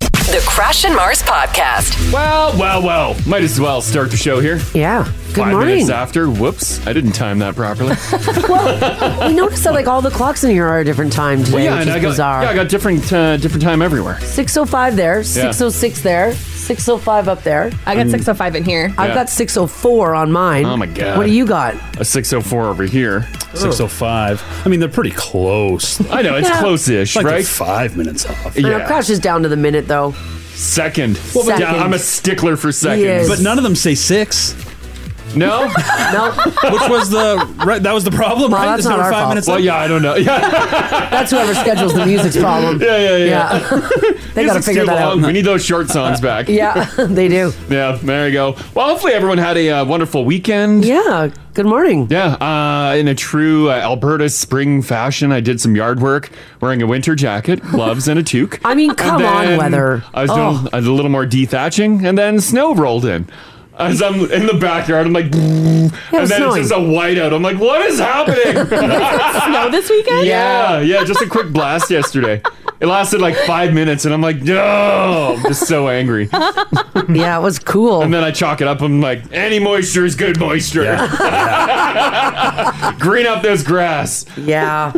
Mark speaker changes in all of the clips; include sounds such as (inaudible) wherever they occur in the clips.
Speaker 1: The Crash and Mars Podcast.
Speaker 2: Well, well, well. Might as well start the show here.
Speaker 3: Yeah. Good
Speaker 2: Five
Speaker 3: morning.
Speaker 2: minutes after. Whoops, I didn't time that
Speaker 3: (laughs)
Speaker 2: properly.
Speaker 3: we noticed that like all the clocks in here are a different time today,
Speaker 2: Well, yeah,
Speaker 3: which
Speaker 2: and
Speaker 3: is
Speaker 2: I got
Speaker 3: bizarre.
Speaker 2: yeah, I got different uh, different time everywhere.
Speaker 3: 605 there, 606 there, 605 up there.
Speaker 2: I got Mm. 6:05
Speaker 3: in here. I've
Speaker 2: Yeah.
Speaker 3: got 604 on mine.
Speaker 2: Oh my God.
Speaker 3: What do you got?
Speaker 2: A six oh four over here.
Speaker 3: Six oh
Speaker 2: five. I mean, they're pretty close. (laughs) I know it's
Speaker 3: Yeah.
Speaker 2: close-ish,
Speaker 4: Like a
Speaker 2: right?
Speaker 4: five minutes off.
Speaker 3: Yeah. Crash is down to the minute though.
Speaker 2: Second.
Speaker 3: Well, but-
Speaker 2: Yeah, I'm a stickler for seconds.
Speaker 3: Yes.
Speaker 4: But none of them say six.
Speaker 3: (laughs)
Speaker 2: No,
Speaker 3: no.
Speaker 4: Which was the right? That was the problem,
Speaker 3: Well,
Speaker 4: right?
Speaker 3: that's
Speaker 4: There's
Speaker 3: not
Speaker 4: no
Speaker 3: our
Speaker 4: five
Speaker 3: fault.
Speaker 4: minutes.
Speaker 3: Well,
Speaker 4: left?
Speaker 2: yeah, I don't know. (laughs) Yeah.
Speaker 3: That's whoever schedules
Speaker 2: (laughs)
Speaker 3: the music's problem.
Speaker 2: Yeah, yeah, yeah.
Speaker 3: (laughs) they
Speaker 2: Music's
Speaker 3: got to figure
Speaker 2: too
Speaker 3: that
Speaker 2: long.
Speaker 3: out.
Speaker 2: We need those short songs
Speaker 3: (laughs)
Speaker 2: back.
Speaker 3: Yeah, (laughs) they do.
Speaker 2: Yeah, there you go. Well, hopefully everyone had a uh, wonderful weekend.
Speaker 3: Yeah, good morning.
Speaker 2: Yeah, uh, in a true uh, Alberta spring fashion, I did some yard work wearing a winter jacket,
Speaker 3: (laughs)
Speaker 2: gloves, and a toque.
Speaker 3: I mean,
Speaker 2: And
Speaker 3: come on,
Speaker 2: then
Speaker 3: weather.
Speaker 2: I was
Speaker 3: Oh.
Speaker 2: doing a little more dethatching, and then snow rolled in. As I'm in the backyard, I'm like, and
Speaker 5: was
Speaker 2: then
Speaker 5: snowing.
Speaker 2: it's just a whiteout. I'm like, what
Speaker 3: (laughs)
Speaker 2: is happening?
Speaker 5: Snow this weekend?
Speaker 2: (laughs) Yeah, Uh, yeah, just a quick blast yesterday. It lasted like five minutes, and I'm like, no, I'm just so angry.
Speaker 3: (laughs) yeah, it was cool.
Speaker 2: And then I chalk it up. I'm like, any moisture is good moisture. (laughs) Green up this grass.
Speaker 3: Yeah.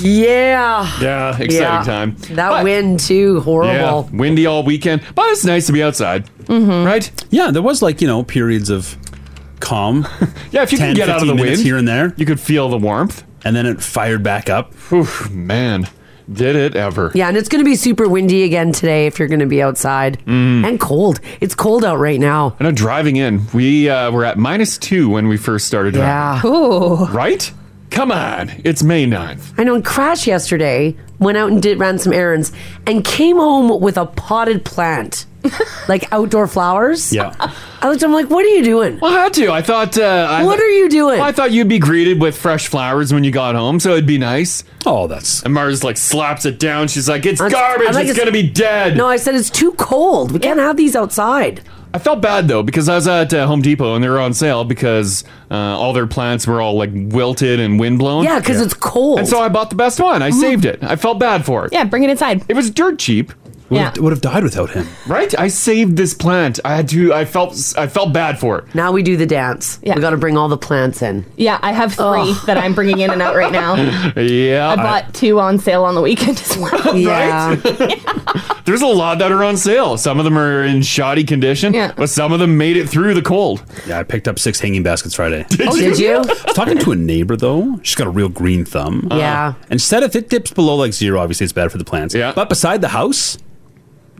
Speaker 3: yeah.
Speaker 2: Yeah, exciting
Speaker 3: Yeah.
Speaker 2: time.
Speaker 3: That wind too, horrible.
Speaker 2: Yeah, windy all weekend, but it's nice to be outside. Mm-hmm. Right?
Speaker 4: Yeah, there was like you know periods of calm.
Speaker 2: (laughs) yeah, if you can get out of the wind
Speaker 4: here and there,
Speaker 2: you could feel the warmth,
Speaker 4: and then it fired back up.
Speaker 2: man, did it ever?
Speaker 3: Yeah, and it's going to be super windy again today if you're going to be outside.
Speaker 2: Mm.
Speaker 3: And cold. It's cold out right now.
Speaker 2: I know driving in, we uh, were at minus two when we first started
Speaker 3: Yeah.
Speaker 2: driving. Right? Come on. It's May 9th.
Speaker 3: I know in Crash yesterday went out and did ran some errands and came home with a
Speaker 5: (laughs)
Speaker 3: potted plant. like outdoor flowers.
Speaker 2: Yeah.
Speaker 3: I looked at him like, what are you doing?
Speaker 2: Well, I had to. I thought. Uh, I,
Speaker 3: What are you doing?
Speaker 2: I thought you'd be greeted with fresh flowers when you got home, so it'd be nice.
Speaker 4: Oh, that's.
Speaker 2: And Mars like slaps it down. She's like, "It's
Speaker 3: I'm-
Speaker 2: garbage.
Speaker 3: I'm like,
Speaker 2: it's,
Speaker 3: it's-
Speaker 2: gonna be dead."
Speaker 3: No, I said it's too cold. We can't have these outside.
Speaker 2: I felt bad though because I was at uh, Home Depot and they were on sale because uh, all their plants were all like wilted and windblown.
Speaker 3: Yeah, 'cause Yeah. it's cold. Mm.
Speaker 2: And so I bought the best one. I saved it. I felt bad for it.
Speaker 5: Yeah, bring it inside.
Speaker 2: It was dirt cheap.
Speaker 5: Would have- Yeah.
Speaker 4: would have died without him.
Speaker 2: Right? I saved this plant. I had to. I felt. I felt bad for it.
Speaker 3: Now we do the dance.
Speaker 5: Yeah.
Speaker 3: We got to bring all the plants in.
Speaker 5: Yeah, I have three
Speaker 3: Ugh.
Speaker 5: that I'm bringing in and out right now.
Speaker 2: (laughs) yeah.
Speaker 5: I bought two on sale on the weekend as
Speaker 2: (laughs)
Speaker 5: well.
Speaker 2: There's a lot that are on sale. Some of them are in shoddy condition,
Speaker 5: Yeah.
Speaker 2: but some of them made it through the cold.
Speaker 4: Yeah, I picked up six hanging baskets
Speaker 2: (laughs)
Speaker 4: Friday.
Speaker 3: Did Oh, you? did you?
Speaker 4: I was talking to a neighbor though. She's got a real green thumb.
Speaker 3: Yeah.
Speaker 4: And she said if it dips below like zero, obviously it's bad for the plants. Yeah. But beside the house,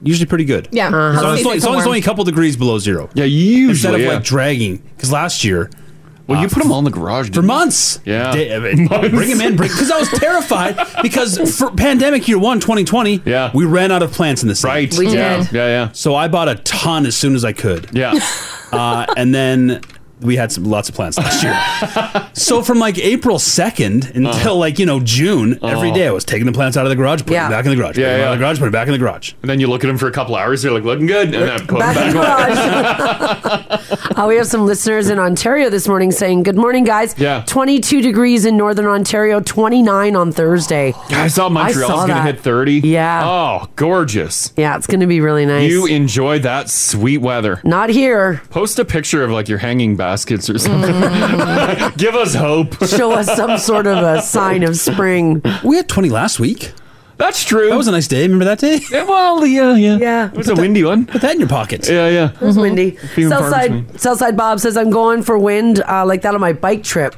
Speaker 4: usually pretty good.
Speaker 5: Yeah.
Speaker 4: As long as, it's only- as long as it's only a couple degrees below zero. Yeah,
Speaker 2: usually.
Speaker 4: Instead of
Speaker 2: yeah.
Speaker 4: like dragging, because last year.
Speaker 2: Well, you put them all in the garage
Speaker 4: Uh, for months.
Speaker 2: Yeah.
Speaker 4: Di-
Speaker 2: (laughs)
Speaker 4: I mean,
Speaker 2: Months.
Speaker 4: Bring them in. Because I was terrified because for pandemic year one, 2020, yeah. we ran out of plants in the city. Right.
Speaker 2: We did. Yeah. Yeah.
Speaker 4: So I bought a ton as soon as I could.
Speaker 2: (laughs) Yeah.
Speaker 4: uh, and then we had some lots of plants last
Speaker 2: (laughs)
Speaker 4: year. so from like April 2nd until
Speaker 2: Uh-huh.
Speaker 4: like, you know, June, every
Speaker 2: Uh-huh.
Speaker 4: day I was taking the plants out of the garage, putting them back in the garage, putting them out of the garage, putting them back in the garage.
Speaker 2: And then you look at them for a couple hours. They're like looking good, and then put 'em
Speaker 3: Back in
Speaker 2: back.
Speaker 3: the (laughs) Uh, we have some listeners in Ontario this morning saying, Good morning, guys.
Speaker 2: Yeah.
Speaker 3: 22 degrees in Northern Ontario, 29 on Thursday.
Speaker 2: Yeah, I saw Montreal's
Speaker 3: saw
Speaker 2: going to
Speaker 3: that.
Speaker 2: hit 30. Yeah. Oh, gorgeous.
Speaker 3: Yeah, it's going to
Speaker 2: (laughs)
Speaker 3: be really nice.
Speaker 2: You enjoy that sweet weather.
Speaker 3: Not here.
Speaker 2: Post a picture of like your hanging baskets or something. (laughs) Give us hope.
Speaker 3: Mm. Show us
Speaker 2: (laughs)
Speaker 3: some sort of a sign of spring.
Speaker 4: (laughs) We had 20 last week.
Speaker 2: That's true. That
Speaker 4: was a nice day. Remember that day?
Speaker 2: Yeah, well, yeah, yeah.
Speaker 3: Yeah.
Speaker 2: It was a windy one.
Speaker 4: Put that in your pocket.
Speaker 2: Yeah, yeah.
Speaker 3: It was
Speaker 5: Mm-hmm.
Speaker 3: windy.
Speaker 2: Being Mm-hmm. farmers,
Speaker 3: Southside, Southside Bob says, I'm going for wind uh, like that on my bike trip.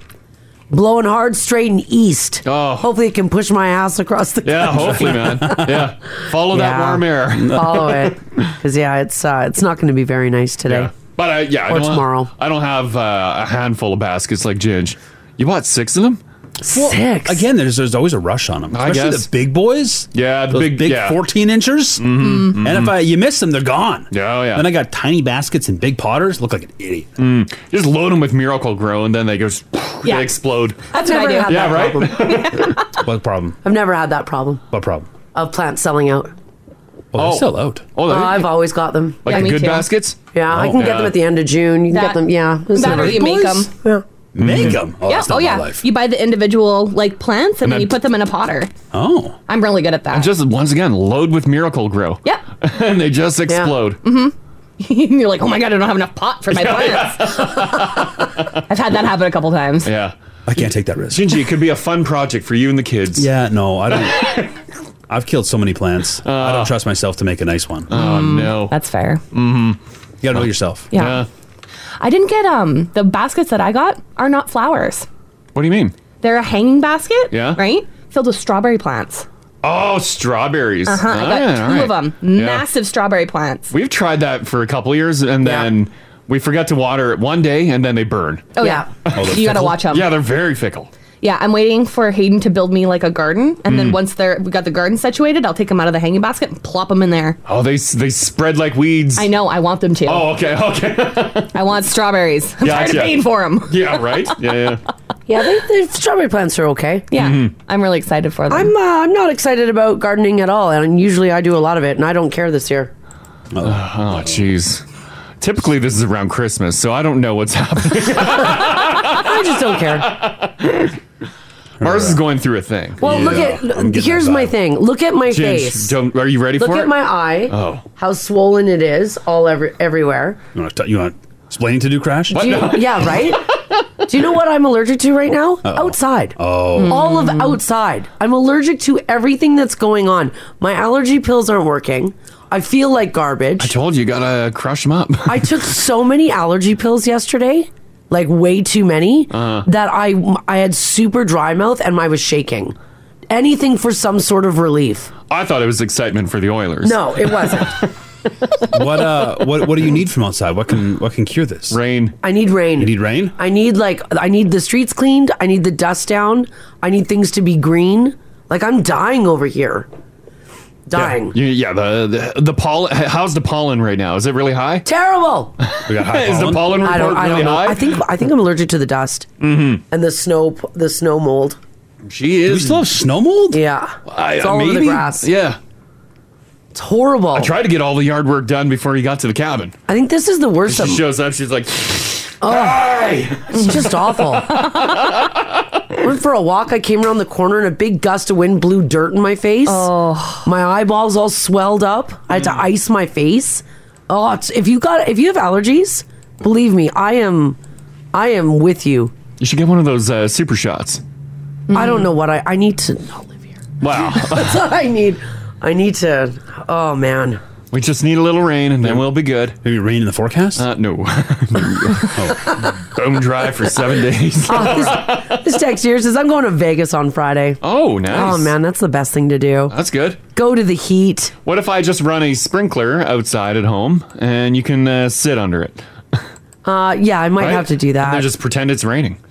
Speaker 3: Blowing hard straight and east. Oh. Hopefully it can push my ass across the (laughs)
Speaker 2: Yeah,
Speaker 3: country.
Speaker 2: hopefully, man. Yeah. Follow that
Speaker 3: Yeah.
Speaker 2: warm air.
Speaker 3: (laughs) Follow it. Because, yeah, it's, uh, it's not going to be very nice today.
Speaker 2: But uh, yeah, I
Speaker 3: Or
Speaker 2: don't
Speaker 3: tomorrow.
Speaker 2: I don't have uh, a handful of baskets like Ginge. You bought six of them?
Speaker 3: Six.
Speaker 4: Again, there's there's always a rush on them,
Speaker 2: I
Speaker 4: especially
Speaker 2: guess.
Speaker 4: the big boys.
Speaker 2: Yeah, the
Speaker 4: Those
Speaker 2: big- yeah.
Speaker 4: 14 inchers.
Speaker 2: Mhm.
Speaker 4: Mm-hmm. And if
Speaker 2: Mhm.
Speaker 4: I you miss them, they're gone.
Speaker 2: Yeah, oh, yeah.
Speaker 4: Then I got tiny baskets and big potters. Look like an idiot.
Speaker 2: Mm. Just load them with Miracle Grow, and then they just (laughs) they explode.
Speaker 3: That's what I do. Had
Speaker 2: Yeah,
Speaker 3: that
Speaker 2: right.
Speaker 3: problem.
Speaker 2: (laughs)
Speaker 4: (laughs) what problem?
Speaker 3: I've never had that problem
Speaker 4: What problem?
Speaker 3: of plants selling out.
Speaker 4: Well,
Speaker 3: Oh.
Speaker 4: they're still out.
Speaker 2: Oh,
Speaker 3: Uh, I've always got them.
Speaker 2: Like Yeah, the me good too. baskets?
Speaker 3: Yeah, I
Speaker 2: Oh.
Speaker 3: can get
Speaker 2: Yeah.
Speaker 3: them at the end of June. You can
Speaker 5: That-
Speaker 3: get them. Yeah,
Speaker 5: that or you make 'em.
Speaker 3: Yeah,
Speaker 4: Make them. Oh,
Speaker 5: yeah.
Speaker 4: that's not
Speaker 5: Oh,
Speaker 4: my
Speaker 5: yeah.
Speaker 4: life.
Speaker 5: You buy the individual like plants and,
Speaker 2: And
Speaker 5: then
Speaker 2: then-
Speaker 5: you put them in a potter.
Speaker 4: Oh.
Speaker 5: I'm really good at that.
Speaker 2: And just once again, load with Miracle Grow.
Speaker 5: Yep.
Speaker 2: (laughs) and they just explode.
Speaker 5: Mm-hmm. (laughs) and you're like, oh my god, I don't have enough pot
Speaker 2: (laughs)
Speaker 5: for my plants. (laughs) I've had that happen a couple times.
Speaker 2: Yeah.
Speaker 4: I can't take that risk.
Speaker 2: Shinji, it could be a fun project for you and the kids.
Speaker 4: Yeah, no, I don't.
Speaker 2: (laughs)
Speaker 4: I've killed so many plants. I don't trust myself to make a nice one.
Speaker 2: Uh. Oh, no.
Speaker 5: Mm,
Speaker 2: Mm-hmm.
Speaker 5: That's fair.
Speaker 4: you gotta know yourself.
Speaker 5: Yeah.
Speaker 2: Yeah.
Speaker 5: I didn't get um the baskets that I got are not flowers.
Speaker 2: What do you mean?
Speaker 5: They're a hanging basket.
Speaker 2: Yeah.
Speaker 5: Right? Filled with strawberry plants.
Speaker 2: Oh, strawberries.
Speaker 5: Uh huh. I got
Speaker 2: Ah,
Speaker 5: two
Speaker 2: all right.
Speaker 5: of them.
Speaker 2: Yeah.
Speaker 5: Massive strawberry plants.
Speaker 2: We've tried that for a couple years and
Speaker 5: Yeah.
Speaker 2: then we forgot to water it one day and then they burn.
Speaker 5: Oh
Speaker 2: (laughs)
Speaker 5: yeah.
Speaker 4: Oh, they're
Speaker 5: you gotta
Speaker 4: fickle?
Speaker 5: watch them.
Speaker 2: Yeah, they're very fickle.
Speaker 5: Yeah, I'm waiting for Hayden to build me like a garden, and
Speaker 2: Hmm.
Speaker 5: then once they're we got the garden situated, I'll take them out of the hanging basket and plop them in there.
Speaker 2: Oh, they s- they spread like weeds.
Speaker 5: I know I want them to.
Speaker 2: Oh, okay, (laughs) okay.
Speaker 5: I want strawberries. I'm tired
Speaker 2: Gotcha.
Speaker 5: of paying for them.
Speaker 2: (laughs)
Speaker 5: (laughs)
Speaker 2: yeah, right? Yeah, yeah.
Speaker 3: Yeah, they, the strawberry plants are okay.
Speaker 5: Yeah, I'm really excited for them.
Speaker 3: I'm uh, I'm not excited about gardening at all, and usually I do a lot of it, and I don't care
Speaker 5: (laughs)
Speaker 3: this year.
Speaker 2: Oh, jeez. Typically, this is around Christmas, so I don't know what's (laughs) happening.
Speaker 3: I just don't care.
Speaker 2: Ours is going through a thing.
Speaker 3: Well, look
Speaker 4: Yeah,
Speaker 3: at
Speaker 4: I'm getting
Speaker 3: here's
Speaker 4: that
Speaker 3: my
Speaker 4: vibe.
Speaker 3: thing. Look at my
Speaker 2: Ginge,
Speaker 3: face.
Speaker 2: don't, are you ready
Speaker 3: look
Speaker 2: for
Speaker 3: at
Speaker 2: it?
Speaker 3: my eye.
Speaker 2: Oh.
Speaker 3: how swollen it is all every, everywhere.
Speaker 4: You want to you want explaining to do crash?
Speaker 3: Do you, yeah, right. do you know what I'm allergic to right now? Outside. Oh, all of outside. I'm allergic to everything that's going on. My allergy pills aren't working. I feel like garbage.
Speaker 2: I told you, you gotta crush them up.
Speaker 3: I took so many allergy pills yesterday, like way too many,
Speaker 2: Uh-huh.
Speaker 3: that I I had super dry mouth and I was shaking. Anything for some sort of relief.
Speaker 2: I thought it was excitement for the Oilers.
Speaker 3: No, it wasn't.
Speaker 4: (laughs) What uh what what do you need from outside? What can what can cure this?
Speaker 2: Rain.
Speaker 3: I need rain.
Speaker 4: You need rain?
Speaker 3: I need like I need the streets cleaned. I need the dust down. I need things to be green. Like I'm dying over here. Dying.
Speaker 2: You- yeah, the, the, the pollen. How's the pollen right now? Is it really high? (laughs)
Speaker 3: Terrible.
Speaker 4: We got high
Speaker 2: Is the
Speaker 4: pollen?
Speaker 2: pollen report
Speaker 3: I don't. I
Speaker 2: really
Speaker 3: don't know.
Speaker 2: high?
Speaker 3: I think. I think I'm allergic to the dust mm-hmm. and the snow. The snow mold.
Speaker 2: she
Speaker 4: Do we
Speaker 2: is.
Speaker 4: still have snow mold?
Speaker 3: Yeah.
Speaker 2: I-
Speaker 3: it's all
Speaker 2: maybe.
Speaker 3: over the grass.
Speaker 2: Yeah.
Speaker 3: It's horrible.
Speaker 2: I tried to get all the yard work done before he got to the cabin.
Speaker 3: I think this is the worst
Speaker 2: She
Speaker 3: of
Speaker 2: shows up. She's like,
Speaker 4: Ah.
Speaker 3: (laughs) It's just (laughs) awful. Went for a walk. I came around the corner and a big gust of wind blew dirt in my face. Oh. Mm. My eyeballs all swelled up. I had to ice my face. Oh, it's, if you got if you have allergies, believe me, I am I am with you.
Speaker 2: you should get one of those uh, super shots.
Speaker 3: I don't know what I I need to (laughs) not live here.
Speaker 2: Wow.
Speaker 3: That's what I need. (laughs) I need to Oh man.
Speaker 2: we just need a little rain and then we'll be good.
Speaker 4: Maybe rain in the forecast?
Speaker 2: Uh, no. (laughs) uh, oh. Bone dry for seven
Speaker 3: (laughs)
Speaker 2: days.
Speaker 3: Oh, this, this text here says I'm going to Vegas on Friday.
Speaker 2: Oh, nice.
Speaker 3: Oh man, that's the best thing to do.
Speaker 2: That's good.
Speaker 3: Go to the heat.
Speaker 2: What if I just run a sprinkler outside at home and you can uh, sit under it?
Speaker 3: Uh, yeah, I might
Speaker 2: right?
Speaker 3: have to do
Speaker 2: And
Speaker 3: that.
Speaker 2: then just pretend it's raining.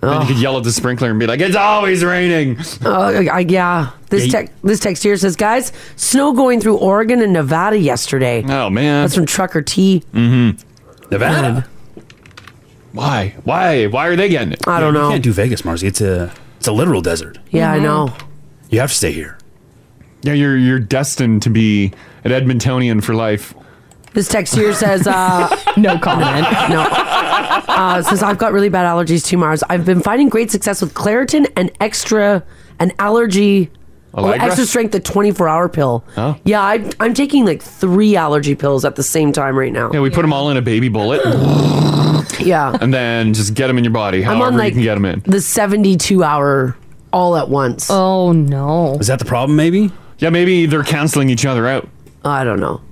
Speaker 2: Then you could yell at the sprinkler and be like, it's always raining.
Speaker 3: Uh, I, yeah. This
Speaker 4: Yeah, you-
Speaker 3: tech this text here says, guys, snow going through Oregon and Nevada yesterday.
Speaker 2: Oh, man.
Speaker 3: That's from Trucker T.
Speaker 4: Nevada.
Speaker 2: Mm-hmm. Why? Why? Why are they getting it?
Speaker 3: I don't
Speaker 4: You
Speaker 3: know.
Speaker 4: can't do Vegas, Marzi. It's a it's a literal desert.
Speaker 3: yeah,
Speaker 2: Mm-hmm.
Speaker 3: I know.
Speaker 4: You have to stay here.
Speaker 2: Yeah, you're you're destined to be an Edmontonian for life.
Speaker 3: This text here says, uh,
Speaker 5: (laughs) no comment.
Speaker 3: no. Uh, it says I've got really bad allergies too, Mars. I've been finding great success with Claritin and extra an allergy oh,
Speaker 2: Allegra?
Speaker 3: extra strength the 24 hour pill.
Speaker 2: Oh.
Speaker 3: Yeah, I, I'm taking like three allergy pills at the same time right now.
Speaker 2: Yeah, we put them all in a baby bullet
Speaker 3: (gasps) yeah.
Speaker 2: and then just get them in your body,
Speaker 3: I'm
Speaker 2: however
Speaker 3: on like
Speaker 2: you can get them in.
Speaker 3: the 72 hour all at once.
Speaker 5: Oh no.
Speaker 4: Is that the problem? Maybe.
Speaker 2: Yeah, maybe they're canceling each other out.
Speaker 3: I don't know.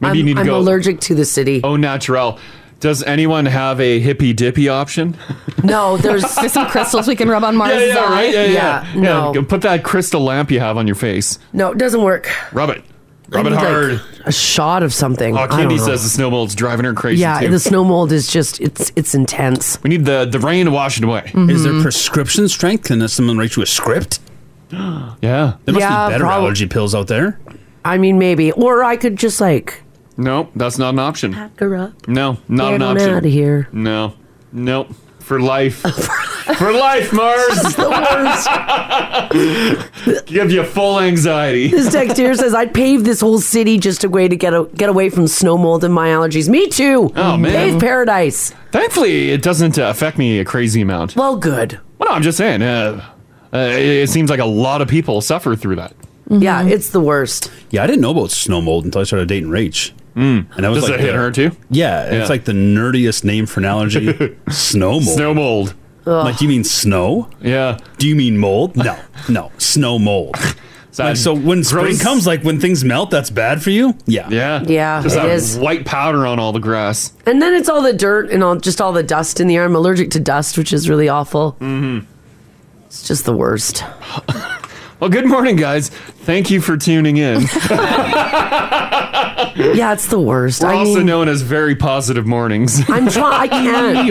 Speaker 2: Maybe
Speaker 3: I'm,
Speaker 2: you need to
Speaker 3: I'm
Speaker 2: go
Speaker 3: allergic to the city.
Speaker 2: au naturel. Does anyone have a hippy dippy option? (laughs)
Speaker 3: No, there's
Speaker 5: (laughs) There's some crystals we can rub on Mars.
Speaker 2: Yeah,
Speaker 3: yeah. No.
Speaker 2: go Put that crystal lamp you have on your face.
Speaker 3: no, it doesn't work.
Speaker 2: Rub it.
Speaker 3: I
Speaker 2: Rub it
Speaker 3: need, like,
Speaker 2: hard.
Speaker 3: a shot of something.
Speaker 2: oh,
Speaker 3: I don't
Speaker 2: Candy
Speaker 3: know.
Speaker 2: says the snowball's driving her crazy
Speaker 3: Yeah,
Speaker 2: too.
Speaker 3: the snow mold is just it's it's intense. Mm-hmm.
Speaker 2: we need the, the rain to wash it away.
Speaker 4: Is there prescription strength? Can someone write you a script?
Speaker 2: (gasps) Yeah.
Speaker 4: There must
Speaker 3: Yeah,
Speaker 4: be better
Speaker 3: prob-
Speaker 4: allergy pills out there.
Speaker 3: I mean, maybe, or I could just like
Speaker 2: No, that's not an
Speaker 3: Uh,
Speaker 2: option.
Speaker 3: pack her up,
Speaker 2: No, not
Speaker 3: get
Speaker 2: an
Speaker 3: on
Speaker 2: option.
Speaker 3: out of here. (laughs)
Speaker 2: No. Nope. For life. for life, Mars. (laughs) Give you full anxiety. (laughs)
Speaker 3: This text here says, "I'd pave this whole city just a way to get a, get away from snow mold and my allergies." Me too.
Speaker 2: Oh, man.
Speaker 3: pave paradise.
Speaker 2: Thankfully, it doesn't uh, affect me a crazy amount.
Speaker 3: Well, good.
Speaker 2: Well, no, I'm just saying. Uh, uh, it, it seems like a lot of people suffer through that.
Speaker 3: Yeah, it's the worst.
Speaker 4: Yeah, I didn't know about snow mold until I started dating Rach. Mm. And I was
Speaker 2: Does
Speaker 4: like,
Speaker 2: that hit her too?
Speaker 4: Yeah, and it's
Speaker 2: Yeah.
Speaker 4: like the nerdiest name for an
Speaker 2: (laughs)
Speaker 4: allergy. snow mold.
Speaker 2: Snow mold.
Speaker 4: Like, you mean snow?
Speaker 2: Yeah.
Speaker 4: Do you mean
Speaker 2: (laughs)
Speaker 4: mold? No, no, snow mold. Like, so when spring
Speaker 2: gross-
Speaker 4: comes, like when things melt, that's bad for you. Yeah,
Speaker 2: Yeah.
Speaker 3: Yeah,
Speaker 2: Just
Speaker 3: it
Speaker 2: that
Speaker 3: is.
Speaker 2: white powder on all the grass.
Speaker 3: And then it's all the dirt and all just all the dust in the air. I'm allergic to dust, which is really awful. Mm-hmm. It's just the worst.
Speaker 2: (laughs) Well, good morning, guys. Thank you for tuning
Speaker 3: (laughs)
Speaker 2: in. (laughs)
Speaker 3: yeah, it's the worst.
Speaker 2: We're
Speaker 3: I
Speaker 2: also
Speaker 3: mean-
Speaker 2: known as very positive mornings.
Speaker 3: (laughs) I'm trying. I can't.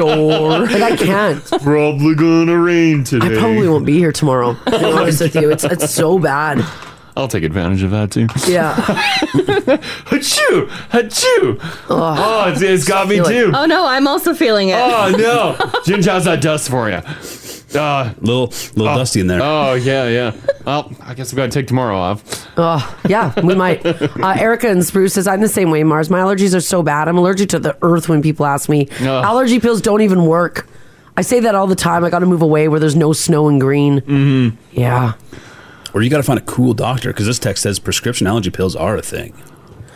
Speaker 3: But I can't. It's
Speaker 2: probably gonna rain today.
Speaker 3: I probably won't be here tomorrow. To be honest with you, it's it's so bad.
Speaker 2: I'll take advantage of that too.
Speaker 3: Yeah.
Speaker 2: (laughs) Hachoo! Hachoo! Oh, it's, it's got me too.
Speaker 5: Oh no, I'm also feeling it.
Speaker 2: Oh no, Jim, how's that dust for you? Uh,
Speaker 4: little little dusty in there.
Speaker 2: Oh yeah, yeah. Well, I guess we gotta take tomorrow off.
Speaker 3: Oh, yeah, we might.
Speaker 2: (laughs)
Speaker 3: Uh, Erica and Spruce says, I'm the same way, Mars. My allergies are so bad. I'm allergic to the earth when people ask me.
Speaker 2: Ugh.
Speaker 3: Allergy pills don't even work. I say that all the time. I got to move away where there's no snow and green. Mm-hmm. Yeah.
Speaker 4: Or you got to find a cool doctor because this text says prescription allergy pills are a thing.
Speaker 3: they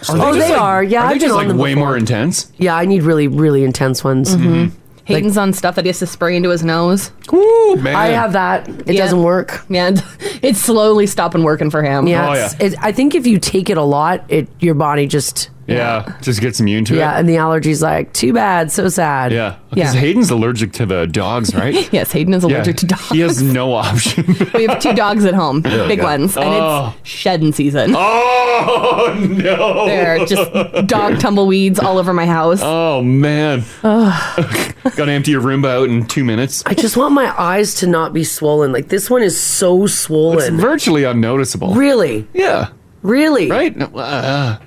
Speaker 3: Oh, just they like- are. Yeah,
Speaker 2: they
Speaker 3: I've been
Speaker 2: just
Speaker 3: on
Speaker 2: like
Speaker 3: them
Speaker 2: way
Speaker 3: before.
Speaker 2: more intense. Mm-hmm.
Speaker 3: Yeah, I need really, really intense ones.
Speaker 5: Mhm. (laughs) Hayden's on stuff that he has to spray into his nose.
Speaker 2: Ooh, man.
Speaker 3: I have that. It doesn't work.
Speaker 5: Yeah, (laughs) it's slowly stopping working for him.
Speaker 2: Oh,
Speaker 3: Yeah. it's- It, I think if you take it a lot, it your body just.
Speaker 2: Yeah, just gets immune to
Speaker 3: Yeah,
Speaker 2: it.
Speaker 3: and the allergy's like, too bad, so sad.
Speaker 2: Yeah, because
Speaker 5: Yeah.
Speaker 2: Hayden's allergic to the
Speaker 5: (laughs)
Speaker 2: dogs, right?
Speaker 5: yes, Hayden is
Speaker 2: Yeah,
Speaker 5: allergic to dogs.
Speaker 2: He has no option.
Speaker 5: we have two dogs at home, (laughs)
Speaker 2: Yeah,
Speaker 5: big
Speaker 2: yeah.
Speaker 5: ones, and
Speaker 2: Oh.
Speaker 5: it's shedding season.
Speaker 2: (laughs) oh (laughs) no!
Speaker 5: There, just dog tumbleweeds all over my house.
Speaker 2: Oh man! Gotta empty your room out in two minutes.
Speaker 3: I just want my eyes to not be swollen. Like, this one is so
Speaker 2: It's
Speaker 3: swollen.
Speaker 2: virtually unnoticeable.
Speaker 3: really?
Speaker 2: Yeah.
Speaker 3: Really?
Speaker 2: Right? No, uh,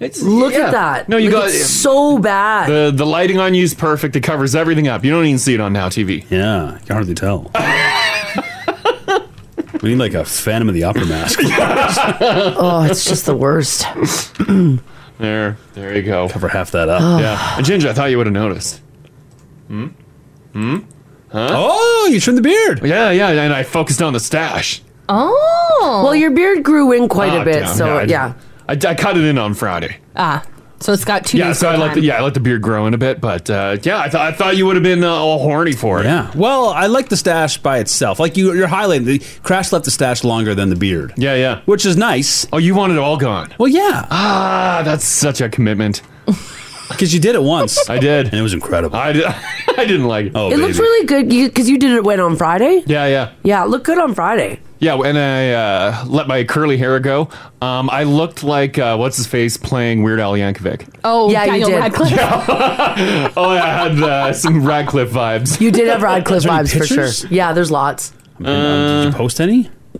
Speaker 2: it's
Speaker 3: Look
Speaker 2: yeah.
Speaker 3: at that.
Speaker 2: No, you
Speaker 3: Like,
Speaker 2: got
Speaker 3: it's so bad. (laughs)
Speaker 2: the the lighting on you is perfect. It covers everything up. You don't even see it on Now TV.
Speaker 4: Yeah, you can hardly
Speaker 2: (laughs)
Speaker 4: tell. we need like a Phantom of the Opera mask.
Speaker 3: oh, it's just the worst.
Speaker 2: There, there you go.
Speaker 4: Cover half that up.
Speaker 3: Oh.
Speaker 4: Hmm?
Speaker 2: Yeah, and Ginger, I thought you would have noticed. Hmm?
Speaker 4: Oh, you trimmed the beard.
Speaker 2: Yeah, yeah, and I focused on the stash.
Speaker 5: (clears throat) oh,
Speaker 3: Well, your beard grew in quite
Speaker 2: Ah,
Speaker 3: a bit,
Speaker 2: damn,
Speaker 3: so
Speaker 2: I-
Speaker 3: yeah.
Speaker 2: I, I cut it in on Friday.
Speaker 5: ah, so it's got two.
Speaker 2: Yeah,
Speaker 5: days
Speaker 2: so I
Speaker 5: of
Speaker 2: let the
Speaker 5: time.
Speaker 2: yeah I let the beard grow in a bit, but uh, yeah, I thought I thought you would have been uh, all horny for it.
Speaker 4: Yeah. Well, I like the stash by itself. Like you, you're highlighting the crash left the stash longer than the beard.
Speaker 2: yeah, yeah.
Speaker 4: Which is nice.
Speaker 2: Oh, you want it all gone?
Speaker 4: Well, yeah,
Speaker 2: Ah, that's such
Speaker 4: (laughs)
Speaker 2: a commitment.
Speaker 4: because you did it once.
Speaker 2: I did.
Speaker 4: and it was incredible.
Speaker 2: I, did, (laughs) I didn't like it.
Speaker 4: oh,
Speaker 3: It
Speaker 4: baby.
Speaker 3: looks really good because you did it when on Friday.
Speaker 2: Yeah, yeah.
Speaker 3: Yeah, it looked good on Friday.
Speaker 2: Yeah, when I uh, let my curly hair go, um, I looked like uh, what's his face playing Weird Al Yankovic. (laughs)
Speaker 5: Oh,
Speaker 3: Yeah, you
Speaker 5: Daniel
Speaker 3: did.
Speaker 5: Radcliffe.
Speaker 2: Oh, I had uh, some Radcliffe vibes.
Speaker 3: You did have Radcliffe
Speaker 4: there any
Speaker 3: vibes for
Speaker 4: pictures?
Speaker 3: sure. Yeah, there's lots.
Speaker 4: And, um, did you post any?
Speaker 2: Uh,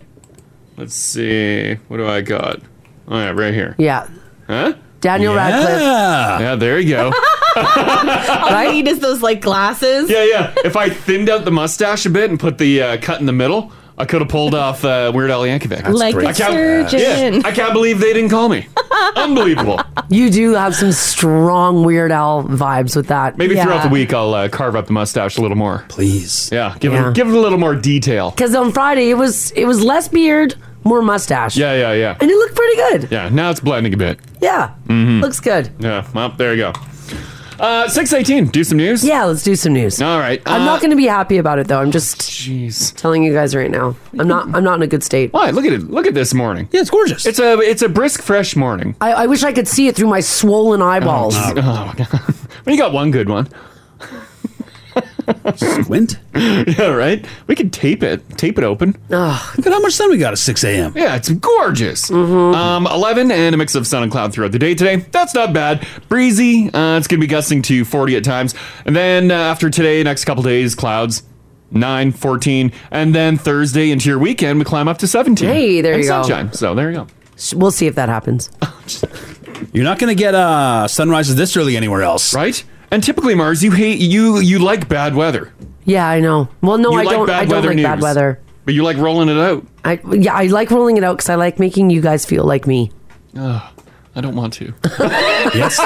Speaker 2: Let's see, what do I got? Oh yeah, right here.
Speaker 3: Yeah,
Speaker 2: Huh?
Speaker 3: Daniel Radcliffe.
Speaker 4: Yeah.
Speaker 2: Yeah, there
Speaker 3: (laughs)
Speaker 2: you go.
Speaker 5: All I need is those like glasses.
Speaker 2: yeah, yeah. If I thinned out the mustache a bit and put the uh, cut in the middle, I could have pulled off uh, Weird Al Yankovic.
Speaker 5: like
Speaker 4: great.
Speaker 5: the
Speaker 4: I
Speaker 2: can't-
Speaker 5: surgeon.
Speaker 2: I can't believe they didn't
Speaker 3: (laughs)
Speaker 2: call me. Unbelievable.
Speaker 3: You do have some strong Weird Al vibes with that.
Speaker 2: Maybe throughout
Speaker 5: Yeah.
Speaker 2: the week I'll uh, carve up the mustache a little more.
Speaker 4: Please.
Speaker 2: Yeah, give
Speaker 3: Yeah.
Speaker 2: it give it a little more detail.
Speaker 3: because on Friday it was it was less beard, more mustache.
Speaker 2: Yeah, yeah, yeah.
Speaker 3: and it looked pretty good.
Speaker 2: Yeah, now it's blending a bit. Mm-hmm.
Speaker 3: Yeah,
Speaker 2: Hmm.
Speaker 3: looks good.
Speaker 2: Yeah, well, there you go. Uh, 618, do some news?
Speaker 3: Yeah, let's do some news.
Speaker 2: All right.
Speaker 3: I'm
Speaker 2: uh,
Speaker 3: not going to be happy about it though. I'm just
Speaker 2: Jeez.
Speaker 3: telling you guys right now. I'm not. I'm not in a good state.
Speaker 2: Why? Look at it. Look at this morning.
Speaker 4: Yeah, it's gorgeous.
Speaker 2: It's a it's a brisk, fresh morning.
Speaker 3: I, I wish I could see it through my swollen eyeballs.
Speaker 2: Oh, (laughs) my God. Well, you got one good one. (laughs)
Speaker 4: squint.
Speaker 2: (laughs) Yeah, right? We could tape it. Tape it open.
Speaker 4: Look at how much sun we got at 6 a.m.
Speaker 2: Yeah, it's gorgeous.
Speaker 3: Mm-hmm.
Speaker 2: Um, 11 and a mix of sun and cloud throughout the day today. That's not bad. Breezy. Uh, it's going to be gusting to 40 at times. And then uh, after today, next couple days, clouds. 9, 14. And then Thursday into your weekend, we climb up to 17.
Speaker 3: Hey, there
Speaker 2: And
Speaker 3: you go.
Speaker 2: sunshine. So there you go.
Speaker 3: We'll see if that happens. (laughs)
Speaker 4: You're not going to get uh, sunrises this early anywhere else.
Speaker 2: Right? And typically, Mars, you hate you you like bad weather.
Speaker 3: Yeah, I know. Well, no,
Speaker 2: You
Speaker 3: I
Speaker 2: like
Speaker 3: don't.
Speaker 2: bad
Speaker 3: I don't
Speaker 2: weather
Speaker 3: like bad
Speaker 2: news.
Speaker 3: weather.
Speaker 2: But you like rolling it out.
Speaker 3: I yeah, I like rolling it out because I like making you guys feel like me.
Speaker 2: Ugh, I don't want to.
Speaker 4: (laughs)
Speaker 2: (laughs)
Speaker 4: yes.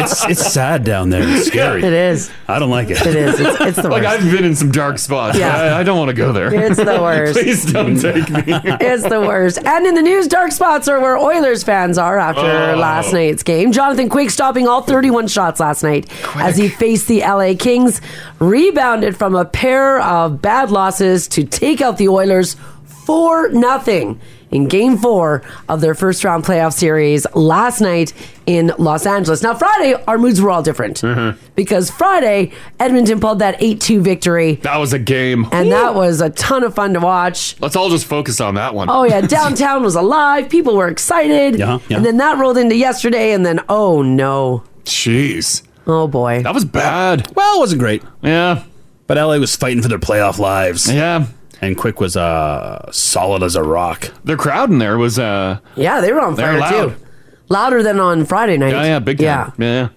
Speaker 4: It's, it's sad down there. It's scary.
Speaker 3: It is.
Speaker 4: I don't like it.
Speaker 3: It is.
Speaker 4: (laughs)
Speaker 3: It's, it's the
Speaker 2: like
Speaker 3: worst.
Speaker 2: I've been in some dark spots.
Speaker 3: Yeah.
Speaker 2: I, I don't want to go there.
Speaker 3: It's
Speaker 2: (laughs)
Speaker 3: the worst.
Speaker 2: Please don't take me.
Speaker 3: (laughs) it's the worst. And in the news, dark spots are where Oilers fans are after
Speaker 2: Oh.
Speaker 3: last night's game. Jonathan Quick stopping all 31 shots last night as he faced the LA Kings, rebounded from a pair of bad losses to take out the Oilers 4 nothing in game four of their first round playoff series last night in Los Angeles. Now, Friday, our moods were all different
Speaker 2: Mm-hmm.
Speaker 3: because Friday, Edmonton pulled that 8 2 victory.
Speaker 2: That was a game.
Speaker 3: And that was a ton of fun to watch.
Speaker 2: Let's all just focus on that one.
Speaker 3: Oh
Speaker 2: (laughs)
Speaker 3: yeah, downtown was alive. People were excited.
Speaker 2: Yeah, yeah.
Speaker 3: And then that rolled into yesterday, and then oh no.
Speaker 2: Jeez.
Speaker 3: Oh boy.
Speaker 2: That was bad.
Speaker 4: Well, it wasn't great.
Speaker 2: Yeah.
Speaker 4: But LA was fighting for their playoff lives.
Speaker 2: Yeah.
Speaker 4: And Quick was uh, solid as a rock.
Speaker 2: Their crowd in there was uh
Speaker 3: Yeah, they were on
Speaker 2: They
Speaker 3: fire
Speaker 2: were loud.
Speaker 3: too. Louder than on Friday night.
Speaker 2: yeah, yeah, big time. Yeah. yeah.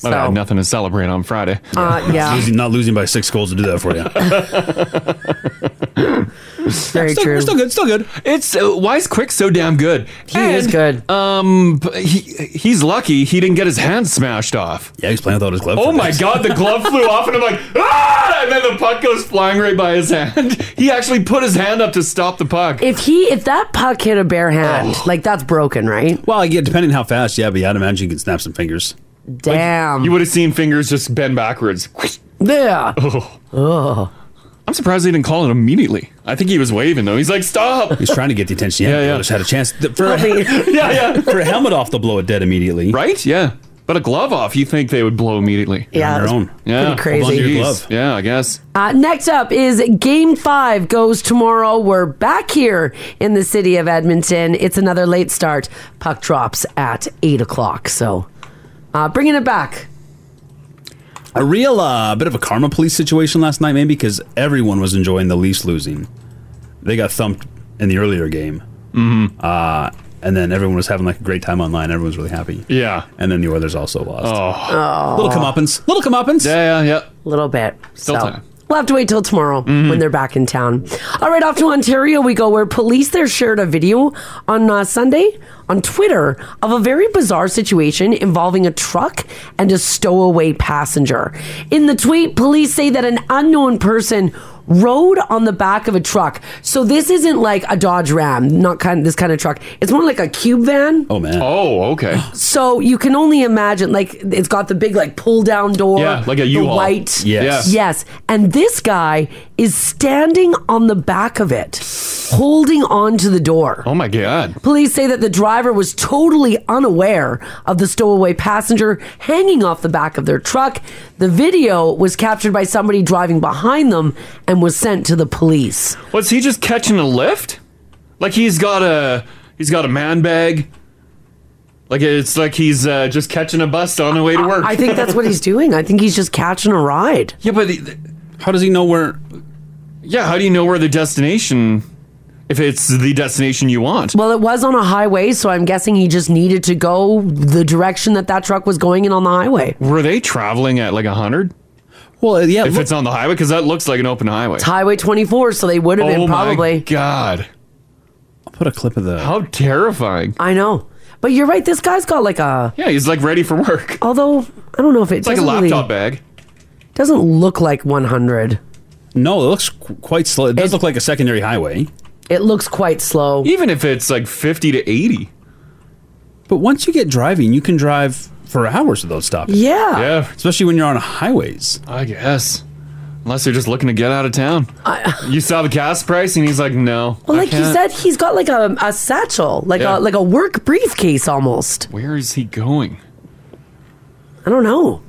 Speaker 2: But I
Speaker 3: So-
Speaker 2: had nothing to celebrate on Friday.
Speaker 3: Uh, yeah.
Speaker 4: Losing, not losing by six goals to do that for you.
Speaker 3: (laughs) Very
Speaker 4: still,
Speaker 3: true.
Speaker 4: We're still good. Still good.
Speaker 2: It's uh, why is Quick so damn good? He
Speaker 3: is good.
Speaker 2: Um, but he he's lucky he didn't get his hand smashed off.
Speaker 4: Yeah, he's playing without his glove.
Speaker 2: Oh
Speaker 4: for
Speaker 2: my
Speaker 4: days.
Speaker 2: god, the glove
Speaker 4: (laughs)
Speaker 2: flew off, and I'm like, ah! And then the puck goes flying right by his hand. He actually put his hand up to stop the puck.
Speaker 3: If he if that puck hit a bare hand, (clears throat) like that's broken, right?
Speaker 4: Well, yeah, depending on how fast, yeah, but yeah, I'd imagine you can snap some fingers.
Speaker 3: Damn.
Speaker 2: You would have seen fingers just bend backwards.
Speaker 3: yeah.
Speaker 2: Oh.
Speaker 3: Oh.
Speaker 2: I'm surprised they didn't call it immediately. I think he was waving though. He's like, stop.
Speaker 4: He's trying to get the attention.
Speaker 2: (laughs) Yeah,
Speaker 4: Yeah,
Speaker 2: yeah.
Speaker 4: yeah. Just had a chance th- for a,
Speaker 3: yeah.
Speaker 2: (laughs) yeah, yeah.
Speaker 4: for a helmet off. They'll blow it dead immediately.
Speaker 2: Right? Yeah. But a glove off, you think they would blow immediately?
Speaker 4: on
Speaker 3: that's
Speaker 4: your own.
Speaker 2: Yeah.
Speaker 3: Pretty
Speaker 4: Hold on to
Speaker 3: crazy.
Speaker 4: your
Speaker 2: Jeez.
Speaker 4: glove.
Speaker 2: Yeah, I guess.
Speaker 3: Uh, next up is Game Five goes tomorrow. We're back here in the city of Edmonton. It's another late start. Puck drops at eight o'clock. So, uh, bringing it back.
Speaker 4: A real uh, bit of a karma police situation last night, maybe because everyone was enjoying the Leafs losing. They got thumped in the earlier game,
Speaker 2: Mm-hmm.
Speaker 4: uh, and then everyone was having like a great time online. Everyone was really happy.
Speaker 2: Yeah.
Speaker 4: And then the Oilers also lost. Oh, little comeuppance, little comeuppance.
Speaker 2: Yeah, yeah, yeah.
Speaker 3: A little bit.
Speaker 2: Still
Speaker 3: so.
Speaker 2: time.
Speaker 3: We'll have to wait till tomorrow when they're back in town. All right, off to Ontario we go, where police there shared a video on uh, Sunday on Twitter of a very bizarre situation involving a truck and a stowaway passenger. In the tweet, police say that an unknown person rode on the back of a truck. So this isn't like a Dodge Ram, not kind this kind of truck. It's more like a cube van.
Speaker 4: Oh man.
Speaker 2: Oh,
Speaker 4: (gasps)
Speaker 2: okay.
Speaker 3: So you can only imagine, like it's got the big like pull down door,
Speaker 2: Yeah, like a
Speaker 3: the
Speaker 2: U-Haul.
Speaker 3: white,
Speaker 4: Yes.
Speaker 3: yes. And this guy is standing on the back of it, holding on to the door.
Speaker 2: Oh my god.
Speaker 3: Police say that the driver was totally unaware of the stowaway passenger hanging off the back of their truck. The video was captured by somebody driving behind them and was sent to the police.
Speaker 2: Was he just catching a lift? Like he's got a he's got a man bag. Like it's like he's uh, just catching a bus on the way to work.
Speaker 3: I think that's what he's doing. I think he's just catching a ride.
Speaker 2: (laughs) yeah, but the-
Speaker 4: How does he know where?
Speaker 2: yeah, how do you know where the destination if it's the destination you want?
Speaker 3: Well, it was on a highway, so I'm guessing he just needed to go the direction that that truck was going in on the highway.
Speaker 2: Were they traveling at like 100?
Speaker 4: Well, yeah.
Speaker 2: If
Speaker 4: look-
Speaker 2: it's on the highway cuz that looks like an open highway.
Speaker 3: Highway 24, so they would have
Speaker 2: Oh
Speaker 3: been
Speaker 2: my
Speaker 3: probably.
Speaker 2: god.
Speaker 4: I'll put a clip of the.
Speaker 2: How terrifying.
Speaker 3: I know. But you're right, this guy's got like a.
Speaker 2: Yeah, he's like ready for work.
Speaker 3: Although, I don't know if it
Speaker 2: It's like a
Speaker 3: doesn't,
Speaker 2: laptop
Speaker 3: really,
Speaker 2: bag.
Speaker 3: doesn't look like 100.
Speaker 4: No, it looks qu- quite slow. It does look like a secondary highway.
Speaker 3: It looks quite slow.
Speaker 2: Even if it's like 50 to 80.
Speaker 4: But once you get driving, you can drive for hours without stopping.
Speaker 3: Yeah.
Speaker 2: Yeah,
Speaker 4: Especially when you're on highways.
Speaker 2: I guess. Unless you're just looking to get out of town. you saw the gas price and he's like, "No."
Speaker 3: Well,
Speaker 2: I
Speaker 3: like you
Speaker 2: can't."
Speaker 3: said, he's got like a, a satchel, like a
Speaker 2: Yeah.
Speaker 3: like a work briefcase almost.
Speaker 2: where is he going?
Speaker 3: I don't know.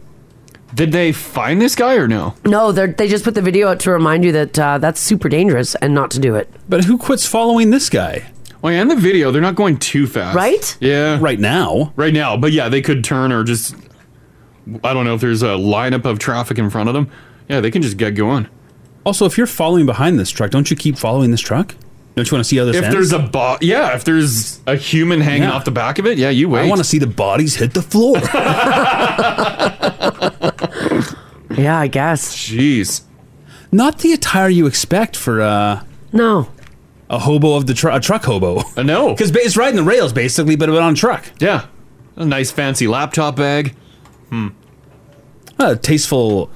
Speaker 2: Did they find this guy or no?
Speaker 3: No, they they just put the video out to remind you that uh, that's super dangerous and not to do it.
Speaker 4: But who quits following this guy
Speaker 2: Well, yeah, in the video, they're not going too fast.
Speaker 3: Right?
Speaker 2: Yeah.
Speaker 4: right now?
Speaker 2: Right now, but yeah, they could turn or just I don't know if there's a lineup of traffic in front of them. Yeah, they can just get going.
Speaker 4: Also, if you're following behind this truck, don't you keep following this truck? Don't you want to see how this
Speaker 2: If
Speaker 4: ends?
Speaker 2: there's a bo- yeah, if there's a human hanging
Speaker 4: Yeah.
Speaker 2: off the back of it, yeah, you wait.
Speaker 4: I want to see the bodies hit the floor.
Speaker 3: Yeah, I guess.
Speaker 2: Jeez.
Speaker 4: Not the attire you expect for uh
Speaker 3: No.
Speaker 4: A hobo of the tr- a truck hobo. (laughs)
Speaker 2: Uh, no.
Speaker 4: Cuz ba- it's riding the rails basically, but but on a truck.
Speaker 2: Yeah. A nice fancy laptop bag.
Speaker 4: Hmm. A tasteful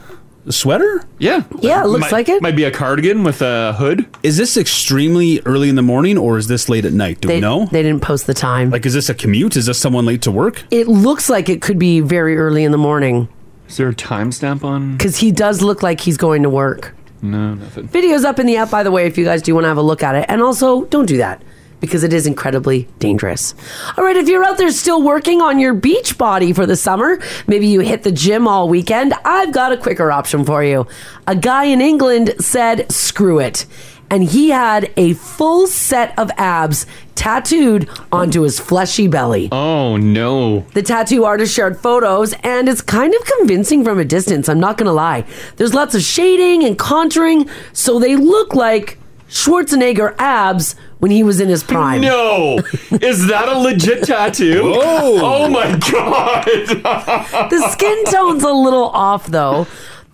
Speaker 4: sweater?
Speaker 2: Yeah.
Speaker 4: Yeah, it looks like it.
Speaker 2: Might be a cardigan with a hood.
Speaker 4: Is this extremely early in the morning or is this late at night? Do
Speaker 3: They-
Speaker 4: we know? They
Speaker 3: didn't post the time.
Speaker 4: Like is this a commute? Is this someone late to work?
Speaker 3: It looks like it could be very early in the morning.
Speaker 2: Is there a timestamp on?
Speaker 3: Because he does look like he's going to work.
Speaker 2: (laughs) No, nothing.
Speaker 3: Video's up in the app, by the way, if you guys do want to have a look at it. And also, don't do that because it is incredibly dangerous. All right, if you're out there still working on your beach body for the summer, maybe you hit the gym all weekend, I've got a quicker option for you. A guy in England said, screw it. And he had a full set of abs tattooed onto his fleshy belly.
Speaker 2: Oh, no.
Speaker 3: The tattoo artist shared photos, and it's kind of convincing from a distance, I'm not gonna lie. There's lots of shading and contouring, so they look like Schwarzenegger abs when he was in his prime.
Speaker 2: No! Is that a legit tattoo?
Speaker 3: Whoa.
Speaker 2: Oh my god!
Speaker 3: the skin tone's a little off, though.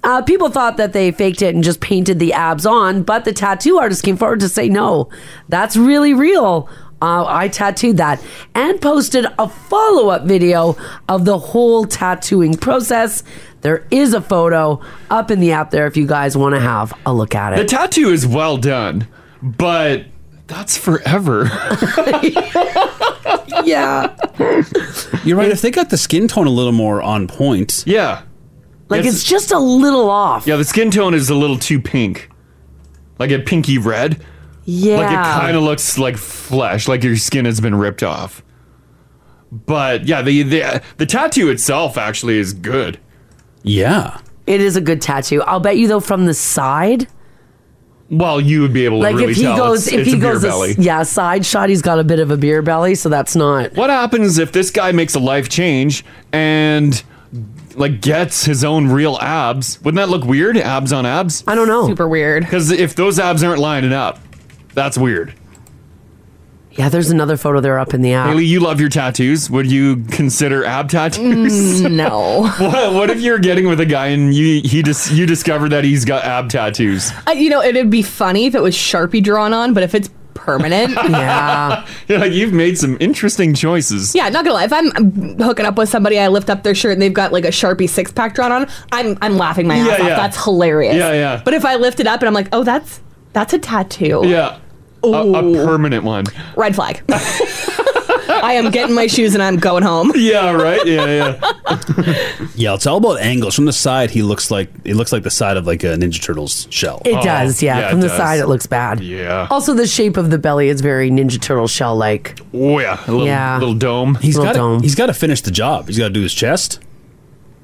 Speaker 3: Uh, people thought that they faked it and just painted the abs on, but the tattoo artist came forward to say, no, that's really real. Uh, I tattooed that and posted a follow up video of the whole tattooing process. There is a photo up in the app there if you guys want to have a look at
Speaker 2: The
Speaker 3: it.
Speaker 2: tattoo is well done, but that's forever.
Speaker 3: (laughs) yeah.
Speaker 4: You're right. If they got the skin tone a little more on point.
Speaker 2: Yeah.
Speaker 3: Like it's just a little off.
Speaker 2: Yeah, the skin tone is a little too pink. Like a pinky red.
Speaker 3: Yeah.
Speaker 2: Like it kind of looks like flesh, like your skin has been ripped off. But yeah, the the, the tattoo itself actually is good.
Speaker 4: Yeah.
Speaker 3: It is a good tattoo. I'll bet you, though, from the side,
Speaker 2: Well, you would be able to
Speaker 3: like
Speaker 2: really
Speaker 3: if he
Speaker 2: tell
Speaker 3: goes
Speaker 2: it's,
Speaker 3: if
Speaker 2: it's
Speaker 3: he
Speaker 2: a beer
Speaker 3: goes a s-
Speaker 2: belly.
Speaker 3: yeah side shot he's got a bit of a beer belly so that's not
Speaker 2: What happens if this guy makes a life change and like gets his own real abs? Wouldn't that look weird? Abs on abs? I
Speaker 3: don't know.
Speaker 2: Super
Speaker 5: weird.
Speaker 2: Because if those abs aren't lining up, that's weird.
Speaker 3: yeah there's another photo there up in the app
Speaker 2: Haley, you love your tattoos. Would you consider ab tattoos?
Speaker 5: Mm, no.
Speaker 2: (laughs) what, what if you're getting with a guy and you he dis, you discover that he's got ab tattoos?
Speaker 5: Uh, you know, it'd be funny if it was Sharpie drawn on, but if it's (laughs) permanent,
Speaker 2: (laughs) You're like, you've made some interesting choices.
Speaker 5: Yeah, not gonna lie. If I'm, I'm hooking up with somebody, I lift up their shirt and they've got like a Sharpie six pack drawn on. I'm I'm laughing my ass
Speaker 2: Yeah,
Speaker 5: off.
Speaker 2: yeah.
Speaker 5: That's hilarious.
Speaker 2: Yeah, yeah.
Speaker 5: But if I lift it up and I'm like, oh, that's that's a tattoo.
Speaker 2: Yeah. A, a permanent one.
Speaker 5: Red flag. (laughs) I am getting my shoes and I'm going home.
Speaker 2: Yeah, right? Yeah, yeah.
Speaker 4: (laughs) Yeah, it's all about angles. From the side, he looks like it looks like the side of like a Ninja Turtles shell.
Speaker 2: Oh,
Speaker 3: It does, yeah. From the side, it looks bad.
Speaker 2: Yeah.
Speaker 3: also the shape of the belly is very ninja turtle shell like
Speaker 2: Oh yeah, a little,
Speaker 3: Yeah.
Speaker 2: little dome.
Speaker 4: He's
Speaker 3: Little
Speaker 4: got to
Speaker 3: dome.
Speaker 4: he's got to finish the job. He's got to do his chest.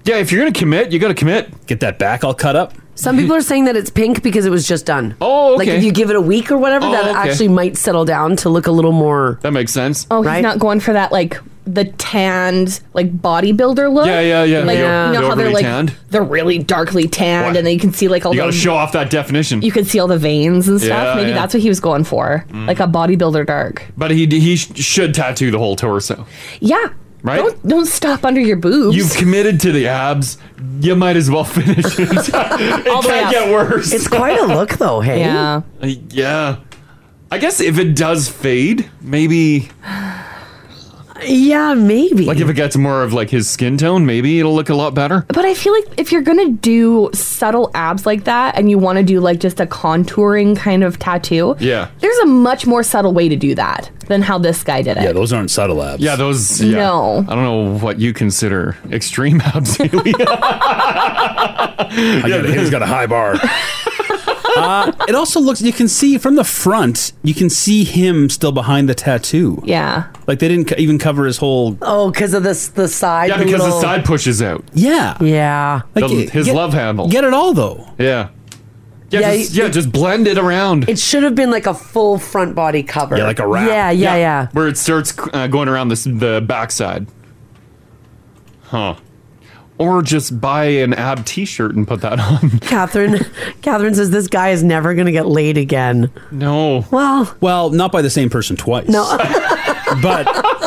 Speaker 2: Yeah, if you're gonna commit, you got to commit.
Speaker 4: Get that back all cut up.
Speaker 3: some people are saying that it's pink because it was just done
Speaker 2: oh
Speaker 3: like
Speaker 2: okay.
Speaker 3: if you give it a week or whatever
Speaker 2: Oh,
Speaker 3: that
Speaker 2: okay.
Speaker 3: actually might settle down to look a little more
Speaker 2: that makes sense
Speaker 5: Oh, he's
Speaker 3: right
Speaker 5: not going for that like the tanned like bodybuilder look.
Speaker 2: Yeah, yeah, yeah.
Speaker 5: Like
Speaker 2: The o-
Speaker 5: you
Speaker 2: the
Speaker 5: know how they're
Speaker 2: overly
Speaker 5: like
Speaker 2: tanned?
Speaker 5: they're really darkly tanned,
Speaker 2: What?
Speaker 5: and then you can see like all
Speaker 2: you got to
Speaker 5: the
Speaker 2: show off that definition.
Speaker 5: you can see all the veins and stuff.
Speaker 2: Yeah,
Speaker 5: Maybe
Speaker 2: yeah.
Speaker 5: that's what he was going for,
Speaker 2: Mm.
Speaker 5: like a bodybuilder dark.
Speaker 2: but he he sh- should tattoo the whole torso.
Speaker 5: Yeah.
Speaker 2: Right?
Speaker 5: Don't don't stop under your boobs.
Speaker 2: You've committed to the abs. You might as well (laughs) finish it.
Speaker 5: (laughs)
Speaker 2: it
Speaker 5: All the way
Speaker 2: can't
Speaker 5: up.
Speaker 2: get worse.
Speaker 3: it's quite a look though hey
Speaker 5: Yeah.
Speaker 2: Uh, yeah. I guess if it does fade, maybe
Speaker 3: yeah maybe
Speaker 2: like if it gets more of like his skin tone, maybe it'll look a lot better.
Speaker 5: But I feel like if you're gonna do subtle abs like that, and you want to do like just a contouring kind of tattoo,
Speaker 2: Yeah.
Speaker 5: there's a much more subtle way to do that than how this guy did it.
Speaker 4: Yeah, those aren't subtle abs.
Speaker 2: Yeah, those. Yeah.
Speaker 5: No.
Speaker 2: I don't know what you consider extreme (laughs) abs. Haley.
Speaker 4: (laughs) I get it. He's got a high
Speaker 2: (laughs)
Speaker 4: bar. uh, it also looks. You can see from the front. You can see him still behind the tattoo.
Speaker 5: Yeah.
Speaker 4: Like they didn't co- even cover his whole.
Speaker 3: oh because of this the side
Speaker 2: yeah, because
Speaker 3: little-
Speaker 2: his side pushes out.
Speaker 4: Yeah.
Speaker 3: yeah
Speaker 2: The-
Speaker 4: Like, it-
Speaker 2: his
Speaker 4: get-
Speaker 2: love handle.
Speaker 4: Get it all though.
Speaker 2: Yeah. Yeah,
Speaker 3: Yeah,
Speaker 2: just, yeah, just blend it around.
Speaker 3: it should have been like a full front body cover
Speaker 2: Yeah, like a wrap.
Speaker 3: yeah yeah yeah
Speaker 2: Where it starts uh, going around this the backside. Huh. Or just buy an ab T-shirt and put that (laughs) on.
Speaker 3: Catherine, (laughs) Catherine says this guy is never going to get laid again.
Speaker 2: No.
Speaker 3: Well,
Speaker 4: Well, not by the same person twice.
Speaker 3: No.
Speaker 4: (laughs) but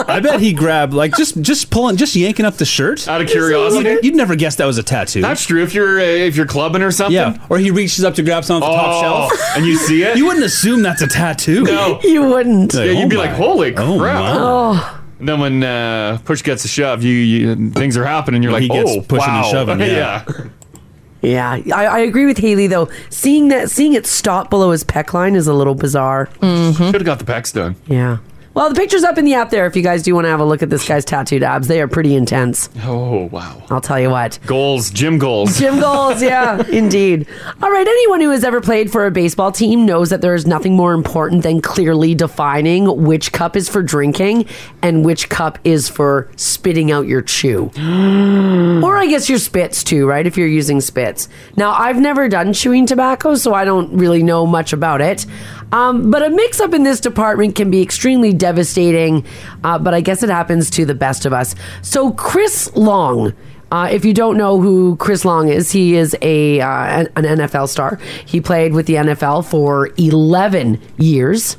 Speaker 4: I bet he grabbed like just just pulling just yanking up the shirt
Speaker 2: Out of curiosity?
Speaker 4: You'd, you'd never guess that was a tattoo.
Speaker 2: That's true. If you're uh, if you're clubbing or something,
Speaker 4: yeah, or he reaches up to grab something off the
Speaker 2: Oh,
Speaker 4: top shelf
Speaker 2: and you see
Speaker 4: (laughs)
Speaker 2: it.
Speaker 4: You wouldn't assume that's a tattoo.
Speaker 2: No.
Speaker 3: You wouldn't.
Speaker 2: yeah, you'd
Speaker 4: oh
Speaker 2: be
Speaker 4: my.
Speaker 2: like, holy crap.
Speaker 4: Oh, my.
Speaker 3: Oh.
Speaker 2: And then when uh, push gets a shove, you, you things are happening. You're like,
Speaker 4: He gets
Speaker 2: oh,
Speaker 4: pushing and
Speaker 2: wow.
Speaker 4: shoving, yeah.
Speaker 3: Yeah, I, I agree with Haley though. Seeing that, seeing it stop below his pec line is a little bizarre.
Speaker 2: Should have got the pecs done.
Speaker 3: Hmm? Yeah. Well, the picture's up in the app there. If you guys do want to have a look at this guy's tattooed abs, they are pretty intense.
Speaker 2: Oh wow.
Speaker 3: I'll tell you what.
Speaker 2: Goals, gym goals.
Speaker 3: Jim
Speaker 2: (laughs)
Speaker 3: goals, yeah, (laughs) indeed. All right, anyone who has ever played for a baseball team knows that there is nothing more important than clearly defining which cup is for drinking and which cup is for spitting out your chew. or I guess your spits too, right? If you're using spits. Now, I've never done chewing tobacco, so I don't really know much about it. Um, but a mix up in this department can be extremely devastating, uh, but I guess it happens to the best of us. So, Chris Long. Uh, if you don't know who Chris Long is, he is a uh, an an NFL star. He played with the NFL for 11 years.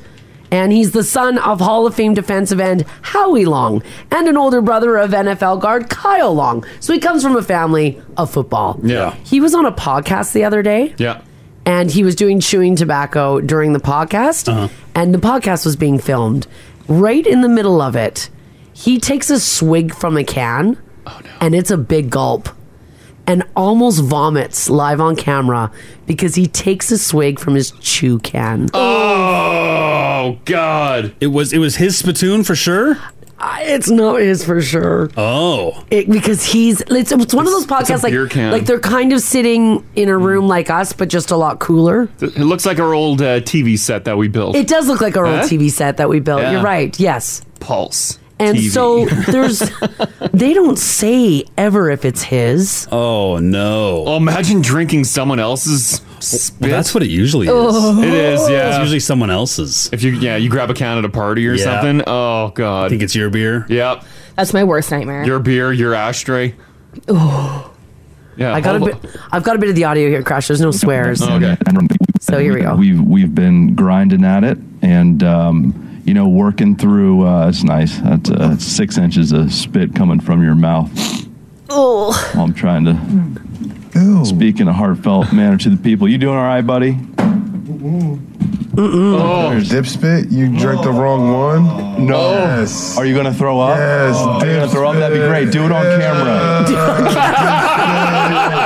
Speaker 3: And he's the son of Hall of Fame defensive end Howie Long and an older brother of NFL guard Kyle Long. So he comes from a family of football.
Speaker 2: Yeah.
Speaker 3: He was on a podcast the other day
Speaker 2: Yeah.
Speaker 3: and he was doing chewing tobacco during the podcast,
Speaker 2: Uh-huh.
Speaker 3: and the podcast was being filmed. Right in the middle of it, he takes a swig from a can,
Speaker 2: Oh,
Speaker 3: and it's a big gulp, and almost vomits live on camera because he takes a swig from his chew can.
Speaker 2: Oh God!
Speaker 4: It was it was his spittoon for sure.
Speaker 3: Uh, It's not his for sure.
Speaker 4: Oh,
Speaker 3: It, because he's it's, it's one of those podcasts like
Speaker 2: beer can. Mm.
Speaker 3: like they're kind of sitting in a room like us, but just a lot cooler.
Speaker 2: It looks like our old uh, TV set that we built.
Speaker 3: It does look like our old
Speaker 2: Huh?
Speaker 3: TV set that we built.
Speaker 2: Yeah.
Speaker 3: You're right. Yes.
Speaker 2: Pulse.
Speaker 3: And
Speaker 4: (laughs)
Speaker 2: TV.
Speaker 3: so there's, they don't say ever if it's his.
Speaker 4: oh no.
Speaker 2: Well, imagine drinking someone else's spit. Oh.
Speaker 4: Well, that's what it usually is.
Speaker 2: it is. Yeah.
Speaker 4: It's usually someone else's.
Speaker 2: if you yeah you grab a can at a party or
Speaker 4: Yeah.
Speaker 2: something. Oh
Speaker 4: I
Speaker 2: God.
Speaker 4: think it's your beer.
Speaker 2: yep.
Speaker 5: That's my worst nightmare.
Speaker 2: Your beer, your ashtray. Yeah.
Speaker 3: oh,
Speaker 2: Oh,
Speaker 3: I got a
Speaker 2: hold-
Speaker 3: bit. I've got a bit of the audio here, Crash. There's no swears.
Speaker 2: Okay.
Speaker 3: So here we go.
Speaker 6: We've we've been grinding at it, and um, you know, working through. Uh, it's nice. That's uh, six inches of spit coming from your mouth.
Speaker 5: Oh,
Speaker 6: While I'm trying to speak in a heartfelt manner to the people. You doing all right, buddy?
Speaker 2: Oh.
Speaker 7: Dip spit? You drank the wrong one? No. Yes.
Speaker 6: Are you gonna throw up?
Speaker 7: Yes,
Speaker 6: Are you gonna throw up? That'd be great. Do it on camera. (laughs)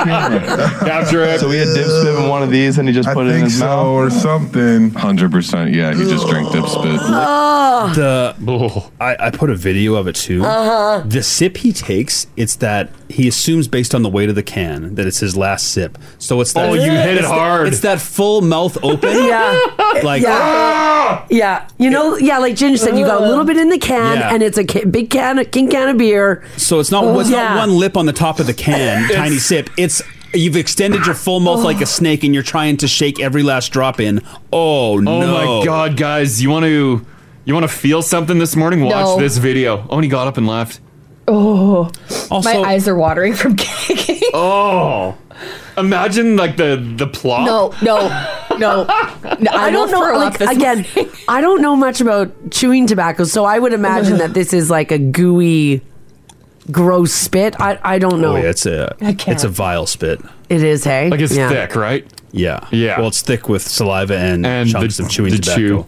Speaker 2: Capture it.
Speaker 6: So we had dip spit in one of these, and he just
Speaker 7: I
Speaker 6: put it in
Speaker 7: think
Speaker 6: his
Speaker 7: so,
Speaker 6: mouth.
Speaker 7: or something. 100%. Yeah, he just drank dip spit.
Speaker 3: Ah.
Speaker 4: The
Speaker 2: Oh.
Speaker 4: I, I put a video of it too. Uh-huh. The sip he takes, it's that he assumes based on the weight of the can that it's his last sip. So it's that
Speaker 2: Oh, you hit it
Speaker 4: it's that-
Speaker 2: hard.
Speaker 4: it's that full mouth open.
Speaker 3: Yeah,
Speaker 4: like
Speaker 3: yeah, yeah. You know, yeah. Like Ginger said, you got a little bit in the can,
Speaker 4: Yeah.
Speaker 3: and it's a ca- big can, a king can of beer.
Speaker 4: so it's not it's
Speaker 3: Yeah.
Speaker 4: not one lip on the top of the can, tiny sip. It's you've extended your full mouth like a snake and you're trying to shake every last drop in. Oh,
Speaker 2: Oh
Speaker 4: no.
Speaker 2: my God, guys! You want to you want to feel something this morning? Watch
Speaker 5: No.
Speaker 2: this video. Oh, and he got up and left.
Speaker 4: Also,
Speaker 5: Oh. my eyes are watering from (laughs) gagging.
Speaker 2: Oh, imagine like the the plot.
Speaker 5: No, no, no. no
Speaker 3: I don't know. Like, again, I don't know much about chewing tobacco, so I would imagine that this is like a gooey, gross spit. I I don't know.
Speaker 4: Oh, yeah, it's a
Speaker 5: can't.
Speaker 4: it's a vile spit.
Speaker 3: It is. Hey,
Speaker 2: like it's
Speaker 3: Yeah.
Speaker 2: thick, right?
Speaker 4: Yeah.
Speaker 2: Yeah.
Speaker 4: Well, it's thick with saliva and,
Speaker 2: And
Speaker 4: chunks
Speaker 2: the-
Speaker 4: of chewing
Speaker 2: the
Speaker 4: tobacco.
Speaker 2: chew.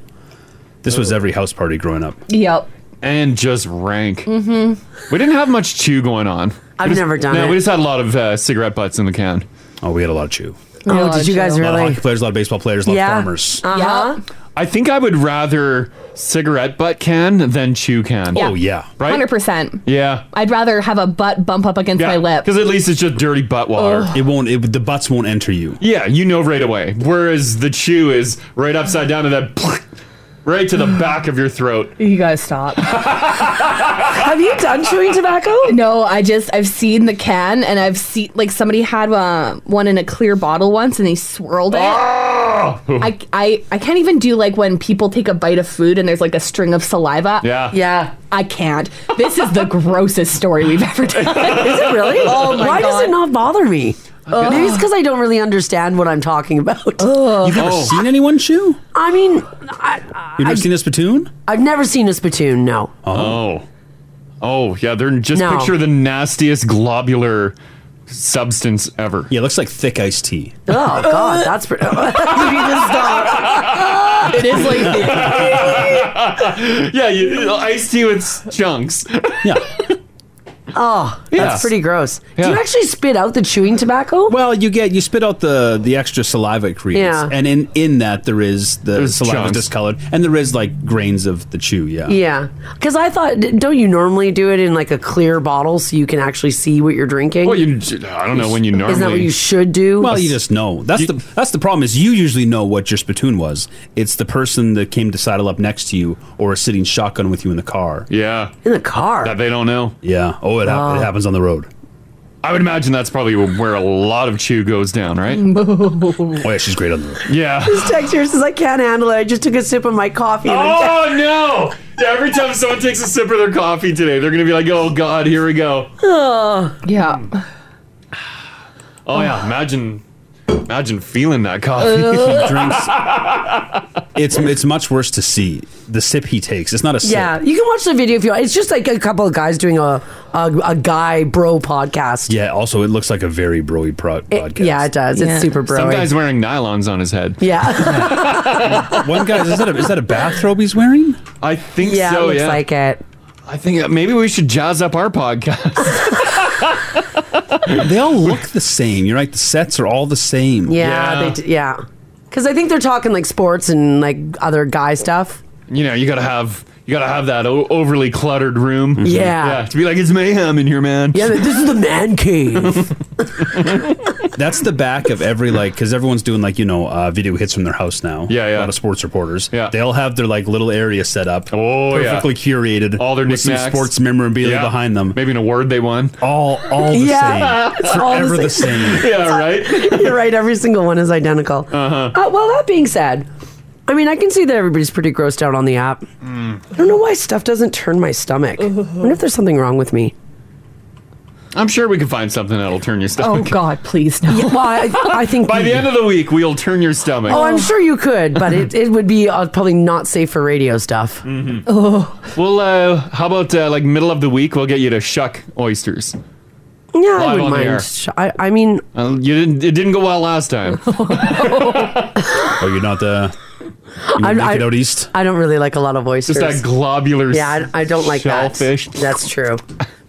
Speaker 4: This was every house party growing up.
Speaker 5: Yep.
Speaker 2: And just rank. Mm-hmm. We didn't have much chew going on.
Speaker 3: I've never done
Speaker 2: no,
Speaker 3: it.
Speaker 2: we just had a lot of uh, cigarette butts in the can.
Speaker 4: Oh, we had a lot of chew.
Speaker 3: oh, did you guys
Speaker 4: A lot of
Speaker 3: really?
Speaker 4: hockey players, a lot of baseball players, a lot
Speaker 3: Yeah.
Speaker 4: of farmers.
Speaker 3: Uh-huh.
Speaker 2: I think I would rather cigarette butt can than chew can.
Speaker 4: Oh yeah.
Speaker 2: right.
Speaker 5: Hundred percent.
Speaker 2: Yeah,
Speaker 5: I'd rather have a butt bump up against my lip.
Speaker 2: Because at least it's just dirty butt water.
Speaker 4: It won't. It, the butts won't enter you.
Speaker 2: Yeah, you know right away. Whereas the chew is right upside down and then (laughs) right to the back of your throat.
Speaker 5: You guys stop.
Speaker 3: Have you done chewing tobacco?
Speaker 5: No, I just I've seen the can and I've seen like somebody had uh, one in a clear bottle once and they swirled it. I, I I can't even do like when people take a bite of food and there's like a string of saliva.
Speaker 2: Yeah.
Speaker 3: Yeah.
Speaker 5: I can't. This is the (laughs) grossest story we've ever done.
Speaker 3: (laughs) Is it really?
Speaker 5: Oh my
Speaker 3: Why does
Speaker 5: God.
Speaker 3: it not bother me? Maybe it's because I don't really understand what I'm talking about. Oh.
Speaker 4: You've never
Speaker 2: Oh.
Speaker 4: seen anyone chew?
Speaker 3: I mean, I,
Speaker 4: You've never seen a spittoon?
Speaker 3: I've never seen a spittoon. No,
Speaker 2: Oh. Oh yeah, they're just
Speaker 3: No.
Speaker 2: picture the nastiest globular substance ever.
Speaker 4: Yeah, it looks like thick iced tea.
Speaker 3: Oh God,
Speaker 5: (laughs)
Speaker 3: that's (laughs) pretty. (laughs)
Speaker 5: It is like
Speaker 2: (laughs) yeah, you, iced tea with s- chunks.
Speaker 4: Yeah.
Speaker 3: oh,
Speaker 2: Yeah.
Speaker 3: that's pretty gross. Do you
Speaker 2: Yeah.
Speaker 3: actually spit out the chewing tobacco?
Speaker 4: Well, you get you spit out the the extra saliva it creates,
Speaker 3: Yeah.
Speaker 4: and in in that there is the
Speaker 2: There's
Speaker 4: saliva
Speaker 2: chunks.
Speaker 4: discolored, and there is like grains of the chew. Yeah.
Speaker 3: Yeah, because I thought, d- don't you normally do it in like a clear bottle so you can actually see what you're drinking?
Speaker 2: Well, you, I don't know when you normally.
Speaker 3: Isn't that what you should do?
Speaker 4: Well,
Speaker 3: (laughs)
Speaker 4: you just know. That's the that's the problem. Is you usually know what your spittoon was. It's the person that came to saddle up next to you or is sitting shotgun with you in the car.
Speaker 2: yeah,
Speaker 3: in the car.
Speaker 2: that they don't know.
Speaker 4: Yeah. Oh, it, hap-
Speaker 3: Oh.
Speaker 4: it happens on the road.
Speaker 2: I would imagine that's probably where a lot of chew goes down,
Speaker 3: (laughs)
Speaker 2: right?
Speaker 4: Oh yeah, she's great on the road.
Speaker 2: yeah.
Speaker 3: This texture says I can't handle it. I just took a sip of my coffee. And I (laughs) can't-"
Speaker 2: Oh no! Yeah, every time someone takes a sip of their coffee today, they're gonna be like, "Oh God, here we go."
Speaker 5: yeah.
Speaker 2: Oh yeah, imagine, imagine feeling that coffee.
Speaker 4: (laughs) He drinks. It's it's much worse to see the sip he takes. It's not a sip.
Speaker 3: yeah, you can watch the video if you. want. It's just like a couple of guys doing a a, a guy bro podcast.
Speaker 4: Yeah. Also, it looks like a very broy pro-
Speaker 3: It-
Speaker 4: podcast.
Speaker 3: yeah, it does.
Speaker 5: Yeah.
Speaker 3: It's super
Speaker 2: Some
Speaker 3: bro.
Speaker 2: guy's wearing nylons on his head.
Speaker 3: Yeah,
Speaker 4: (laughs) One guy is that a, is that a bathrobe he's wearing?
Speaker 2: I think
Speaker 3: yeah,
Speaker 2: so.
Speaker 3: it looks
Speaker 2: yeah,
Speaker 3: like it.
Speaker 2: I think that maybe we should jazz up our podcast.
Speaker 4: They all look the same. You're right. The sets are all the same.
Speaker 3: Yeah,
Speaker 2: Yeah.
Speaker 3: They d- yeah. Because I think they're talking like sports and like other guy stuff.
Speaker 2: you know, you gotta have you gotta have that o- overly cluttered room.
Speaker 3: Yeah.
Speaker 2: yeah, to be like it's mayhem in here, man.
Speaker 3: Mm-hmm. Yeah, this is the man
Speaker 2: (laughs)
Speaker 3: cave.
Speaker 4: That's the back of every like because everyone's doing like you know uh, video hits from their house now.
Speaker 2: Yeah, yeah.
Speaker 4: A lot of sports reporters.
Speaker 2: Yeah.
Speaker 4: they all have their like little area set up.
Speaker 2: Oh, yeah.
Speaker 4: perfectly curated.
Speaker 2: All their
Speaker 4: with some
Speaker 2: knickknacks.
Speaker 4: sports memorabilia
Speaker 2: Yeah.
Speaker 4: behind them.
Speaker 2: Maybe an award (laughs) they won.
Speaker 4: All all the
Speaker 3: Yeah,
Speaker 4: same.
Speaker 3: it's (laughs)
Speaker 4: Forever
Speaker 3: all the
Speaker 4: the same.
Speaker 3: (laughs)
Speaker 2: Yeah, right.
Speaker 3: You're right. Every single one is identical. Uh-huh. well, that being said, I mean, I can see that everybody's pretty grossed out on the app.
Speaker 4: Mm.
Speaker 3: I don't know why stuff doesn't turn my stomach. I wonder if there's something wrong with me.
Speaker 2: I'm sure we can find something that'll turn your
Speaker 5: Oh
Speaker 2: stomach.
Speaker 5: God, please no.
Speaker 3: Yeah, well, I, I think
Speaker 2: (laughs) By the end of the week, we'll turn your stomach.
Speaker 3: Oh, I'm sure you could, but it, it would be uh, probably not safe for radio stuff.
Speaker 2: Well, uh, how about uh, like middle of the week? We'll get you to shuck oysters.
Speaker 3: Yeah,
Speaker 2: Live
Speaker 3: I
Speaker 2: on
Speaker 3: wouldn't
Speaker 2: the air.
Speaker 3: mind. Sh- I, I mean,
Speaker 2: Uh, you didn't. It didn't go well last time.
Speaker 4: (laughs) Oh, you're not the. You
Speaker 3: I-
Speaker 4: make
Speaker 3: I-
Speaker 4: it out east.
Speaker 3: I don't really like a lot of voices.
Speaker 2: Just that globular.
Speaker 3: Yeah, I, I don't like
Speaker 2: shellfish.
Speaker 3: that. That's true.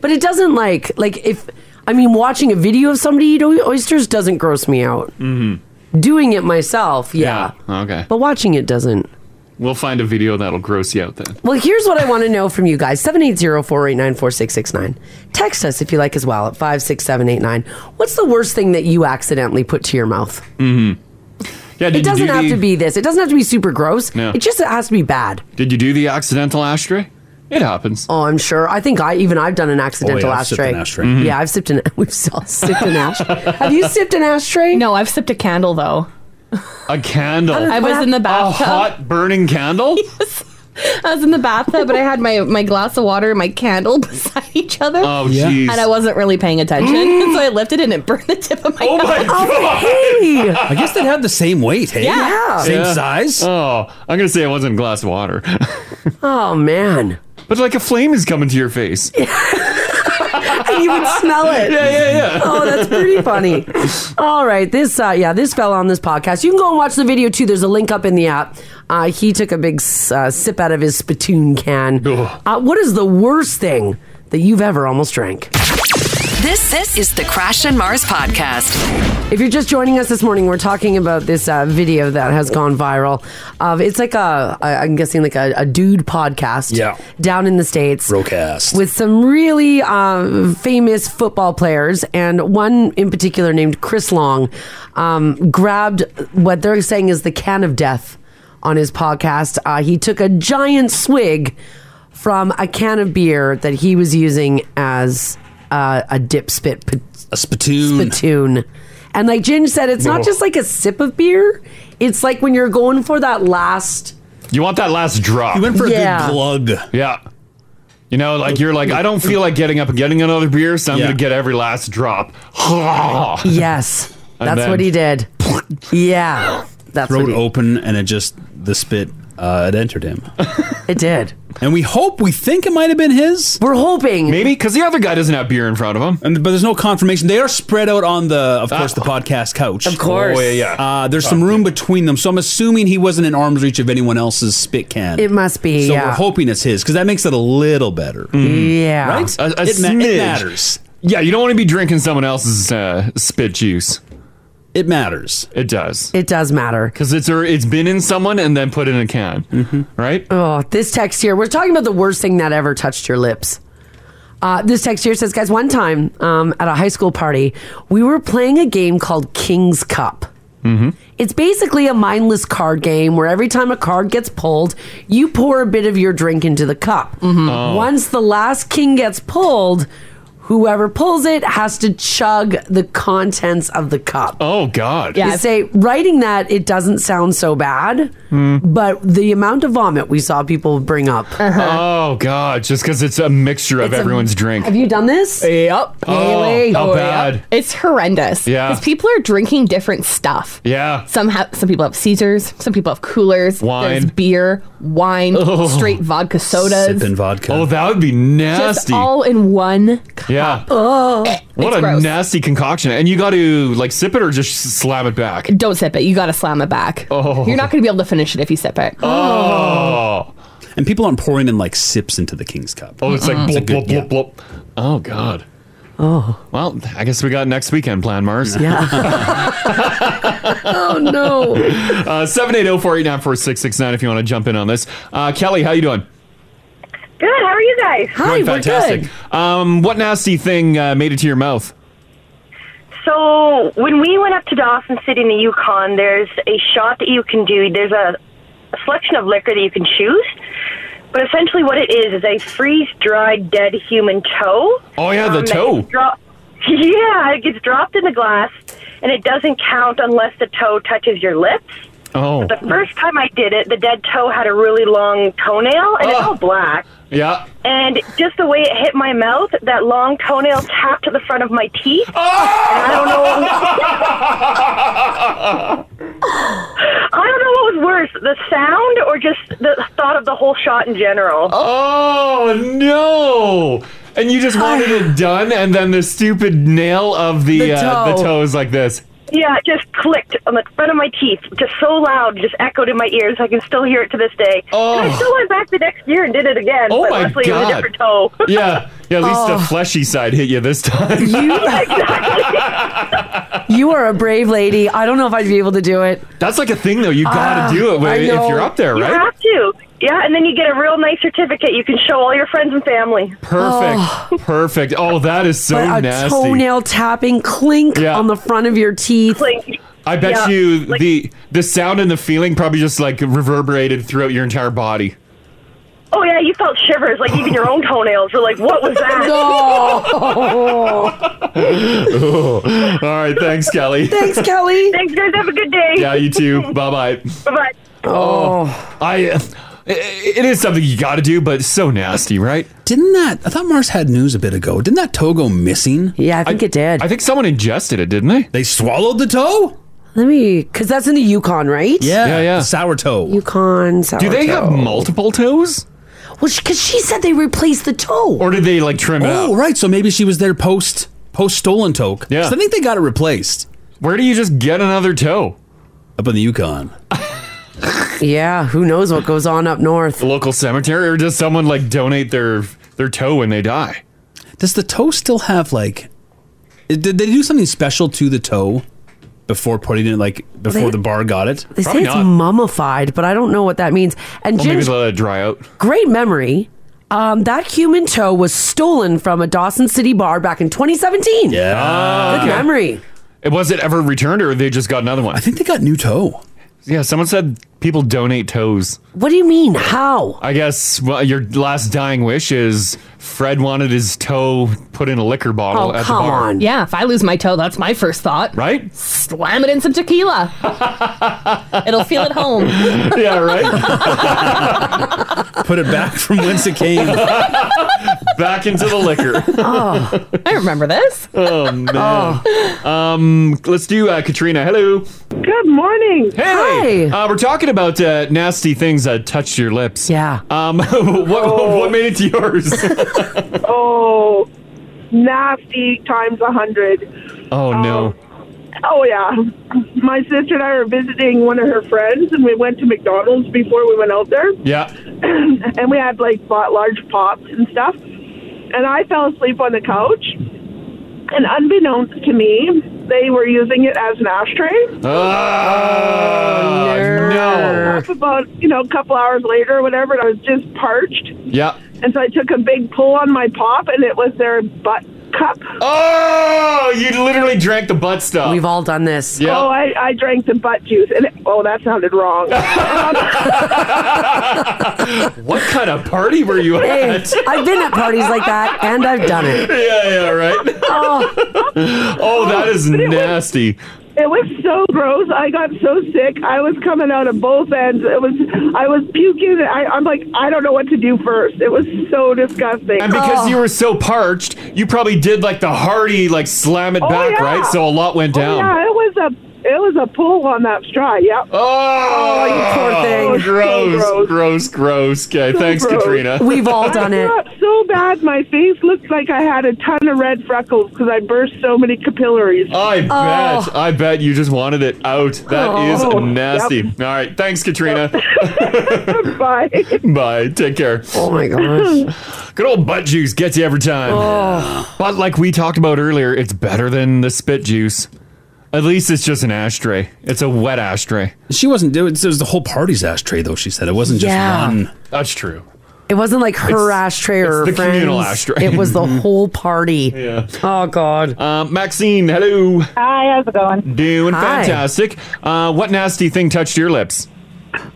Speaker 3: But it doesn't like like if I mean watching a video of somebody eat o- oysters doesn't gross me out. Mm-hmm. Doing it myself, yeah.
Speaker 2: Oh, Okay.
Speaker 3: But watching it doesn't.
Speaker 2: We'll find a video that'll gross you out then.
Speaker 3: Well, here's what I want to know from you guys 780 489 4669. Text us if you like as well at 56789. What's the worst thing that you accidentally put to your mouth?
Speaker 2: Mm-hmm. Yeah. Did
Speaker 3: It doesn't
Speaker 2: you do
Speaker 3: have
Speaker 2: the,
Speaker 3: to be this. It doesn't have to be super gross.
Speaker 2: No.
Speaker 3: It just has to be bad.
Speaker 2: Did you do the accidental ashtray? It happens.
Speaker 3: Oh, I'm sure. I think I even I've done an accidental
Speaker 4: Oh, yeah, I've sipped
Speaker 3: ashtray.
Speaker 4: an ashtray.
Speaker 3: Yeah, I've sipped an (laughs) we've all sipped an ashtray. Have you sipped (laughs) an ashtray?
Speaker 5: No, I've sipped a candle though.
Speaker 2: A candle.
Speaker 5: I
Speaker 2: A
Speaker 5: was in the bathtub.
Speaker 2: hot burning
Speaker 3: (laughs)
Speaker 2: candle.
Speaker 5: I was in the bathtub, but I had my my glass of water and my candle (laughs) beside each other.
Speaker 2: Oh
Speaker 4: Yeah.
Speaker 2: jeez.
Speaker 5: and I wasn't really paying attention, (gasps) so I lifted it and it burned the tip of my.
Speaker 2: Oh my
Speaker 5: nose.
Speaker 2: god.
Speaker 3: Hey.
Speaker 4: I guess they had the same weight. Hey.
Speaker 5: Yeah.
Speaker 4: Same
Speaker 2: Yeah.
Speaker 4: size.
Speaker 2: Oh, I'm gonna say it wasn't a glass of water, (laughs)
Speaker 3: Oh man.
Speaker 2: but like a flame is coming to your face. Yeah,
Speaker 3: And you
Speaker 4: (laughs)
Speaker 3: would smell it.
Speaker 2: (laughs) yeah, yeah.
Speaker 3: (laughs) Oh, that's pretty funny. (laughs) All right, this uh, yeah, this fell on this podcast. You can go and watch the video too. There's a link up in the app. Uh, he took a big s- uh, sip out of his spittoon can.
Speaker 2: Ugh.
Speaker 3: Uh, what is the worst thing that you've ever almost drank?
Speaker 1: This this is the Crash and Mars podcast.
Speaker 2: (laughs)
Speaker 3: If you're just joining us this morning, we're talking about this uh, video that has gone viral. Of it's like a, I- I'm guessing like a, a dude podcast.
Speaker 4: Yeah.
Speaker 3: down in the states.
Speaker 4: Brocast.
Speaker 3: With some really uh, famous football players, and one in particular named Chris Long um, grabbed what they're saying is the can of death on his podcast. Uh, he took a giant swig from a can of beer that he was using as uh, a dip spit
Speaker 4: a spittoon.
Speaker 3: spittoon. And like Ginge said, it's not just like a sip of beer. It's like when you're going for that last.
Speaker 2: You want that last drop?
Speaker 4: You went for
Speaker 3: Yeah.
Speaker 4: a good glug.
Speaker 2: Yeah. You know, like you're like, I don't feel like getting up and getting another beer, so I'm
Speaker 4: Yeah.
Speaker 2: gonna get every last drop. (laughs) yeah.
Speaker 3: Yes.
Speaker 2: Ah. And
Speaker 3: That's
Speaker 2: then-
Speaker 3: what he did. Yeah. That's
Speaker 4: Throat
Speaker 3: what he,
Speaker 4: open and it just the spit uh, it entered him.
Speaker 3: it did.
Speaker 4: And we hope, we think it might have been his.
Speaker 3: We're hoping.
Speaker 2: Maybe because the other guy doesn't have beer in front of him. Ah.
Speaker 4: And, but there's no confirmation. They are spread out on the, of course, the podcast couch.
Speaker 3: Of course. Oh, yeah, yeah.
Speaker 4: Uh, there's
Speaker 2: Oh,
Speaker 4: some room between them, so I'm assuming he wasn't in arm's reach of anyone else's spit can.
Speaker 3: It must be.
Speaker 4: so
Speaker 3: yeah. Mm-hmm.
Speaker 4: we're hoping it's his because that makes it a little better,
Speaker 3: Yeah.
Speaker 4: right?
Speaker 2: A, a
Speaker 4: it, ma- it
Speaker 2: smidge.
Speaker 4: matters.
Speaker 2: Yeah, you don't want to be drinking someone else's uh, spit juice.
Speaker 4: It matters.
Speaker 2: It does.
Speaker 3: It does matter.
Speaker 2: Because it's or it's been in someone and then put in a can, Mm-hmm. right?
Speaker 3: Oh, this text here. We're talking about the worst thing that ever touched your lips. Uh, this text here says, guys, one time um, at a high school party, we were playing a game called King's Cup.
Speaker 2: Mm-hmm.
Speaker 3: It's basically a mindless card game where every time a card gets pulled, you pour a bit of your drink into the cup.
Speaker 2: Mm-hmm.
Speaker 8: Oh.
Speaker 3: Once the last king gets pulled, whoever pulls it has to chug the contents of the cup.
Speaker 2: Oh God!
Speaker 3: Yeah. say writing that it doesn't sound so bad,
Speaker 2: Hmm.
Speaker 3: but the amount of vomit we saw people bring up.
Speaker 2: Oh God! Just because it's a mixture
Speaker 3: Uh-huh.
Speaker 2: of
Speaker 3: It's a-
Speaker 2: everyone's drink.
Speaker 3: Have you done this?
Speaker 5: Yep.
Speaker 2: Oh,
Speaker 5: Haley.
Speaker 2: how
Speaker 5: yeah.
Speaker 2: bad.
Speaker 5: It's horrendous.
Speaker 2: Yeah.
Speaker 5: Because people are drinking different stuff.
Speaker 2: Yeah.
Speaker 5: Some have some people have Caesars, some people have coolers,
Speaker 2: Wine.
Speaker 5: there's beer, wine,
Speaker 2: Oh.
Speaker 5: straight vodka sodas.
Speaker 4: Sipping vodka.
Speaker 2: Oh, that would be
Speaker 5: Just
Speaker 2: nasty.
Speaker 5: all in one.
Speaker 2: yeah.
Speaker 5: Oh,
Speaker 2: What
Speaker 5: it's
Speaker 2: a
Speaker 5: gross.
Speaker 2: nasty concoction! And you got to like sip it or just slam it back.
Speaker 5: Don't sip it. You got to slam it back.
Speaker 2: Oh.
Speaker 5: You're not going to be able to finish it if you sip it.
Speaker 2: Oh.
Speaker 4: And people aren't pouring in like sips into the king's cup.
Speaker 2: Oh, it's like
Speaker 4: It's a
Speaker 2: blop, blop,
Speaker 4: good- yeah.
Speaker 2: blop, blop. Oh God.
Speaker 3: Oh.
Speaker 2: Well, I guess we got next weekend planned, Mars.
Speaker 3: Yeah.
Speaker 2: (laughs)
Speaker 3: oh no.
Speaker 2: Uh, Seven eight zero four eight nine four six six nine. If you want to jump in on this, uh, Kelly, how you doing?
Speaker 9: Good. How are you guys?
Speaker 2: doing fantastic. Um, what nasty thing uh, made it to your mouth?
Speaker 9: So when we went up to Dawson City in the Yukon, there's a shot that you can do. There's a, a selection of liquor that you can choose. But essentially, what it is is a freeze-dried dead human toe.
Speaker 2: Oh, yeah, the
Speaker 9: that
Speaker 2: toe.
Speaker 9: gets dro- (laughs) yeah, it gets dropped in the glass, and it doesn't count unless the toe touches your lips.
Speaker 2: Oh,
Speaker 9: The first time I did it, the dead toe had a really long toenail, and it's all black.
Speaker 2: yeah.
Speaker 9: And just the way it hit my mouth, that long toenail tapped to the front of my teeth. And I don't know. What I don't know what was worse, the sound or just the thought of the whole shot in general.
Speaker 2: Oh no! And you just wanted it done, and then the stupid nail of the
Speaker 9: The
Speaker 2: uh, the
Speaker 9: toe.
Speaker 2: toe is like this.
Speaker 9: Yeah, it just clicked on the front of my teeth, just so loud, just echoed in my ears. I can still hear it to this day. And
Speaker 2: Oh.
Speaker 9: I still went back the next year and did it again.
Speaker 2: Oh
Speaker 9: but
Speaker 2: my
Speaker 9: luckily it was
Speaker 2: God.
Speaker 9: a different toe. (laughs)
Speaker 2: (laughs) Yeah, yeah. At least
Speaker 3: Oh.
Speaker 2: the fleshy side hit you this time.
Speaker 3: You are a brave lady. I don't know if I'd be able to do it.
Speaker 2: (laughs) That's like a thing though. You got
Speaker 3: Ah,
Speaker 2: to do it when,
Speaker 3: I
Speaker 2: if
Speaker 3: know.
Speaker 2: you're up there,
Speaker 9: You
Speaker 2: right?
Speaker 9: have to. Yeah, and then you get a real nice certificate you can show all your friends and family.
Speaker 2: Perfect, perfect. Oh, that is so
Speaker 3: but a
Speaker 2: nasty.
Speaker 3: toenail tapping clink
Speaker 2: Yeah.
Speaker 3: on the front of your teeth.
Speaker 2: I bet
Speaker 3: Yeah,
Speaker 2: you
Speaker 3: like-
Speaker 2: the the sound and the feeling probably just like reverberated throughout your entire body.
Speaker 9: Oh yeah, you felt shivers, like even your own toenails were like, "What was that?" Oh.
Speaker 2: (laughs) All right, thanks,
Speaker 3: (laughs)
Speaker 2: Kelly.
Speaker 3: Thanks,
Speaker 10: (laughs)
Speaker 3: Kelly.
Speaker 9: Thanks, guys. Have a good day.
Speaker 2: Yeah, you too. Bye bye.
Speaker 9: Bye
Speaker 2: Oh, I. uh, It it is something you got to do, but it's so nasty, right?
Speaker 4: Didn't that? I thought Mars had news a bit ago. Didn't that toe go missing?
Speaker 3: Yeah, I think it did.
Speaker 2: I think someone ingested it, didn't they?
Speaker 4: They swallowed the toe.
Speaker 3: Let me, because that's in the Yukon, right?
Speaker 4: Yeah, yeah. Sour toe.
Speaker 3: Yukon.
Speaker 2: Do they have
Speaker 3: sourdough.
Speaker 2: multiple toes,
Speaker 3: Well, because she said they replaced the toe.
Speaker 2: or did they like trim it
Speaker 4: Oh,
Speaker 2: out?
Speaker 4: right. So maybe she was there post post stolen toe.
Speaker 2: Yeah.
Speaker 4: So I think they got it replaced
Speaker 2: Where do you just get another toe?
Speaker 4: up in the Yukon.
Speaker 3: Yeah, who knows what goes on up north?
Speaker 2: The local cemetery, or does someone like donate their their toe when they die?
Speaker 4: Does the toe still have like? Did they do something special to the toe before putting it like before
Speaker 3: They-
Speaker 4: the bar got it?
Speaker 3: They say it's mummified, but I don't know what that means. And
Speaker 2: Well, maybe
Speaker 3: Ginge,
Speaker 2: they let it dry out.
Speaker 3: great memory. Um, that human toe was stolen from a Dawson City bar back in 2017.
Speaker 2: Yeah.
Speaker 3: Good memory.
Speaker 2: It was it ever returned, or they just got another one? I
Speaker 4: think they got new toe.
Speaker 2: Yeah, someone said people donate toes.
Speaker 3: What do you mean? How?
Speaker 2: I guess well, your last dying wish is Fred wanted his toe put in a liquor
Speaker 3: Oh,
Speaker 2: bottle at the bar.
Speaker 5: Oh, Yeah, if I lose my toe, that's my first thought.
Speaker 2: Right?
Speaker 5: Slam it in some
Speaker 2: (laughs)
Speaker 5: tequila. It'll feel at home.
Speaker 2: yeah, right.
Speaker 4: Put it back from whence it came.
Speaker 2: (laughs) back into the liquor.
Speaker 11: Oh, I remember this.
Speaker 2: Oh man. Um, let's do uh, Katrina. Hello. Good
Speaker 10: morning.
Speaker 2: Hey. Uh, we're talking about uh, nasty things that touched your lips. Yeah. Um, (laughs) what, what made it to yours?
Speaker 10: (laughs) Oh, nasty times a hundred.
Speaker 2: oh no.
Speaker 10: Oh yeah, my sister and I were visiting one of her friends, and we went to McDonald's before we went out there,
Speaker 2: Yeah.
Speaker 10: (clears throat) and we had like bought large pops and stuff. And I fell asleep on the couch, and unbeknownst to me, they were using it as an ashtray.
Speaker 2: Ah, no.
Speaker 10: Up about you know a couple hours later, or whatever, and I was just parched,
Speaker 2: Yeah.
Speaker 10: and so I took a big pull on my pop, and it was their butt cup.
Speaker 2: Oh, you literally drank the butt stuff. We've
Speaker 3: all done this.
Speaker 2: Yeah.
Speaker 10: Oh, I, I drank the butt juice, and it, oh, that sounded wrong.
Speaker 2: What kind of party were you
Speaker 3: Hey,
Speaker 2: at?
Speaker 3: I've been at parties like that, and I've done it.
Speaker 2: (laughs) Yeah, yeah, right. (laughs)
Speaker 3: Oh,
Speaker 2: Oh, that is nasty.
Speaker 10: It was so gross. I got so sick. I was coming out of both ends. It was I was puking. I, I'm like I don't know what to do first. It was so disgusting.
Speaker 2: And because you were so parched, you probably did like the hearty, like slam it
Speaker 10: Oh,
Speaker 2: back,
Speaker 10: yeah. Oh,
Speaker 2: right? So a lot went down.
Speaker 10: yeah, it was a it was a pull on that straw. Yep.
Speaker 2: Oh,
Speaker 10: you poor thing.
Speaker 2: Oh, gross, gross, gross, Okay,
Speaker 10: So
Speaker 2: thanks,
Speaker 10: gross.
Speaker 2: Katrina.
Speaker 10: (laughs) I threw up so bad, my face looked like I had a ton of red freckles because I burst so many capillaries.
Speaker 2: I bet. I bet you just wanted it out. That is
Speaker 10: Oh,
Speaker 2: nasty.
Speaker 10: yep.
Speaker 2: All right. Thanks, Katrina.
Speaker 10: (laughs) Bye.
Speaker 2: (laughs) Bye. Take care.
Speaker 3: Oh, my
Speaker 2: gosh. (laughs) Good old butt juice gets you every time.
Speaker 10: Oh.
Speaker 2: But like we talked about earlier, it's better than the spit juice. At least it's just an ashtray. It's a wet ashtray.
Speaker 4: She wasn't doing. It was the whole party's ashtray, though. She said it wasn't just
Speaker 3: Yeah.
Speaker 4: one.
Speaker 2: That's true.
Speaker 3: it wasn't like her
Speaker 2: It's-
Speaker 3: ashtray or
Speaker 2: it's
Speaker 3: her
Speaker 2: the communal
Speaker 3: friend's.
Speaker 2: ashtray.
Speaker 3: It was
Speaker 2: (laughs)
Speaker 3: the whole party.
Speaker 2: Mm. Yeah.
Speaker 3: Oh God.
Speaker 2: Uh, Maxine, hello.
Speaker 12: Hi, how's it going?
Speaker 2: Doing
Speaker 12: Hi.
Speaker 2: fantastic. Uh, what nasty thing touched your lips?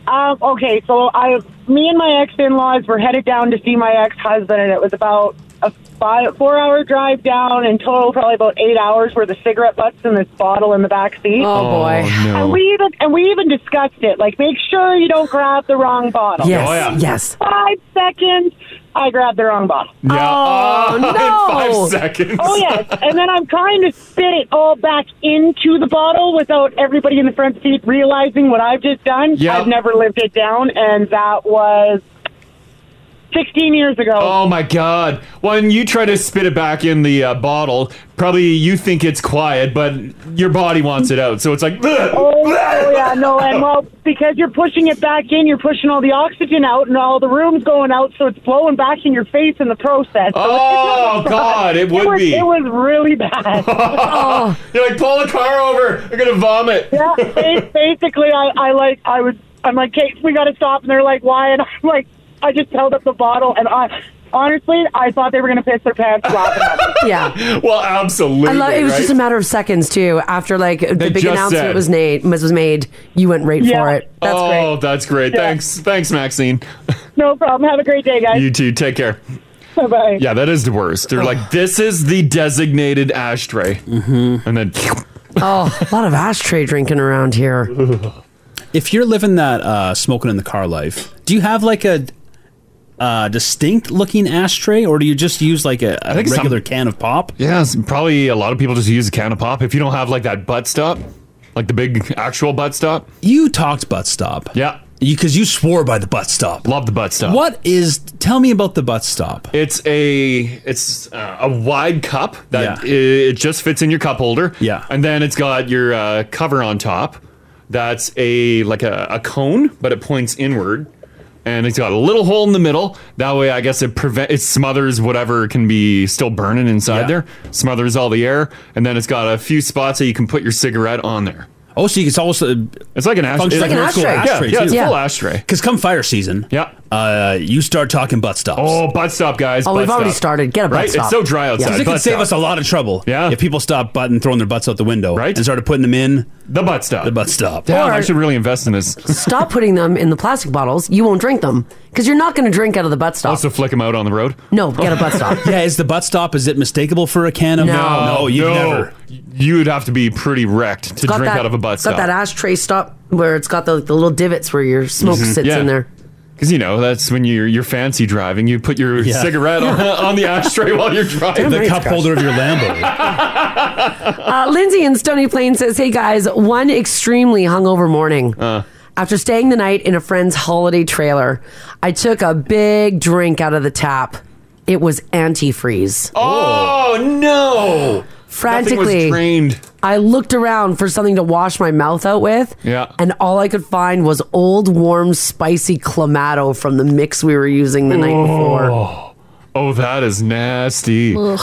Speaker 12: Um, okay, so I, me and my ex in laws were headed down to see my ex husband, and it was about a five, four hour drive down. In total, probably about eight hours were the cigarette butts in this bottle in the back seat.
Speaker 2: Oh, boy. Oh, no.
Speaker 12: And we even and we even discussed it. Like, make sure you don't grab the wrong bottle.
Speaker 2: Yes, Oh, yeah. yes.
Speaker 12: Five seconds, I grabbed the wrong bottle.
Speaker 2: Yeah. (laughs)
Speaker 12: Oh,
Speaker 2: in
Speaker 12: no.
Speaker 2: five seconds.
Speaker 12: Oh yes, and then I'm trying to spit it all back into the bottle without everybody in the front seat realizing what I've just done.
Speaker 2: Yeah.
Speaker 12: I've never lived it down, and that was 16 years ago.
Speaker 2: Oh my god! When you try to spit it back in the uh, bottle, probably you think it's quiet, but your body wants it out, so it's like. "Ugh."
Speaker 12: Oh, oh, yeah,
Speaker 2: (laughs)
Speaker 12: no, and well, because you're pushing it back in, you're pushing all the oxygen out, and all the room's going out, so it's blowing back in your face in the process. So
Speaker 2: Oh,
Speaker 12: it's-
Speaker 2: God, it would
Speaker 12: was-
Speaker 2: be.
Speaker 12: (laughs) It was really bad.
Speaker 2: (laughs) You're like, pull the car over. I'm gonna vomit.
Speaker 12: Oh. Yeah, ba- (laughs) basically, I, I like, I was, I'm like, Kate, we got to stop, and they're like, why? And I'm like, I just held up the bottle, and I, honestly, I thought they were gonna piss their pants laughing at me.
Speaker 3: Yeah.
Speaker 2: Well, absolutely.
Speaker 3: I love, it was just a
Speaker 2: right?
Speaker 3: matter of seconds too. After like the
Speaker 2: They
Speaker 3: big
Speaker 2: just
Speaker 3: announcement
Speaker 2: said.
Speaker 3: was made, was made, you went right for it. That's
Speaker 2: oh, that's great.
Speaker 3: Yeah.
Speaker 2: Thanks, thanks, Maxine.
Speaker 12: No problem. Have a great day, guys.
Speaker 2: You too. Take care.
Speaker 12: Bye bye.
Speaker 2: Yeah, that is the worst. They're like, this is the designated ashtray, mm-hmm. and then
Speaker 3: oh, a (laughs) lot of ashtray drinking around here.
Speaker 4: If you're living that uh, smoking in the car life, do you have like a uh, distinct looking ashtray, or do you just use like a, a
Speaker 2: think some-
Speaker 4: regular can of pop?
Speaker 2: yeah, it's probably a lot of people just use a can of pop. If you don't have like that butt stop, like the big actual butt stop,
Speaker 4: you talked butt stop.
Speaker 2: Yeah,
Speaker 4: because you swore by the butt stop.
Speaker 2: Love the butt stop.
Speaker 4: What is? Tell me about the butt stop.
Speaker 2: It's a it's uh, a wide cup that i it just fits in your cup holder. Yeah, and then it's got your uh, cover on top. That's a like a, a cone, but it points inward, and it's got a little hole in the middle. That way, I guess it prevent it smothers whatever can be still burning inside there, smothers all the air, and then it's got a few spots that you can put your cigarette on there.
Speaker 4: Oh, so you can also
Speaker 2: it's like an ashtray.
Speaker 4: Function-
Speaker 2: Yeah, Yeah, it's a full ashtray.
Speaker 4: Because come fire season,
Speaker 2: yeah,
Speaker 4: uh, you start talking butt stops.
Speaker 2: Oh, butt stop, guys!
Speaker 4: Oh, we've
Speaker 2: butt
Speaker 4: already
Speaker 2: stop.
Speaker 4: started. Get a butt
Speaker 2: right?
Speaker 4: stop.
Speaker 2: It's so dry
Speaker 4: Yeah.
Speaker 2: outside.
Speaker 4: 'Cause it can save us a lot of trouble.
Speaker 2: Yeah,
Speaker 4: if people stop butting throwing their butts out the window, right, and started putting them in
Speaker 2: the butt stop,
Speaker 4: the butt stop.
Speaker 3: Damn, I Or- should
Speaker 2: really invest in this.
Speaker 3: Stop putting them in the plastic bottles. You won't drink them because you're not going to drink out of the butt stop.
Speaker 2: Also, flick them out on the road.
Speaker 3: No, get a butt
Speaker 2: (laughs)
Speaker 3: stop.
Speaker 4: (laughs) yeah, is the butt stop is it mistakeable for a can of no, you've never.
Speaker 2: You'd have to be pretty wrecked to
Speaker 3: It's got
Speaker 2: drink
Speaker 3: that-
Speaker 2: out of a butt
Speaker 3: It's got
Speaker 2: stop.
Speaker 3: that ashtray stop where it's got the, the little divots where your smoke
Speaker 2: Mhm.
Speaker 3: sits
Speaker 2: Yeah.
Speaker 3: in there.
Speaker 2: Because you know that's when you're you're fancy driving. You put your
Speaker 4: Yeah.
Speaker 3: (laughs)
Speaker 2: cigarette on, on the ashtray while you're driving.
Speaker 4: The Damn right, cup Scott. holder of your Lambo.
Speaker 3: Uh, Lindsay in Stony Plain says, Hey guys, one extremely hungover morning.
Speaker 2: Uh.
Speaker 3: After staying the night in a friend's holiday trailer, I took a big drink out of the tap. It was antifreeze.
Speaker 2: Oh, no! Oh, Nothing
Speaker 3: Frantically,
Speaker 2: was drained.
Speaker 3: I looked around for something to wash my mouth out with.
Speaker 2: Yeah.
Speaker 3: And all I could find was old, warm, spicy clamato from the mix we were using the night before.
Speaker 2: Oh, oh, that is nasty.
Speaker 3: Ugh.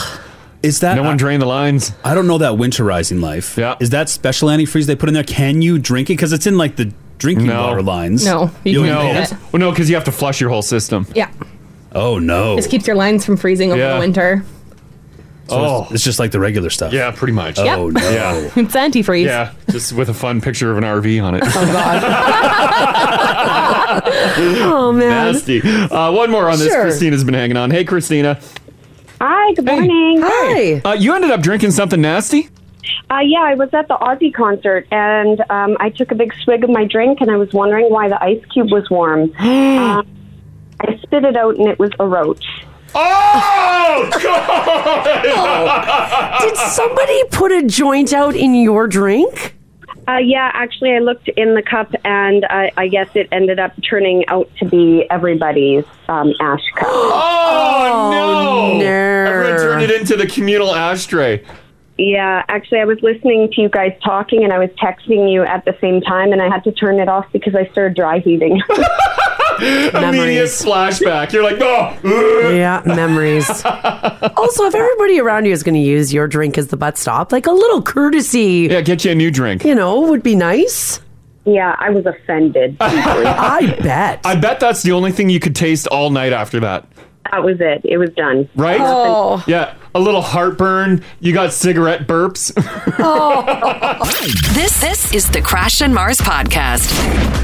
Speaker 4: Is that
Speaker 2: no one drained the lines?
Speaker 4: I don't know that winterizing life. Yeah, is that special antifreeze they put in there? Can you drink it? Because it's in like the drinking water lines.
Speaker 2: you
Speaker 4: You
Speaker 2: no.
Speaker 4: can't.
Speaker 2: That's- Well, no, because you have to flush your whole system.
Speaker 5: Yeah.
Speaker 4: Oh no!
Speaker 5: This keeps your lines from freezing over
Speaker 2: Yeah.
Speaker 5: the winter.
Speaker 4: So
Speaker 2: oh,
Speaker 4: it's, it's just like the regular stuff. Oh,
Speaker 2: Yeah, pretty much.
Speaker 5: Yep.
Speaker 3: (laughs)
Speaker 2: yeah,
Speaker 5: (laughs) It's antifreeze.
Speaker 2: yeah, just with a fun picture of an RV on it. Oh (laughs) god.
Speaker 3: (laughs) oh man.
Speaker 2: Nasty. Uh, one more on this.
Speaker 13: Sure.
Speaker 2: Christina's been hanging on. Hey, Christina.
Speaker 13: Hi, good morning.
Speaker 3: Hi.
Speaker 2: Uh, you ended up drinking something nasty.
Speaker 13: Uh, yeah, I was at the Ozzy concert and um, I took a big swig of my drink and I was wondering why the ice cube was
Speaker 5: (gasps)
Speaker 13: warm. um, I spit it out and it was a roach.
Speaker 2: Oh
Speaker 13: God!
Speaker 3: Oh. Did somebody put a joint out in your drink?
Speaker 13: Uh, yeah, actually, I looked in the cup and I, I guess it ended up turning out to be everybody's um, ash cup.
Speaker 2: Oh,
Speaker 13: no.
Speaker 2: Everyone turned it into the communal ashtray.
Speaker 13: Yeah, actually, I was listening to you guys talking and I was texting you at the same time, and I had to turn it off because I started dry heaving. (laughs)
Speaker 2: Immediate flashback. You're like, oh.
Speaker 3: yeah,
Speaker 2: (laughs)
Speaker 3: memories. also, if everybody around you is going to use your drink as the butt stop, like a little courtesy.
Speaker 2: Yeah, get you a new drink.
Speaker 3: You know, would be nice.
Speaker 13: Yeah, I was offended.
Speaker 3: (laughs) I bet.
Speaker 2: I bet that's the only thing you could taste all night after that.
Speaker 13: that was it. It was done.
Speaker 2: Right?
Speaker 13: Oh.
Speaker 2: Yeah. A little heartburn. You got cigarette burps. (laughs)
Speaker 1: This this is the Crash and Mars podcast.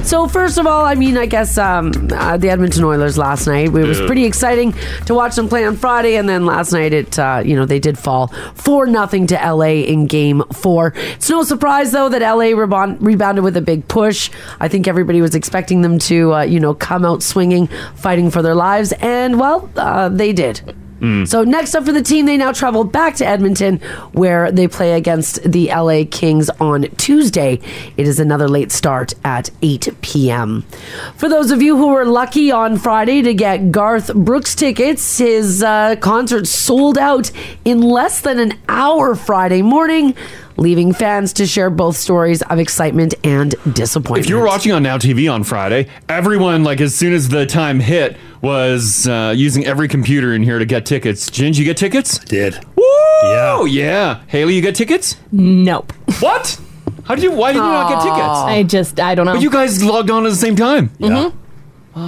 Speaker 3: So first of all, I mean, I guess um, uh, the Edmonton Oilers last night. It was
Speaker 1: Yeah.
Speaker 3: pretty exciting to watch them play on Friday, and then last night it, uh, you know, they did fall four nothing to LA in Game Four. It's no surprise though that LA rebond- rebounded with a big push. I think everybody was expecting them to, uh, you know, come out swinging, fighting for their lives, and well, uh, they did. So next up for the team, they now travel back to Edmonton, where they play against the LA Kings on Tuesday. It is another late start at 8 p.m. For those of you who were lucky on Friday to get Garth Brooks tickets, his uh, concert sold out in less than an hour Friday morning, leaving fans to share both stories of excitement and disappointment.
Speaker 2: If you were watching on Now TV on Friday, everyone, like, as soon as the time hit, was uh, using every computer in here to get tickets. Ginge, you get tickets?
Speaker 4: did.
Speaker 2: Woo! Yeah. yeah. Haley, you get tickets?
Speaker 5: Nope.
Speaker 2: What? How did you? Why did you not get tickets?
Speaker 5: I just, uh, I don't know.
Speaker 2: But you guys logged on at the same time.
Speaker 3: Mm-hmm.
Speaker 5: Mhm.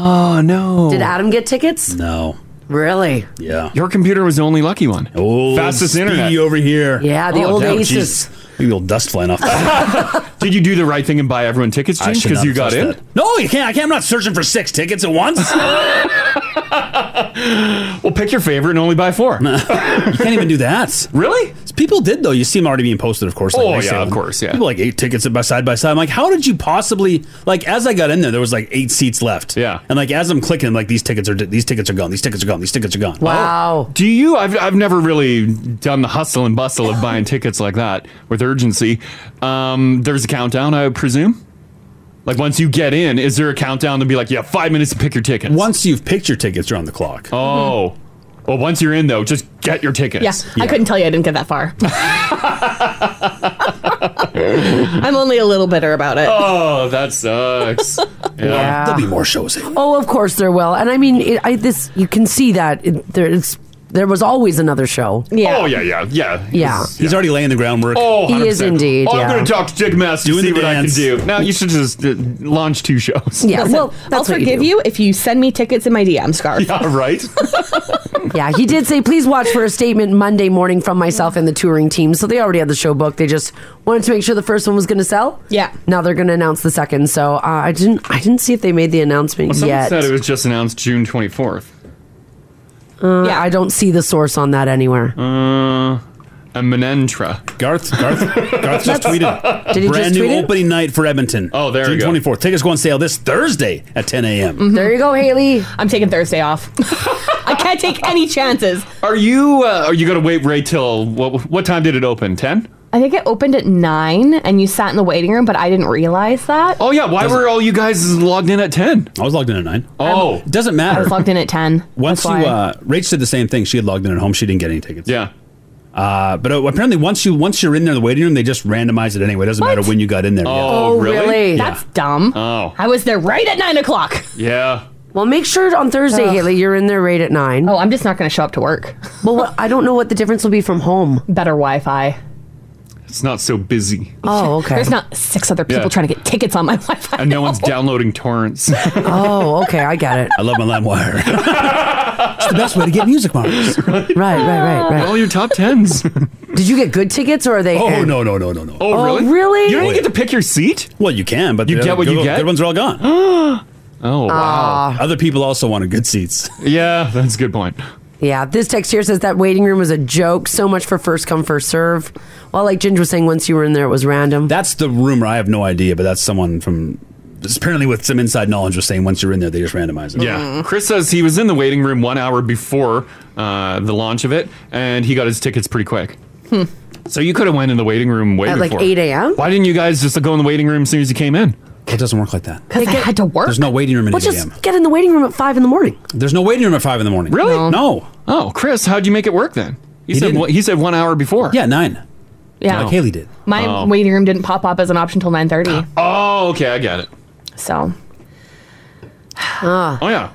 Speaker 2: Oh, no.
Speaker 3: Did Adam get tickets?
Speaker 4: No.
Speaker 3: Really?
Speaker 4: Yeah.
Speaker 2: Your computer was the only lucky one.
Speaker 4: Oh,
Speaker 2: Fastest
Speaker 4: Speedy (laughs)
Speaker 2: internet.
Speaker 4: over here. Oh,
Speaker 3: Yeah, the old aces.
Speaker 4: Look at the old dust flying off.
Speaker 2: (laughs) Did you do the right thing and buy everyone tickets,
Speaker 4: I
Speaker 2: Ginge?
Speaker 4: should
Speaker 2: Because
Speaker 4: not
Speaker 2: you
Speaker 4: have
Speaker 2: got
Speaker 4: touched
Speaker 2: in?
Speaker 4: that. No, you can't. I can't. I'm not searching for six tickets at once.
Speaker 2: well, pick your favorite and only buy
Speaker 4: (laughs)
Speaker 2: four. you
Speaker 4: can't even do that.
Speaker 2: Really?
Speaker 4: People did though. You see them already being posted, of course.
Speaker 2: Oh,
Speaker 4: next
Speaker 2: yeah,
Speaker 4: to
Speaker 2: of
Speaker 4: them.
Speaker 2: course, yeah.
Speaker 4: People like eight tickets by side by side. I'm like, how did you possibly like? As I got in there, there was like eight seats left. Yeah, and like as I'm clicking, like these tickets are these tickets are gone. These tickets are gone. These tickets are gone.
Speaker 3: Wow.
Speaker 2: Oh, Do you? I've, I've never really done the hustle and bustle
Speaker 3: (laughs)
Speaker 2: of buying tickets like that with urgency. Um, there's a countdown, I presume. Like once you get in, is there a countdown to be like, yeah, five minutes to pick your tickets?
Speaker 4: Once you've picked your tickets, you're on the clock.
Speaker 2: Oh.
Speaker 3: Mm-hmm.
Speaker 2: Well, once you're in though, just get your tickets.
Speaker 5: yeah, I couldn't tell you I didn't get that far.
Speaker 3: (laughs)
Speaker 5: I'm only a little bitter about it.
Speaker 2: Oh, that sucks.
Speaker 3: Yeah. There'll be
Speaker 4: more shows.
Speaker 3: Oh, of course there will, and I mean, it, I, this you can see that it, there, it's, there was always another show.
Speaker 2: Oh yeah, yeah, yeah.
Speaker 3: Yeah.
Speaker 4: He's already laying the groundwork.
Speaker 2: Oh,
Speaker 3: He is
Speaker 2: 100%.
Speaker 3: indeed,
Speaker 2: Oh, I'm
Speaker 3: yeah.
Speaker 2: going to talk to Ticketmaster to
Speaker 4: Doing
Speaker 2: see
Speaker 4: the
Speaker 2: what
Speaker 4: dance.
Speaker 2: I can do. Now you should just uh, launch two shows.
Speaker 5: Listen, I'll forgive you, if you send me tickets in my DM scarf.
Speaker 2: (laughs) Yeah, right.
Speaker 3: (laughs) yeah, he did say, please watch for a statement Monday morning from myself and the touring team. So they already had the show booked. They just wanted to make sure the first one was going to sell.
Speaker 5: Yeah.
Speaker 3: Now they're going to announce the second. So uh, I didn't, I didn't see if they made the announcement
Speaker 2: Well, someone
Speaker 3: yet.
Speaker 2: said it was just announced June 24th.
Speaker 3: Uh, I don't see the source on that anywhere.
Speaker 2: Uh, A Menentra.
Speaker 4: Garth, (laughs) Garth, Garth just
Speaker 2: That's-
Speaker 4: tweeted.
Speaker 2: (laughs) Did he
Speaker 4: Brand
Speaker 2: just
Speaker 4: new
Speaker 2: tweet it?
Speaker 4: opening night for Edmonton. Oh, there June
Speaker 2: we go.
Speaker 4: 24th. Tickets go on sale this Thursday at 10 a.m.
Speaker 5: Mm-hmm. There you go, Haley. I'm taking Thursday off. (laughs) I can't take any chances.
Speaker 2: Are you uh, are you gonna wait right till what what time did it open? Ten?
Speaker 5: I think it opened at nine, and you sat in the waiting room, but I didn't realize that.
Speaker 2: Oh yeah, why were all you guys logged in at ten?
Speaker 4: I was logged in at nine.
Speaker 2: Oh,
Speaker 4: doesn't
Speaker 5: I
Speaker 4: matter.
Speaker 5: was logged in at ten.
Speaker 4: Once you,
Speaker 5: That's why.
Speaker 4: uh, Rach did the same thing. She had logged in at home. She didn't get any tickets.
Speaker 2: Yeah.
Speaker 4: Uh, but uh, apparently, once you once you're in there in the waiting room, they just randomize it anyway. It doesn't matter when you got in there.
Speaker 2: Oh, Oh, really? really?
Speaker 4: Yeah.
Speaker 5: That's dumb.
Speaker 2: Oh,
Speaker 5: I was there right at Um, nine o'clock.
Speaker 2: yeah.
Speaker 3: Well, make sure on Thursday, Haley, you're in there right at nine.
Speaker 5: Oh, I'm just not going to show up to work. (laughs)
Speaker 3: Well, what, I don't know what the difference will
Speaker 2: (laughs)
Speaker 3: be from home.
Speaker 5: Better Wi-Fi.
Speaker 2: It's not so busy.
Speaker 5: (laughs)
Speaker 3: Oh, okay.
Speaker 5: There's not six other people
Speaker 2: Yeah.
Speaker 5: trying to get tickets on my (laughs) Wi-Fi.
Speaker 2: And no one's downloading torrents.
Speaker 3: (laughs) oh, okay, I get it.
Speaker 4: I love my
Speaker 2: (laughs)
Speaker 4: LimeWire. it's the best way to get music, Mark.
Speaker 3: Right, right, right,
Speaker 5: Ah.
Speaker 3: right.
Speaker 2: All your top tens.
Speaker 3: (laughs) Did you get good tickets or are they?
Speaker 4: Oh
Speaker 3: eh?
Speaker 4: no no no no no!
Speaker 3: Oh, really? really?
Speaker 4: You don't
Speaker 2: even get to pick your seat.
Speaker 4: Well, you can, but
Speaker 2: You
Speaker 4: the
Speaker 2: get
Speaker 4: other
Speaker 2: what you
Speaker 4: good,
Speaker 2: get?
Speaker 4: Good ones are all gone. oh
Speaker 3: wow.
Speaker 4: Other people also wanted good seats.
Speaker 2: (laughs) Yeah, that's a good point.
Speaker 3: (gasps) Yeah, this text here says that waiting room was a joke. So much for first come, first serve. Well, like Ginger was saying, once you were in there, it was random.
Speaker 4: That's the rumor. I have no idea, but that's someone from apparently with some inside knowledge was saying once you're in there, they just randomize it.
Speaker 2: Yeah.
Speaker 3: Mm.
Speaker 2: Chris says he was in the waiting room one hour before uh, the launch of it, and he got his tickets pretty quick.
Speaker 3: Hmm.
Speaker 2: So you could have went in the waiting room way
Speaker 3: At, like,
Speaker 2: before.
Speaker 3: 8 a.m.?
Speaker 2: Why didn't you guys just go in the waiting room as soon as you came in?
Speaker 4: It doesn't work like that.
Speaker 5: Because I had to work.
Speaker 4: There's no waiting room at
Speaker 3: Well,
Speaker 4: 8
Speaker 3: just
Speaker 4: a.m.
Speaker 3: get in the waiting room at five in the morning.
Speaker 4: There's no waiting room at five in the morning.
Speaker 2: Really?
Speaker 4: No.
Speaker 2: Oh, Chris, how'd you make it work then? He, said one, he said one hour before.
Speaker 4: Yeah, nine.
Speaker 5: Yeah.
Speaker 4: Like Haley did.
Speaker 5: My
Speaker 2: Oh.
Speaker 5: waiting room didn't pop up as an option till nine thirty.
Speaker 2: Oh, okay, I got it.
Speaker 5: So. Ah,
Speaker 2: Oh yeah.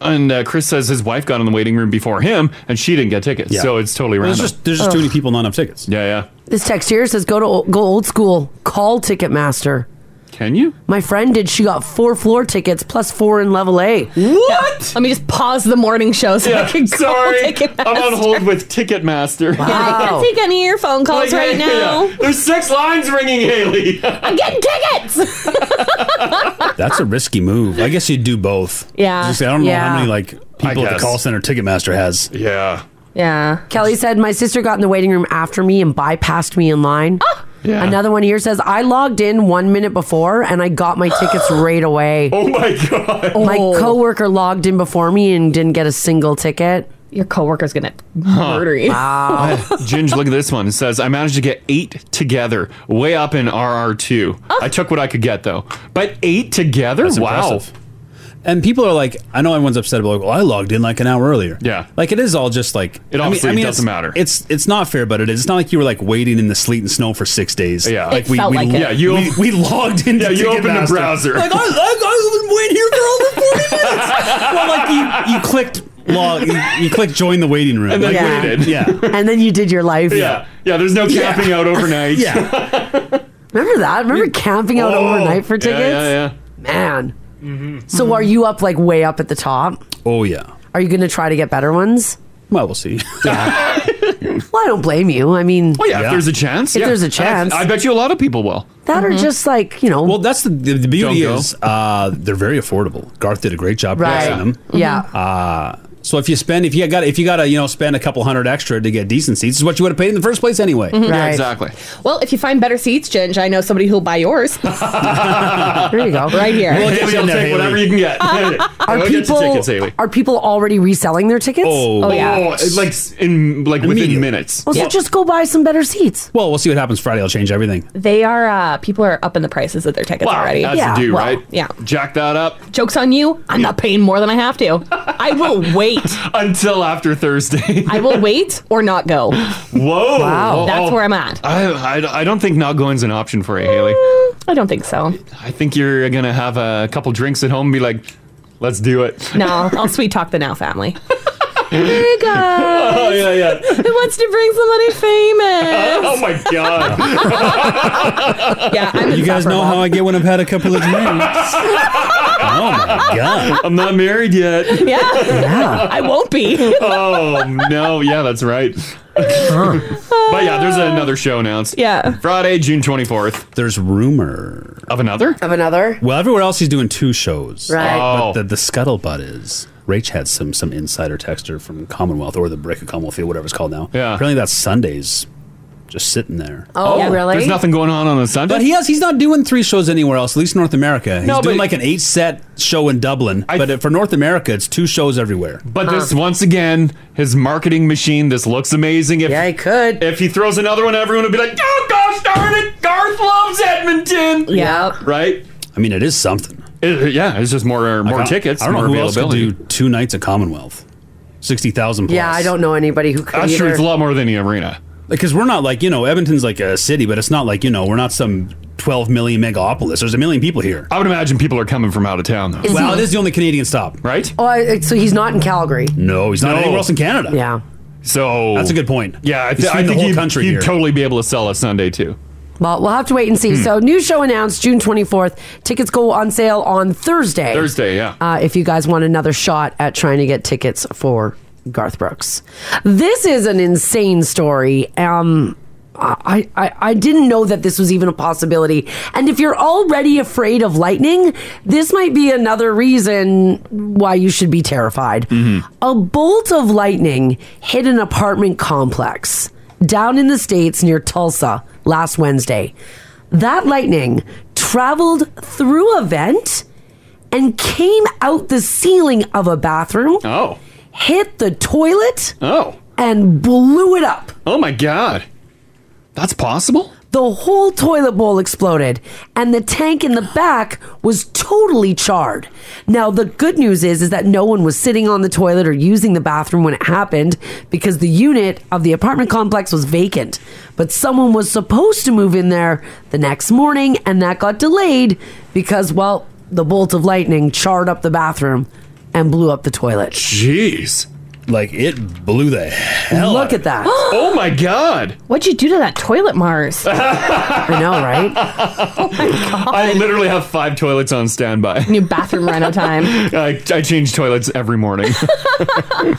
Speaker 2: And uh, Chris says his wife got in the waiting room before him, and she didn't get tickets.
Speaker 4: Yeah.
Speaker 2: So it's totally
Speaker 4: Well,
Speaker 2: random.
Speaker 4: there's just- there's just too many people, not enough tickets.
Speaker 2: Yeah,
Speaker 5: (laughs)
Speaker 2: yeah.
Speaker 3: This text here says go to go old school. Call Ticketmaster.
Speaker 2: Can you?
Speaker 3: My friend did. She got four floor tickets plus four in level A.
Speaker 5: What? Let me just pause the morning show so I can call (laughs)
Speaker 2: sorry,
Speaker 5: Ticketmaster.
Speaker 2: I'm on hold with
Speaker 5: (laughs)
Speaker 2: Ticketmaster.
Speaker 5: Yeah, I can't take any of your phone calls
Speaker 2: Like,
Speaker 5: right
Speaker 2: yeah,
Speaker 5: now.
Speaker 2: yeah. There's six lines ringing, Haley. (laughs)
Speaker 5: I'm getting tickets.
Speaker 4: That's a risky move. I guess you'd do both.
Speaker 5: Yeah.
Speaker 4: Just- I don't know
Speaker 5: Yeah.
Speaker 4: how many like people at the
Speaker 2: guess.
Speaker 4: call center Ticketmaster has.
Speaker 2: Yeah.
Speaker 5: Yeah.
Speaker 3: Kelly said my sister got in the waiting room after me and bypassed me in line.
Speaker 5: Ah!
Speaker 2: Yeah.
Speaker 3: Another one here says I logged in one minute before and I got my
Speaker 2: (gasps)
Speaker 3: tickets right away.
Speaker 2: Oh my god!
Speaker 3: My coworker logged in before me and didn't get a single ticket.
Speaker 5: Your coworker's gonna
Speaker 2: Huh.
Speaker 5: murder you.
Speaker 2: Uh, Ginge, look at this one. It says, I managed to get eight together, way up in RR2. I took what I could get, though. But eight together?
Speaker 4: That's
Speaker 2: Oh, wow.
Speaker 4: impressive. And people are like, I know everyone's upset about. Like, well, I logged in like an hour earlier. Yeah, like it is all just like
Speaker 2: It obviously doesn't
Speaker 4: it's-
Speaker 2: matter.
Speaker 4: It's it's not fair, but it is. It's not like you were like waiting in the sleet and snow for six days.
Speaker 2: Yeah.
Speaker 4: like
Speaker 2: It felt like it. Yeah, you-
Speaker 4: we, we logged into
Speaker 2: Yeah, you opened a
Speaker 4: Ticketmaster.
Speaker 2: browser.
Speaker 4: Like, I, I, I've been waiting here for over forty minutes. well, like you you clicked log, you, you clicked join the waiting room,
Speaker 2: And then
Speaker 4: like,
Speaker 2: waited.
Speaker 4: Yeah,
Speaker 3: and then you did your life.
Speaker 2: Yeah. Yeah, there's no camping out overnight. Oh,
Speaker 4: yeah.
Speaker 3: Remember that? Remember camping out overnight for tickets?
Speaker 2: Yeah, yeah, Mm-hmm.
Speaker 3: Man. So are you up like way up at the top?
Speaker 4: Oh yeah.
Speaker 3: Are you going to try to get better ones?
Speaker 4: Well, we'll see. (laughs)
Speaker 3: Well, I don't blame you. I mean,
Speaker 2: Well, Oh, yeah, if there's a chance.
Speaker 3: If
Speaker 2: yeah.
Speaker 3: there's a
Speaker 2: And I-
Speaker 3: chance.
Speaker 2: I, bet you Mm-hmm. a lot of people will.
Speaker 3: that are just like, you know.
Speaker 4: Well, that's Mm-hmm. the, the, the beauty
Speaker 2: Don't go.
Speaker 4: is uh, they're very affordable. Garth did a great job
Speaker 3: Right. Mm-hmm.
Speaker 4: pricing them.
Speaker 3: Yeah.
Speaker 4: Uh, so if you spend if you got if you got to you know spend a couple hundred extra to get decent seats, is what you would have paid in the first place anyway.
Speaker 2: Mm-hmm.
Speaker 5: Mhm. Yeah, Right. exactly. Well, if you find better seats, Ginge, I know somebody who'll buy
Speaker 2: (laughs)
Speaker 5: yours.
Speaker 3: there you go.
Speaker 5: Right here.
Speaker 4: We'll get you in there, Haley.
Speaker 2: you can
Speaker 5: (laughs)
Speaker 2: get.
Speaker 3: Are
Speaker 2: We'll get you
Speaker 3: people
Speaker 2: tickets, Haley.
Speaker 3: are people already reselling their tickets?
Speaker 2: Oh,
Speaker 4: Oh.
Speaker 5: Oh,
Speaker 3: Oh,
Speaker 2: it's like s- in like within minutes.
Speaker 3: Well, so just go buy some better seats.
Speaker 4: Well, we'll see what happens Friday. I'll change everything.
Speaker 5: They are uh people are upping the prices of their tickets already.
Speaker 2: As you do,
Speaker 5: Well,
Speaker 2: right?
Speaker 5: Yeah.
Speaker 2: Jack that up
Speaker 5: Joke's on you. I'm not paying more than I have to. I
Speaker 2: (laughs)
Speaker 5: will wait.
Speaker 2: until after Thursday.
Speaker 5: (laughs) I will wait or not go.
Speaker 2: Whoa.
Speaker 5: Wow.
Speaker 2: Oh,
Speaker 5: That's
Speaker 2: oh.
Speaker 5: where I'm at. Mm.
Speaker 2: I, I, I don't think not going's an option for you, Haley.
Speaker 5: (laughs) I don't think so.
Speaker 2: I think you're gonna have a couple drinks at home and be like, let's do it.
Speaker 5: No, I'll sweet talk the now family.
Speaker 2: hey
Speaker 5: guys.
Speaker 2: Oh yeah, yeah.
Speaker 5: Who wants to bring somebody famous?
Speaker 2: Oh my god.
Speaker 5: yeah, I'm
Speaker 4: You guys know how I get when I've had a couple
Speaker 2: (laughs)
Speaker 4: of drinks. Oh, God.
Speaker 2: I'm not married yet.
Speaker 5: Yeah. Yeah. I won't be.
Speaker 2: oh no, yeah, that's right. but yeah, there's another show announced.
Speaker 5: Yeah.
Speaker 2: Friday, June 24th.
Speaker 4: There's rumor
Speaker 2: of another.
Speaker 3: Of another.
Speaker 4: Well, everywhere else he's doing two shows.
Speaker 3: Right.
Speaker 2: Oh.
Speaker 4: But the, the scuttlebutt is Rach had some some insider texter from Commonwealth or the Break of Commonwealth, or whatever it's called now. Yeah. Apparently that's Sundays. just sitting there.
Speaker 3: Oh, Oh, really? there's nothing
Speaker 4: going on on a Sunday. But he has. He's not doing three shows anywhere else. At least North America. He's
Speaker 2: No,
Speaker 4: doing
Speaker 2: but-
Speaker 4: like an eight set show in Dublin. but for North America, it's two shows everywhere.
Speaker 2: But this once again, his marketing machine. This looks amazing. If, yeah, he could. If he throws another one, everyone would be like, "Oh gosh, darn it! Garth loves Edmonton."
Speaker 5: Yeah.
Speaker 2: Right.
Speaker 4: I mean, it is something.
Speaker 2: yeah, it's just more
Speaker 4: I
Speaker 2: more
Speaker 4: don't-
Speaker 2: tickets,
Speaker 4: I don't
Speaker 2: more
Speaker 4: know who else could
Speaker 2: availability.
Speaker 4: do two nights of Commonwealth, sixty thousand.
Speaker 3: Yeah, I don't know anybody who could.
Speaker 4: I'm sure
Speaker 3: either.
Speaker 4: it's a lot
Speaker 2: more than the arena.
Speaker 4: Because we're not like you know, Edmonton's like a city, but it's not like you know, we're not some twelve million megapolis. There's a million people here.
Speaker 2: I would imagine people are coming from out of town. though.
Speaker 3: Is
Speaker 4: Well,
Speaker 3: he-
Speaker 4: it is the only Canadian stop,
Speaker 2: right?
Speaker 3: Oh, I, so he's not in Calgary.
Speaker 4: No, he's not
Speaker 2: No.
Speaker 4: anywhere else in Canada.
Speaker 3: Yeah.
Speaker 2: So
Speaker 4: That's a good point.
Speaker 2: Yeah, I,
Speaker 4: He's
Speaker 2: th- I
Speaker 4: feeding the
Speaker 2: think
Speaker 4: whole
Speaker 2: he'd,
Speaker 4: country
Speaker 2: he'd
Speaker 4: here.
Speaker 2: totally be able to sell a Sunday too.
Speaker 3: Well, we'll have to wait and see.
Speaker 2: Hmm.
Speaker 3: So, new show announced June 24th. Tickets go on sale on Thursday.
Speaker 2: Thursday, yeah.
Speaker 3: Uh, if you guys want another shot at trying to get tickets for Garth Brooks, this is an insane story. Um, I, I I didn't know that this was even a possibility. And if you're already afraid of lightning, this might be another reason why you should be terrified.
Speaker 2: Mm-hmm.
Speaker 3: A bolt of lightning hit an apartment complex down in the States near Tulsa last Wednesday. That lightning traveled through a vent and came out the ceiling of a bathroom.
Speaker 2: Oh.
Speaker 3: Hit the toilet.
Speaker 2: Oh.
Speaker 3: And blew it up.
Speaker 2: Oh my god. That's possible?
Speaker 3: The whole toilet bowl exploded and the tank in the back was totally charred. Now the good news is is that no one was sitting on the toilet or using the bathroom when it happened because the unit of the apartment complex was vacant. But someone was supposed to move in there the next morning and that got delayed because well, the bolt of lightning charred up the bathroom and blew up the toilet.
Speaker 2: Jeez.
Speaker 4: Like it blew the hell.
Speaker 3: Look at that.
Speaker 2: oh my god.
Speaker 5: What'd you do to that toilet,
Speaker 2: (laughs)
Speaker 5: Mars?
Speaker 3: I know, right? Oh
Speaker 2: I literally have five toilets on standby.
Speaker 5: New bathroom reno time.
Speaker 2: (laughs) I, I change toilets
Speaker 3: (laughs)
Speaker 2: every morning.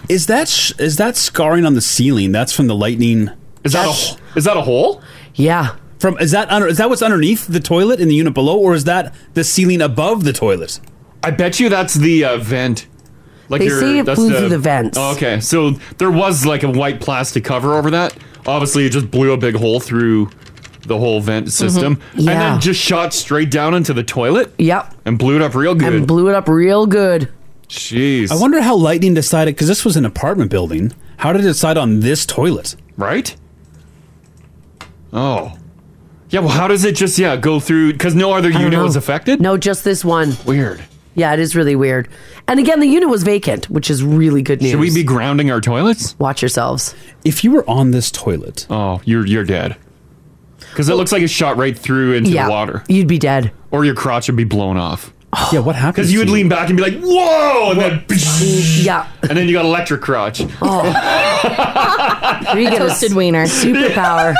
Speaker 4: is that sh- is that scarring on the ceiling? That's from the lightning.
Speaker 2: Is that a is that a hole?
Speaker 3: Yeah.
Speaker 4: From is that under is that what's underneath the toilet in the unit below, or is that the ceiling above the toilet?
Speaker 2: I bet you that's the uh, vent. Like
Speaker 3: They
Speaker 2: your-
Speaker 3: say it
Speaker 2: that's
Speaker 3: blew through the vents.
Speaker 2: Oh, okay, so there was like a white plastic cover over that. Obviously, it just blew a big hole through the whole vent system, and
Speaker 3: Mm-hmm. Yeah.
Speaker 2: then just shot straight down into the toilet.
Speaker 3: Yep,
Speaker 2: and blew it up real good.
Speaker 3: And blew it up real good.
Speaker 2: Jeez.
Speaker 4: I wonder how lightning decided because this was an apartment building. How did it decide on this toilet?
Speaker 2: Right. Oh, yeah. Well, how does it just yeah go through? Because no other
Speaker 3: I don't
Speaker 2: unit was
Speaker 3: know.
Speaker 2: affected.
Speaker 3: No, just this one.
Speaker 2: Weird.
Speaker 3: Yeah, it is really weird. And again, the unit was vacant, which is really good news.
Speaker 2: Should we be grounding our toilets?
Speaker 3: Watch yourselves.
Speaker 4: If you were on this toilet,
Speaker 2: oh, you're you're dead. Because it looks like it shot right through into
Speaker 3: Yeah,
Speaker 2: the water.
Speaker 3: You'd be dead.
Speaker 2: Or your crotch would be blown off.
Speaker 4: yeah, what happened?
Speaker 2: Because you would lean back and be like, "Whoa!" and then (laughs)
Speaker 3: yeah,
Speaker 2: and then you got
Speaker 3: (laughs)
Speaker 2: electric crotch.
Speaker 3: Oh. You get a
Speaker 5: toasted wiener.
Speaker 2: (laughs)
Speaker 3: Superpower.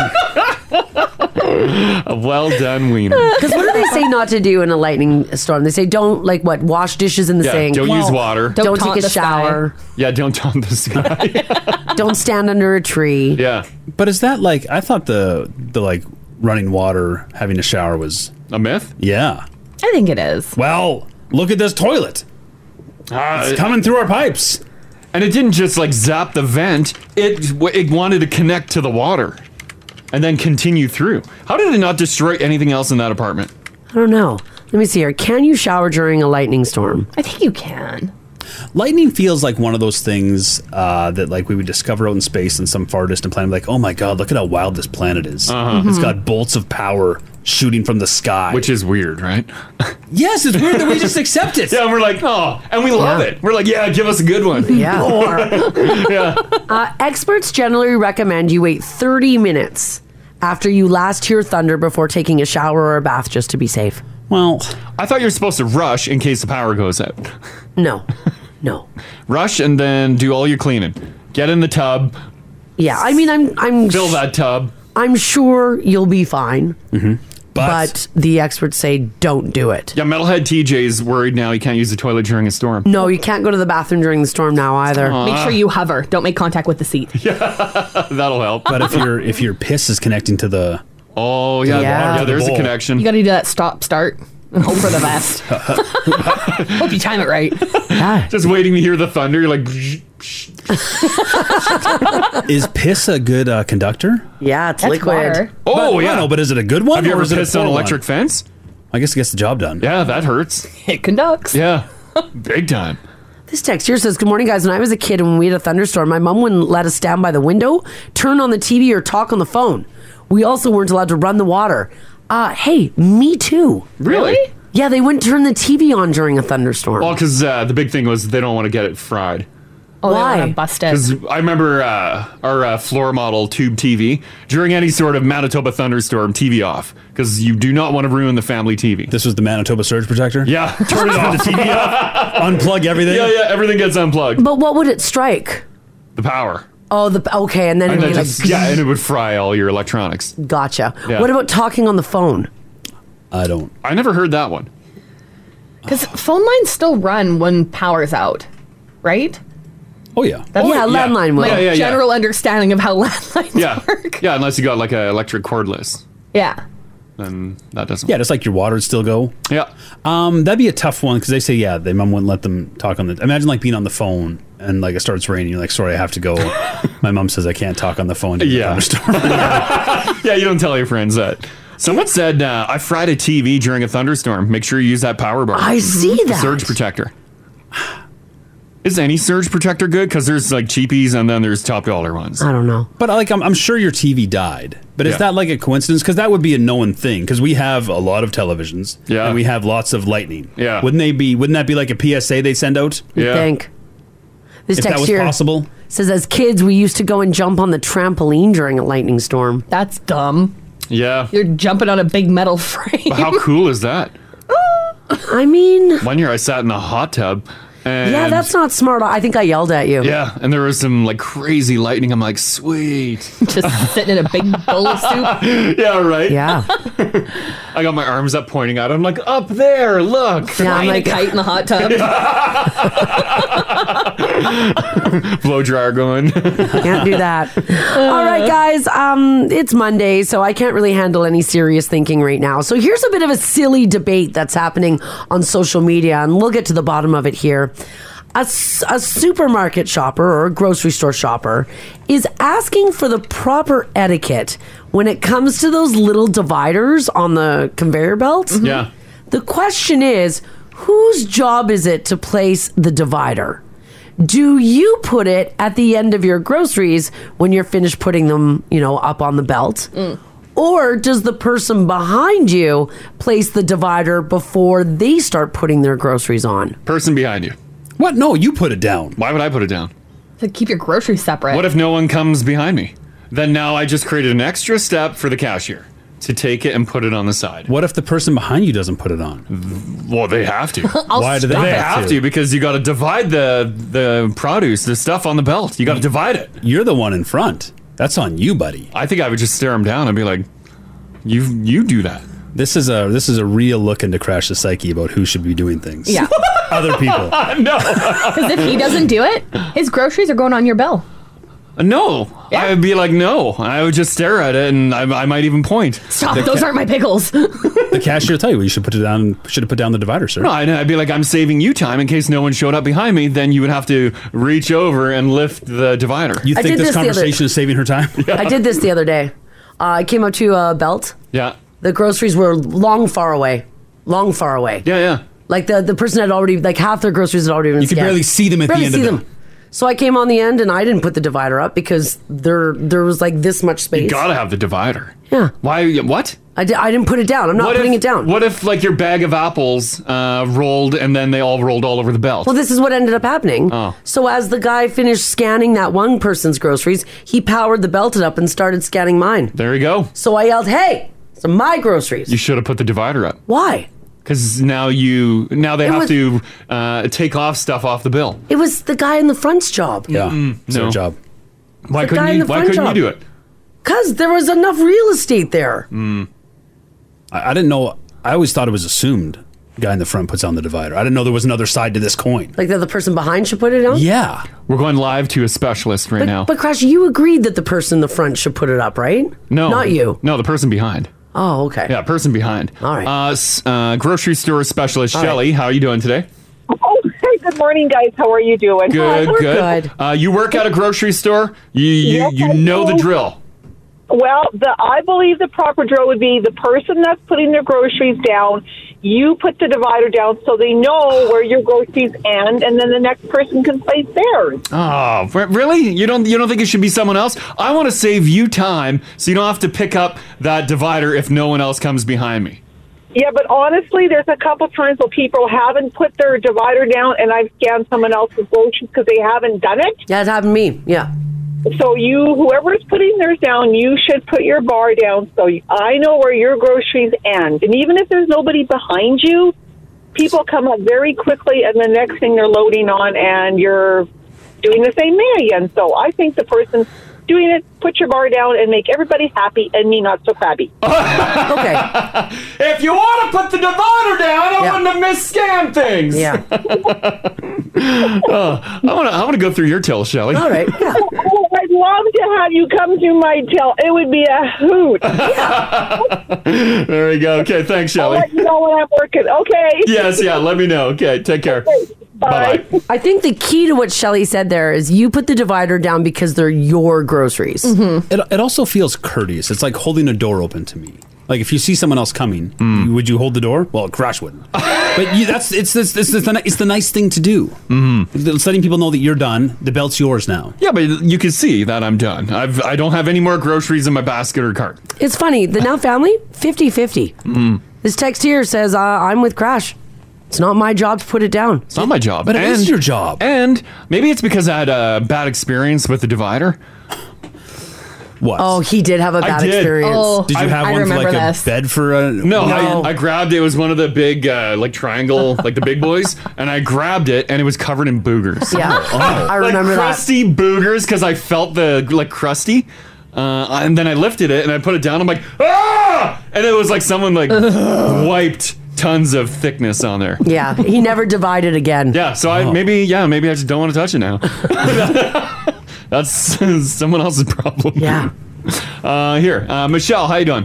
Speaker 2: (laughs) A well done wiener.
Speaker 3: Because what do
Speaker 2: (laughs)
Speaker 3: they say not to do in a lightning storm? They say don't like what wash dishes in the
Speaker 2: Yeah,
Speaker 3: sink.
Speaker 2: don't use water.
Speaker 3: Don't,
Speaker 2: Don't
Speaker 3: take
Speaker 2: taunt
Speaker 3: a
Speaker 2: the sky.
Speaker 3: shower.
Speaker 2: Yeah, don't taunt the sky.
Speaker 3: (laughs) don't stand under a tree.
Speaker 2: Yeah.
Speaker 4: But is that like I thought the the like running water having a shower was
Speaker 2: a myth?
Speaker 4: Yeah.
Speaker 5: I think it is.
Speaker 4: Well, look at this toilet.
Speaker 2: it's
Speaker 4: coming through our pipes.
Speaker 2: Uh, And it didn't just like zap the vent. It w- it wanted to connect to the water, and then continue through. How did it not destroy anything else in that apartment?
Speaker 3: I don't know. Let me see here. Can you shower during a lightning storm?
Speaker 5: I think you can.
Speaker 4: Lightning feels like one of those things uh, that like we would discover out in space in some far distant planet. Like, oh my god, look at how wild this planet is!
Speaker 2: Uh-huh.
Speaker 5: Mm-hmm.
Speaker 4: It's
Speaker 2: Mhm.
Speaker 4: got bolts of power shooting from the sky, which
Speaker 2: is weird, right? (laughs)
Speaker 4: yes, it's weird that we just accept it.
Speaker 2: Yeah, and we're like, oh, and we love it. We're like, yeah, give us a good one.
Speaker 3: (laughs) Yeah.
Speaker 2: (laughs) yeah.
Speaker 3: Uh, experts generally recommend you wait 30 minutes after you last hear thunder before taking a shower or a bath just to be safe.
Speaker 4: (laughs) Well,
Speaker 2: I thought you were supposed to rush in case the power goes out.
Speaker 3: (laughs) No, no.
Speaker 2: rush and then do all your cleaning. Get in the tub.
Speaker 3: Yeah, I mean, I'm, I'm
Speaker 2: fill that tub.
Speaker 3: I'm sure you'll be fine,
Speaker 2: Mm-hmm.
Speaker 3: but, the experts say don't do it.
Speaker 2: Yeah, metalhead TJ's worried now he can't use the toilet during a storm.
Speaker 3: (laughs)
Speaker 2: (laughs)
Speaker 3: No, you can't go to the bathroom during the storm now either.
Speaker 2: Aw. Make sure
Speaker 5: You hover. Don't make contact with the seat.
Speaker 2: (laughs) That'll help.
Speaker 4: But if your if your piss is connecting to the
Speaker 2: oh yeah, yeah, there's a connection.
Speaker 5: You got to do that stop start. Hope for the
Speaker 2: (laughs)
Speaker 5: best. Hope you time it
Speaker 3: (laughs)
Speaker 5: right.
Speaker 2: Just waiting to hear the thunder. You're like,
Speaker 4: Is piss a good uh, conductor?
Speaker 3: Yeah, it's That's liquid. water.
Speaker 2: Oh,
Speaker 4: But-
Speaker 2: yeah.
Speaker 4: No, but is it a good one?
Speaker 2: Have you
Speaker 4: or
Speaker 2: ever
Speaker 4: is it a
Speaker 2: pissed on
Speaker 4: poor
Speaker 2: an
Speaker 4: one?
Speaker 2: electric fence?
Speaker 4: I guess it gets the job done.
Speaker 2: Yeah, that hurts.
Speaker 5: It conducts.
Speaker 2: Yeah, big time.
Speaker 3: This text here says, Good morning, guys. When I was a kid and when we had a thunderstorm, my mom wouldn't let us stand by the window, turn on the TV, or talk on the phone. We also weren't allowed to run the water. Uh, hey, me too.
Speaker 2: Really?
Speaker 3: Yeah, they wouldn't turn the TV on during a thunderstorm.
Speaker 2: Well, because uh, the big thing was they don't want to get it fried.
Speaker 5: Oh, they want to bust it.
Speaker 2: Because I remember uh, our uh, floor model tube TV during any sort of Manitoba thunderstorm, TV off because you do not want to ruin the family TV.
Speaker 4: This was the Manitoba surge protector. (laughs)
Speaker 2: Yeah, (laughs) turn it off. TV off.
Speaker 4: Unplug everything.
Speaker 2: Yeah, yeah, everything gets unplugged.
Speaker 3: But what would it strike?
Speaker 2: The power.
Speaker 3: Oh, the okay, and then
Speaker 2: And
Speaker 3: it'd
Speaker 2: then
Speaker 3: be like,
Speaker 2: just- yeah, and it would fry all your electronics.
Speaker 3: gotcha.
Speaker 2: Yeah.
Speaker 3: What about talking on the phone?
Speaker 4: I don't.
Speaker 2: I never heard that one.
Speaker 5: Because phone lines still run when power's out, right?
Speaker 4: Oh yeah.
Speaker 5: That's
Speaker 2: Yeah,
Speaker 5: like-
Speaker 2: landline will.
Speaker 5: Like
Speaker 2: Yeah, yeah, yeah.
Speaker 5: general understanding of how (laughs) landline.
Speaker 3: (laughs)
Speaker 2: Yeah, yeah, unless you got like an electric cordless, (laughs)
Speaker 5: Yeah.
Speaker 2: then that doesn't.
Speaker 4: Yeah, just like your water would still go.
Speaker 2: Yeah.
Speaker 4: Um, that'd be a tough one because they say yeah, their mom wouldn't let them talk on the. Imagine like being on the phone and like it starts raining. You're like, sorry, I have
Speaker 2: (laughs)
Speaker 4: to go. My mom says I can't talk on the phone. Yeah.
Speaker 2: yeah, you don't tell your friends that. Someone said uh, I fried a TV during a thunderstorm. Make sure you use that power bar. Mm-hmm.
Speaker 3: I see that.
Speaker 2: surge protector. (sighs) Is any surge protector good? Because there's like cheapies and then there's top dollar ones.
Speaker 3: I don't know.
Speaker 4: But like, I'm, I'm sure your TV died. But
Speaker 2: Yeah.
Speaker 4: is that like a coincidence? Because that would be a known thing. Because we have a lot of televisions. Yeah. And we have lots of lightning.
Speaker 2: Yeah.
Speaker 4: Wouldn't they be? Wouldn't that be like a PSA they send out?
Speaker 3: You'd Yeah. think. This
Speaker 4: if
Speaker 3: text
Speaker 4: that was
Speaker 3: here
Speaker 4: possible.
Speaker 3: says, as kids, we used to go and jump on the trampoline during a lightning storm.
Speaker 5: That's dumb.
Speaker 2: Yeah.
Speaker 5: You're jumping on a big metal (laughs) frame.
Speaker 3: (laughs)
Speaker 2: But how cool is that?
Speaker 3: I mean,
Speaker 2: One year I sat in a hot tub. And
Speaker 3: yeah, that's not smart. I think I yelled at you.
Speaker 2: Yeah, and there was some like crazy lightning. I'm like, sweet.
Speaker 5: (laughs) Just sitting in a big bowl of soup.
Speaker 2: (laughs) yeah, right.
Speaker 3: Yeah.
Speaker 2: (laughs) I got my arms up, pointing out. I'm like, up there, look.
Speaker 5: Yeah, I'm Flying a like- kite in the hot
Speaker 2: (laughs)
Speaker 5: tub.
Speaker 2: (laughs) Blow dryer
Speaker 3: (laughs)
Speaker 2: going.
Speaker 3: Can't
Speaker 2: (laughs)
Speaker 3: do that. All right, guys. Um, it's Monday, so I can't really handle any serious thinking right now. So here's a bit of a silly debate that's happening on social media, and we'll get to the bottom of it here. A, s- a supermarket shopper or a grocery store shopper is asking for the proper etiquette when it comes to those little dividers on the conveyor belts.
Speaker 2: Yeah.
Speaker 3: The question is whose job is it to place the divider? Do you put it at the end of your groceries when you're finished putting them, you know, up on the belt?
Speaker 2: Mm.
Speaker 3: Or does the person behind you place the divider before they start putting their groceries on?
Speaker 2: Person behind you. (laughs)
Speaker 4: What? No, you put it down.
Speaker 2: Why would I put it down?
Speaker 5: to keep your groceries separate.
Speaker 2: What if no one comes behind me? Then now I just created an extra step for the cashier to take it and put it on the side.
Speaker 4: What if the person behind you doesn't put it on?
Speaker 2: Well, they have
Speaker 5: (laughs)
Speaker 2: to.
Speaker 4: I'll Why do they stop
Speaker 2: They
Speaker 4: it.
Speaker 2: have to because you got to divide the the produce, the stuff on the belt. You got to divide it.
Speaker 4: You're the one in front. That's on you, buddy.
Speaker 2: I think I would just stare him down and be like, "You you do that." (laughs)
Speaker 4: This is a this is a real look into crash the psyche about who should be doing things.
Speaker 5: Yeah. (laughs)
Speaker 4: Other people.
Speaker 2: no.
Speaker 5: Because if he doesn't do it, his groceries are going on your bill.
Speaker 2: No, I would be like, no. I would just stare at it, and I, I might even point.
Speaker 5: Stop. Those aren't my pickles.
Speaker 4: (laughs)
Speaker 5: (laughs)
Speaker 4: The cashier will tell you you should put it down. Should have put down the divider, sir.
Speaker 2: No, I'd, I'd be like, I'm saving you time in case no one showed up behind me. Then you would have to reach over and lift the divider.
Speaker 4: You
Speaker 3: I think did this this the other- conversation
Speaker 4: is saving her
Speaker 2: (laughs)
Speaker 4: time?
Speaker 3: I did this the other day. Uh, I came up to a belt.
Speaker 2: Yeah.
Speaker 3: The groceries were long far away. Long far away.
Speaker 2: Yeah, yeah.
Speaker 3: Like the, the person had already, like half their groceries had already been
Speaker 4: You could
Speaker 3: scanned.
Speaker 4: barely see them at the
Speaker 3: Barely
Speaker 4: end
Speaker 3: see
Speaker 4: of
Speaker 3: them.
Speaker 4: the-
Speaker 3: So I came on the end and I didn't put the divider up because there there was like this much space.
Speaker 2: You gotta have the divider.
Speaker 3: Yeah.
Speaker 2: Why? What?
Speaker 3: I, di- I didn't put it down. I'm not
Speaker 2: What
Speaker 3: putting
Speaker 2: if,
Speaker 3: it down.
Speaker 2: What if like your bag of apples uh, rolled and then they all rolled all over the belt?
Speaker 3: Well, this is what ended up happening.
Speaker 2: Oh.
Speaker 3: So as the guy finished scanning that one person's groceries, he powered the belted up and started scanning mine.
Speaker 2: There you go.
Speaker 3: So I yelled, "Hey, it's my groceries."
Speaker 2: You should have put the divider up.
Speaker 3: Why?
Speaker 2: Because now you now they
Speaker 3: It
Speaker 2: have
Speaker 3: was-
Speaker 2: to uh, take off stuff off the bill.
Speaker 3: It was the guy in the front's job.
Speaker 2: Mm, no
Speaker 4: job.
Speaker 2: Why
Speaker 3: The guy
Speaker 2: couldn't
Speaker 3: in
Speaker 2: you?
Speaker 3: the
Speaker 2: Why
Speaker 3: front
Speaker 2: couldn't
Speaker 3: job.
Speaker 2: you do it?
Speaker 3: Cuz there was enough real estate there.
Speaker 4: I, I didn't know. I always thought it was assumed. Guy in the front puts on the divider. I didn't know there was another side to this coin.
Speaker 3: Like that the person behind should put it on?
Speaker 4: Yeah.
Speaker 2: We're going live to a specialist right now.
Speaker 3: But Crash, you agreed that the person in the front should put it up, right?
Speaker 2: no,
Speaker 3: Not you.
Speaker 2: No, the person behind.
Speaker 3: Oh, okay.
Speaker 2: Yeah, person behind. All right. Uh, s- uh, grocery store specialist
Speaker 12: All right.
Speaker 2: Shelly, how are you doing today?
Speaker 12: Oh, hey, good morning, guys. How are you doing?
Speaker 2: Good, good. Uh, you work at a grocery store. You you
Speaker 12: Yes,
Speaker 2: you
Speaker 12: I
Speaker 2: know the
Speaker 12: do.
Speaker 2: drill.
Speaker 12: Well, the I believe the proper drill would be the person that's putting their groceries down. You put the divider down so they know where your groceries end, and then the next person can place theirs.
Speaker 2: Oh, re- really? You don't you don't think it should be someone else? I want to save you time, so you don't have to pick up that divider if no one else comes behind me.
Speaker 12: Yeah, but honestly, there's a couple times where people haven't put their divider down, and I've scanned someone else's groceries because they haven't done it.
Speaker 3: Yeah, it's happened to me. Yeah.
Speaker 12: So you, whoever is putting theirs down, you should put your bar down so I know where your groceries end. And even if there's nobody behind you, people come up very quickly, and the next thing they're loading on, and you're doing the same thing again. So I think the person doing it, put your bar down, and make everybody happy, and me not so
Speaker 3: (laughs)
Speaker 12: crabby.
Speaker 2: If you want to put the divider down, I want to miss scan things. (laughs)
Speaker 3: Yeah.
Speaker 2: oh, I want to I want to go through your till, Shelly.
Speaker 3: All
Speaker 12: (laughs)
Speaker 3: right.
Speaker 12: Oh, I'd love to have you come to my tail. It would be a
Speaker 2: (laughs)
Speaker 12: hoot.
Speaker 2: there we go. Okay, thanks,
Speaker 12: I'll
Speaker 2: Shelly.
Speaker 12: let you know when I'm working. Okay.
Speaker 2: Yes,
Speaker 12: (laughs)
Speaker 2: yeah. Let me know. Okay, take care. Bye.
Speaker 3: I think the key to what Shelly said there is you put the divider down because they're your groceries.
Speaker 2: Mm-hmm. Mm.
Speaker 4: It, it also feels courteous. It's like holding a door open to me. Like if you see someone else coming,
Speaker 2: Mm.
Speaker 4: would you hold the door? Well, Crash wouldn't. but you, that's it's it's, it's, it's, the, ni- it's the nice thing to do. Mm-hmm. It's letting people know that you're done. The belt's yours now.
Speaker 2: Yeah, but you can see that I'm done. I've I don't have any more groceries in my basket or cart.
Speaker 3: It's funny. The Now family, 50 50.
Speaker 2: Mm.
Speaker 3: This text here says, uh, I'm with Crash. It's not my job to put it down.
Speaker 2: It's not my job.
Speaker 3: But it is your
Speaker 4: job.
Speaker 2: And maybe it's because I had a bad experience with the divider.
Speaker 4: What?
Speaker 3: Oh, he did have a
Speaker 2: I
Speaker 3: bad
Speaker 2: did.
Speaker 3: experience.
Speaker 2: Did you have Oh, I one for, remember like, a this.
Speaker 4: Bed for a
Speaker 2: No, I, I grabbed it. It was one of the big, uh,
Speaker 3: (laughs)
Speaker 2: like triangle, like the big boys, and I grabbed it, and it was covered in boogers. Oh.
Speaker 3: Yeah. (laughs) I remember that.
Speaker 2: like, crusty boogers because I felt the like crusty, uh, and then I lifted it and I put it down. I'm like, ah! And it was like
Speaker 3: (laughs)
Speaker 2: someone like wiped tons of thickness on there.
Speaker 3: Yeah, he never divided
Speaker 2: (laughs)
Speaker 3: again.
Speaker 2: Yeah, so
Speaker 3: Oh.
Speaker 2: I maybe yeah maybe I just don't want to touch it now. (laughs) That's (laughs) someone else's problem.
Speaker 3: Yeah.
Speaker 2: Uh, here, uh, Michelle, how you doing?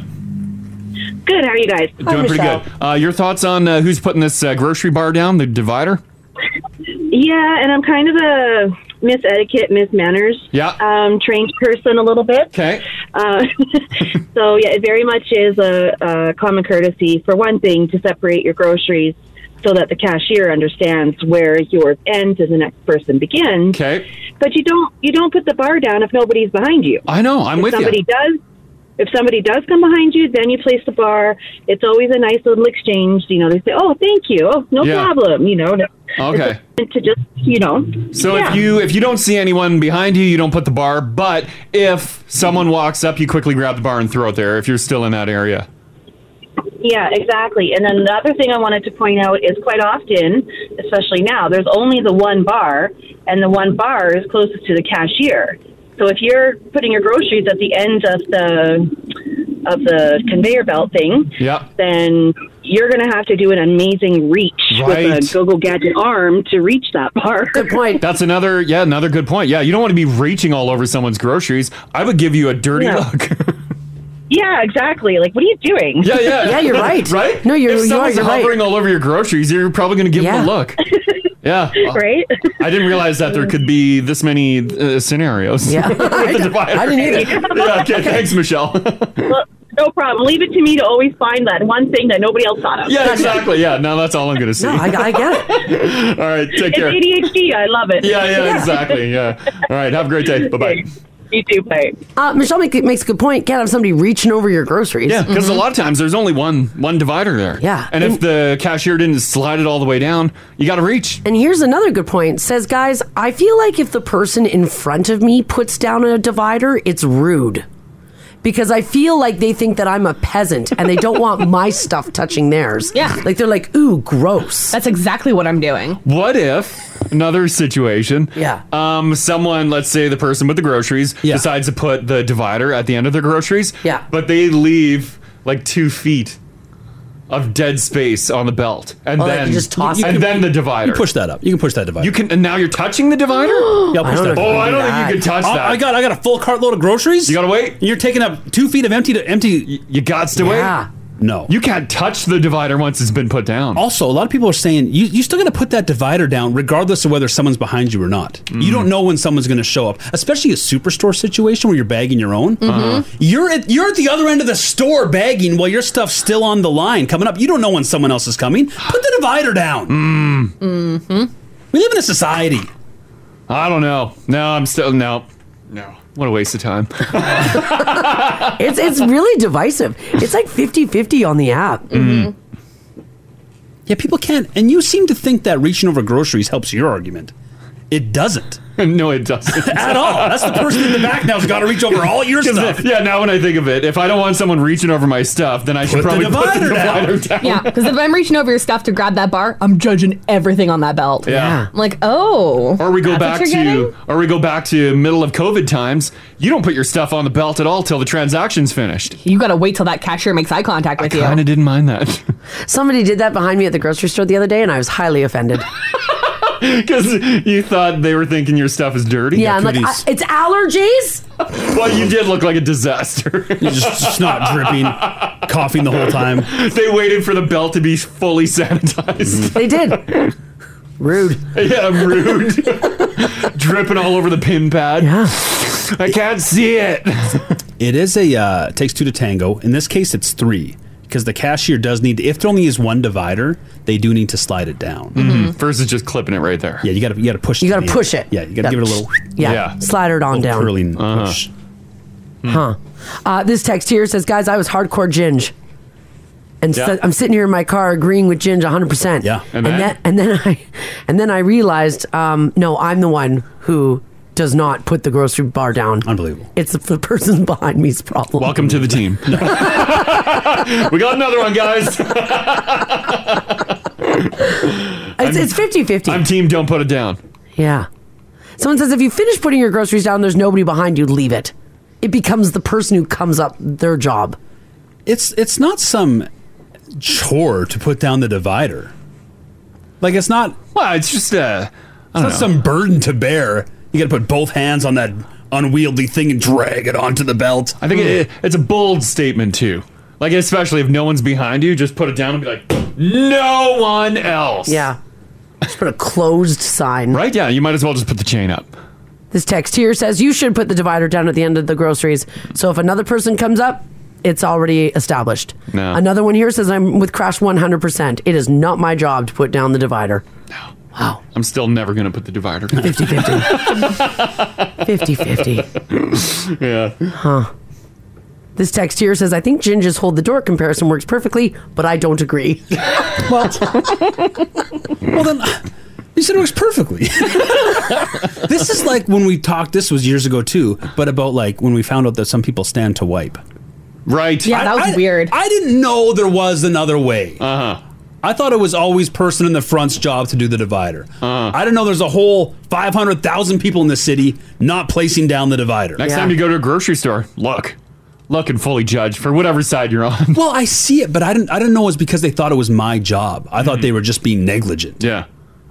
Speaker 14: Good. How are you guys?
Speaker 2: Doing pretty good. Uh, your thoughts on uh, who's putting this uh, grocery bar down, the divider?
Speaker 14: Yeah, and I'm kind of a Miss Etiquette, Miss Manners,
Speaker 2: Yeah.
Speaker 14: um, trained person a little bit.
Speaker 2: Okay.
Speaker 14: Uh, (laughs) so yeah, it very much is a, a common courtesy for one thing to separate your groceries so that the cashier understands where yours ends and the next person begins.
Speaker 2: Okay.
Speaker 14: But you don't you don't put the bar down if nobody's behind you.
Speaker 2: I know. I'm
Speaker 14: if
Speaker 2: with you.
Speaker 14: somebody does. If somebody does come behind you, then you place the bar. It's always a nice little exchange. You know, they say, "Oh, thank you. Oh, no
Speaker 2: Yeah.
Speaker 14: problem." You know,
Speaker 2: Okay.
Speaker 14: to just you know.
Speaker 2: So
Speaker 14: yeah.
Speaker 2: if you if you don't see anyone behind you, you don't put the bar. But if someone walks up, you quickly grab the bar and throw it there. If you're still in that area.
Speaker 14: Yeah, exactly. And then the other thing I wanted to point out is quite often, especially now, there's only the one bar, and the one bar is closest to the cashier. So if you're putting your groceries at the end of the of the conveyor belt thing,
Speaker 2: Yeah.
Speaker 14: then you're going to have to do an amazing reach
Speaker 2: Right.
Speaker 14: with a go-go gadget arm to reach that bar.
Speaker 3: Good point.
Speaker 2: That's another yeah another good point. Yeah, you don't want to be reaching all over someone's groceries. I would give you a dirty
Speaker 14: Yeah.
Speaker 2: look.
Speaker 14: Yeah, exactly. Like, what are you doing?
Speaker 2: Yeah, yeah, (laughs) right? if
Speaker 14: you
Speaker 2: someone's hovering all over your groceries, you're probably going to give them
Speaker 14: (laughs)
Speaker 2: a look. Yeah,
Speaker 14: Right?
Speaker 2: I didn't realize that there could be this many uh, scenarios.
Speaker 14: Yeah.
Speaker 2: (laughs) with the
Speaker 14: I didn't-
Speaker 2: divider.
Speaker 14: I didn't either.
Speaker 2: Yeah, okay, thanks, Michelle.
Speaker 14: Well, no problem. Leave it to me to always find that one thing that nobody else thought of.
Speaker 2: (laughs) yeah, exactly. Yeah, now that's all I'm going to see.
Speaker 14: No, I- I
Speaker 3: get
Speaker 2: it. (laughs) all right,
Speaker 14: It's
Speaker 2: take care.
Speaker 14: ADHD. I love it.
Speaker 2: Yeah, yeah,
Speaker 12: (laughs)
Speaker 2: exactly. Yeah. All right, have a great day. Bye bye.
Speaker 14: You too. Bye.
Speaker 3: Uh, Michelle make, makes a good point. Can't have somebody reaching over your groceries. Mm-hmm.
Speaker 2: Yeah, because a lot of times there's only one one divider there.
Speaker 3: Yeah.
Speaker 2: and if the cashier didn't slide it all the way down, you got to reach.
Speaker 3: And here's another good point. Says, guys, I feel like if the person in front of me puts down a divider, it's rude. Because I feel like they think that I'm a peasant and they don't
Speaker 5: (laughs)
Speaker 3: want my stuff touching theirs. Yeah. Like they're like, ooh, gross. That's
Speaker 5: exactly what I'm doing.
Speaker 2: What if another situation?
Speaker 3: Yeah.
Speaker 2: Um, someone, let's say the person with the groceries, decides to put the divider at the end of their groceries.
Speaker 3: Yeah.
Speaker 2: But they leave like two feet of dead space on the belt, and
Speaker 4: Oh, like
Speaker 2: then
Speaker 4: you just toss
Speaker 2: and
Speaker 4: it?
Speaker 2: then the divider.
Speaker 4: You push that up. You can push that divider.
Speaker 2: You can, and now you're touching the divider.
Speaker 4: Yeah, I'll push that
Speaker 2: Oh,
Speaker 4: up.
Speaker 2: I don't think you can touch
Speaker 4: Oh,
Speaker 2: that.
Speaker 4: I got, I got a full cartload of groceries. You
Speaker 2: gotta wait.
Speaker 4: You're taking up two feet of empty to empty. You,
Speaker 2: got to wait.
Speaker 4: No,
Speaker 2: you can't touch the divider once it's been put down.
Speaker 4: Also, a lot of people are saying you, you still got to put that divider down, regardless of whether someone's behind you or not.
Speaker 2: Mm.
Speaker 4: You don't know when someone's going to show up, especially a superstore situation where you're bagging your own.
Speaker 2: Uh-huh.
Speaker 15: Mhm.
Speaker 4: You're at you're at the other end of the store bagging while your stuff's still on the line coming up. You don't know when someone else is coming. Put the divider down.
Speaker 2: Mm.
Speaker 5: Mm-hmm.
Speaker 4: We live in a society.
Speaker 2: I don't know. No, I'm still no, no. What a waste of time.
Speaker 3: it's it's really divisive. It's like 50-50 on the app.
Speaker 4: Mm-hmm. Yeah, people can't. And you seem to think that reaching over groceries helps your argument. It doesn't.
Speaker 2: (laughs) no, it
Speaker 4: (laughs)
Speaker 2: doesn't
Speaker 4: at all. That's the person in the back now's got to reach over all your
Speaker 2: (laughs) 'Cause
Speaker 4: stuff.
Speaker 2: it- yeah, now when I think of it, if I don't want someone reaching over my stuff, then I should
Speaker 4: Put the
Speaker 2: probably put the
Speaker 4: divider down.
Speaker 2: divider down.
Speaker 5: Yeah, because if I'm reaching over your stuff to grab that bar, I'm judging everything on that belt.
Speaker 2: Yeah.
Speaker 5: I'm like, oh.
Speaker 2: Or we go
Speaker 5: that's what
Speaker 2: back to,
Speaker 5: you're getting?
Speaker 2: or we go back to middle of COVID times. You don't put your stuff on the belt at all till the transaction's finished.
Speaker 5: You gotta (laughs) wait till that cashier makes eye contact with you.
Speaker 2: Kind of didn't mind that (laughs)
Speaker 3: Somebody did that behind me at the grocery store the other day, and I was highly offended.
Speaker 2: because you thought they were thinking your stuff is dirty.
Speaker 3: yeah, I'm like, I, it's allergies.
Speaker 2: well, you did look like
Speaker 4: (laughs)
Speaker 2: a disaster. you
Speaker 4: just snot dripping, coughing the whole time.
Speaker 2: (laughs) They waited for the belt to be fully sanitized.
Speaker 3: They did. (laughs) Rude.
Speaker 2: (laughs) Yeah, I'm
Speaker 3: (laughs)
Speaker 2: rude. Dripping all over the pin pad.
Speaker 3: Yeah.
Speaker 2: (laughs) I can't see it.
Speaker 4: (laughs) It is a uh, takes two to tango. In this case, it's three because the cashier does need. If there only is one divider, they do need to slide it down.
Speaker 2: Mhm. Versus just clipping it right there.
Speaker 4: Yeah, you got to you got to push.
Speaker 3: You
Speaker 4: to
Speaker 3: gotta
Speaker 4: the
Speaker 3: push
Speaker 4: end.
Speaker 3: it.
Speaker 4: Yeah, you got to
Speaker 3: Yeah.
Speaker 4: give it a little.
Speaker 3: Yeah. Slide it on down.
Speaker 4: Curling
Speaker 2: Uh-huh.
Speaker 4: push.
Speaker 3: Huh. Uh, this text here says, guys, I was hardcore Ginge. And
Speaker 4: Yeah.
Speaker 3: so I'm sitting here in my car agreeing with Ginge 100%. Yeah.
Speaker 4: And
Speaker 3: And, then? and then I and then I realized, um, no, I'm the one who does not put the grocery bar down.
Speaker 4: Unbelievable.
Speaker 3: It's the, the person (laughs) behind me's problem.
Speaker 2: Welcome to
Speaker 3: (laughs)
Speaker 2: the team. (laughs) we got another one, guys.
Speaker 3: It's, it's 50 50.
Speaker 2: I'm team, don't put it down.
Speaker 3: Yeah. Someone says, if you finish putting your groceries down, there's nobody behind you, leave it. It becomes the person who comes up their job.
Speaker 4: It's it's not some chore to put down the divider. Like it's not.
Speaker 2: Well, it's just uh,
Speaker 4: it's not some burden to bear. You got to put both hands on that unwieldy thing and drag it onto the belt. Hmm.
Speaker 2: I think it, it's a bold statement, too. Like, especially if no one's behind you, just put it down and be like, no one else.
Speaker 3: Yeah. Just put a closed sign.
Speaker 2: Right? Yeah, you might as well just put the chain up.
Speaker 3: This text here says you should put the divider down at the end of the groceries. So if another person comes up, it's already established.
Speaker 2: No.
Speaker 3: Another one here says I'm with Crash 100%. It is not my job to put down the divider.
Speaker 2: I'm still never going to put the divider
Speaker 3: 50
Speaker 2: (laughs)
Speaker 3: 50. 50 50.
Speaker 2: yeah.
Speaker 3: Huh. This text here says I think Ginger's hold the door comparison works perfectly, but I don't agree.
Speaker 4: (laughs) well, well then you said it works perfectly. (laughs) this is like when we talked. This was years ago too, but about like when we found out that some people stand to wipe.
Speaker 2: Right.
Speaker 5: Yeah, that was
Speaker 4: weird. I didn't know there was another way. Uh huh. I thought it was always person in the front's job to do the divider.
Speaker 2: Uh.
Speaker 4: Uh-huh. I didn't know there's a whole 500,000 people in the city not placing down the divider.
Speaker 2: Next time you go to a grocery store, look. Look and fully judge for whatever side you're on.
Speaker 4: Well, I see it, but I didn't. I didn't know it was because they thought it was my job. I thought they were just being negligent.
Speaker 2: Hmm. Yeah,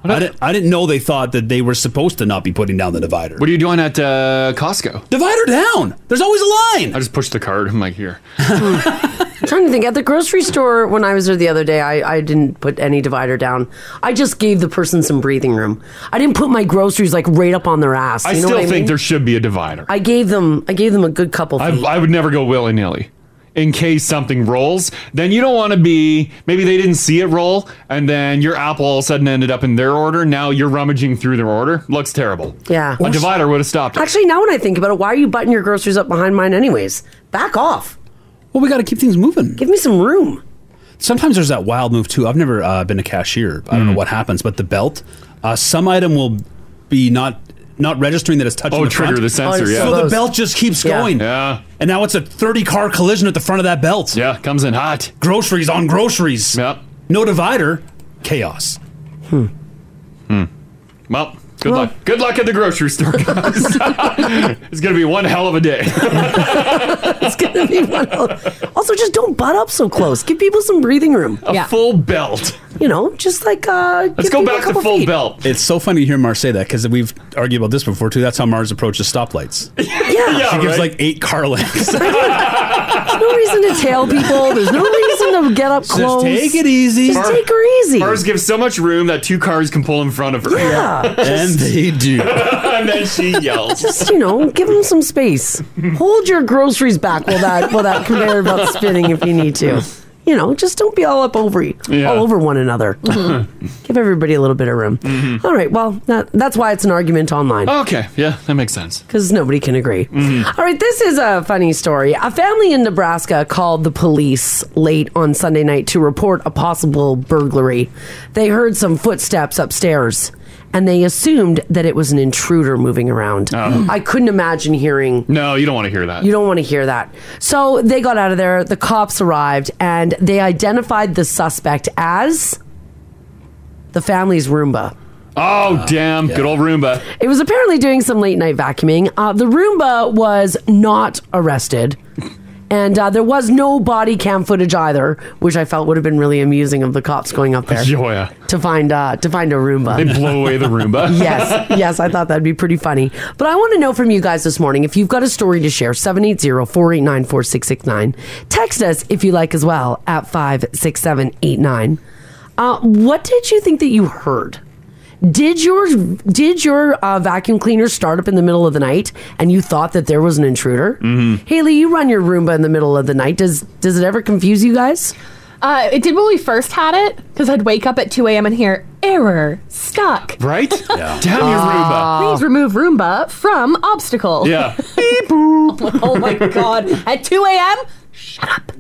Speaker 4: I didn't. I didn't know they thought that they were supposed to not be putting down the divider.
Speaker 2: What are you doing at uh, Costco?
Speaker 4: Divider down. There's always a line.
Speaker 2: I just pushed the card. I'm like, here.
Speaker 3: I'm trying to think at the grocery store when I was there the other day, I, I didn't put any divider down. I just gave the person some breathing room. I didn't put my groceries like right up on their ass.
Speaker 2: I
Speaker 3: you know
Speaker 2: still
Speaker 3: what I
Speaker 2: think
Speaker 3: mean?
Speaker 2: there should be a divider.
Speaker 3: I gave them I gave them a good couple
Speaker 2: I,
Speaker 3: feet.
Speaker 2: I would never go willy nilly. In case something rolls, then you don't want to be. Maybe they didn't see it roll, and then your apple all of a sudden ended up in their order. Now you're rummaging through their order. Looks terrible.
Speaker 3: yeah.
Speaker 2: A divider would have stopped it.
Speaker 3: Actually, now when I think about it, why are you butting your groceries up behind mine anyways? Back off.
Speaker 4: Well, we got to keep things moving.
Speaker 3: Give me some room.
Speaker 4: Sometimes there's that wild move too. I've never uh, been a cashier. I don't
Speaker 2: Hmm.
Speaker 4: know what happens, but the belt, uh, some item will be not not registering that it's touching.
Speaker 2: Oh,
Speaker 4: the
Speaker 2: trigger
Speaker 4: front.
Speaker 2: the sensor, Oh, it's yeah.
Speaker 4: So the
Speaker 2: closed.
Speaker 4: belt just keeps
Speaker 2: Yeah.
Speaker 4: going.
Speaker 2: Yeah.
Speaker 4: And now it's a 30 car collision at the front of that belt.
Speaker 2: Yeah, comes in hot.
Speaker 4: Groceries on groceries.
Speaker 2: Yep.
Speaker 4: No divider. Chaos.
Speaker 2: Well, Good luck. Good luck at the
Speaker 3: (laughs)
Speaker 2: grocery store, guys. (laughs) it's gonna be one hell of a day.
Speaker 3: it's gonna be one. of- Also, just don't butt up so close. Give people some breathing room.
Speaker 2: A full belt.
Speaker 3: You know, just like uh, give people a couple feet.
Speaker 2: belt.
Speaker 4: It's so funny to hear Mars say that because we've argued about this before too. That's how Mars approaches
Speaker 5: (laughs)
Speaker 4: stoplights.
Speaker 3: Yeah,
Speaker 4: she gives
Speaker 3: right?
Speaker 4: like eight car lengths.
Speaker 3: There's no reason to tail people. There's no reason to get up
Speaker 2: Just
Speaker 3: close.
Speaker 2: take it easy.
Speaker 3: Just
Speaker 2: Mar-
Speaker 3: take her easy.
Speaker 2: Mars gives so much room that two cars can pull in front of her. (laughs)
Speaker 3: Yeah.
Speaker 4: and they do.
Speaker 2: and then she yells.
Speaker 3: Just you know, give them some space. Hold your groceries back while that while that conveyor belt's spinning if you need to. You know, just don't be all up over all over one
Speaker 2: (laughs)
Speaker 3: another.
Speaker 2: Mhm.
Speaker 3: give everybody a little bit of room.
Speaker 2: Mm-hmm.
Speaker 3: All right. Well, that, that's why it's an argument online.
Speaker 2: Okay. Yeah, that makes sense.
Speaker 3: Because nobody can agree.
Speaker 2: Mm-hmm.
Speaker 3: All right, this is a funny story. A family in Nebraska called the police late on Sunday night to report a possible burglary. They heard some footsteps upstairs and they assumed that it was an intruder moving around. I couldn't imagine hearing
Speaker 2: Oh. No, you don't want to hear that.
Speaker 3: you don't want to hear that. So they got out of there. The cops arrived and they identified the suspect as the family's Roomba.
Speaker 2: Oh, damn. Good old Roomba.
Speaker 3: It was apparently doing some late night vacuuming. Uh, the Roomba was not arrested. And uh, there was no body cam footage either, which I felt would have been really amusing of the cops going up there
Speaker 2: Oh, yeah.
Speaker 3: to find uh, to find a Roomba.
Speaker 2: They blow away the Roomba.
Speaker 3: (laughs)
Speaker 2: (laughs)
Speaker 3: yes, yes, I thought that'd be pretty funny. But I want to know from you guys this morning if you've got a story to share 780-489-4669. Text us if you like as well at 56789. Uh what did you think that you heard? Did your did your uh, vacuum cleaner start up in the middle of the night and you thought that there was an intruder? Mm-hmm. Haley, you run your Roomba in the middle of the night. Does does it ever confuse you guys?
Speaker 5: Uh, it did when we first had it because I'd wake up at 2 a.m. and hear error stuck.
Speaker 2: (laughs) Right? Yeah. Damn your Roomba.
Speaker 5: Ah. Please remove Roomba from obstacle.
Speaker 2: Yeah.
Speaker 5: (laughs) Beep, boop. (laughs) oh my god! At 2 a.m.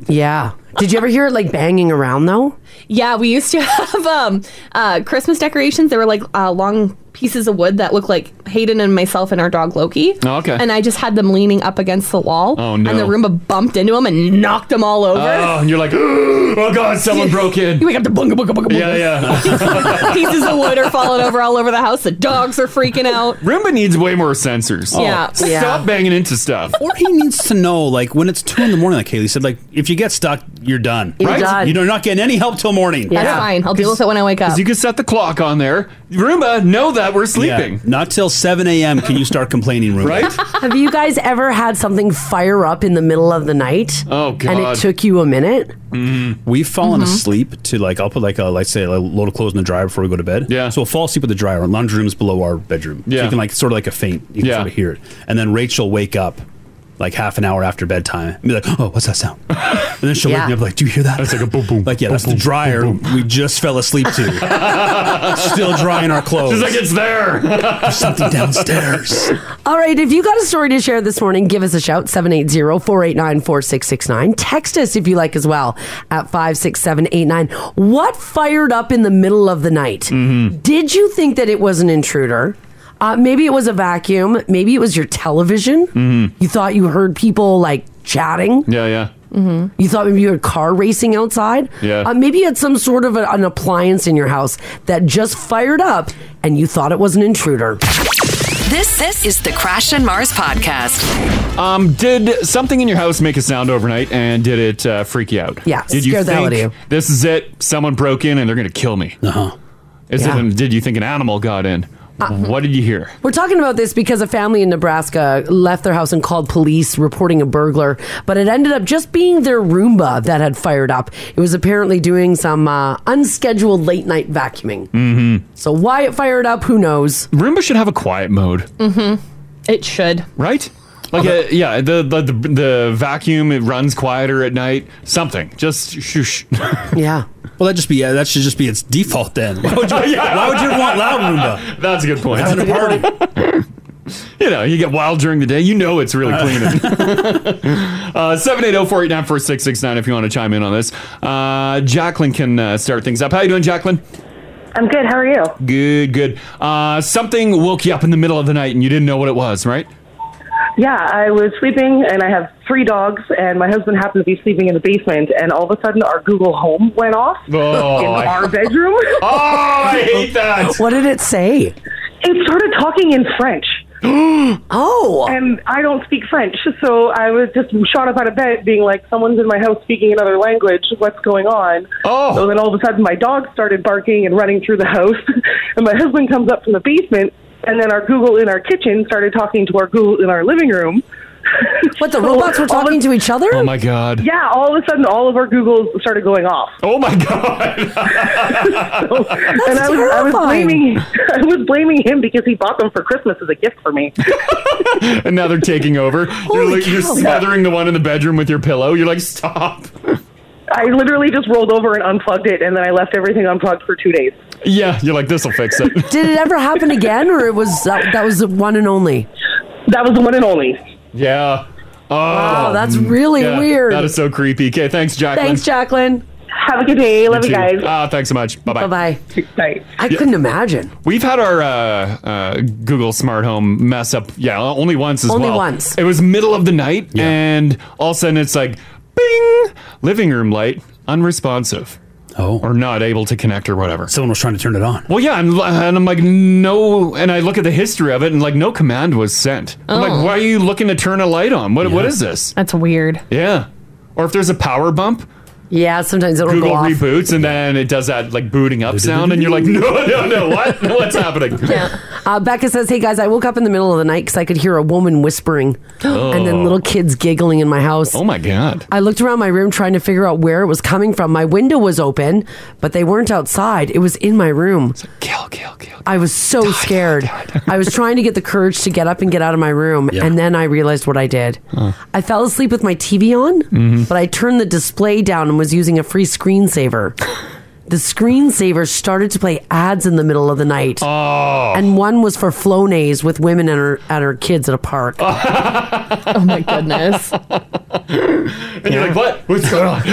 Speaker 3: Yeah. Did you ever hear it like banging around though?
Speaker 5: Yeah, we used to (laughs) have um, uh, Christmas decorations. They were like uh, long pieces of wood that looked like Hayden and myself and our dog Loki.
Speaker 2: Oh, okay.
Speaker 5: And I just had them leaning up against the wall.
Speaker 2: Oh,
Speaker 5: And the
Speaker 2: no.
Speaker 5: Roomba bumped into them and knocked them all over.
Speaker 2: Oh, and you're like, (gasps) oh, God, someone broke in. You
Speaker 5: wake up to bunga, bunga, bunga, bunga.
Speaker 2: Yeah,
Speaker 5: (laughs) (laughs)
Speaker 2: yeah. (laughs)
Speaker 5: Pieces of wood are falling over all over the house. The dogs are freaking out.
Speaker 2: Roomba needs way more sensors.
Speaker 5: Yeah.
Speaker 2: (laughs) Stop
Speaker 5: Yeah.
Speaker 2: banging into stuff.
Speaker 4: or he needs to know, like, when it's two in the morning, like Haley said, like, if you get stuck, you're done.
Speaker 5: You're done.
Speaker 4: You're not getting any help till morning.
Speaker 5: That's fine. I'll deal with it when I wake up.
Speaker 2: Because you can set the clock on there. Roomba, know that we're sleeping.
Speaker 4: Not till 7 a.m. can you start complaining, Roomba.
Speaker 2: Right?
Speaker 3: Have you guys ever had something fire up in the middle of the night?
Speaker 4: Oh, God.
Speaker 3: And it took you a minute?
Speaker 4: We've fallen
Speaker 3: Mhm.
Speaker 4: asleep to like I'll put like a like say a load of clothes in the dryer before we go to bed. Yeah. So we'll fall asleep with the dryer. Our lounge room's below our bedroom. So
Speaker 2: Yeah.
Speaker 4: you can like sort of like a faint. You can
Speaker 2: Yeah.
Speaker 4: sort of hear it. And then Rachel will wake up like half an hour after bedtime and be like, Oh, what's that sound? And then she'll wake
Speaker 2: Yeah.
Speaker 4: me up like, Do you hear that? That's like a boom boom. Like, yeah, that's the dryer we just fell asleep to. Still drying our clothes.
Speaker 2: She's like, it's there.
Speaker 4: There's something downstairs.
Speaker 3: All right, if you got a story to share this morning, give us a shout 780-489-4669. Text us if you like as well at 56789. What fired up in the middle of the night?
Speaker 4: Mm-hmm.
Speaker 3: Did you think that it was an intruder? Uh, maybe it was a vacuum, maybe it was your television. You thought you heard people like chatting.
Speaker 2: Mm-hmm. Yeah, yeah.
Speaker 3: Mm-hmm. You thought maybe you had a car racing outside.
Speaker 2: Yeah.
Speaker 3: Uh, maybe you had some sort of a- an appliance in your house that just fired up and you thought it was an intruder.
Speaker 1: This this is the Crash and Mars podcast.
Speaker 2: Um, did something in your house make a sound overnight, and did it uh, freak you out?
Speaker 1: Yeah,
Speaker 2: Did you
Speaker 1: scared the hell
Speaker 2: think
Speaker 1: out of
Speaker 2: this is it? Someone broke in, and they're gonna kill me. Uh huh. Is
Speaker 3: Yeah.
Speaker 2: it? Did you think an animal got in?
Speaker 1: Uh, mm-hmm.
Speaker 2: what did you hear?
Speaker 3: We're talking about this because a family in Nebraska left their house and called police reporting a burglar, but it ended up just being their Roomba that had fired up. It was apparently doing some uh, unscheduled late night vacuuming.
Speaker 2: Mm-hmm.
Speaker 3: So why it fired up, who knows?
Speaker 2: Roomba should have a quiet mode,
Speaker 5: Mm-hmm. It should.
Speaker 2: right? Like, uh, yeah, the, the the the vacuum it runs quieter at night. Something, just shoosh.
Speaker 1: (laughs)
Speaker 3: yeah.
Speaker 4: Well, that just be yeah, that should just be its default then. Why would you,
Speaker 2: (laughs) Yeah.
Speaker 4: why would you want loud Roomba?
Speaker 2: That's a good point.
Speaker 4: Having a party.
Speaker 2: (laughs) You know, you get wild during the day. You know it's really clean. (laughs) uh, 780-489-4669 if you want to chime in on this. Uh, Jacqueline can uh, start things up. How you doing, Jacqueline?
Speaker 15: I'm good. How are you?
Speaker 2: Good, good. Uh, something woke you up in the middle of the night and you didn't know what it was, right? (laughs)
Speaker 15: (laughs) Yeah, I was sleeping, and I have three dogs, and my husband happened to be sleeping in the basement, and all of a sudden our Google Home went off
Speaker 2: Oh,
Speaker 15: in
Speaker 2: I- (laughs)
Speaker 15: our bedroom.
Speaker 2: Oh, I hate that.
Speaker 3: What did it say?
Speaker 6: It started talking in French.
Speaker 3: (gasps) oh.
Speaker 6: And I don't speak French, so I was just shot up out of bed being like, someone's in my house speaking another language. What's going on?
Speaker 2: Oh.
Speaker 6: So then all of a sudden my dog started barking and running through the house, (laughs) and my husband comes up from the basement, and then our Google in our kitchen started talking to our Google in our living room. (laughs)
Speaker 3: What, the robots were talking to each other?
Speaker 2: Oh my god.
Speaker 6: Yeah, all of a sudden, all of our Googles started going off.
Speaker 2: Oh my god!
Speaker 6: and I was, I was blaming, (laughs) I was blaming him because he bought them for Christmas as a gift for me.
Speaker 2: and now they're taking over. you're, like, you're
Speaker 6: cow.
Speaker 2: smothering the one in the bedroom with your pillow. You're like, stop.
Speaker 6: I literally just rolled over and unplugged it, and then I left everything unplugged for two days.
Speaker 2: Yeah, you're like, this will fix it. (laughs)
Speaker 3: Did it ever happen again, or it was that, that was the one and only?
Speaker 6: That was the one and only.
Speaker 2: Yeah. Oh,
Speaker 3: Wow, that's really weird.
Speaker 2: That is so creepy. Okay, thanks, Jacqueline.
Speaker 3: Thanks, Jacqueline.
Speaker 6: Have a good day.
Speaker 2: You too. Ah, thanks so much. Bye bye.
Speaker 3: Bye
Speaker 6: bye.
Speaker 3: I couldn't imagine.
Speaker 2: We've had our uh, uh, Google Smart Home mess up. Yeah, only once as
Speaker 3: Only
Speaker 2: well.
Speaker 3: once.
Speaker 2: It was middle of the night, and all of a sudden it's like, bing, living room light unresponsive.
Speaker 4: Oh.
Speaker 2: Or not able to connect or whatever.
Speaker 4: Someone was trying to turn it on.
Speaker 2: Well, yeah, and, and I'm like, no. And I look at the history of it, and like, no command was sent. I'm
Speaker 5: Oh.
Speaker 2: like, why are you looking to turn a light on? What, what is this?
Speaker 5: That's weird.
Speaker 2: Yeah. Or if there's a power bump,
Speaker 3: Yeah, sometimes it'll
Speaker 2: Google
Speaker 3: go off.
Speaker 2: reboots, and then it does that like booting up sound, and you're like, no, no, no, what? (laughs) What's happening?
Speaker 3: Uh, Becca says, "Hey guys, I woke up in the middle of the night because I could hear a woman
Speaker 2: (gasps)
Speaker 3: whispering, and then little kids giggling in my house.
Speaker 2: Oh my god!
Speaker 3: I looked around my room trying to figure out where it was coming from. My window was open, but they weren't outside. It was in my room.
Speaker 2: kill, kill, kill.
Speaker 3: I was so scared. I was trying to get the courage to get up and get out of my room, and then I realized what I did. I fell asleep with my TV on,
Speaker 2: Mm-hmm.
Speaker 16: Mhm.
Speaker 3: but I turned the display down and was using a free
Speaker 2: (laughs)
Speaker 3: screensaver. The screensaver started to play ads in the middle of the night.
Speaker 2: Oh.
Speaker 3: And one was for Flonase with women and her, and her kids at a
Speaker 2: (laughs)
Speaker 3: park.
Speaker 5: Oh my goodness.
Speaker 2: And you're like, what? What's going on?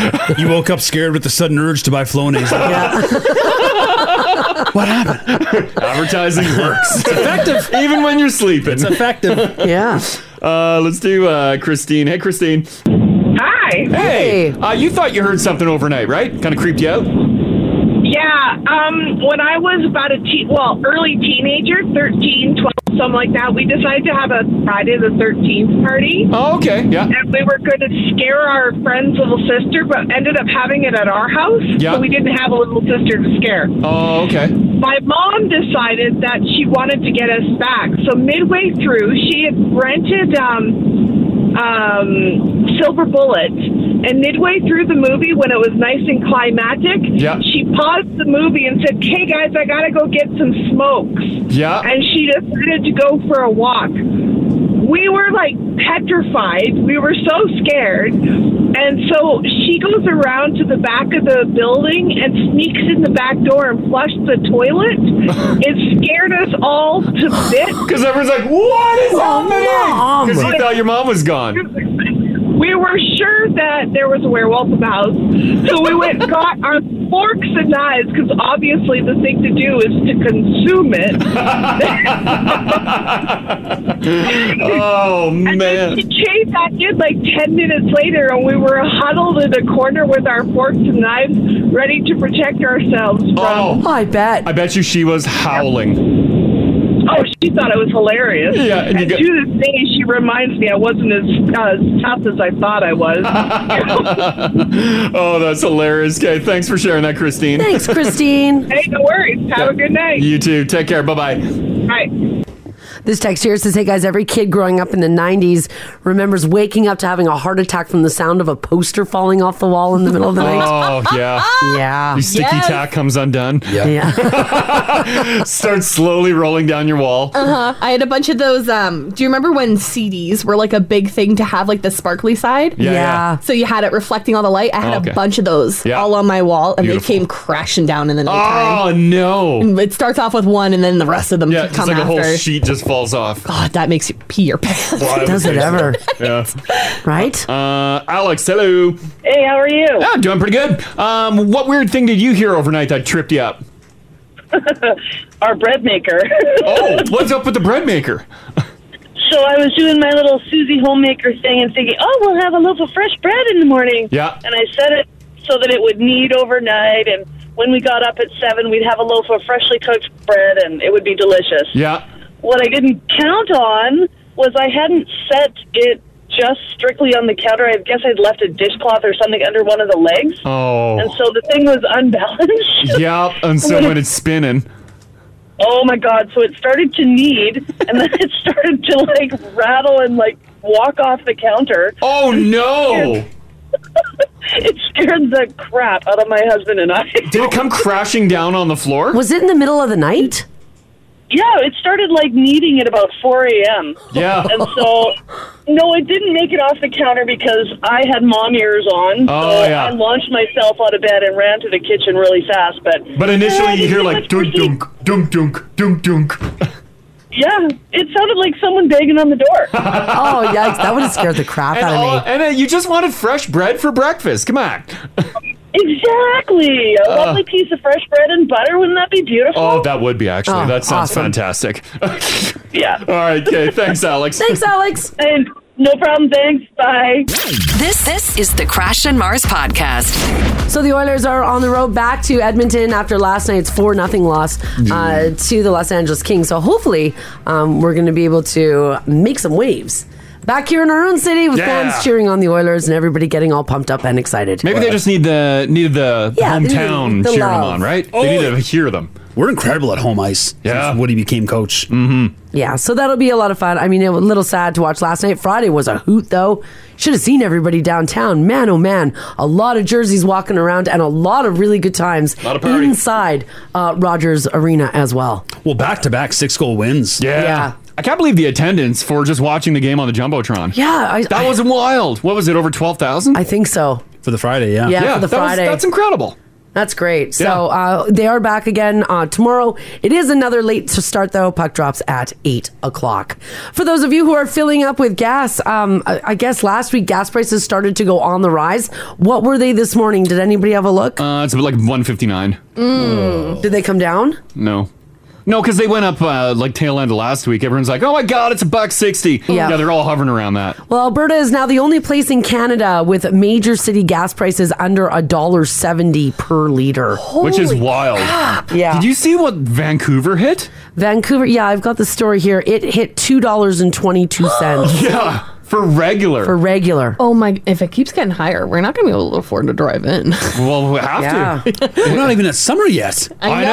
Speaker 4: you woke up scared with the sudden urge to buy Flonase. what happened?
Speaker 2: Advertising works. it's effective, even when you're sleeping. It's (laughs)
Speaker 4: effective.
Speaker 3: yeah.
Speaker 2: Uh, let's do uh, Christine. Hey, Christine.
Speaker 12: Hi.
Speaker 2: Hey. Uh, you thought you heard something overnight, right? Kind of creeped you out.
Speaker 12: Yeah, um, when I was about a teen, well, early teenager, 13, 12, something like that, we decided to have a Friday the 13th party.
Speaker 2: Oh, okay, yeah.
Speaker 12: And we were going to scare our friend's little sister, but ended up having it at our house.
Speaker 2: Yeah.
Speaker 12: So we didn't have a little sister to scare.
Speaker 2: Oh, okay.
Speaker 12: My mom decided that she wanted to get us back. So midway through, she had rented um, um, Silver Bullet. And midway through the movie, when it was nice and climactic,
Speaker 2: Yeah.
Speaker 12: she paused the movie and said, Hey guys, I gotta go get some smokes.
Speaker 2: Yeah.
Speaker 12: And she decided to go for a walk. We were like petrified. We were so scared. And so she goes around to the back of the building and sneaks in the back door and flushed the
Speaker 2: (laughs)
Speaker 12: toilet. it scared us all to bits. Oh,
Speaker 2: Because everyone's like, what is happening? Because Oh, you thought your mom was gone.
Speaker 12: we were sure that there was a werewolf in the house, so we went and got our forks and knives because obviously the thing to do is to consume it.
Speaker 2: (laughs) oh man!
Speaker 12: She came back in like ten minutes later, and we were huddled in a corner with our forks and knives, ready to protect ourselves from.
Speaker 2: Oh,
Speaker 3: I bet.
Speaker 2: I bet you she was howling.
Speaker 12: Oh, she thought it was hilarious.
Speaker 2: Yeah, and
Speaker 12: and,
Speaker 2: you got-
Speaker 12: to this day, she reminds me I wasn't as as tough as I thought
Speaker 2: (laughs)
Speaker 12: I was.
Speaker 2: oh, that's hilarious. Okay, thanks for sharing that, Christine.
Speaker 3: Thanks,
Speaker 2: (laughs)
Speaker 3: Christine.
Speaker 12: hey, no worries. Have a good night.
Speaker 2: You too. Take care. Bye bye.
Speaker 12: Bye.
Speaker 3: This text here says, Hey guys, every kid growing up in the 90s remembers waking up to having a heart attack from the sound of a poster falling off the wall in the middle of the night.
Speaker 2: (laughs) Oh yeah,
Speaker 3: (laughs) yeah.
Speaker 2: Your sticky
Speaker 3: Yes.
Speaker 2: tack comes undone.
Speaker 3: Yeah.
Speaker 2: (laughs) Starts slowly rolling down your wall.
Speaker 5: Uh huh. I had a bunch of those. Um, do you remember when CDs were like a big thing to have like the sparkly side?
Speaker 2: Yeah, yeah. Yeah.
Speaker 5: So you had it reflecting all the light. I had
Speaker 2: Okay.
Speaker 5: a bunch of those
Speaker 2: Yeah.
Speaker 5: all on my wall, and
Speaker 2: Beautiful.
Speaker 5: they came crashing down in the nighttime.
Speaker 2: Oh no!
Speaker 5: And It starts off with one, and then the rest of them
Speaker 2: Yeah, it's
Speaker 5: come
Speaker 2: like a
Speaker 5: after.
Speaker 2: whole sheet just falls off.
Speaker 5: God, that makes you pee your pants.
Speaker 2: Well, I would say so. Yeah.
Speaker 3: (laughs) Right?
Speaker 2: Uh, Alex, hello.
Speaker 17: Hey, how are you?
Speaker 2: Yeah, I'm doing pretty good. Um, what weird thing did you hear overnight that tripped you up?
Speaker 17: (laughs) Our bread maker. (laughs)
Speaker 2: oh, what's up with the bread maker?
Speaker 17: So I was doing my little Susie homemaker thing and thinking, oh, we'll have a loaf of fresh bread in the morning.
Speaker 2: Yeah.
Speaker 17: And I set it so that it would knead overnight and
Speaker 18: when we got up at seven, we'd have a loaf of freshly cooked bread, and it would be delicious.
Speaker 2: Yeah.
Speaker 18: What I didn't count on was I hadn't set it just strictly on the counter. I guess I'd left a dishcloth or something under one of the legs, and
Speaker 17: (laughs)
Speaker 2: Oh.
Speaker 18: so the thing was unbalanced.
Speaker 2: (laughs) Yep. And so when it's spinning.
Speaker 18: (laughs) Oh my god! So it started to knead, and then it started to like rattle and like walk off the counter.
Speaker 2: Oh no!
Speaker 18: It scared the crap out of my husband and I.
Speaker 2: Did it come crashing down on the floor?
Speaker 3: Was it in the middle of the night?
Speaker 18: Yeah, it started like kneading at about 4 a.m.
Speaker 2: Yeah.
Speaker 18: And so, no, it didn't make it off the counter because I had mom ears on.
Speaker 2: Oh,
Speaker 18: so
Speaker 2: yeah.
Speaker 18: I launched myself out of bed and ran to the kitchen really fast. But
Speaker 2: But initially you hear like
Speaker 18: dunk,
Speaker 2: dunk dunk dunk dunk dunk dunk.
Speaker 18: Yeah, it sounded like someone banging on the
Speaker 2: (laughs)
Speaker 18: door.
Speaker 3: oh, yikes. That would have scared the crap
Speaker 2: And,
Speaker 3: out of me.
Speaker 2: all- and uh, you just wanted fresh bread for breakfast. Come on.
Speaker 18: Exactly. A
Speaker 2: Uh.
Speaker 18: lovely piece of fresh bread and butter. Wouldn't that be beautiful?
Speaker 2: Oh, that would be actually.
Speaker 18: Oh,
Speaker 2: that sounds
Speaker 18: awesome.
Speaker 2: fantastic. (laughs)
Speaker 18: yeah.
Speaker 2: All right. Okay. Thanks, Alex.
Speaker 3: Alex.
Speaker 18: And no problem. Thanks. Bye.
Speaker 1: This this is the Crash and Mars podcast.
Speaker 3: So the Oilers are on the road back to Edmonton after last night's 4 nothing loss uh, to the Los Angeles Kings. So hopefully um, we're going to be able to make some waves. Back here in our own city with
Speaker 2: Yeah.
Speaker 3: fans cheering on the Oilers and everybody getting all pumped up and excited.
Speaker 2: Maybe they just need the needed the
Speaker 3: Yeah, they need
Speaker 2: Uh, hometown
Speaker 3: the
Speaker 2: cheering
Speaker 3: love.
Speaker 2: them on, right?
Speaker 3: Oh,
Speaker 2: They need to hear them.
Speaker 4: We're incredible at home ice. Yeah. Since Woody became coach. Mm-hmm.
Speaker 3: Yeah, so that'll be a lot of fun. I mean, a little sad to watch last night. Friday was a hoot, though. Should have seen everybody downtown. Man, oh man, a lot of jerseys walking around and a lot of really good times inside uh, Rogers Arena as well.
Speaker 4: Well, back to back six goal wins.
Speaker 2: Yeah.
Speaker 3: Yeah.
Speaker 2: I can't believe the attendance for just watching the game on the jumbotron.
Speaker 3: Yeah, I,
Speaker 2: that was wild. What was it? Over twelve thousand? I
Speaker 3: think so.
Speaker 4: For the Friday, yeah.
Speaker 3: Yeah, for the
Speaker 2: that was-
Speaker 3: Friday.
Speaker 2: that's incredible.
Speaker 3: That's great. So uh, they are back again uh, tomorrow. It is another late to start though. Puck drops at eight o'clock. For those of you who are filling up with gas, um, I, I guess last week gas prices started to go on the rise. What were they this morning? Did anybody have a look?
Speaker 2: Uh, it's like one fifty nine.
Speaker 3: Mm.
Speaker 2: Mm.
Speaker 3: Did they come down?
Speaker 2: No. No, because they went up uh, like tail end of last week. Everyone's like, "Oh my god, it's a buck 60.
Speaker 3: Yeah.
Speaker 2: yeah, they're all hovering around that.
Speaker 3: Well, Alberta is now the only place in Canada with major city gas prices under a dollar seventy per liter,
Speaker 2: which is wild.
Speaker 3: Yeah.
Speaker 2: Did you see what Vancouver hit?
Speaker 3: Vancouver, yeah, I've got the story here. It hit two dollars and
Speaker 2: (gasps)
Speaker 3: twenty-two cents.
Speaker 2: yeah, for regular.
Speaker 3: For regular.
Speaker 5: Oh my! If it keeps getting higher, we're not gonna be able to afford to drive in.
Speaker 2: Well, we have (laughs) to. We're
Speaker 4: not even at summer yet.
Speaker 5: I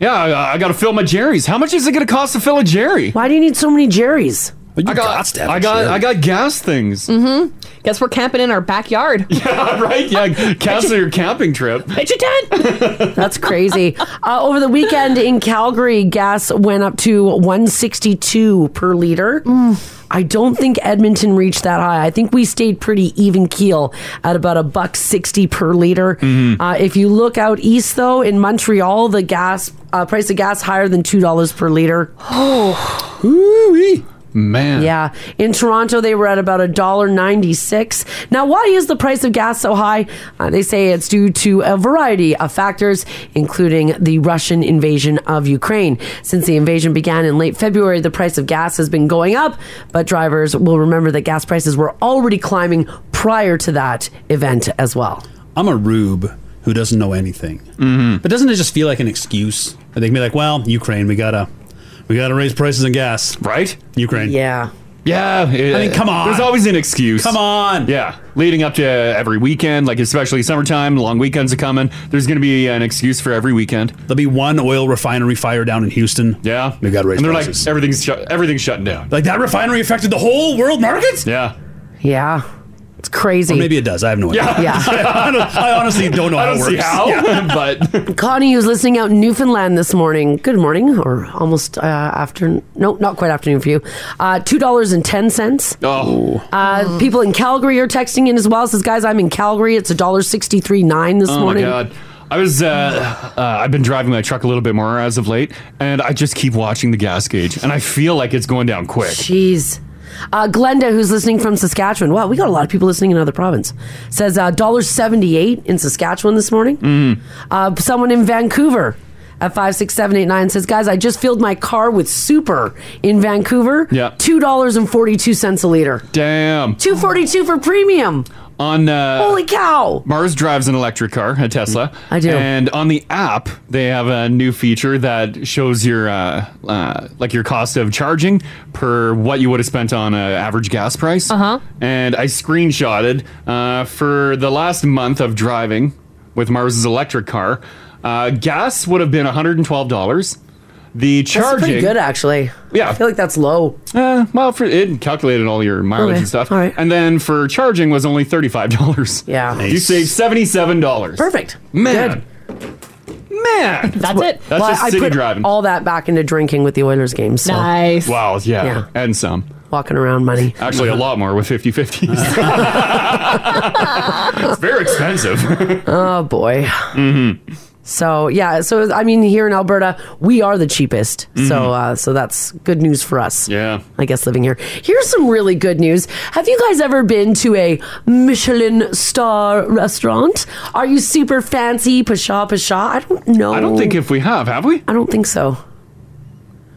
Speaker 2: Yeah, I, I got to fill my Jerry's. How much is it going to cost to fill a Jerry?
Speaker 3: Why do you need so many Jerry's?
Speaker 2: I got, I got, I got gas
Speaker 4: (laughs)
Speaker 2: things. (laughs)
Speaker 5: Mm-hmm. Guess we're camping in our backyard.
Speaker 2: Yeah, right. Yeah, cancel your camping trip.
Speaker 5: Pitch a tent.
Speaker 3: That's
Speaker 2: (laughs)
Speaker 3: crazy. uh, over the weekend in Calgary, gas went up to 162 per liter.
Speaker 2: Mm.
Speaker 3: I don't think Edmonton reached that high. I think we stayed pretty even keel at about a buck 60 per liter.
Speaker 2: Mm-hmm.
Speaker 3: Uh, if you look out east, though, in Montreal, the gas uh, price of gas higher than $2 per
Speaker 2: (gasps)
Speaker 3: liter. Oh.
Speaker 2: Man.
Speaker 3: Yeah. In Toronto, they were at about a dollar ninety-six. Now, why is the price of gas so high? Uh, they say it's due to a variety of factors, including the Russian invasion of Ukraine. Since the invasion began in late February, the price of gas has been going up, but drivers will remember that gas prices were already climbing prior to that event as well.
Speaker 4: I'm a rube who doesn't know anything.
Speaker 2: Mm-hmm.
Speaker 4: But doesn't it just feel like an excuse? Or They can be like, well, Ukraine, we gotta, we gotta raise prices on gas,
Speaker 2: right?
Speaker 4: Ukraine.
Speaker 3: Yeah.
Speaker 2: Yeah,
Speaker 4: I mean, come on.
Speaker 2: There's always an excuse.
Speaker 4: Come on.
Speaker 2: Yeah, leading up to every weekend, like especially summertime, long weekends are coming. There's going to be an excuse for every weekend.
Speaker 4: There'll be one oil refinery fire down in Houston.
Speaker 2: Yeah,
Speaker 4: we gotta raise
Speaker 2: and they're
Speaker 4: prices.
Speaker 2: like everything's shut, everything's shutting down.
Speaker 4: Like, that refinery affected the whole world market.
Speaker 2: Yeah.
Speaker 3: Yeah. It's crazy.
Speaker 4: Or maybe it does. I have no idea.
Speaker 2: Yeah.
Speaker 3: Yeah.
Speaker 2: (laughs)
Speaker 4: I, don't- I honestly don't know
Speaker 2: I
Speaker 4: how
Speaker 2: don't
Speaker 4: it works.
Speaker 2: see
Speaker 4: (laughs)
Speaker 2: how,
Speaker 4: Yeah.
Speaker 2: but
Speaker 3: Connie, who's listening out in Newfoundland this morning. Good morning, or almost uh, afternoon. No, not quite afternoon for you. Uh, Two dollars and ten cents.
Speaker 2: Oh,
Speaker 3: Uh, People in Calgary are texting in as well. Says, guys, I'm in Calgary. It's a dollar sixty three nine this
Speaker 2: oh
Speaker 3: morning.
Speaker 2: my god. I was uh, uh, I've been driving my truck a little bit more as of late, and I just keep watching the gas gauge, and I feel like it's going down quick.
Speaker 3: Jeez. Uh, Glenda, who's listening from Saskatchewan. Wow, we got a lot of people listening in other province. Says uh, $1.78 in Saskatchewan this morning.
Speaker 2: Mm-hmm.
Speaker 3: Uh, someone in Vancouver at 56789 says, guys, I just filled my car with super in Vancouver.
Speaker 2: Yeah.
Speaker 3: $2.42 a liter.
Speaker 2: Damn.
Speaker 3: Two forty two for premium.
Speaker 2: On uh,
Speaker 3: Holy cow!
Speaker 2: Mars drives an electric car, a Tesla.
Speaker 3: I do.
Speaker 2: And on the app, they have a new feature that shows your uh, uh, like your cost of charging per what you would have spent on an average gas price. Uh
Speaker 3: Uh-huh.
Speaker 2: huh. And I screenshotted uh, for the last month of driving with Mars's electric car. Uh, gas would have been one hundred and twelve dollars. The charging
Speaker 3: pretty good, actually.
Speaker 2: Yeah, I feel
Speaker 3: like that's low.
Speaker 2: Uh, well, for it calculated all your mileage
Speaker 3: Okay,
Speaker 2: and stuff, and then for charging was only thirty five dollars.
Speaker 3: (laughs) Yeah,
Speaker 2: you save seventy seven dollars.
Speaker 3: Perfect.
Speaker 2: Man. Man,
Speaker 3: that's
Speaker 2: it. That's just
Speaker 3: I
Speaker 2: city
Speaker 3: put
Speaker 2: driving.
Speaker 3: All that back into drinking with the Oilers games. So.
Speaker 5: Nice.
Speaker 2: Wow, yeah. and some
Speaker 3: walking around money.
Speaker 2: Actually, a lot more
Speaker 3: (laughs)
Speaker 2: with (laughs) 50-50s. it's very expensive. (laughs)
Speaker 3: oh boy. Mm-hmm. So yeah, so I mean, here in Alberta, we are the cheapest. So
Speaker 2: Mhm.
Speaker 3: uh, so that's good news for us.
Speaker 2: Yeah,
Speaker 3: I guess living here. Here's some really good news. Have you guys ever been to a Michelin star restaurant? Are you super fancy? Pasha pasha? I don't know.
Speaker 2: I don't think if we have, have we?
Speaker 3: I don't think so.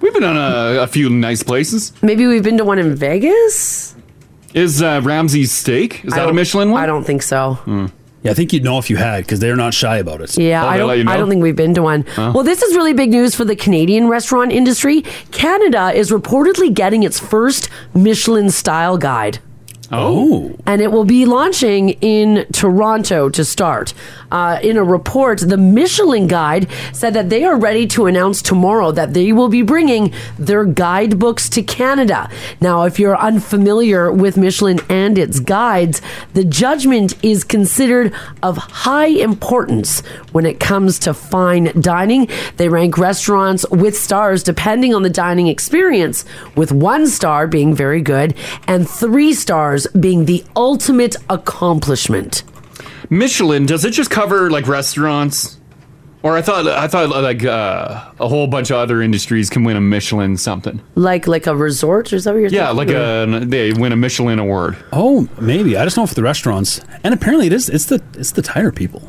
Speaker 2: We've been on a, a few nice places.
Speaker 3: Maybe we've been to one in Vegas.
Speaker 2: Is uh, Ramsey's steak? Is that a Michelin one? Hmm. I
Speaker 3: don't think so.
Speaker 4: Yeah, I think you'd know if you had because they're not shy about it.
Speaker 3: Yeah,
Speaker 2: Oh,
Speaker 3: I don't. I don't think we've been to one.
Speaker 4: Oh.
Speaker 3: Well, this is really big news for the Canadian restaurant industry. Canada is reportedly getting its first Michelin style guide.
Speaker 4: Oh.
Speaker 3: And it will be launching in Toronto to start. Uh, in a report, the Michelin Guide said that they are ready to announce tomorrow that they will be bringing their guidebooks to Canada. Now, if you're unfamiliar with Michelin and its guides, the judgment is considered of high importance when it comes to fine dining. They rank restaurants with stars depending on the dining experience, with one star being very good and three stars being the ultimate accomplishment.
Speaker 2: Michelin does it just cover like restaurants? Or I thought I thought like uh, a whole bunch of other industries can win a Michelin something.
Speaker 3: Like like a resort or something?
Speaker 2: Yeah, like a they win a Michelin award.
Speaker 4: Oh, maybe. I just know for the restaurants. And apparently it is it's the it's the tire people.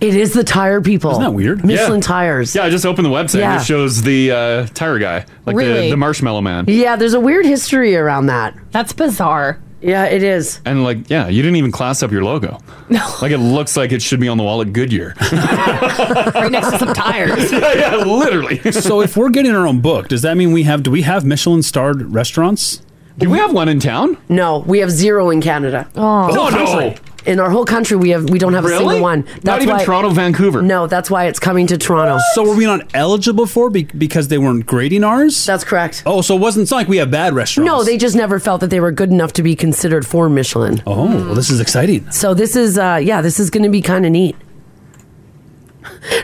Speaker 3: It is the tire people.
Speaker 4: Isn't that weird?
Speaker 3: Michelin
Speaker 2: Yeah.
Speaker 3: tires.
Speaker 2: Yeah, I just opened the website.
Speaker 3: Yeah.
Speaker 2: and It shows the uh, tire guy, like
Speaker 3: Really?
Speaker 2: the, the marshmallow man.
Speaker 3: Yeah, there's a weird history around that.
Speaker 5: That's bizarre.
Speaker 3: Yeah, it is.
Speaker 2: And like, yeah, you didn't even class up
Speaker 3: (laughs)
Speaker 2: your logo. No. Like it looks like it should be on the wall at Goodyear.
Speaker 5: right next to some tires.
Speaker 2: (laughs) yeah, literally.
Speaker 4: so if we're getting our own book, does that mean we have do we have Michelin starred restaurants?
Speaker 2: Do we have one in town?
Speaker 3: No, we have zero in Canada. Oh,
Speaker 4: No, no.
Speaker 3: In our whole country, we have we don't have a
Speaker 4: Really?
Speaker 3: single one.
Speaker 4: Not even Toronto,
Speaker 2: Vancouver.
Speaker 3: No, that's why it's coming to Toronto.
Speaker 4: So were we not eligible for be- because they weren't grading ours?
Speaker 3: That's correct.
Speaker 4: Oh, so it wasn't it's not like we have bad restaurants.
Speaker 3: No, they just never felt that they were good enough to be considered for Michelin.
Speaker 4: Oh, well, this is exciting.
Speaker 3: So this is uh yeah, this is going to be kind of neat.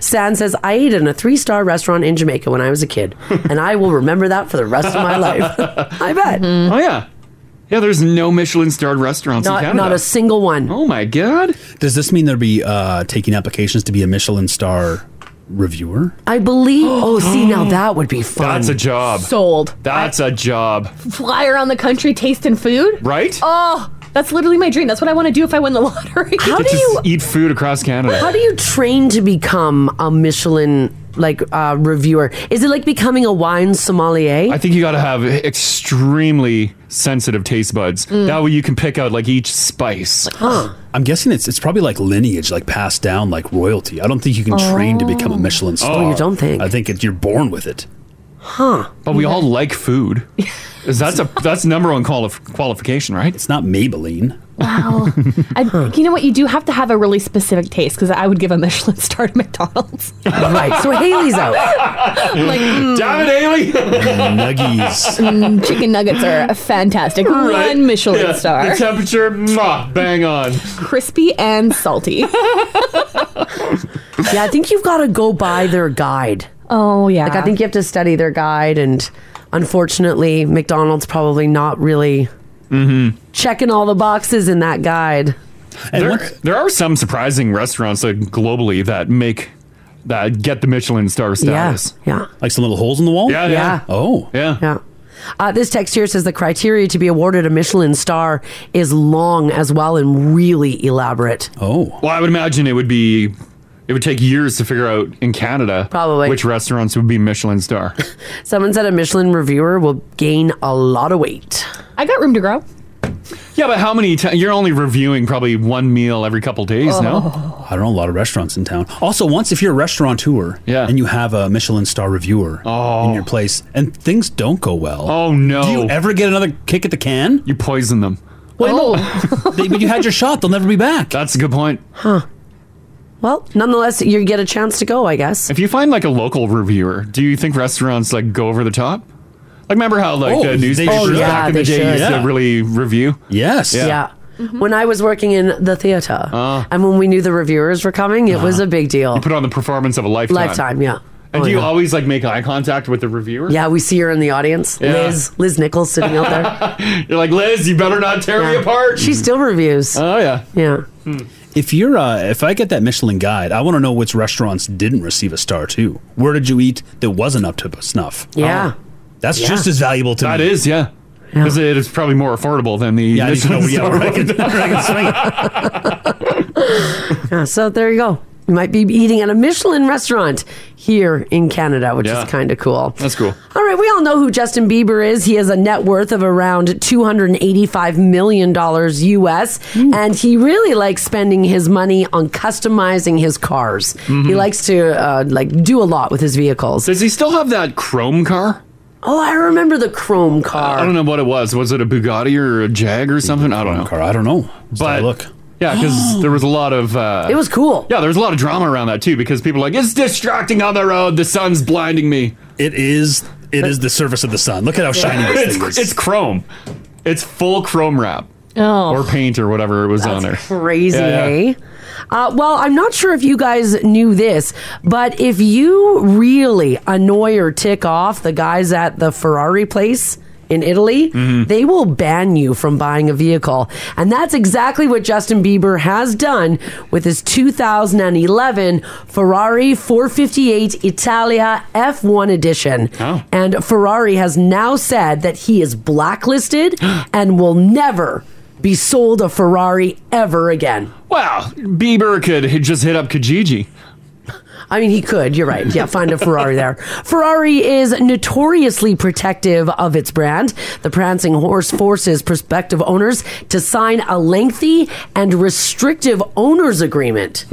Speaker 3: Stan says, I ate in a three star restaurant in Jamaica when I was a
Speaker 4: (laughs)
Speaker 3: kid, and I will remember that for the rest of my
Speaker 2: (laughs)
Speaker 3: life. I bet.
Speaker 2: Oh yeah, yeah. There's no Michelin starred restaurants in
Speaker 3: Not,
Speaker 2: Canada.
Speaker 3: not a single one.
Speaker 2: Oh my god.
Speaker 4: Does this mean there will be uh taking applications to be a Michelin star reviewer?
Speaker 3: I
Speaker 4: (gasps)
Speaker 3: believe. Oh, see, now that would be fun.
Speaker 2: That's a job.
Speaker 5: Sold.
Speaker 2: That's a job.
Speaker 5: Fly around the country tasting food.
Speaker 2: Right?
Speaker 5: Oh, that's literally my dream. That's what I want to do if I win the lottery.
Speaker 3: How do
Speaker 2: Just
Speaker 3: you
Speaker 2: eat food across Canada?
Speaker 3: how do you train to become a Michelin like uh, reviewer? Is it like becoming a wine sommelier?
Speaker 2: I think you got to have extremely sensitive taste buds.
Speaker 3: Mm.
Speaker 2: That way you can pick out like each spice.
Speaker 4: I'm guessing it's it's probably like lineage, like passed down, like royalty. I don't think you can
Speaker 3: Oh.
Speaker 4: train to become a Michelin star.
Speaker 2: you don't
Speaker 4: think? I think it, you're born with it.
Speaker 3: Huh.
Speaker 2: But we all
Speaker 3: (laughs)
Speaker 2: like food. 'Cause That's a that's number one quali- qualification, right?
Speaker 4: It's not Maybelline.
Speaker 2: (laughs)
Speaker 5: Wow. I, you know what? You do have to have a really specific taste because I would give a Michelin star to (laughs) McDonald's.
Speaker 3: right. So Haley's
Speaker 2: (laughs)
Speaker 3: out.
Speaker 5: like, mm,
Speaker 2: Damn it, Haley!
Speaker 5: (laughs) Mm, chicken nuggets are a fantastic.
Speaker 2: Right.
Speaker 5: One Michelin
Speaker 2: Yeah,
Speaker 5: star.
Speaker 2: The temperature, mwah, bang on.
Speaker 5: Crispy and
Speaker 2: (laughs)
Speaker 5: salty.
Speaker 3: yeah, I think you've got to go by their guide.
Speaker 5: Oh yeah.
Speaker 3: Like I think you have to study their guide, and unfortunately, McDonald's probably not really checking all the boxes in that guide.
Speaker 2: There, there are some surprising restaurants like, globally that make that get the Michelin star status.
Speaker 3: Yeah,
Speaker 4: Like some little holes in the wall.
Speaker 2: Yeah, yeah.
Speaker 3: Yeah.
Speaker 4: Oh,
Speaker 2: yeah,
Speaker 3: yeah. Uh, this text here says the criteria to be awarded a Michelin star is long as well and really elaborate.
Speaker 4: Oh,
Speaker 2: well, I would imagine it would be. It would take years to figure out in Canada probably which restaurants would be Michelin star. (laughs)
Speaker 3: Someone said a Michelin reviewer will gain a lot of weight.
Speaker 5: I got room to grow.
Speaker 2: Yeah, but how many times? You're only reviewing probably one meal every couple days
Speaker 3: Oh.
Speaker 2: now.
Speaker 4: I don't know a lot of restaurants in town. Also, once if you're a restaurateur yeah. and you have a Michelin star reviewer in your place and things don't go well.
Speaker 2: Oh no.
Speaker 4: Do you ever get another kick at the can?
Speaker 2: You poison them.
Speaker 4: Well,
Speaker 3: Oh.
Speaker 4: no. They- but you had your shot. They'll never be back.
Speaker 2: That's a good point.
Speaker 3: Huh. Well, nonetheless, you get a chance to go, I guess.
Speaker 2: If you find like a local reviewer, do you think restaurants like go over the top? Like remember how like
Speaker 3: Oh,
Speaker 2: the
Speaker 3: they
Speaker 2: newspapers
Speaker 3: should.
Speaker 2: back
Speaker 3: Yeah,
Speaker 2: in the
Speaker 3: they
Speaker 2: day
Speaker 3: should.
Speaker 2: used
Speaker 3: Yeah.
Speaker 2: to really review?
Speaker 4: Yes.
Speaker 3: Yeah. When I was working in the theater,
Speaker 2: Uh,
Speaker 3: and when we knew the reviewers were coming, it was a big deal.
Speaker 2: Uh-huh. You put on the performance of a lifetime.
Speaker 3: Lifetime, yeah.
Speaker 2: And
Speaker 3: Oh,
Speaker 2: do you
Speaker 3: yeah.
Speaker 2: always like make eye contact with
Speaker 3: (laughs)
Speaker 2: the reviewer?
Speaker 3: Yeah, we see her in the audience.
Speaker 2: Yeah.
Speaker 3: Liz, Liz Nichols sitting out
Speaker 2: (laughs)
Speaker 3: there.
Speaker 2: You're like Liz, you better not tear me
Speaker 3: Yeah.
Speaker 2: apart.
Speaker 3: She still reviews.
Speaker 2: Oh yeah.
Speaker 3: Yeah.
Speaker 4: Mm-hmm. If you're uh, if I get that Michelin guide, I want to know which restaurants didn't receive a star too. Where did you eat that wasn't up to snuff?
Speaker 3: Yeah.
Speaker 4: Oh. That's
Speaker 2: Yeah.
Speaker 4: just as valuable to
Speaker 2: That
Speaker 4: me.
Speaker 2: is, yeah. Because it is probably more affordable than the
Speaker 4: I need to know-
Speaker 2: Michelin
Speaker 4: yeah,
Speaker 2: star
Speaker 4: where I can- where I can swing it.
Speaker 3: Yeah, so there you go. You might be eating at a Michelin restaurant here in Canada, which
Speaker 2: Yeah.
Speaker 3: is kind of cool.
Speaker 2: That's cool.
Speaker 3: All right, we all know who Justin Bieber is. He has a net worth of around $285 million US, and he really likes spending his money on customizing his cars.
Speaker 2: Mm-hmm.
Speaker 3: He likes to uh, like do a lot with his vehicles.
Speaker 2: Does he still have that chrome car?
Speaker 3: Oh, I remember the chrome car.
Speaker 2: I don't know what it was. Was it a Bugatti or a Jag or something? I don't know.
Speaker 4: I don't know.
Speaker 2: But look.
Speaker 3: (gasps)
Speaker 2: Yeah, because there was a lot of. Uh,
Speaker 3: It was cool.
Speaker 2: Yeah, there was a lot of drama around that too because people were like it's distracting on the road. The sun's blinding me.
Speaker 4: It is. It is the surface of the sun. Look at how shiny this
Speaker 2: it's,
Speaker 4: thing is.
Speaker 2: It's chrome. It's full chrome wrap
Speaker 3: Oh.
Speaker 2: or paint or whatever it was on there.
Speaker 3: Crazy,
Speaker 2: Yeah, yeah.
Speaker 3: eh? Uh, well, I'm not sure if you guys knew this, but if you really annoy or tick off the guys at the Ferrari place in Italy, they will ban you from buying a vehicle. And that's exactly what Justin Bieber has done with his 2011 Ferrari 458 Italia F1 edition. And Ferrari has now said that he is blacklisted and will never be sold a Ferrari ever again.
Speaker 2: Wow, Bieber could h- just hit up Kijiji.
Speaker 3: I mean, he could. You're right. Yeah, find a Ferrari there. Ferrari is notoriously protective of its brand. The prancing horse forces prospective owners to sign a lengthy and restrictive owner's agreement.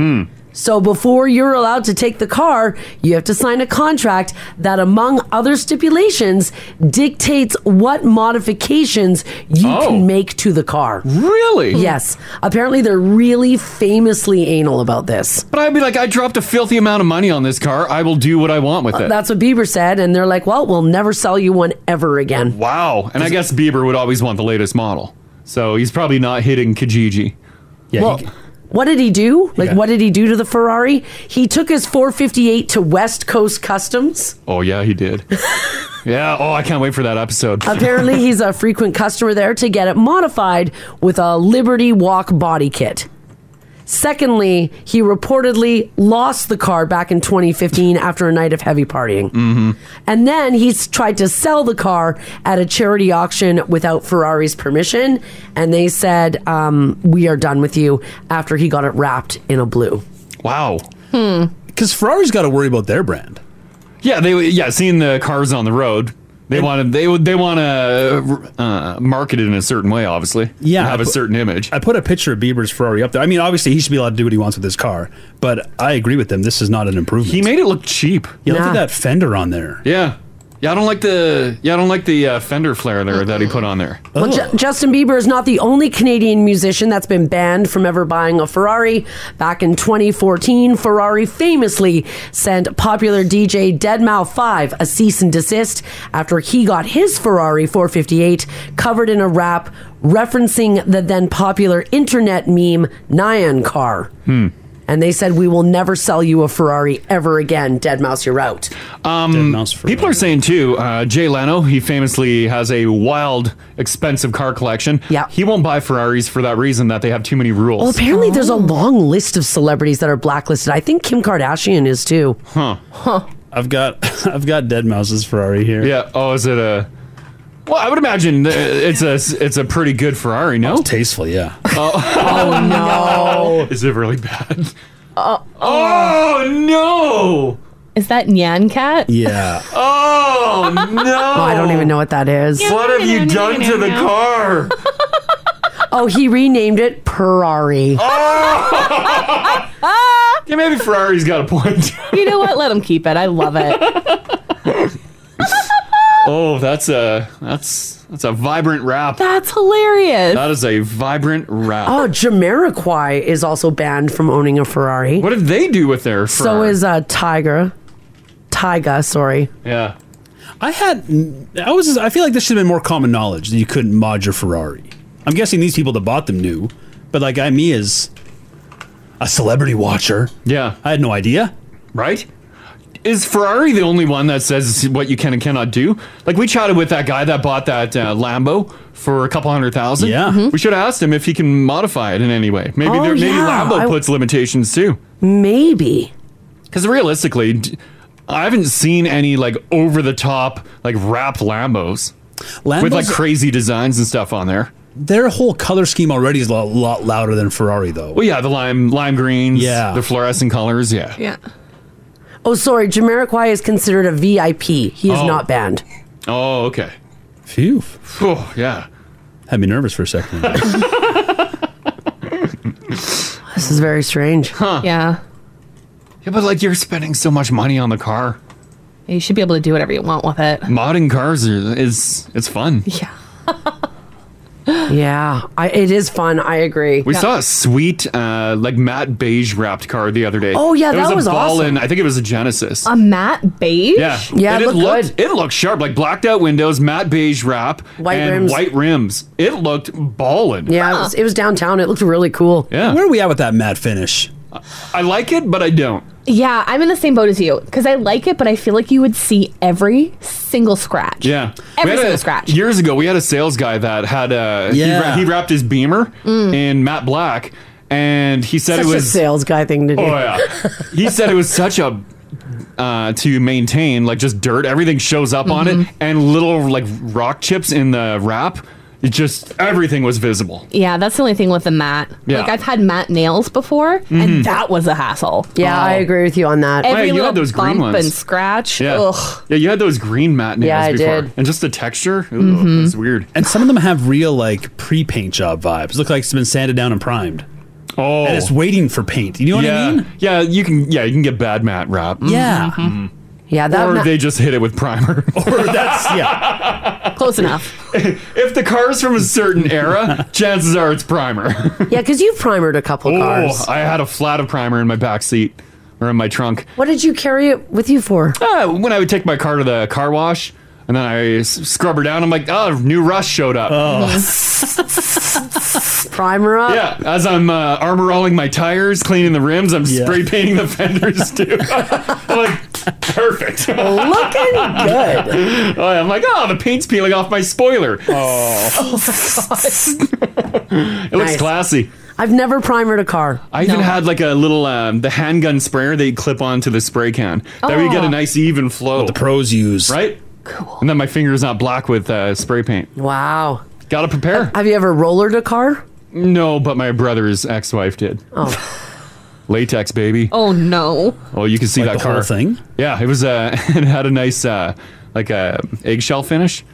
Speaker 3: So before you're allowed to take the car, you have to sign a contract that, among other stipulations, dictates what modifications you can make to the car.
Speaker 2: Really?
Speaker 3: Yes. Apparently, they're really famously anal about this.
Speaker 2: But I'd be like, I dropped a filthy amount of money on this car. I will do what I want with it.
Speaker 3: Uh, That's what Bieber said, and they're like, "Well, we'll never sell you one ever again."
Speaker 2: Wow. And I guess Bieber would always want the latest model. So he's probably not hitting Kijiji. Yeah.
Speaker 3: well, what did he do? Like, what did he do to the Ferrari? He took his 458 to West Coast Customs.
Speaker 2: oh, yeah, he did. yeah. Oh, I can't wait for that episode. (laughs)
Speaker 3: Apparently, he's a frequent customer there to get it modified with a Liberty Walk body kit. Secondly, he reportedly lost the car back in 2015 after a night of heavy partying.
Speaker 19: Mm-hmm.
Speaker 3: And then he's tried to sell the car at a charity auction without Ferrari's permission. And they said, um, We are done with you after he got it wrapped in a blue.
Speaker 2: Wow.
Speaker 3: Hmm.
Speaker 4: Because Ferrari's got to worry about their brand.
Speaker 2: Yeah, they yeah, seeing the cars on the road. They want to they would- they want to uh, market it in a certain way, obviously.
Speaker 4: Yeah,
Speaker 2: have a certain image.
Speaker 4: I put a picture of Bieber's Ferrari up there. I mean, obviously he should be allowed to do what he wants with his car, but I agree with them. This is not an improvement. He
Speaker 2: made it look cheap.
Speaker 4: Yeah, look
Speaker 2: Yeah.
Speaker 4: at that fender on there.
Speaker 2: Yeah, yeah. I don't like the yeah I don't like the uh, fender flare there that he put on there.
Speaker 3: Well, Ju- Justin Bieber is not the only Canadian musician that's been banned from ever buying a Ferrari. Back in 2014, Ferrari famously sent popular DJ Deadmau5 a cease and desist after he got his Ferrari 458 covered in a wrap referencing the then popular internet meme Nyan car.
Speaker 2: Hmm.
Speaker 3: And they said, We will never sell you a Ferrari ever again. Dead Mouse, you're out.
Speaker 2: Um, people are saying too. Uh, Jay Leno, he famously has a wild, expensive car collection. Yeah, he won't buy Ferraris for that reason that they have too many rules.
Speaker 3: Well, apparently there's a long list of celebrities that are blacklisted. I think Kim Kardashian is too.
Speaker 2: Huh.
Speaker 3: Huh.
Speaker 4: I've got (laughs) I've got Dead Mouse's Ferrari here.
Speaker 2: Yeah. Oh, is it a? Well, I would imagine th- it's a it's a pretty good Ferrari. No,
Speaker 4: tasteful. Yeah.
Speaker 2: (laughs) Oh,
Speaker 5: Oh,
Speaker 2: no! (laughs) Is it really bad?
Speaker 5: Uh,
Speaker 2: oh no!
Speaker 5: Is that Nyan Cat? (laughs)
Speaker 4: Yeah.
Speaker 2: Oh no!
Speaker 3: I don't even know what that is.
Speaker 2: What have you done to the car?
Speaker 3: oh, he renamed it
Speaker 2: (laughs)
Speaker 3: Ferrari.
Speaker 2: yeah, maybe Ferrari's got a point.
Speaker 5: You know what? Let him keep it. I love
Speaker 2: (laughs)
Speaker 5: it.
Speaker 2: Oh, that's a that's that's a vibrant rap.
Speaker 5: That's hilarious.
Speaker 2: That is a vibrant rap.
Speaker 3: Oh, Jamiroquai is also banned from owning a Ferrari.
Speaker 2: What did they do with their
Speaker 3: So
Speaker 2: Ferrari?
Speaker 3: is uh, Tiger. Tyga, sorry.
Speaker 2: (laughs) Yeah.
Speaker 4: I had. I was. I feel like this should have been more common knowledge that you couldn't mod your Ferrari. I'm guessing these people that bought them knew, but like I, me as a celebrity watcher,
Speaker 2: yeah,
Speaker 4: I had no idea.
Speaker 2: Right? Is Ferrari the only one that says what you can and cannot do? Like we chatted with that guy that bought that uh, Lambo for a couple hundred thousand. Yeah, we should have asked him if he can modify it in any way. Maybe
Speaker 3: Mm-hmm. Oh,
Speaker 2: there, maybe
Speaker 3: yeah.
Speaker 2: Lambo
Speaker 3: I-
Speaker 2: puts limitations too.
Speaker 3: Maybe.
Speaker 2: Because realistically, d- I haven't seen any like over the top like wrap Lambos with like
Speaker 4: Lambos-
Speaker 2: crazy designs and stuff on there.
Speaker 4: Their whole color scheme already is a lot, lot louder than Ferrari, though.
Speaker 2: Well, yeah, the lime lime greens,
Speaker 4: Oh. Yeah.
Speaker 2: the fluorescent colors, yeah.
Speaker 5: Yeah.
Speaker 3: Oh, sorry. Jamiroquai is considered a VIP. He is
Speaker 2: Oh.
Speaker 3: not banned.
Speaker 2: Oh, okay.
Speaker 4: Phew.
Speaker 2: Oh, yeah.
Speaker 4: Had me nervous for a second.
Speaker 3: This is very strange.
Speaker 2: Huh.
Speaker 5: Yeah.
Speaker 2: Yeah, but like you're spending so much money on the car.
Speaker 5: You should be able to do whatever you want with it.
Speaker 2: Modding cars are, is it's fun.
Speaker 5: Yeah.
Speaker 3: (laughs) yeah, I, it is fun. I agree.
Speaker 2: We saw a sweet, uh, like matte beige wrapped car the other day.
Speaker 5: Oh, yeah,
Speaker 2: it
Speaker 5: that
Speaker 2: was,
Speaker 5: was
Speaker 2: a ball
Speaker 5: awesome.
Speaker 2: in- I think it was a Genesis.
Speaker 5: A matte beige?
Speaker 2: yeah, And looked it looked sharp, like blacked out windows, matte beige wrap,
Speaker 3: White
Speaker 2: and
Speaker 3: rims.
Speaker 2: white rims. It looked ballin'.
Speaker 3: Yeah, it, was, it was downtown. It looked really cool.
Speaker 2: Yeah.
Speaker 4: Where are we at with that matte finish?
Speaker 2: I like it, but I don't.
Speaker 5: Yeah, I'm in the same boat as you because I like it, but I feel like you would see every single scratch.
Speaker 2: Yeah,
Speaker 5: Every
Speaker 2: We had
Speaker 5: single
Speaker 2: a-
Speaker 5: scratch.
Speaker 2: Years ago, we had a sales guy that had uh, he
Speaker 3: Yeah.
Speaker 2: wra- he, wrapped his Beamer
Speaker 3: Mm.
Speaker 2: in matte black, and he said
Speaker 3: Such
Speaker 2: it
Speaker 3: a
Speaker 2: was
Speaker 3: sales guy thing to do.
Speaker 2: Oh yeah. he said it was such a uh, to maintain like just dirt. Everything shows up on
Speaker 5: Mm-hmm.
Speaker 2: it, and little like rock chips in the wrap. It just everything was visible.
Speaker 5: Yeah, that's the only thing with the matte.
Speaker 2: Yeah.
Speaker 5: Like I've had matte nails before,
Speaker 2: Mhm.
Speaker 5: and that was a hassle.
Speaker 3: Yeah, I agree with you on that.
Speaker 5: Every little bump and scratch.
Speaker 2: Yeah,
Speaker 5: Ugh.
Speaker 2: yeah, you had those green matte nails
Speaker 5: Yeah, I
Speaker 2: before,
Speaker 5: did.
Speaker 2: and just the texture. Ooh,
Speaker 5: Mhm.
Speaker 2: It's weird.
Speaker 4: And some of them have real like pre-paint job vibes. Look like it's been sanded down and primed.
Speaker 2: Oh,
Speaker 4: and it's waiting for paint. You know what
Speaker 2: yeah.
Speaker 4: I mean?
Speaker 2: Yeah, you can. Yeah, you can get bad matte wrap.
Speaker 5: Mm-hmm.
Speaker 4: Yeah.
Speaker 2: Mhm.
Speaker 3: Yeah, that
Speaker 2: or
Speaker 3: ma-
Speaker 2: they just hit it
Speaker 4: (laughs)
Speaker 2: with primer. or
Speaker 4: that's yeah.
Speaker 5: Close enough.
Speaker 2: if the car's from a certain era, chances are it's primer.
Speaker 3: yeah, because you've primered a couple cars.
Speaker 2: Oh, I had a flat of primer in my back seat or in my trunk.
Speaker 3: what did you carry it with you for?
Speaker 2: Uh, when I would take my car to the car wash and then I s- scrub her down, I'm like, oh, new rust showed up.
Speaker 3: Oh. Primer up.
Speaker 2: Yeah, as I'm uh, armor alling my tires, cleaning the rims, I'm spray painting the fenders too. (laughs) I'm like, perfect. Looking (laughs)
Speaker 3: good.
Speaker 2: Oh, yeah, I'm like, oh, the paint's peeling off my spoiler.
Speaker 3: Oh my god.
Speaker 2: (laughs) it looks
Speaker 3: Nice.
Speaker 2: classy.
Speaker 3: I've never primered a car.
Speaker 2: I even had like a little um, the handgun sprayer that you clip onto the spray can. That way you get
Speaker 3: Oh.
Speaker 2: a nice even flow. What the
Speaker 4: pros use,
Speaker 2: right? Cool. And then my finger's not black with uh, spray paint.
Speaker 3: Wow.
Speaker 2: Got to prepare.
Speaker 3: Have you ever rollered a car?
Speaker 2: No, but my brother's ex-wife did.
Speaker 3: Oh.
Speaker 2: Latex baby.
Speaker 5: Oh no.
Speaker 2: Oh, you can see
Speaker 4: Like
Speaker 2: that
Speaker 4: the
Speaker 2: car
Speaker 4: whole thing?
Speaker 2: Yeah, it was. Uh, (laughs) it had a nice uh, like a eggshell finish.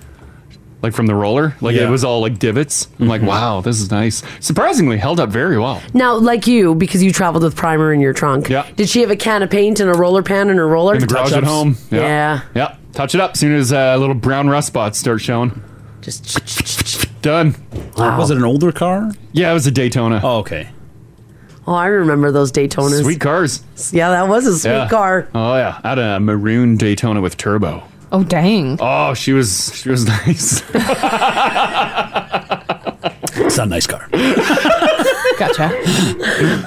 Speaker 2: Like from the roller, like
Speaker 4: Yeah. Mm-hmm.
Speaker 2: it was all like divots. I'm like, wow, this is nice. Surprisingly, held up very well.
Speaker 3: Now, like you, because you traveled with primer in your trunk. Yeah. Did she have a can of paint and a roller pan and a roller?
Speaker 2: in the garage at home.
Speaker 3: Yeah.
Speaker 2: Yeah. Touch it up as soon as uh, little brown rust spots start showing.
Speaker 3: Just
Speaker 2: done.
Speaker 3: Wow. Was it
Speaker 4: an older car?
Speaker 2: Yeah, it was a Daytona.
Speaker 4: Oh, okay.
Speaker 3: Oh, I remember those Daytonas.
Speaker 2: Sweet cars.
Speaker 3: Yeah, that was a sweet
Speaker 2: Yeah.
Speaker 3: car.
Speaker 2: Oh yeah, I had a maroon Daytona with turbo.
Speaker 5: Oh dang.
Speaker 3: (laughs)
Speaker 2: Oh, she was she was (laughs) nice.
Speaker 4: it's not a nice car.
Speaker 5: gotcha.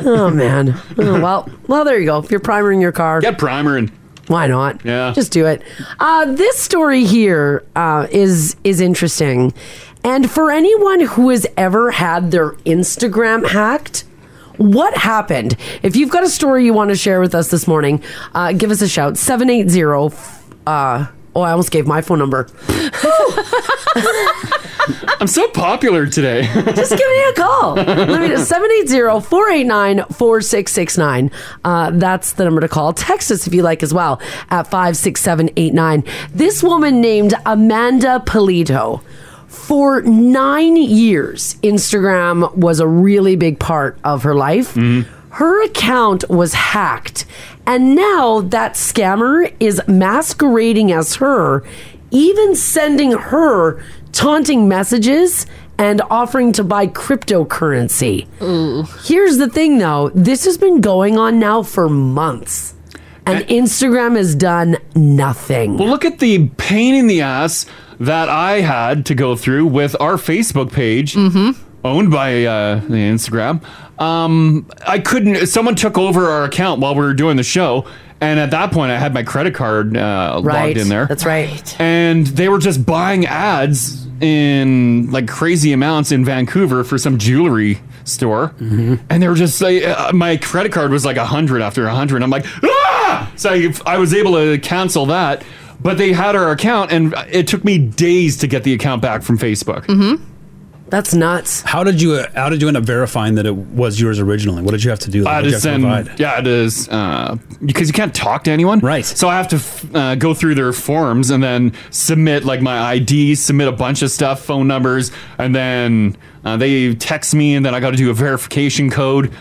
Speaker 3: oh man. Oh, well, well, there you go. If you're primering your car,
Speaker 2: get primering.
Speaker 3: Why not?
Speaker 2: Yeah.
Speaker 3: Just do it. Uh, this story here uh, is is interesting, and for anyone who has ever had their Instagram hacked. What happened? If you've got a story you want to share with us this morning, uh, give us a shout. 780. Uh, oh, I almost gave my phone number.
Speaker 2: I'm so popular today.
Speaker 3: Just give me a call. Let me 780-489-4669. Uh, that's the number to call. Text us if you like as well at 56789. This woman named Amanda Polito. For nine years, Instagram was a really big part of her life. Her account was hacked, and now that scammer is masquerading as her, even sending her taunting messages and offering to buy cryptocurrency. Here's the thing though this has been going on now for months, and Instagram has done nothing.
Speaker 2: Well, look at the pain in the ass that I had to go through with our Facebook page,
Speaker 3: Mm-hmm.
Speaker 2: owned by uh, Instagram. Um, I couldn't. Someone took over our account while we were doing the show, and at that point, I had my credit card uh,
Speaker 3: Right,
Speaker 2: logged in there.
Speaker 3: that's right.
Speaker 2: And they were just buying ads in like crazy amounts in Vancouver for some jewelry store,
Speaker 3: Mm-hmm.
Speaker 2: and they were just like, uh, my credit card was like a hundred after a hundred. I'm like, ah! So I, I was able to cancel that, but they had our account, and it took me days to get the account back from Facebook.
Speaker 3: Mm-hmm. That's nuts.
Speaker 4: How did you uh, How did you end up verifying that it was yours originally? What did you have to do? Like,
Speaker 2: I
Speaker 4: what
Speaker 2: had
Speaker 4: did you
Speaker 2: to
Speaker 4: have to
Speaker 2: send,
Speaker 4: provide?
Speaker 2: yeah, it is uh, because you can't talk to anyone, right? So I have to f- uh, go through their forms and then submit like my ID, submit a bunch of stuff, phone numbers, and then uh, they text me, and then I got to do a verification code,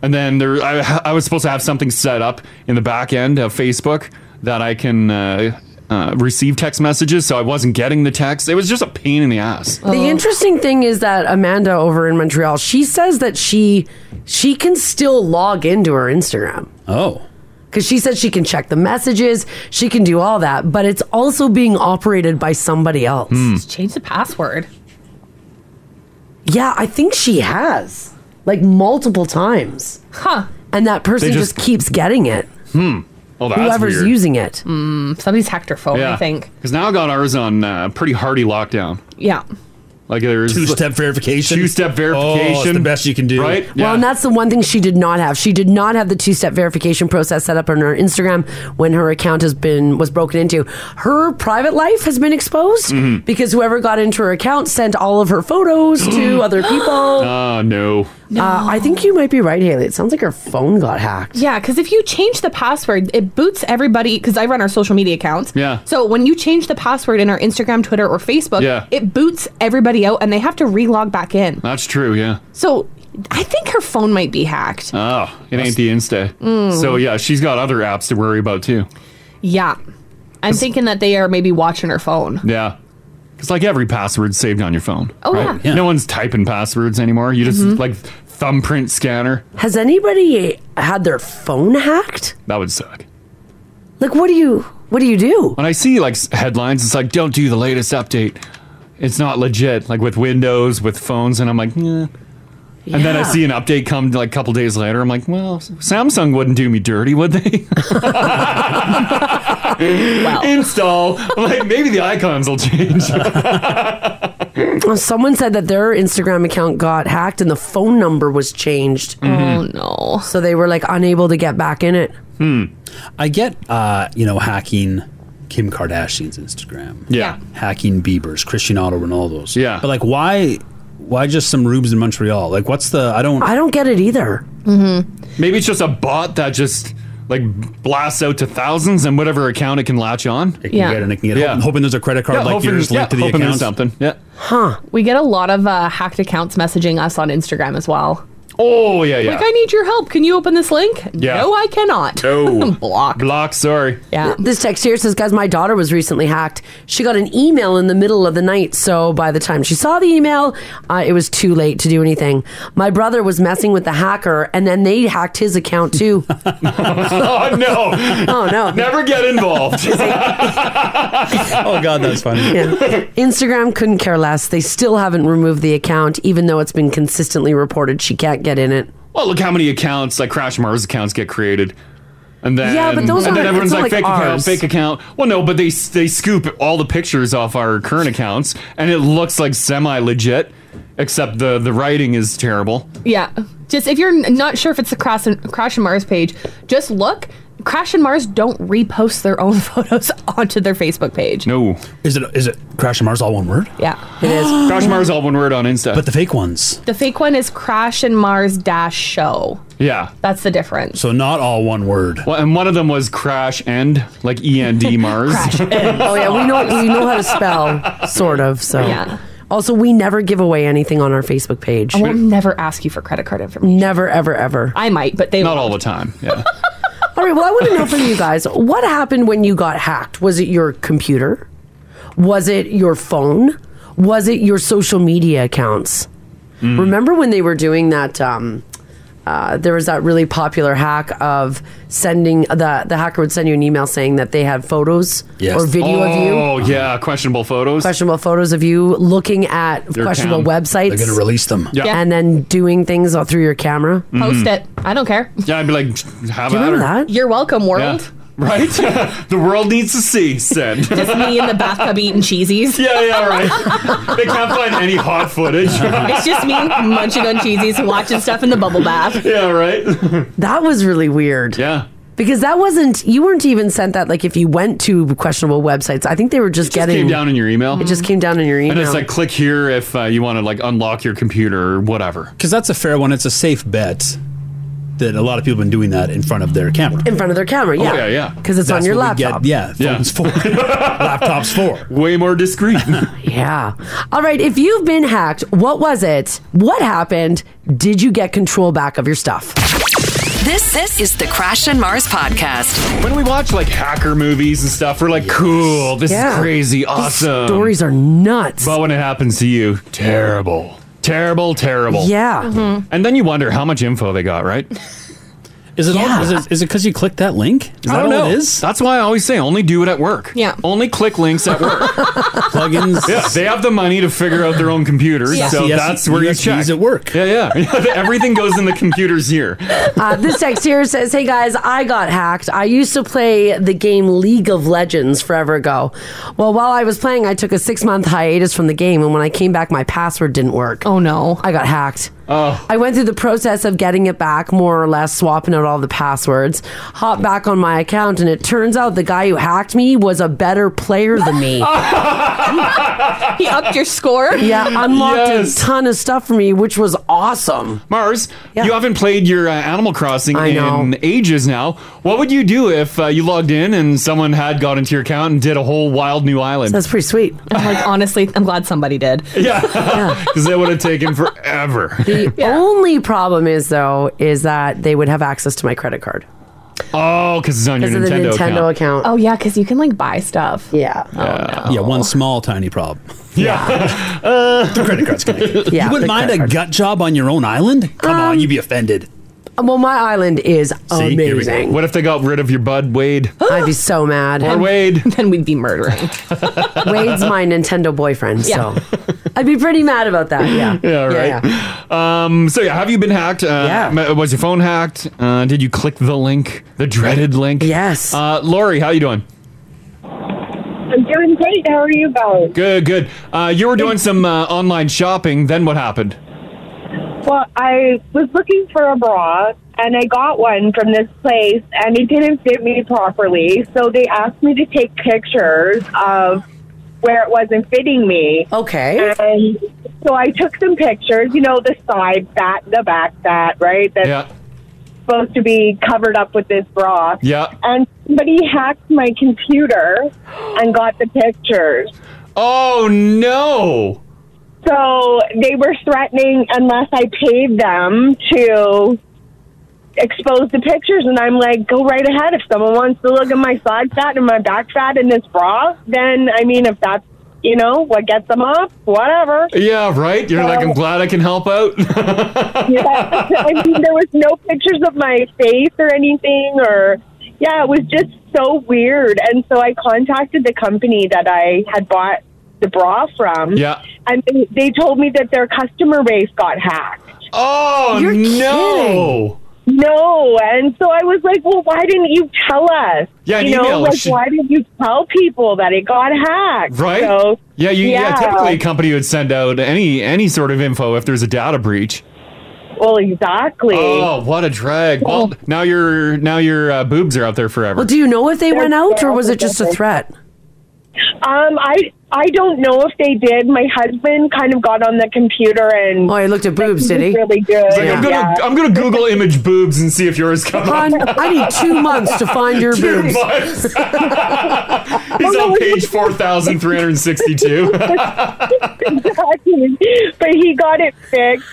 Speaker 2: and then there I, I was supposed to have something set up in the back end of Facebook that I can. Uh, uh, receive text messages, so I wasn't getting the text. It was just a pain in the ass.
Speaker 3: The interesting thing is that Amanda over in Montreal, she says that she she can still log into her Instagram.
Speaker 4: Oh.
Speaker 3: Cuz she says she can check the messages, she can do all that, but it's also being operated by somebody else.
Speaker 5: Just change the password.
Speaker 3: Yeah, I think she has. Like multiple times.
Speaker 5: Huh.
Speaker 3: And that person
Speaker 5: They
Speaker 3: just,
Speaker 5: just-
Speaker 3: keeps getting it.
Speaker 2: Hmm. Well, that's
Speaker 3: Whoever's
Speaker 2: weird.
Speaker 3: using it.
Speaker 5: Mm, somebody's hacked her phone, I think.
Speaker 2: Because now I got ours on uh, pretty hardy lockdown.
Speaker 5: Yeah.
Speaker 2: Like there's
Speaker 4: Two-step verification.
Speaker 2: Two-step
Speaker 4: Oh, it's
Speaker 2: verification.
Speaker 4: the best you can do.
Speaker 2: right?
Speaker 3: Well, and that's the one thing she did not have. She did not have the two-step verification process set up on her Instagram when her account has been was broken into. Her private life has been exposed
Speaker 2: Mm-hmm.
Speaker 3: because whoever got into her account sent all of her photos
Speaker 2: (gasps)
Speaker 3: to other people.
Speaker 2: Oh no.
Speaker 3: Uh, I think you might be right, Haley. It sounds like her phone got hacked.
Speaker 5: Yeah, because if you change the password, it boots everybody. Because I run our social media accounts.
Speaker 3: Yeah.
Speaker 5: So when you change the password in our Instagram, Twitter, or Facebook,
Speaker 2: Yeah.
Speaker 5: it boots everybody out, and they have to relog back in.
Speaker 2: That's true, yeah.
Speaker 5: So I think her phone might be hacked.
Speaker 2: Oh, it ain't the Insta.
Speaker 5: Mm.
Speaker 2: So yeah, she's got other apps to worry about too.
Speaker 5: Yeah. I'm thinking that they are maybe watching her phone.
Speaker 2: Yeah. It's like every password's saved on your phone.
Speaker 5: Oh,
Speaker 2: right?
Speaker 5: yeah. Mm-hmm. Yeah.
Speaker 2: No one's typing passwords anymore. You just
Speaker 3: Mhm.
Speaker 2: like thumbprint scanner.
Speaker 3: Has anybody had their phone hacked?
Speaker 2: That would suck.
Speaker 3: Like, what do you what do you do?
Speaker 2: When I see like s- headlines, it's like don't do the latest update. It's not legit. Like with Windows, with phones, and I'm like, yeah. And then I
Speaker 3: Yeah.
Speaker 2: see an update come like a couple days later. I'm like, well, Samsung wouldn't do me dirty, would they? (laughs) Install. I'm like, maybe the icons will change. (laughs) Hmm.
Speaker 3: Someone said that their Instagram account got hacked and the phone number was changed.
Speaker 2: Mm-hmm.
Speaker 4: Mhm.
Speaker 5: Oh no!
Speaker 3: So they were like unable to get back in it.
Speaker 4: Hmm. I get, uh, you know, hacking Kim Kardashian's Instagram.
Speaker 2: Yeah.
Speaker 4: Hacking Bieber's, Cristiano Ronaldo's.
Speaker 2: Yeah.
Speaker 4: But like, why? Why just some rubes in Montreal? Like, what's the? I don't.
Speaker 3: I don't get it either.
Speaker 5: Mm-hmm.
Speaker 2: maybe it's just a bot that just like blasts out to thousands and whatever account it can latch on. It
Speaker 5: can Yeah. get
Speaker 4: and it can get. Yeah. Hoping there's a credit card
Speaker 2: Yeah,
Speaker 4: like
Speaker 2: hoping-
Speaker 4: yours linked
Speaker 2: yeah,
Speaker 4: to the
Speaker 2: hoping
Speaker 4: account.
Speaker 2: there's something. Yeah.
Speaker 3: Huh.
Speaker 5: We get a lot of uh, hacked accounts messaging us on Instagram as well.
Speaker 2: Oh yeah, yeah.
Speaker 5: Like, I need your help. Can you open this link?
Speaker 2: Yeah.
Speaker 5: No, I cannot.
Speaker 3: (laughs)
Speaker 5: Block.
Speaker 2: Block. Sorry.
Speaker 5: Yeah.
Speaker 3: This text here says, guys, my daughter was recently hacked. She got an email in the middle of the night. So by the time she saw the email, uh, it was too late to do anything. My brother was messing with the hacker and then they hacked his account too.
Speaker 2: (laughs) oh no!
Speaker 3: Oh no!
Speaker 2: Never get involved.
Speaker 4: (laughs) oh god, that's funny.
Speaker 3: Yeah. Instagram couldn't care less. They still haven't removed the account, even though it's been consistently reported she can't get in it.
Speaker 2: Well, look how many accounts like Crash Mars accounts get created. And then,
Speaker 3: Yeah, but those
Speaker 2: and then
Speaker 3: aren't-
Speaker 2: everyone's
Speaker 3: it's not
Speaker 2: like,
Speaker 3: like
Speaker 2: fake account,
Speaker 3: ours."
Speaker 2: fake account. Well, no, but they they scoop all the pictures off our current accounts, and it looks like semi legit, except the the writing is terrible.
Speaker 5: Yeah. Just if you're n- not sure if it's the Crash and, Crash and Mars page, just look. Crash and Mars don't repost their own (laughs) photos onto their Facebook page.
Speaker 2: No.
Speaker 4: Is it is it Crash and Mars all one word?
Speaker 5: Yeah.
Speaker 3: It is.
Speaker 2: (gasps) Crash Mars all one word on Insta.
Speaker 4: But the fake ones.
Speaker 5: The fake one is Crash and Mars dash show.
Speaker 2: Yeah.
Speaker 5: That's the difference.
Speaker 4: So not all one word.
Speaker 2: Well, and one of them was Crash End,
Speaker 3: (laughs)
Speaker 2: like E N D Mars.
Speaker 3: oh yeah, we know we know how to spell, sort of. So
Speaker 5: Yeah.
Speaker 3: Also, we never give away anything on our Facebook page.
Speaker 5: I will never ask you for credit card information.
Speaker 3: Never, ever, ever.
Speaker 5: I might, but they
Speaker 2: Not all the time. Yeah.
Speaker 3: All right. Well, I want to know from you guys what happened when you got hacked? Was it your computer? Was it your phone? Was it your social media accounts?
Speaker 2: Mm.
Speaker 3: Remember when they were doing that? Um, uh, there was that really popular hack of sending the the hacker would send you an email saying that they had photos or video of you
Speaker 2: Oh yeah, questionable photos.
Speaker 3: questionable photos of you looking at
Speaker 2: Their
Speaker 3: questionable
Speaker 2: cam.
Speaker 3: websites.
Speaker 2: They're gonna release them. Yeah.
Speaker 3: and then doing things all through your camera.
Speaker 2: Post Mhm.
Speaker 5: it. I don't care.
Speaker 2: Yeah, I'd be like, have
Speaker 3: Do you
Speaker 2: at
Speaker 3: remember
Speaker 2: her.
Speaker 3: that?
Speaker 5: You're welcome, world.
Speaker 2: Yeah. (laughs) Right? the world needs to see, said.
Speaker 5: Just me in the bathtub eating cheesies.
Speaker 2: Yeah, yeah, right. (laughs) They can't find any
Speaker 3: (laughs)
Speaker 2: hot footage.
Speaker 5: it's just me munching on cheesies, watching stuff in the bubble bath.
Speaker 2: (laughs) Yeah, right.
Speaker 3: that was really weird.
Speaker 2: Yeah.
Speaker 3: Because that wasn't you weren't even sent that like if you went to questionable websites. I think they were just getting
Speaker 2: Came down in your email.
Speaker 3: It just came down in your email.
Speaker 2: And it's like, click here if uh, you want to like unlock your computer or
Speaker 3: (laughs)
Speaker 2: whatever. (laughs)
Speaker 4: Because that's a fair one. It's a safe bet that a lot of people have been doing that in front of their camera.
Speaker 3: in front of their camera, yeah. Because it's on
Speaker 4: Oh, That's
Speaker 3: your
Speaker 4: what we
Speaker 3: laptop.
Speaker 4: Get, yeah, phones
Speaker 2: (laughs)
Speaker 4: for laptops for
Speaker 2: way more discreet. (laughs)
Speaker 3: yeah. All right, if you've been hacked, what was it? What happened? Did you get control back of your stuff?
Speaker 1: This this is the Crash and Mars podcast.
Speaker 2: When we watch like hacker movies and stuff, we're like, cool, this
Speaker 1: Yeah.
Speaker 2: is crazy,
Speaker 1: These
Speaker 2: awesome.
Speaker 3: stories are nuts.
Speaker 2: But when it happens to you, terrible. Terrible, terrible.
Speaker 3: Yeah.
Speaker 4: Mm-hmm.
Speaker 5: Mhm.
Speaker 2: And then you wonder how much info they got, right?
Speaker 4: Is it all- Yeah. is it- is it because you clicked that link? Is
Speaker 2: I
Speaker 4: that
Speaker 2: don't
Speaker 4: all
Speaker 2: know.
Speaker 4: it is?
Speaker 2: That's why I always say only do it at work.
Speaker 5: Yeah.
Speaker 2: Only click links at work.
Speaker 4: (laughs) Plugins.
Speaker 2: Yeah, they have the money to figure out their own computers,
Speaker 4: Yeah.
Speaker 2: so
Speaker 4: Yes,
Speaker 2: that's where you
Speaker 4: USBs
Speaker 2: check.
Speaker 4: at work.
Speaker 2: Yeah, yeah. (laughs) Everything goes in the computer's ear.
Speaker 3: Uh, this text here says, Hey guys, I got hacked. I used to play the game League of Legends forever ago. Well, while I was playing, I took a six month hiatus from the game, and when I came back, my password didn't work.
Speaker 5: Oh no.
Speaker 3: I got hacked.
Speaker 2: Oh.
Speaker 3: I went through the process of getting it back, more or less, swapping out all the passwords, hopped back on my account, and it turns out the guy who hacked me was a better player than me.
Speaker 5: (laughs) he upped your score.
Speaker 3: Yeah, unlocked a ton of stuff for me, which was awesome.
Speaker 2: Mars, you haven't played your uh, Animal Crossing
Speaker 3: I know.
Speaker 2: in ages now. What would you do if uh, you logged in and someone had got into your account and did a whole wild new island?
Speaker 3: That's pretty sweet.
Speaker 5: I'm like, honestly, I'm glad somebody did.
Speaker 2: (laughs) (laughs) yeah, because that would have taken forever.
Speaker 3: (laughs)
Speaker 2: (laughs)
Speaker 3: The only problem is, though, is that they would have access to my credit
Speaker 2: (laughs)
Speaker 3: card.
Speaker 2: Oh, because it's on
Speaker 3: your 'Cause of the Nintendo Nintendo account. account.
Speaker 5: Oh yeah, because you can like buy stuff.
Speaker 3: Yeah.
Speaker 4: Yeah. one small tiny problem.
Speaker 2: Yeah.
Speaker 4: the credit card's connected.
Speaker 3: Yeah, Um,
Speaker 4: you wouldn't
Speaker 3: the
Speaker 4: mind
Speaker 3: credit
Speaker 4: a
Speaker 3: card.
Speaker 4: gut job on your own island? Come on, you'd be offended.
Speaker 3: Well, my island is amazing.
Speaker 2: What if they got rid of your bud Wade?
Speaker 3: (gasps) I'd be so mad.
Speaker 2: Or Wade.
Speaker 5: (laughs) Then we'd be murdering.
Speaker 3: Wade's my Nintendo boyfriend,
Speaker 2: Yeah.
Speaker 3: so I'd be pretty mad about that. Yeah.
Speaker 2: (laughs) Yeah,
Speaker 3: Yeah,
Speaker 2: right. Um, so yeah, have you been hacked? Uh, yeah. Was your phone hacked? Uh, did you click the link, the dreaded link?
Speaker 3: Yes.
Speaker 2: Uh, Lori, how you doing?
Speaker 12: I'm doing great. How are you guys?
Speaker 2: Good, good. Uh, you were doing some uh, online shopping. Then what happened?
Speaker 12: Well, I was looking for a bra and I got one from this place and it didn't fit me properly. So they asked me to take pictures of where it wasn't fitting me.
Speaker 3: Okay.
Speaker 12: And so I took some pictures, you know, the side fat, the back fat, right? That's
Speaker 2: Yeah.
Speaker 12: supposed to be covered up with this bra.
Speaker 2: Yeah.
Speaker 12: And somebody hacked my computer and got the pictures.
Speaker 2: Oh no.
Speaker 12: So they were threatening unless I paid them to expose the pictures, and I'm like, go right ahead. If someone wants to look at my side fat and my back fat in this bra, then I mean, if that's you know what gets them up, whatever.
Speaker 2: Yeah, right. You're like, I'm glad I can help out. (laughs)
Speaker 12: Yeah. I mean, there was no pictures of my face or anything, or yeah, it was just so weird. And so I contacted the company that I had bought the bra from.
Speaker 2: Yeah.
Speaker 12: and they- they told me that their customer base got hacked.
Speaker 2: Oh
Speaker 12: You're
Speaker 2: no.
Speaker 12: No, and so I was like, "Well, why didn't you tell us?
Speaker 2: Yeah, an
Speaker 12: you know,
Speaker 2: email
Speaker 12: like
Speaker 2: should-
Speaker 12: why didn't you tell people that it got hacked?
Speaker 2: Right.
Speaker 12: So,
Speaker 2: yeah, you, yeah. Typically, a company would send out any any sort of info if there's a data breach.
Speaker 12: well, exactly.
Speaker 2: Oh, what a drag. Well, now your now your uh, boobs are out there forever.
Speaker 3: Well, do you know if they went out or was it just a threat?
Speaker 12: Um, I
Speaker 20: I don't know if they did. My husband kind of got on the computer and
Speaker 3: oh, he looked at boobs, did he?
Speaker 20: Really good.
Speaker 2: He's like, I'm gonna
Speaker 20: yeah.
Speaker 2: I'm gonna Google image boobs and see if yours come up.
Speaker 3: Hon, I need two months to find your
Speaker 2: (laughs) Two
Speaker 3: boobs. (laughs) Oh,
Speaker 2: months. He's on page four thousand three
Speaker 3: (laughs)
Speaker 2: hundred sixty-two. (laughs)
Speaker 20: (laughs) Exactly. But he got it fixed.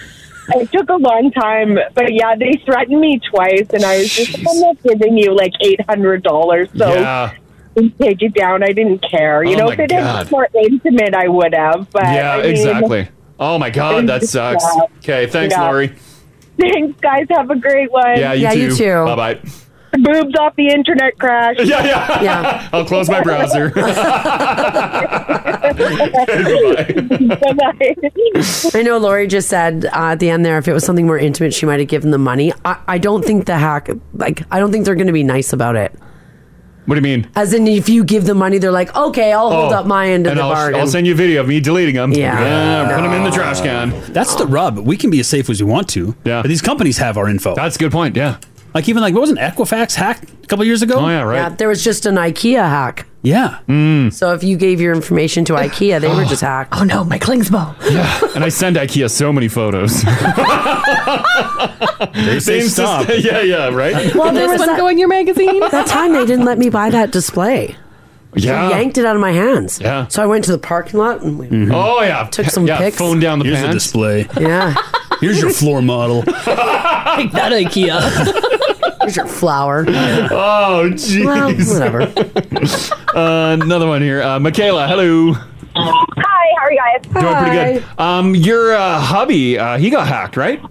Speaker 20: It took a long time, but yeah, they threatened me twice, and I was just, I'm not giving you like eight hundred dollars. So
Speaker 2: Yeah.
Speaker 20: take it down. I didn't care. You
Speaker 2: Oh
Speaker 20: know,
Speaker 2: my
Speaker 20: if it
Speaker 2: God.
Speaker 20: was more intimate, I would have. But
Speaker 2: yeah,
Speaker 20: I mean,
Speaker 2: exactly. Oh my god, that sucks.
Speaker 20: (laughs) Yeah.
Speaker 2: Okay, thanks,
Speaker 20: Yeah.
Speaker 2: Lori.
Speaker 20: (laughs) Thanks, guys. Have a great one.
Speaker 2: Yeah, you too. Bye bye.
Speaker 20: Boobs off the internet crash.
Speaker 2: (laughs) Yeah, yeah. I'll close
Speaker 3: (laughs)
Speaker 2: my browser.
Speaker 3: I know Lori just said uh, at the end there, if it was something more intimate, she might have given them money. I, I don't think the hack, like, I don't think they're going to be nice about it.
Speaker 2: What do you mean?
Speaker 3: As in, if you give them money, they're like, okay, I'll hold
Speaker 2: Oh,
Speaker 3: up my end of
Speaker 2: and
Speaker 3: the
Speaker 2: I'll,
Speaker 3: bargain.
Speaker 2: I'll send you a video of me deleting them.
Speaker 3: Yeah.
Speaker 2: put them in the trash can.
Speaker 4: That's the rub. We can be as safe as we want to. Yeah. But these companies have our info. That's
Speaker 2: a good point. Yeah.
Speaker 4: Like even like what wasn't Equifax hacked a couple years ago? Oh
Speaker 2: yeah,
Speaker 3: Yeah, there was just an IKEA hack.
Speaker 4: Yeah.
Speaker 2: Mm.
Speaker 3: So if you gave your information to IKEA, they were (gasps) just hacked. Oh
Speaker 5: no, my
Speaker 3: (laughs)
Speaker 5: Klingsbo.
Speaker 2: and I send IKEA so many photos. (laughs) they
Speaker 4: say stop.
Speaker 2: (laughs) yeah, yeah, right. (laughs)
Speaker 3: Well, there
Speaker 5: This
Speaker 3: was
Speaker 5: one
Speaker 3: that-
Speaker 5: go in your magazine.
Speaker 3: (laughs) That time they didn't let me buy that display.
Speaker 2: Yeah.
Speaker 3: They yanked it out of my hands.
Speaker 2: Yeah.
Speaker 3: So I went to the parking lot and we
Speaker 2: Oh yeah,
Speaker 3: Took some
Speaker 2: (laughs) yeah,
Speaker 3: pics. (laughs)
Speaker 2: Phone down the
Speaker 4: Here's the
Speaker 2: pants.
Speaker 4: display.
Speaker 3: Yeah.
Speaker 4: Here's your floor model.
Speaker 3: Take
Speaker 5: that IKEA.
Speaker 3: Here's your flower.
Speaker 2: Oh jeez.
Speaker 3: Well, whatever.
Speaker 2: (laughs) uh, another one here. Uh, Michaela, hello.
Speaker 19: Hi, how are you guys?
Speaker 2: Doing pretty good. Um, your uh, hubby, uh, he got hacked, right?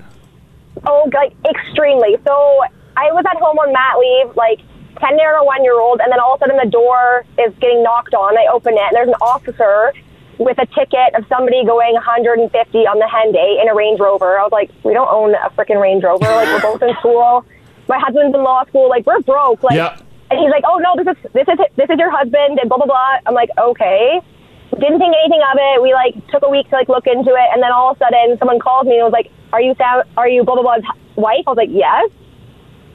Speaker 19: Oh, like extremely. So I was at home on mat leave, like ten year or one year old, and then all of a sudden the door is getting knocked on. I open it, and there's an officer with a ticket of somebody going 150 on the Henday in a Range Rover. I was like, we don't own a freaking Range Rover. Like we're both in school. My husband's in law school. Like we're broke. Like.
Speaker 2: Yeah.
Speaker 19: And he's like, "Oh no, this is this is this is your husband," and blah blah blah. I'm like, "Okay." Didn't think anything of it. We like took a week to like look into it, and then all of a sudden, someone called me and was like, "Are you Sam? Are you blah blah blah's wife?" I was like, "Yes."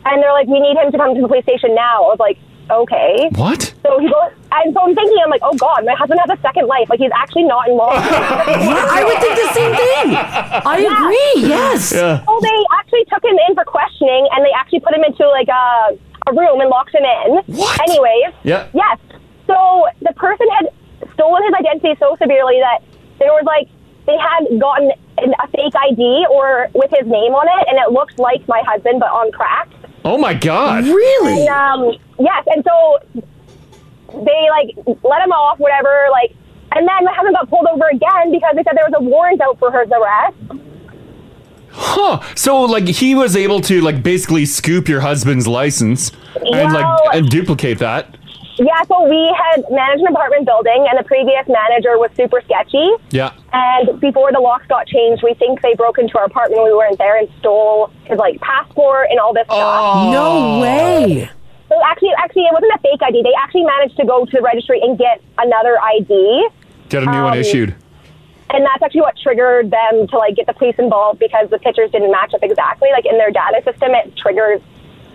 Speaker 19: And they're like, "We need him to come to the police station now." I was like, "Okay."
Speaker 2: What?
Speaker 19: So he goes, and so I'm thinking, I'm like, "Oh God, my husband has a second life. Like he's actually
Speaker 3: (laughs)
Speaker 19: not in law."
Speaker 3: I would think the same thing. I agree. Yes.
Speaker 2: Yeah.
Speaker 19: So they actually took him in for questioning, and they actually put him into like a, a room and locked him in. What? Anyways.
Speaker 2: Yeah.
Speaker 19: Yes. So the person had stolen his identity so severely that there was like they had gotten an, a fake ID or with his name on it, and it looked like my husband, but on crack.
Speaker 2: Oh my god.
Speaker 19: And, um, yes. And so they like let him off, whatever. Like, and then my husband got pulled over again because they said there was a warrant out for his arrest.
Speaker 2: Huh. So like he was able to like basically scoop your husband's license and like
Speaker 19: Wow.
Speaker 2: and duplicate that.
Speaker 19: Yeah, so we had managed an apartment building, and the previous manager was super sketchy.
Speaker 2: Yeah.
Speaker 19: And before the locks got changed, we think they broke into our apartment. We weren't there and stole his like passport and all this stuff.
Speaker 3: No way.
Speaker 19: So actually, actually, it wasn't a fake ID. They actually managed to go to the registry and get another ID,
Speaker 2: Get a new one
Speaker 19: Um,
Speaker 2: issued.
Speaker 19: and that's actually what triggered them to like get the police involved because the pictures didn't match up exactly. Like in their data system, it triggers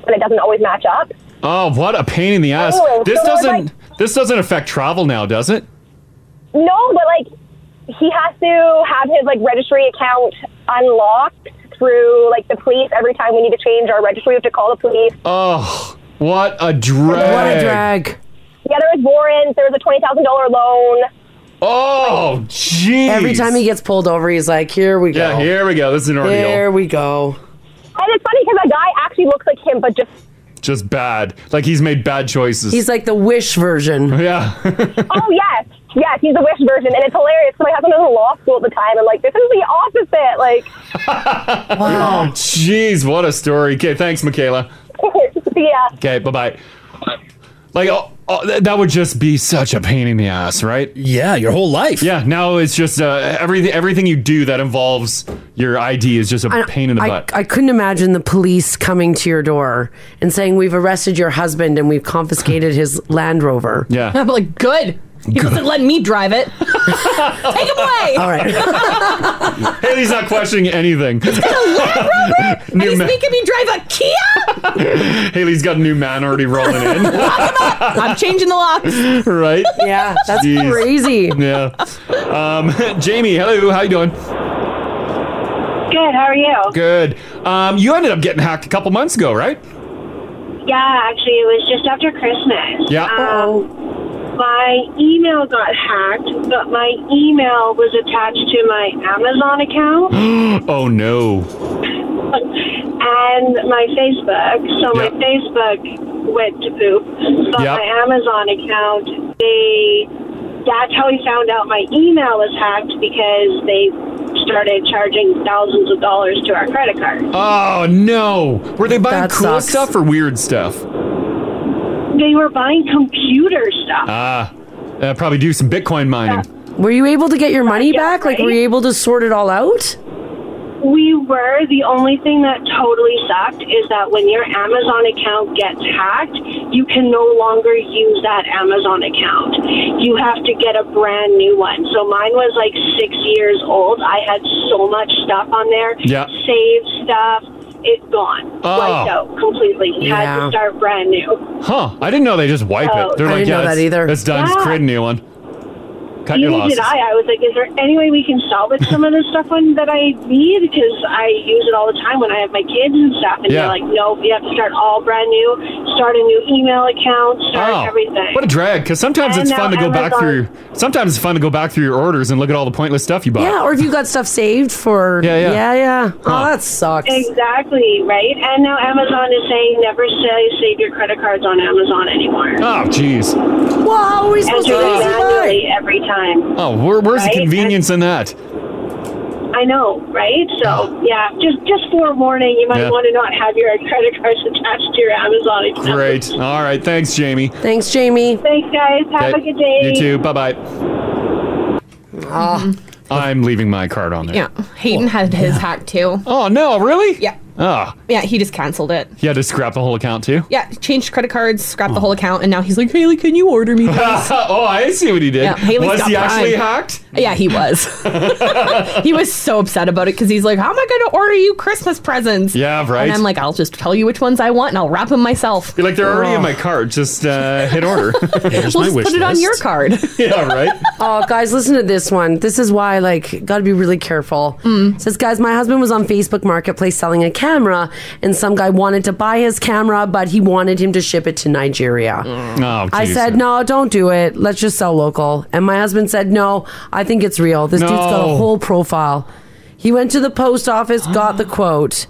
Speaker 19: when it doesn't always match up.
Speaker 2: Oh, what a pain in the ass.
Speaker 19: Oh,
Speaker 2: this
Speaker 19: so I was
Speaker 2: doesn't this doesn't affect travel now, does it?
Speaker 19: No, but like he has to have his like registry account unlocked through like the police every time we need to change our registry. We have to call the police.
Speaker 2: Oh, what a drag.
Speaker 19: Yeah, there was warrants. There was a twenty thousand dollar loan.
Speaker 2: Oh, jeez.
Speaker 3: Every time he gets pulled over, he's like, here we go.
Speaker 2: Yeah, here we go. This is an ordeal.
Speaker 3: There we go.
Speaker 19: And it's funny because a guy actually looks like him, but just
Speaker 2: Just bad. Like he's made bad choices.
Speaker 3: He's like the wish version. (laughs)
Speaker 2: Yeah.
Speaker 19: oh yes, yes, he's the wish version, and it's hilarious. So my husband was in law school at the time. I'm like, this is the opposite. Like,
Speaker 2: Wow. Oh, Jeez, what a story. Okay, thanks, Michaela.
Speaker 19: yeah.
Speaker 2: Okay, bye bye. Like, oh, oh, th- that would just be such a pain in the ass, right?
Speaker 4: Yeah, your whole life.
Speaker 2: Yeah, now it's just uh, everything. Everything you do that involves your ID is just a
Speaker 3: I-
Speaker 2: pain in the
Speaker 3: I,
Speaker 2: butt.
Speaker 3: I couldn't imagine the police coming to your door and saying, We've arrested your husband and we've confiscated his Land Rover.
Speaker 2: Yeah.
Speaker 5: (laughs) I'm like, good. He wasn't letting me drive
Speaker 2: (laughs)
Speaker 5: it. Take him away.
Speaker 2: All right. (laughs) Haley's not questioning anything. (laughs)
Speaker 5: And
Speaker 2: New
Speaker 5: he's
Speaker 2: ma-
Speaker 5: making me drive a Kia.
Speaker 2: Haley's got a new man already rolling
Speaker 3: (laughs)
Speaker 2: in.
Speaker 5: I'm changing the locks.
Speaker 2: (laughs) right?
Speaker 3: Yeah, that's crazy.
Speaker 2: Yeah. Um, (laughs) Jamie, hello. How you doing?
Speaker 10: Good. How are you?
Speaker 2: Good. Um, you ended up getting hacked a couple months ago, right? (gasps)
Speaker 10: Yeah, actually, it was just after Christmas.
Speaker 2: Yeah.
Speaker 10: Um, my email got hacked, but my email was attached to my Amazon account
Speaker 2: oh no.
Speaker 10: and my Facebook. So my Facebook went to poop, but
Speaker 2: Yep.
Speaker 10: my Amazon account, they. That's how we found out my email was hacked because they started charging thousands of dollars to our credit card.
Speaker 2: Oh no. Were they buying cool stuff or weird stuff?
Speaker 10: They were buying computer stuff.
Speaker 2: Ah, uh, probably do some Bitcoin mining.
Speaker 3: Were you able to get your money back? Like, were you able to sort it all out?
Speaker 10: We were. The only thing that totally sucked is that when your Amazon account gets hacked, you can no longer use that Amazon account. You have to get a brand new one. So mine was like six years old. I had so much stuff on there.
Speaker 2: Yeah.
Speaker 10: Saved stuff. It's gone.
Speaker 2: Oh.
Speaker 10: Wiped out completely. Had
Speaker 2: Yeah.
Speaker 10: to start brand new.
Speaker 2: Huh? I didn't know they just wipe
Speaker 10: Oh.
Speaker 2: it. They're
Speaker 10: I
Speaker 2: like,
Speaker 10: didn't
Speaker 2: yeah,
Speaker 10: know that
Speaker 2: that's,
Speaker 10: either.
Speaker 2: that's done. Just
Speaker 10: Yeah.
Speaker 2: create a new one. Cut your
Speaker 10: Neither
Speaker 2: losses. Oh,
Speaker 10: did I. I was like, is there any way we can salvage some of this stuff on that I need? Because I use it all the time when I have my kids and stuff. And
Speaker 2: Yeah.
Speaker 10: they're like, no, you have to start all brand new, start a new email account, start
Speaker 2: Oh,
Speaker 10: everything.
Speaker 2: What a drag! Because sometimes
Speaker 10: And
Speaker 2: it's
Speaker 10: now
Speaker 2: fun to go back
Speaker 10: Amazon-
Speaker 2: through. Sometimes it's fun to go back through your orders and look at all the pointless stuff you bought.
Speaker 3: Yeah, or if you got stuff saved for.
Speaker 2: Yeah, yeah.
Speaker 3: yeah.
Speaker 2: Huh.
Speaker 3: Oh, that sucks.
Speaker 10: Exactly, right? And now Amazon is saying never say save your credit cards on Amazon anymore.
Speaker 2: Oh, jeez.
Speaker 3: Well, how are we
Speaker 10: supposed to do manually every time?
Speaker 2: Oh, where, where's
Speaker 10: Right?
Speaker 2: the convenience in
Speaker 10: (laughs)
Speaker 2: that?
Speaker 10: I know, right? So, yeah, just just forewarning, you might
Speaker 2: Oh. Yeah.
Speaker 10: want to not have your credit cards (laughs) attached to your Amazon account.
Speaker 2: Great. All right. Thanks, Jamie.
Speaker 3: Thanks, Jamie.
Speaker 10: Thanks, guys. Have a
Speaker 2: Okay,
Speaker 10: good day.
Speaker 2: You too. Bye bye.
Speaker 3: Ah.
Speaker 2: I'm leaving my card on there.
Speaker 5: Mm-hmm. Yeah. Hayden had his hack too.
Speaker 2: Oh no, really?
Speaker 5: Yeah.
Speaker 2: Ah,
Speaker 5: Yeah, he just canceled it.
Speaker 2: you had to scrap the whole
Speaker 5: (laughs)
Speaker 2: account too.
Speaker 5: Yeah, changed credit cards, scrapped the whole account, and now he's like, Haley, can you order
Speaker 2: (laughs)
Speaker 5: me this?
Speaker 2: oh, I see what he did.
Speaker 5: Yeah, Haley's
Speaker 2: Was
Speaker 5: got
Speaker 2: he actually
Speaker 5: Prime.
Speaker 2: hacked?
Speaker 5: Yeah, he
Speaker 2: (laughs)
Speaker 5: was. (laughs) he was so upset about it because he's like, How am I going to order you Christmas presents?
Speaker 2: Yeah, right.
Speaker 5: And I'm like, I'll just tell you which ones I want and I'll wrap them myself.
Speaker 2: You're like they're already
Speaker 3: Oh,
Speaker 2: in my card.
Speaker 5: (laughs)
Speaker 2: Just uh, hit order.
Speaker 5: Oh. We'll just put it on your card.
Speaker 2: (laughs) yeah, right.
Speaker 3: (laughs) Oh, guys, listen to this one. This is why, like, got to be really careful.
Speaker 10: Hmm.
Speaker 3: It Says, guys, my husband was on Facebook Marketplace selling a camera, and some guy wanted to buy his camera, but he wanted him to ship it to Nigeria.
Speaker 2: (laughs)
Speaker 10: Hmm.
Speaker 2: Oh,
Speaker 3: I
Speaker 2: geez. (laughs)
Speaker 3: said, no, don't do it. Let's just sell local. And my husband said, no, I think it's real. This dude's got
Speaker 2: No.
Speaker 3: a whole profile. He went to the post office, got the quote.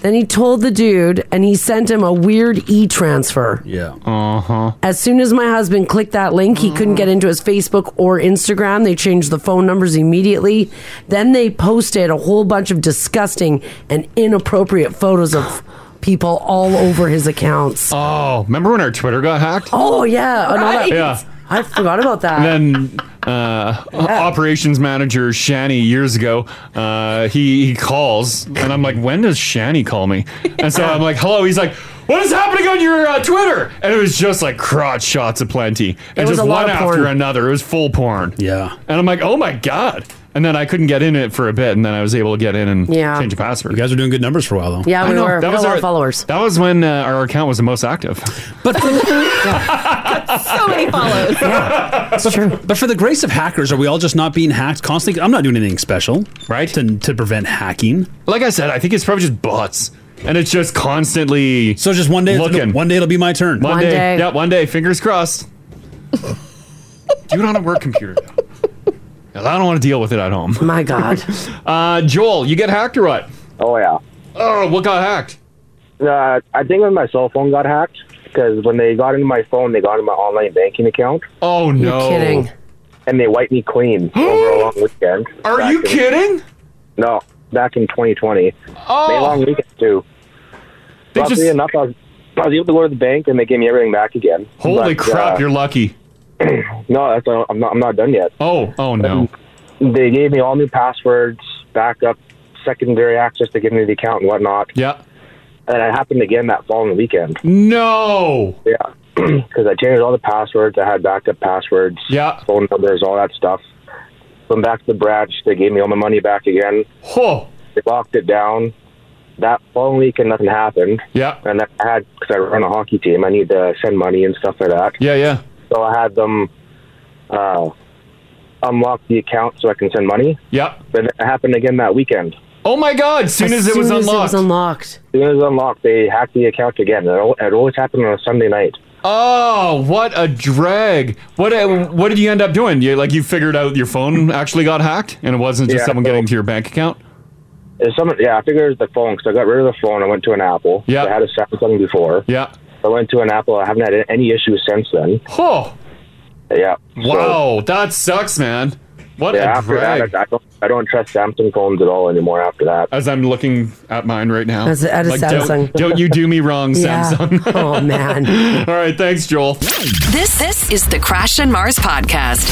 Speaker 3: Then he told the dude, and he sent him a weird e transfer.
Speaker 4: Yeah.
Speaker 2: Uh huh.
Speaker 3: As soon as my husband clicked that link, he couldn't get into his Facebook or Instagram. They changed the phone numbers immediately. Then they posted a whole bunch of disgusting and inappropriate photos of people all over his accounts.
Speaker 2: Oh, remember when our Twitter got hacked?
Speaker 3: Oh, yeah. Oh, no, that-
Speaker 2: Yeah.
Speaker 3: I forgot about that.
Speaker 2: And then uh, operations manager Shani years ago, uh, he, he calls, and I'm like, when does Shani call me? And so I'm like, hello. He's like, what is happening on your uh, Twitter? And it was just like crotch shots aplenty,
Speaker 4: It
Speaker 2: and
Speaker 4: was
Speaker 2: just
Speaker 4: a lot
Speaker 2: one
Speaker 4: of
Speaker 2: after
Speaker 4: porn.
Speaker 2: another. It was full porn.
Speaker 4: Yeah.
Speaker 2: And I'm like, oh my god. And then I couldn't get in it for a bit, and then I was able to get in and
Speaker 3: Yeah.
Speaker 2: change a password. You guys
Speaker 4: were doing good numbers for a while, though.
Speaker 3: Yeah, we were. We had a lot of
Speaker 2: followers. That was when uh, our account was the most active.
Speaker 4: But
Speaker 5: so many follows. (laughs)
Speaker 4: But, but for the grace of hackers, are we all just not being hacked constantly? I'm not doing anything special, right? To, to prevent hacking.
Speaker 2: Like I said, I think it's probably just bots, and it's just constantly. So
Speaker 4: just one day,
Speaker 2: looking.
Speaker 4: one day it'll be my turn.
Speaker 2: One, day. yeah, one day. Fingers (laughs) crossed. Do it on a work computer. though. 'Cause I don't want to deal with it at home.
Speaker 3: My God.
Speaker 2: (laughs) uh, Joel, you get hacked or what?
Speaker 21: Oh yeah.
Speaker 2: Oh, what got hacked?
Speaker 21: Uh, I think when my cell phone got hacked because when they got into my phone, they got into my online banking account.
Speaker 2: Oh no! kidding.
Speaker 21: And they wiped me
Speaker 2: (gasps)
Speaker 21: clean over a long weekend.
Speaker 2: Are you kidding?
Speaker 21: No, back in 2020.
Speaker 2: Oh.
Speaker 21: May long weekend too.
Speaker 2: They
Speaker 21: Luckily
Speaker 2: just-
Speaker 21: enough, I was, I was able to go to the bank and they gave me everything back again.
Speaker 2: Holy
Speaker 21: But,
Speaker 2: crap!
Speaker 21: uh,
Speaker 2: You're lucky.
Speaker 21: (clears throat) no, that's not, I'm not. I'm not done yet. Um,
Speaker 2: Oh, oh no!
Speaker 21: They gave me all new passwords, backup, secondary access to get into the account and whatnot.
Speaker 2: Yeah.
Speaker 21: And it happened again that following weekend.
Speaker 2: No.
Speaker 21: Yeah. (clears throat) because I changed all the passwords. I had backup passwords,
Speaker 2: yeah,
Speaker 21: phone numbers, all that stuff. Went back to the branch. They gave me all my money back again.
Speaker 2: Whoa.
Speaker 21: They locked it down. That following weekend, nothing happened.
Speaker 2: Yeah.
Speaker 21: And I had because I run a hockey team. I need to send money and stuff like that.
Speaker 2: Yeah, yeah.
Speaker 21: So I had them uh, unlock the account so I can send money.
Speaker 2: Yeah.
Speaker 21: But it happened again that weekend.
Speaker 2: Oh my God! Soon as, it was unlocked.
Speaker 3: unlocked.
Speaker 21: As soon as it was unlocked, they hacked the account again. It al- it always happened on a Sunday night.
Speaker 2: Oh, what a drag! What uh, what did you end up doing? You like you figured out your phone actually got hacked, and it wasn't just
Speaker 21: Yeah,
Speaker 2: someone getting to your bank account.
Speaker 21: If someone, yeah, I figured it was the phone because I got rid of the phone. I went to an Apple. Yeah, I had a Samsung before.
Speaker 2: Yeah,
Speaker 21: I went to an Apple. I haven't had any issues since then.
Speaker 2: Huh.
Speaker 21: Yeah.
Speaker 2: Wow, that sucks, man. What
Speaker 21: yeah,
Speaker 2: a
Speaker 21: after
Speaker 2: drag!
Speaker 21: that, I, I don't, I don't trust Samsung phones at all anymore. After that,
Speaker 2: As I'm looking at mine right now,
Speaker 21: As- at a
Speaker 2: don't-
Speaker 21: Samsung.
Speaker 2: Don't, you do me wrong,
Speaker 1: Yeah.
Speaker 3: (laughs)
Speaker 2: Samsung?
Speaker 3: oh man!
Speaker 2: (laughs) All right, thanks, Joel.
Speaker 1: This this is the Crash and Mars podcast.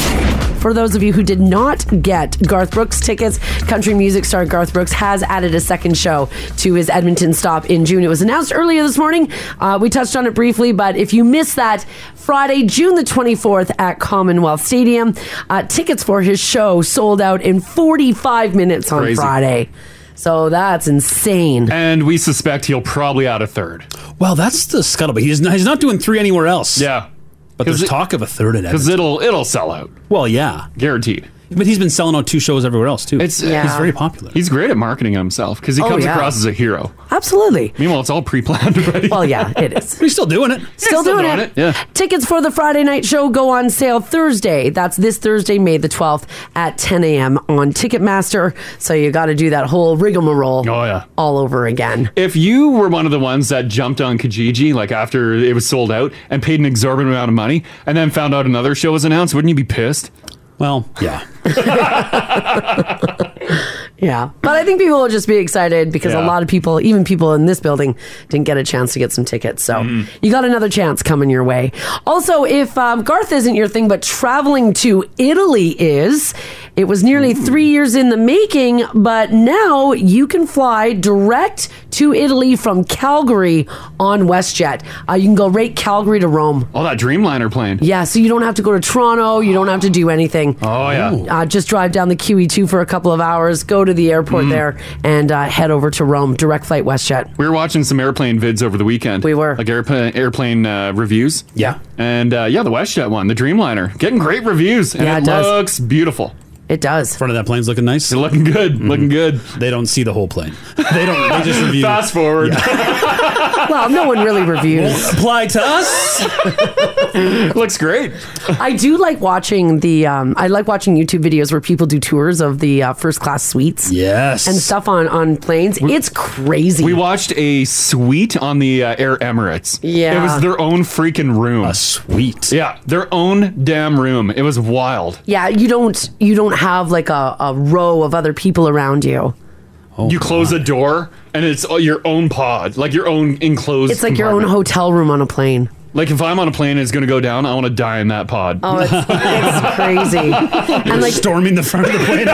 Speaker 3: For those of you who did not get Garth Brooks tickets, country music star Garth Brooks has added a second show to his Edmonton stop in June. It was announced earlier this morning. Uh, we touched on it briefly, but if you missed that, Friday, June the 24th at Commonwealth Stadium, uh, tickets for his show sold out in 45 minutes on
Speaker 2: Crazy.
Speaker 3: Friday. So that's insane.
Speaker 2: And we suspect he'll probably add a third.
Speaker 4: Well, that's the scuttlebutt. He's not, he's not doing three anywhere else.
Speaker 2: Yeah,
Speaker 4: but there's
Speaker 2: 'Cause it-
Speaker 4: talk of a third in
Speaker 2: because
Speaker 4: Edmonton.
Speaker 2: it'll it'll sell out.
Speaker 4: Well, yeah,
Speaker 2: guaranteed.
Speaker 4: But he's been selling out two shows everywhere else too.
Speaker 2: It's
Speaker 4: he's very popular.
Speaker 2: He's great at marketing himself because he
Speaker 4: Oh,
Speaker 2: comes
Speaker 4: yeah.
Speaker 2: across as a hero.
Speaker 3: Absolutely.
Speaker 2: Meanwhile, it's all pre-planned (laughs) already.
Speaker 3: Well, yeah, it is.
Speaker 4: He's still doing it.
Speaker 3: Still, doing, it.
Speaker 2: Yeah.
Speaker 3: Tickets for the Friday night show go on sale Thursday. That's this Thursday, May the 12th at 10 a.m. on Ticketmaster. So you got to do that whole rigmarole oh,
Speaker 2: yeah.
Speaker 3: all over again.
Speaker 2: If you were one of the ones that jumped on Kijiji like after it was sold out and paid an exorbitant amount of money and then found out another show was announced, wouldn't you be pissed?
Speaker 4: Well, yeah.
Speaker 3: Yeah. But I think people will just be excited because a
Speaker 2: Yeah.
Speaker 3: lot of people, even people in this building, didn't get a chance to get some tickets. So you got another chance coming your way. Also, if um, Garth isn't your thing, but traveling to Italy is, it was nearly three years in the making, but now you can fly direct to Italy from Calgary on WestJet. Uh, you can go right Calgary to Rome.
Speaker 2: All that Dreamliner plane.
Speaker 3: Yeah, so you don't have to go to Toronto. You don't have to do anything.
Speaker 2: Oh, yeah. Ooh.
Speaker 3: Uh, just drive down the QE2 for a couple of hours, go to the airport there, and uh, head over to Rome. Direct flight WestJet.
Speaker 2: We were watching some airplane vids over the weekend. We were. Like airplane, airplane uh, reviews.
Speaker 4: Yeah.
Speaker 2: And uh, yeah, the WestJet one, the Dreamliner, getting great reviews. And
Speaker 4: Yeah,
Speaker 2: it,
Speaker 4: it does.
Speaker 2: looks beautiful.
Speaker 3: It does.
Speaker 4: Front of that plane's looking nice. Mm-hmm.
Speaker 2: looking good. Looking good.
Speaker 4: They don't see the whole plane. They don't. They
Speaker 2: (laughs)
Speaker 4: just review.
Speaker 2: Fast forward. (laughs)
Speaker 3: well, no one really reviews.
Speaker 4: apply to us.
Speaker 3: (laughs)
Speaker 2: Looks great.
Speaker 3: I do like watching the. Um, I like watching YouTube videos where people do tours of the uh, first class suites.
Speaker 4: Yes.
Speaker 3: And stuff on on planes. it's crazy.
Speaker 2: We watched a suite on the uh, Air Emirates.
Speaker 3: Yeah.
Speaker 2: It was their own freaking room. A
Speaker 4: suite.
Speaker 2: Yeah, their own damn room. It was wild.
Speaker 3: yeah, you don't you don't have like a, a row of other people around you.
Speaker 2: you close a door and it's all your own pod, like your own enclosed.
Speaker 3: It's like your own
Speaker 2: compartment.
Speaker 3: hotel room on a plane.
Speaker 2: Like if I'm on a plane and it's gonna go down, I want to die in that pod.
Speaker 3: Oh, (laughs) it's, it's (laughs) crazy.
Speaker 4: You're
Speaker 3: and like
Speaker 4: storming the front of
Speaker 2: (laughs)
Speaker 4: the plane.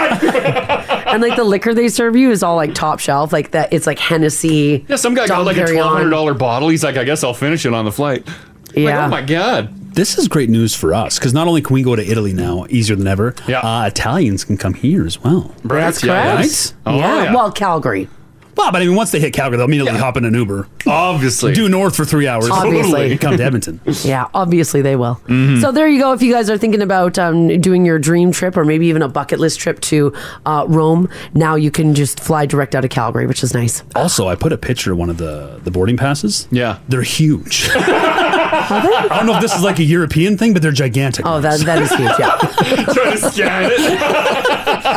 Speaker 3: and like the liquor they serve you is all like top shelf, like that. It's like Hennessy.
Speaker 2: (laughs) yeah, some guy got
Speaker 3: Dom
Speaker 2: like a
Speaker 3: Perignon.
Speaker 2: twelve hundred dollar bottle. He's like, I guess I'll finish it on the flight.
Speaker 3: Yeah.
Speaker 2: Like, oh my god.
Speaker 4: This is great news for us because not only can we go to Italy now easier than ever, yeah. uh, Italians can come here as well.
Speaker 2: Right, Oh,
Speaker 3: That's correct. yeah. Well, Calgary.
Speaker 4: Well, but I mean, once they hit Calgary, they'll immediately hop in an Uber.
Speaker 2: Obviously.
Speaker 4: Due north for three hours.
Speaker 3: Obviously.
Speaker 4: Come to Edmonton.
Speaker 3: (laughs) Yeah, obviously they will.
Speaker 2: Mm-hmm.
Speaker 3: So there you go. If you guys are thinking about um, doing your dream trip or maybe even a bucket list trip to uh, Rome, now you can just fly direct out of Calgary, which is nice.
Speaker 4: Also, I put a picture of one of the, the boarding passes.
Speaker 2: Yeah.
Speaker 4: They're
Speaker 2: (laughs)
Speaker 4: huge. I don't know if this is like a European thing, but they're gigantic. Oh,
Speaker 3: that, that is huge,
Speaker 4: (laughs)
Speaker 3: yeah.
Speaker 2: Trying to scan it.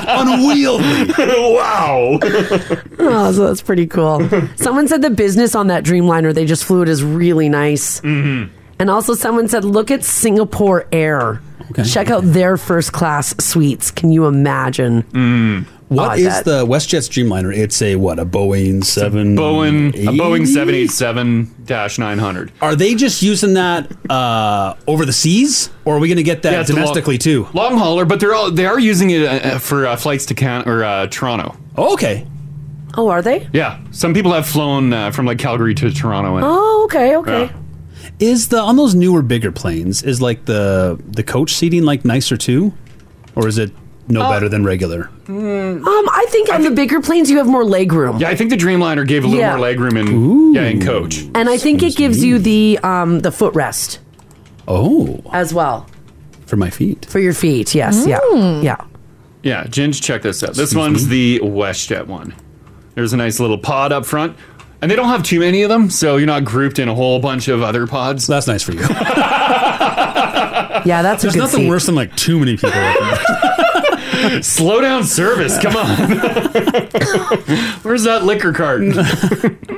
Speaker 4: Unwieldy.
Speaker 2: (laughs) wow.
Speaker 3: Oh, so that's pretty cool. Someone said the business on that Dreamliner they just flew it is really nice. And also, someone said, look at Singapore Air. Check out their first class suites. Can you imagine?
Speaker 4: Mm-hmm. What
Speaker 3: Oh,
Speaker 4: is
Speaker 3: that-
Speaker 4: the WestJet Dreamliner? It's a what? A Boeing seven.
Speaker 2: Boeing a Boeing seven eight seven dash nine hundred.
Speaker 4: Are they just using that uh, over the seas, or are we going to get that
Speaker 2: it's a long-
Speaker 4: domestically too?
Speaker 2: Long hauler, but they're all they are using it uh, uh, for uh, flights to Can or uh, Toronto.
Speaker 4: Oh, okay.
Speaker 3: Oh, are they?
Speaker 2: Yeah, some people have flown uh, from like Calgary to Toronto. And,
Speaker 3: Oh, okay, okay.
Speaker 2: Yeah.
Speaker 4: Is the on those newer bigger planes is like the the coach seating like nicer too, or is it no
Speaker 3: Uh,
Speaker 4: better than regular?
Speaker 3: Um, I think on the bigger planes you have more leg room.
Speaker 2: Yeah, I think the Dreamliner gave a little
Speaker 3: Yeah.
Speaker 2: more legroom in yeah in coach.
Speaker 3: And I think it gives you the um the footrest
Speaker 4: Oh,
Speaker 3: as well
Speaker 4: for my feet.
Speaker 3: for your feet. Yes, yeah. Yeah.
Speaker 2: Yeah, Ginge, check this out. This
Speaker 4: Excuse
Speaker 2: one's the WestJet one. There's a nice little pod up front, and they don't have too many of them, so you're not grouped in a whole bunch of other pods.
Speaker 4: That's nice for you.
Speaker 3: Yeah, that's
Speaker 4: There's
Speaker 2: a good
Speaker 4: nothing
Speaker 2: seat.
Speaker 4: worse than like too many people.
Speaker 3: (laughs)
Speaker 2: (laughs) Slow down service.
Speaker 4: (laughs)
Speaker 2: Come on. Where's that liquor carton?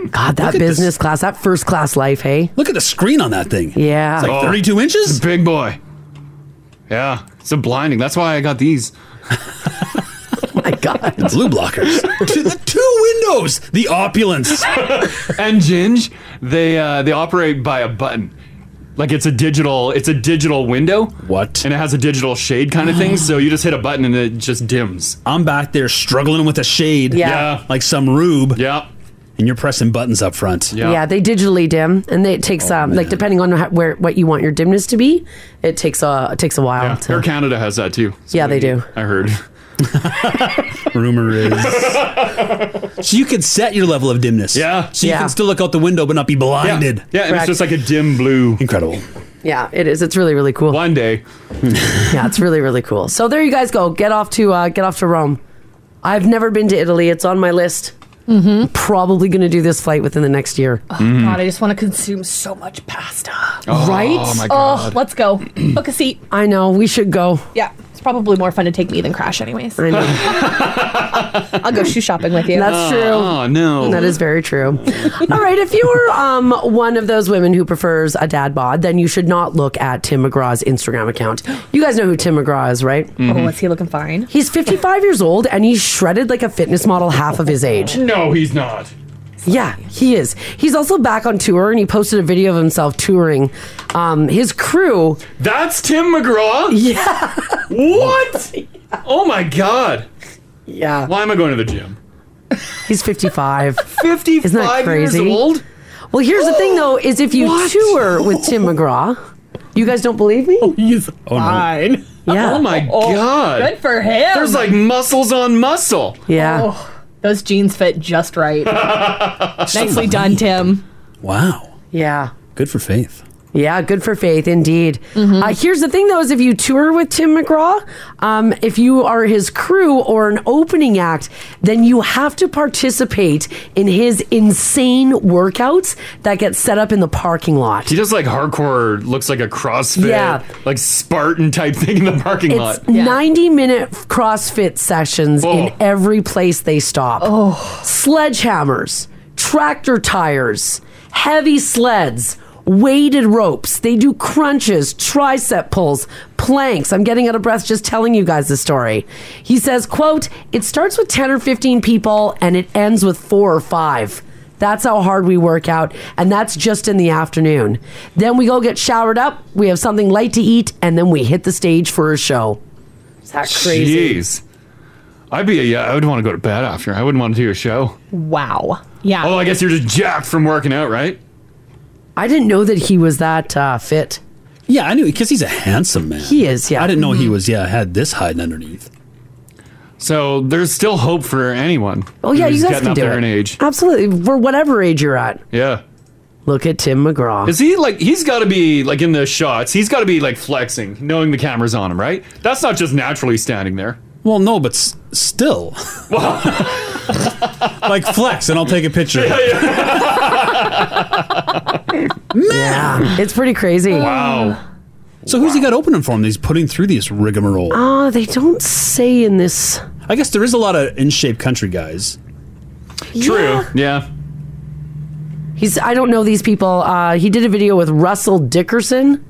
Speaker 3: God, that business class, that first class life, hey.
Speaker 4: Look at the screen on that thing.
Speaker 3: Yeah.
Speaker 2: Oh,
Speaker 4: inches?
Speaker 2: Big boy. Yeah, it's a blinding. That's why I got these.
Speaker 3: my God.
Speaker 4: Blue blockers. two, the two windows. The opulence.
Speaker 2: (laughs) and Ginge, they uh, they operate by a button. Like it's a digital, it's a digital window.
Speaker 4: What?
Speaker 2: And it has a digital shade kind of thing. So you just hit a button and it just dims.
Speaker 4: I'm back there struggling with a shade.
Speaker 3: Yeah. Yeah.
Speaker 4: Like some rube.
Speaker 2: Yeah.
Speaker 4: And you're pressing buttons up front.
Speaker 3: Yeah. they digitally dim, and it takes um like depending on how, where what you want your dimness to be, it takes a it takes a while. to-
Speaker 2: Air Canada has that too.
Speaker 3: yeah, they do. (laughs)
Speaker 2: I heard.
Speaker 4: Rumor is.
Speaker 2: (laughs)
Speaker 4: so you could set your level of dimness. Yeah. So you
Speaker 3: Yeah.
Speaker 4: can still look out the window but not be blinded.
Speaker 3: Yeah, and it's Correct. just like
Speaker 2: a dim blue.
Speaker 4: Incredible.
Speaker 3: Yeah, it is. It's really really cool.
Speaker 2: One day.
Speaker 3: (laughs) yeah, it's really really cool. So there you guys go. Get off to uh, get off to Rome. I've never been to Italy. It's on my list. Mm-hmm. Oh, Probably going to do this flight within the next year.
Speaker 5: God, I just want to consume so much pasta.
Speaker 3: Hmm. Oh,
Speaker 5: right?
Speaker 3: my God.
Speaker 5: let's go. Book a seat.
Speaker 3: I know. We should go.
Speaker 5: Yeah. It's probably more fun to take me than Crash, anyways.
Speaker 3: I
Speaker 5: (laughs) I'll go shoe shopping with you.
Speaker 3: That's true.
Speaker 2: Oh, no.
Speaker 3: That is very true. All right, if you're um, one of those women who prefers a dad bod, then you should not look at Tim McGraw's Instagram account. You guys know who Tim McGraw is, right?
Speaker 2: Mm-hmm.
Speaker 5: Oh, is he looking fine?
Speaker 3: He's 55 years old and he's shredded like a fitness model half of his age.
Speaker 2: No, he's not.
Speaker 3: Yeah, he is. He's also back on tour and he posted a video of himself touring um, his crew.
Speaker 2: That's Tim McGraw?
Speaker 3: Yeah.
Speaker 2: What? Oh my god.
Speaker 3: Yeah.
Speaker 2: Why am I going to the gym?
Speaker 3: He's
Speaker 2: (laughs)
Speaker 3: 55.
Speaker 2: 55
Speaker 3: Isn't that
Speaker 2: years
Speaker 3: crazy?
Speaker 2: old? Oh,
Speaker 3: Well, here's the thing though is if you
Speaker 2: What?
Speaker 3: tour with
Speaker 2: (laughs)
Speaker 3: Tim McGraw, you guys don't believe me? Oh,
Speaker 4: he's
Speaker 2: no.
Speaker 5: fine.
Speaker 3: (laughs) Yeah.
Speaker 2: Oh my
Speaker 5: Oh,
Speaker 2: god.
Speaker 5: good for him.
Speaker 2: There's like muscles on muscle.
Speaker 3: Yeah.
Speaker 5: Oh, those jeans fit just right. (laughs) Nicely done, Tim.
Speaker 4: Wow.
Speaker 3: Yeah.
Speaker 4: Good for faith.
Speaker 3: Yeah, good for faith, indeed.
Speaker 2: Mm-hmm.
Speaker 3: Uh, here's the thing, though, is if you tour with Tim McGraw, um, if you are his crew or an opening act, then you have to participate in his insane workouts that get set up in the parking lot.
Speaker 2: He does like hardcore, looks like a CrossFit,
Speaker 3: Yeah.
Speaker 2: like Spartan type thing in the parking lot.
Speaker 3: It's 90 minute CrossFit sessions in every place they stop. Oh. Sledgehammers, tractor tires, heavy sleds, weighted ropes. They do crunches, tricep pulls, planks. I'm getting out of breath just telling you guys the story. He says, quote, it starts with 10 or 15 people and it ends with four or five. That's how hard we work out, and that's just in the afternoon. Then we go get showered up, we have something light to eat, and then we hit the stage for a show. Is that crazy?
Speaker 2: Jeez. I'd be, yeah, I would want to go to bed after. I wouldn't want to do a show.
Speaker 5: Wow. Yeah.
Speaker 2: Although I guess you're just jacked from working out, right?
Speaker 3: I didn't know that he was that uh, fit.
Speaker 4: Yeah, I knew because he's a handsome man.
Speaker 3: He is, yeah. Mm-hmm.
Speaker 4: I didn't know he was, yeah, had this hiding underneath.
Speaker 2: So there's still hope for anyone.
Speaker 3: Oh yeah,
Speaker 2: who's
Speaker 3: you guys
Speaker 2: getting
Speaker 3: can
Speaker 2: up
Speaker 3: do
Speaker 2: there
Speaker 3: it.
Speaker 2: in age.
Speaker 3: Absolutely, for whatever age you're at.
Speaker 2: Yeah.
Speaker 3: Look at Tim McGraw.
Speaker 2: Is he like he's got to be like in the shots? He's got to be like flexing, knowing the camera's on him, right? That's not just naturally standing there.
Speaker 4: Well, no, but s- still. like flex, and I'll take a
Speaker 2: (laughs)
Speaker 4: picture.
Speaker 3: Yeah, it's pretty crazy. Um,
Speaker 2: Wow.
Speaker 4: So who's he got opening for him? that He's putting through these rigmarole.
Speaker 3: Oh, they don't say in this.
Speaker 4: I guess there is a lot of in shape country guys.
Speaker 2: True. Yeah.
Speaker 3: He's. I don't know these people. Uh, he did a video with Russell Dickerson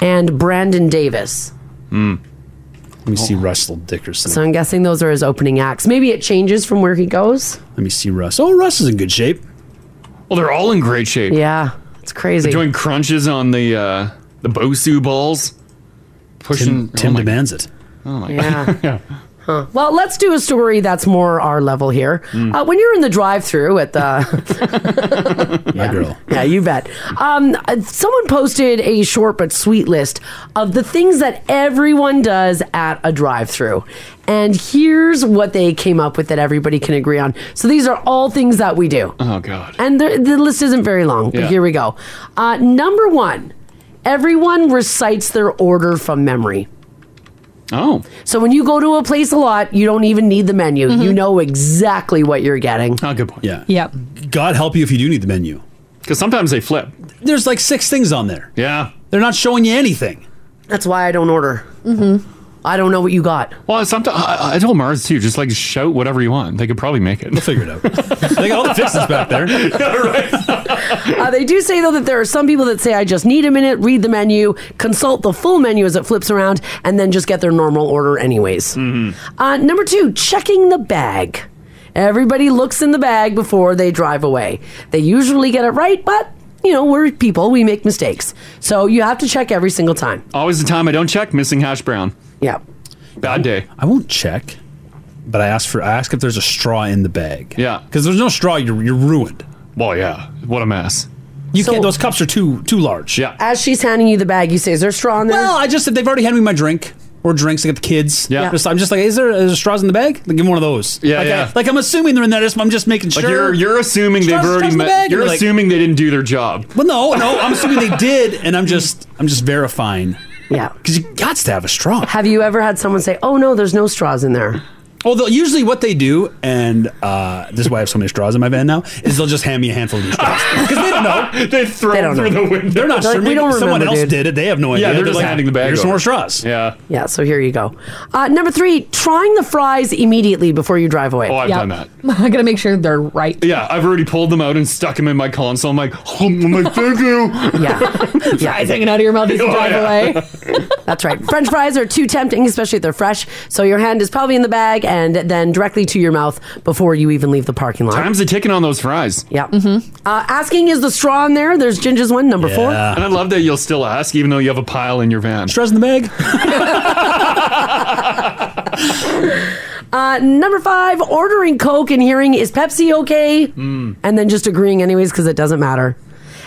Speaker 3: and Brandon Davis.
Speaker 4: Hmm. Let me see Russell Dickerson.
Speaker 3: So I'm guessing those are his opening acts. Maybe it changes from where he goes.
Speaker 4: Let me see Russ. Oh, Russ is in good shape.
Speaker 2: Well, they're all in great shape.
Speaker 3: Yeah, it's crazy.
Speaker 2: (laughs) They're doing crunches on the uh the Bosu balls. Pushing.
Speaker 4: Tim demands it.
Speaker 2: Oh my
Speaker 3: Yeah.
Speaker 2: god.
Speaker 3: Well, let's do a story that's more our level here.
Speaker 2: Hmm.
Speaker 3: Uh, when you're in the drive-through at
Speaker 2: (laughs)
Speaker 3: the
Speaker 4: My girl.
Speaker 3: Yeah, you bet. Um, uh, someone posted a short but sweet list of the things that everyone does at a drive through. And here's what they came up with that everybody can agree on. So these are all things that we do.
Speaker 2: Oh God.
Speaker 3: And the, the list isn't very long, but
Speaker 2: Yeah.
Speaker 3: here we go. Uh, number one, everyone recites their order from memory.
Speaker 2: Oh. Mm-hmm.
Speaker 3: So when you go to a place a lot, you don't even need the menu. You know exactly what you're getting.
Speaker 2: Oh, good point.
Speaker 4: Yeah.
Speaker 5: Yep.
Speaker 4: God help you if you do need the menu.
Speaker 2: Because sometimes they flip.
Speaker 4: There's like six things on there.
Speaker 2: Yeah.
Speaker 4: They're not showing you anything.
Speaker 3: That's why I don't order. Mm-hmm. I don't know what you got.
Speaker 2: Well, sometimes I, I told Mars too, just like shout whatever you want. They could probably make it. We'll
Speaker 4: figure it
Speaker 2: (laughs)
Speaker 4: out. they got all the fixes back there.
Speaker 3: Uh, they do say though that there are some people that say I just need a minute, read the menu, consult the full menu as it flips around, and then just get their normal order anyways.
Speaker 4: Mm-hmm.
Speaker 3: Uh, number two, checking the bag. Everybody looks in the bag before they drive away. They usually get it right, but you know we're people; we make mistakes, so you have to check every single time.
Speaker 2: Always the time I don't check, missing hash brown.
Speaker 3: Yeah.
Speaker 2: Bad day.
Speaker 4: I won't check, but I ask for I ask if there's a straw in the bag.
Speaker 2: Yeah.
Speaker 4: Because there's no straw, you're you're ruined.
Speaker 2: Well, yeah. What a mess.
Speaker 4: You can't. Those cups are too too large. Yeah.
Speaker 3: As she's handing you the bag, you say, "Is there straw in there?"
Speaker 4: Well, I just said they've already handed me my drink or drinks. I got the kids.
Speaker 3: Yeah.
Speaker 4: Just- I'm just like, is there, is there straws in the bag? Like, give me one of those.
Speaker 2: Yeah,
Speaker 4: Like, I-
Speaker 2: yeah.
Speaker 4: like I'm assuming they're in there. Just, I'm just making sure.
Speaker 2: Like you're you're assuming
Speaker 4: Straws-
Speaker 2: they've
Speaker 4: straws
Speaker 2: already
Speaker 4: in the
Speaker 2: met.
Speaker 4: bag?
Speaker 2: You're
Speaker 4: And they're like-
Speaker 2: assuming they didn't do
Speaker 4: (laughs)
Speaker 2: their job.
Speaker 4: Well, no, no. I'm assuming they did, and I'm just I'm just verifying.
Speaker 3: Yeah. Because
Speaker 4: you got to have a straw.
Speaker 3: Have you ever had someone say, "Oh no, there's no straws in there"?
Speaker 4: Although usually what they do, and uh, this is why I have so many straws in my van now, is they'll just hand me a handful of these straws because they don't know.
Speaker 2: (laughs) they throw
Speaker 4: them
Speaker 3: through the window.
Speaker 4: They're
Speaker 3: They're like,
Speaker 4: not sure.
Speaker 3: "We
Speaker 4: Maybe
Speaker 3: don't
Speaker 4: someone
Speaker 3: remember,
Speaker 4: else
Speaker 3: dude."
Speaker 4: did it. They have no idea.
Speaker 2: Yeah, they're just
Speaker 4: like,
Speaker 2: handing the bag
Speaker 4: Here's some
Speaker 2: over."
Speaker 4: more straws.
Speaker 2: Yeah.
Speaker 3: Yeah. So here you go. Uh, number three, trying the fries immediately before you drive away.
Speaker 2: Oh, I've done that.
Speaker 5: (laughs) I gotta make sure they're right.
Speaker 2: Yeah, I've already pulled them out and stuck them in my console. I'm like, oh, my thank you. (laughs)
Speaker 3: Yeah.
Speaker 5: Fries hanging out of your mouth as you
Speaker 2: Oh,
Speaker 5: drive
Speaker 2: yeah.
Speaker 5: away.
Speaker 3: (laughs) That's right. French fries are too tempting, especially if they're fresh. So your hand is probably in the bag and then directly to your mouth before you even leave the parking lot.
Speaker 2: (laughs) Time's a ticking on those fries.
Speaker 3: Yeah. Mm-hmm. Uh, asking is the straw in there. There's Ginger's one, number four.
Speaker 2: And I love that you'll still ask, even though you have a pile in your van.
Speaker 4: Straws in the bag?
Speaker 3: Uh, number five, ordering Coke and hearing, is Pepsi okay? And then just agreeing anyways because it doesn't matter.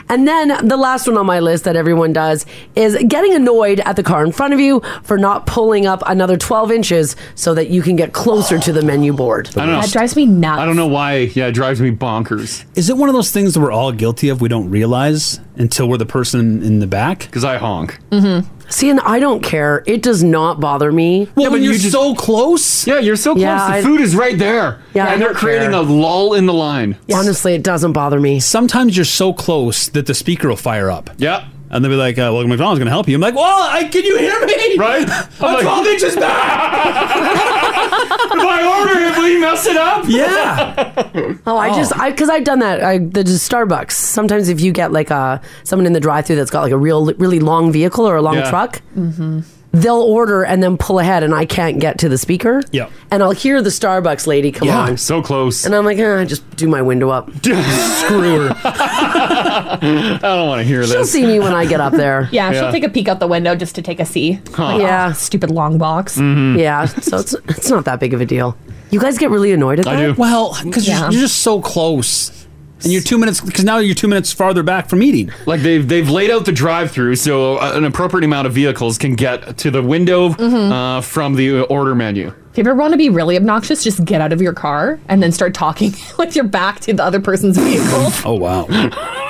Speaker 3: And then the last one on my list that everyone does is getting annoyed at the car in front of you for not pulling up another 12 inches so that you can get closer to the menu board.
Speaker 2: I don't know.
Speaker 5: me nuts.
Speaker 2: I don't know why. Yeah, it drives me bonkers.
Speaker 4: Is it one of those things that we're all guilty of? We don't realize until we're the person in the back.
Speaker 2: Because I honk.
Speaker 3: Mm-hmm. See, and I don't care. It does not bother me.
Speaker 4: Well, when you're so close.
Speaker 2: Yeah, you're so close. the food is right there.
Speaker 3: Yeah, I
Speaker 2: and they're
Speaker 3: don't
Speaker 2: creating
Speaker 3: care.
Speaker 2: a (laughs) lull in the line.
Speaker 3: Honestly, it doesn't bother me.
Speaker 4: Sometimes you're so close that the speaker will fire up.
Speaker 2: Yeah.
Speaker 4: And they'll be like, uh, "Welcome, McDonald's going to help you." I'm like, "Well, I, can you hear me?
Speaker 2: Right?
Speaker 4: (laughs) I'm
Speaker 2: like-
Speaker 4: 12 inches back."
Speaker 2: (laughs) if I order it, will you mess it up?
Speaker 4: Yeah.
Speaker 3: Oh, I just I because I've done that. I the just Starbucks. Sometimes if you get like a someone in the drive-through that's got like a real really long vehicle or a long
Speaker 22: Yeah.
Speaker 3: truck, Mm-hmm. they'll order and then pull ahead, and I can't get to the speaker.
Speaker 4: Yeah.
Speaker 3: And I'll hear the (laughs) Starbucks lady come
Speaker 2: Yeah,
Speaker 3: on,
Speaker 2: so close,
Speaker 3: and I'm like, ah, just do my window up.
Speaker 4: Screw her.
Speaker 2: I don't want to hear
Speaker 3: She'll
Speaker 2: this.
Speaker 3: see me when
Speaker 5: (laughs)
Speaker 3: I get up there.
Speaker 5: Yeah, she'll take a peek out the window just to take a see.
Speaker 2: Huh.
Speaker 3: Yeah.
Speaker 5: "Oh, stupid long box.
Speaker 3: Yeah, so it's it's not that big of a deal. You guys get really annoyed at that.
Speaker 4: Well, because
Speaker 3: Yeah.
Speaker 4: you're, you're just so close, and you're two minutes. Because now you're two minutes farther back from eating.
Speaker 2: Like they've they've laid out the drive-through so uh, an appropriate amount of vehicles can get to the window
Speaker 5: Mhm.
Speaker 2: uh, from the order menu.
Speaker 5: If you ever want to be really obnoxious, just get out of your car and then start talking (laughs) with your back to the other person's vehicle.
Speaker 4: Oh
Speaker 2: (laughs)
Speaker 4: wow.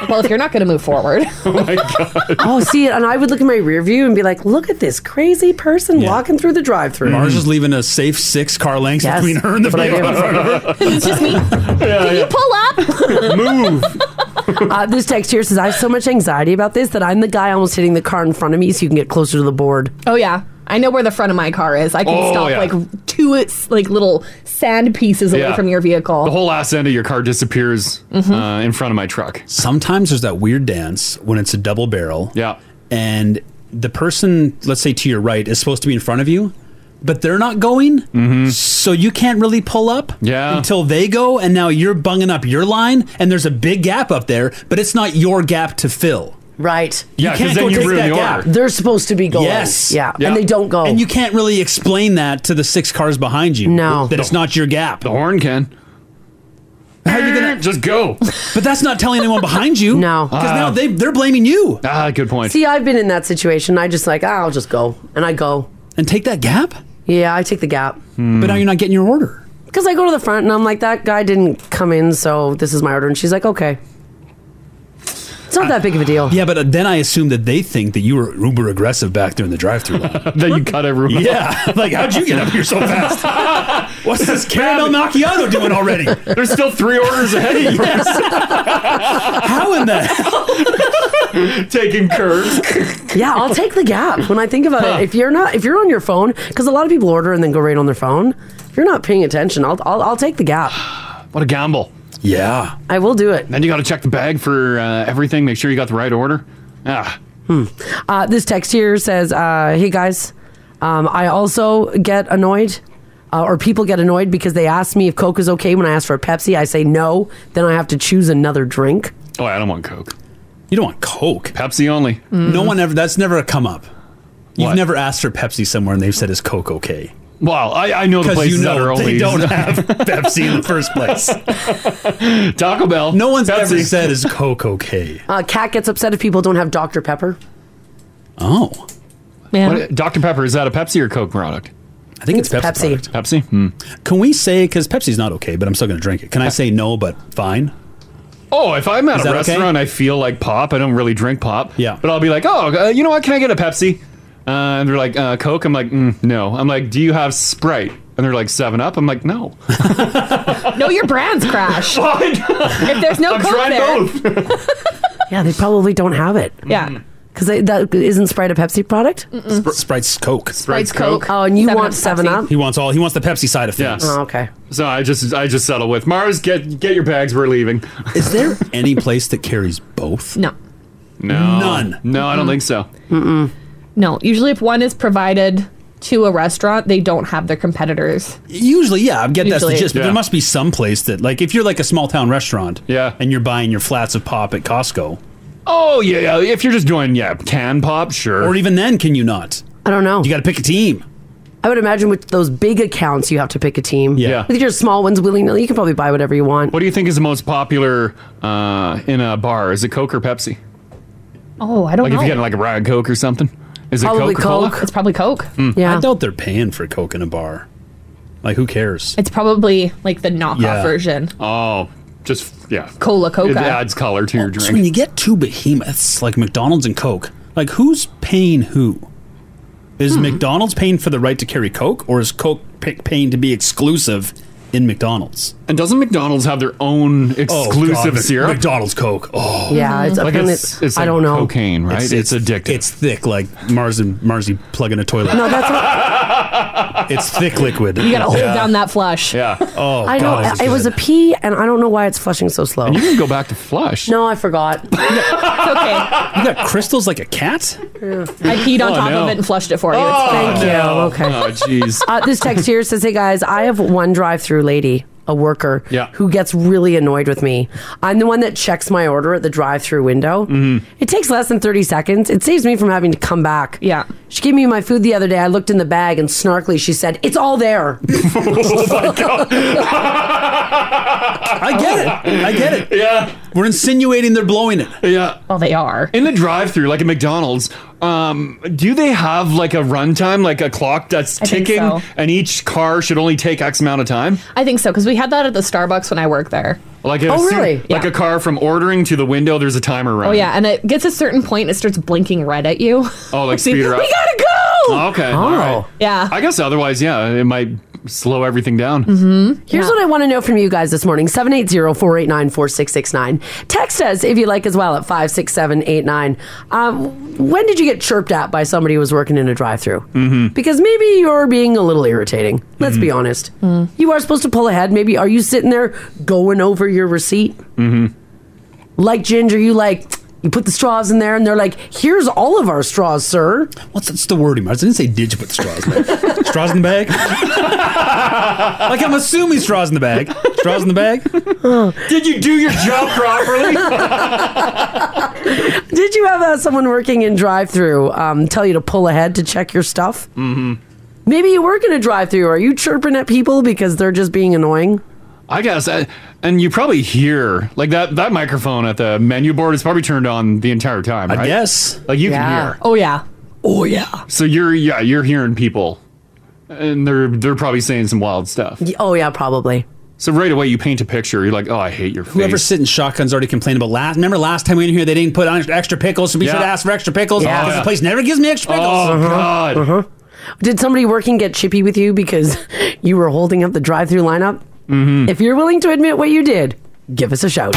Speaker 5: well, if you're not going to move forward,
Speaker 3: oh, see, and I would look in my rear view and be like, look at this crazy person walking through the drive-through.
Speaker 4: Mars is leaving a safe six car lengths between her and the
Speaker 3: that's what I
Speaker 4: vehicle in front of her.
Speaker 3: (laughs)
Speaker 5: it's just me. Can you pull up?
Speaker 2: Move.
Speaker 3: uh, this text here says, I have so much anxiety about this that I'm the guy almost hitting the car in front of me so you can get closer to the board.
Speaker 5: Oh yeah, I know where the front of my car is. I can
Speaker 2: Oh,
Speaker 5: stop
Speaker 2: yeah.
Speaker 5: like two it's like little sand pieces away
Speaker 2: Yeah.
Speaker 5: from your vehicle.
Speaker 2: The whole ass end of your car disappears
Speaker 3: Mm-hmm.
Speaker 2: uh, in front of my truck.
Speaker 4: Sometimes there's that weird dance when it's a double barrel. Yeah. And the person, let's say to your right, is supposed to be in front of you, but they're not going. So you can't really pull up
Speaker 2: Mm-hmm. Yeah.
Speaker 4: until they go. And now you're bunging up your line, and there's a big gap up there, but it's not your gap to fill.
Speaker 3: Right.
Speaker 2: Yeah, 'cause then you ruin the order.
Speaker 3: They're supposed to be going.
Speaker 4: Yes.
Speaker 3: Yeah. And they don't go.
Speaker 4: And you can't really explain that to the six cars behind you.
Speaker 3: No.
Speaker 4: That it's not your gap. The
Speaker 2: horn can.
Speaker 4: How you gonna
Speaker 2: just go?
Speaker 4: But that's not telling anyone behind you.
Speaker 3: No.
Speaker 4: Because now they they're blaming you.
Speaker 2: Ah, good point.
Speaker 3: See, I've been in that situation. I just like, ah, I'll just go. And I go.
Speaker 4: And take that gap? Hmm.
Speaker 3: Yeah, I take the gap.
Speaker 4: But now you're not getting your order.
Speaker 3: Because I go to the front and I'm like, that guy didn't come in, so this is my order. And she's like, okay. It's not that big of a deal.
Speaker 4: Yeah, but uh, then I assume that they think that you were uber aggressive back there in the drive-through
Speaker 2: (laughs)
Speaker 4: line.
Speaker 2: that you cut everyone.
Speaker 4: Yeah, (laughs) like how'd you get up here
Speaker 2: (laughs)
Speaker 4: so (laughs) fast? What's this caramel macchiato doing
Speaker 2: (laughs)
Speaker 4: already?
Speaker 2: There's still three orders ahead of you.
Speaker 4: (laughs) How in the hell?
Speaker 2: (laughs) Taking curves.
Speaker 3: yeah, I'll take the gap when I think about
Speaker 2: Huh.
Speaker 3: it. If you're not, if you're on your phone, because a lot of people order and then go right on their phone. If you're not paying attention, I'll, I'll, I'll take the gap.
Speaker 2: (sighs) What a gamble.
Speaker 4: Yeah.
Speaker 3: I will do it.
Speaker 2: Then you got to check the bag for uh, everything. Make sure you got the right order. Ah.
Speaker 4: Hmm.
Speaker 3: Uh, this text here says, uh, "Hey guys, um, I also get annoyed." Uh, or people get annoyed because they ask me if Coke is okay when I ask for a Pepsi. I say no, then I have to choose another drink.
Speaker 2: Oh, I don't want Coke.
Speaker 4: You don't want Coke.
Speaker 2: Pepsi only.
Speaker 3: Mm.
Speaker 4: No one ever. That's never a come up. You've never asked for Pepsi somewhere and they've said is Coke okay?
Speaker 2: Wow, I, I know the
Speaker 4: 'Cause
Speaker 2: places
Speaker 4: you know
Speaker 2: that are
Speaker 4: they
Speaker 2: only (laughs)
Speaker 4: don't have Pepsi in the first place.
Speaker 2: Taco Bell.
Speaker 4: No one's ever
Speaker 2: Pepsi.
Speaker 4: said is Coke okay.
Speaker 3: Uh, Cat gets upset if people don't have Dr Pepper.
Speaker 4: Oh.
Speaker 3: Yeah.
Speaker 2: What- Dr. Pepper, is that a Pepsi or Coke product?
Speaker 4: I think it's Pepsi. Pepsi.
Speaker 2: Pepsi. Hmm.
Speaker 4: Can we say because Pepsi's not okay, but I'm still going to drink it? Can I say no, but fine?
Speaker 2: Oh, if I'm
Speaker 4: Is
Speaker 2: at a
Speaker 4: that okay?
Speaker 2: restaurant, I feel like pop. I don't really drink pop.
Speaker 4: Yeah.
Speaker 2: But I'll be like, oh, uh, you know what? Can I get a Pepsi? Uh, and they're like, uh, Coke? I'm like, mm, no. I'm like, do you have Sprite? And they're like, 7 Up? I'm like, no.
Speaker 5: (laughs) no, your brand's
Speaker 2: (laughs) Oh,
Speaker 5: crash. if there's no
Speaker 3: I've
Speaker 5: Coke
Speaker 3: tried
Speaker 5: there,
Speaker 3: yeah, they probably don't have it.
Speaker 5: Yeah.
Speaker 3: Because that isn't Sprite a Pepsi product?
Speaker 4: Spr- Sprite's Coke.
Speaker 2: Mm, Sprite's Coke. Coke.
Speaker 3: Oh, and you want 7 Up?
Speaker 4: He wants all. He wants the Pepsi side of
Speaker 2: Yeah.
Speaker 4: things.
Speaker 3: Oh, okay.
Speaker 2: So I just I just settle with Mars. Get get your bags. We're leaving. (laughs)
Speaker 4: Is there any place that carries both?
Speaker 5: No.
Speaker 2: No.
Speaker 4: None.
Speaker 2: No, I don't think so.
Speaker 5: Mm-mm. No, usually if one is provided to a restaurant, they don't have their competitors.
Speaker 4: Usually, yeah, I get that's
Speaker 5: Usually.
Speaker 4: the gist. But
Speaker 5: Yeah.
Speaker 4: there must be some place that, like, if you're like a small town restaurant, yeah, and you're buying your flats of pop at Costco,
Speaker 2: Oh yeah, yeah. If you're just doing yeah, can pop, sure.
Speaker 4: or even then, can you not?
Speaker 3: I don't know. You
Speaker 4: got to pick a team.
Speaker 3: I would imagine with those big accounts, you have to pick a team.
Speaker 2: Yeah.
Speaker 3: With your small ones willy nilly, you can probably buy whatever you want.
Speaker 2: What do you think is the most popular uh, in a bar? Is it Coke or Pepsi?
Speaker 5: Oh, I don't
Speaker 2: like
Speaker 5: know.
Speaker 2: if you get like a Ryan Coke or something, is it Hmm. Coke?
Speaker 5: It's probably Coke.
Speaker 4: I doubt they're paying for Coke in a bar. Like, who cares?
Speaker 5: It's probably like the knockoff
Speaker 4: Yeah.
Speaker 5: Uh-huh. version.
Speaker 2: Oh, just yeah.
Speaker 5: Cola Coca.
Speaker 2: It adds color to your
Speaker 4: So when
Speaker 2: drink.
Speaker 4: you get two behemoths like McDonald's and Coke, like who's paying who?
Speaker 5: Hmm.
Speaker 4: Is McDonald's paying for the right to carry Coke, or is Coke pay- paying to be exclusive in McDonald's?
Speaker 2: And doesn't McDonald's have their own
Speaker 4: Oh,
Speaker 2: exclusive
Speaker 4: Mc-
Speaker 2: syrup?
Speaker 4: McDonald's Coke. Oh,
Speaker 3: Yeah, it's-
Speaker 2: like
Speaker 3: apparently
Speaker 2: it's,
Speaker 3: it's-
Speaker 2: it's
Speaker 3: I
Speaker 2: like
Speaker 3: don't know.
Speaker 2: Cocaine, right? It's, addictive.
Speaker 4: It's thick, like Mars and Marsy plugging a toilet.
Speaker 3: No, that's what
Speaker 4: (laughs) it's thick liquid.
Speaker 5: You gotta hold
Speaker 4: Yeah.
Speaker 5: down that flush.
Speaker 2: Yeah.
Speaker 4: Oh,
Speaker 3: I know.
Speaker 4: God,
Speaker 3: it was a pee, and I don't know why it's flushing so slow. And you
Speaker 2: didn't go back to flush.
Speaker 3: No, I forgot.
Speaker 4: You got crystals like a cat.
Speaker 5: I peed on
Speaker 4: Oh,
Speaker 5: top
Speaker 4: no.
Speaker 5: of it and flushed it for you. It's
Speaker 4: Oh,
Speaker 5: fine.
Speaker 4: Thank you. no.
Speaker 3: Okay.
Speaker 2: Oh, jeez.
Speaker 3: Uh, this text here says, "Hey guys, I have one drive-through lady, a worker,
Speaker 2: Yeah.
Speaker 3: who gets really annoyed with me. I'm the one that checks my order at the drive-through window. It takes less than 30 seconds. It saves me from having to come back.
Speaker 5: Yeah.
Speaker 3: She gave me my food the other day. I looked in the bag and snarkily she said, "It's all there."
Speaker 2: oh
Speaker 4: (laughs)
Speaker 2: my god.
Speaker 4: I get it. I get it.
Speaker 2: (laughs) Yeah.
Speaker 4: We're insinuating they're blowing it.
Speaker 2: Yeah.
Speaker 5: Well, they are.
Speaker 2: In the drive-through, like at McDonald's, um, do they have like a runtime, like a clock that's
Speaker 5: I think
Speaker 2: ticking,
Speaker 5: so.
Speaker 2: and each car should only take X amount of time?
Speaker 5: I think so because we had that at the Starbucks when I worked there.
Speaker 2: Like
Speaker 5: Oh,
Speaker 2: a cer-
Speaker 5: really?
Speaker 2: Like
Speaker 5: Yeah.
Speaker 2: a car from ordering to the window, there's a timer running.
Speaker 5: Oh yeah, and it gets a certain point, it starts blinking red at you.
Speaker 2: Oh,
Speaker 5: (laughs)
Speaker 2: like
Speaker 5: See,
Speaker 2: speed her up.
Speaker 5: We gotta go.
Speaker 2: Oh, okay. all right.
Speaker 5: Yeah. Mm.
Speaker 2: I guess otherwise, yeah, it might slow everything down.
Speaker 3: Mm-hmm. Here's what I want to know from you guys this morning 780 489 4669. Text us if you like as well at 56789. Um, when did you get chirped at by somebody who was working in a drive through? Mm-hmm. Because maybe you're being a little irritating. Let's be honest. You are supposed to pull ahead. Maybe are you sitting there going over your receipt?
Speaker 2: Mm-hmm.
Speaker 3: Like Ginger, you like, You put the straws in there, and they're like, "Here's all of our straws, sir."
Speaker 4: What's that's the wording? I didn't
Speaker 3: (laughs)
Speaker 4: say did you put the straws in there? straws in the bag? like I'm assuming straws in the bag. Straws in the bag?
Speaker 2: Did you do your job (laughs) properly?
Speaker 3: Did you have uh, someone working in drive-through um, tell you to pull ahead to check your stuff?
Speaker 2: Mm-hmm.
Speaker 3: Maybe you work in a drive-through. Are you chirping at people because they're just being annoying?
Speaker 2: I guess, uh, and you probably hear like that that microphone at the menu board is probably turned on the entire time. Right? I guess, like you can hear.
Speaker 5: Oh yeah. Oh yeah.
Speaker 2: So you're yeah you're hearing people, and they're they're probably saying some wild stuff.
Speaker 3: Y- Oh yeah, probably.
Speaker 2: So right away you paint a picture. You're like, oh, I hate your face.
Speaker 4: Whoever's sitting shotguns already complained about last. Remember last time we were in here, they didn't put on extra pickles, so we
Speaker 2: Yeah.
Speaker 4: should ask for extra pickles.
Speaker 2: Yeah.
Speaker 4: because the place never gives me extra pickles.
Speaker 2: Oh,
Speaker 3: Uh-huh.
Speaker 2: God.
Speaker 3: Did somebody working get chippy with you because (laughs) you were holding up the drive-through lineup? Mm-hmm. If you're willing to admit what you did, give us a shout.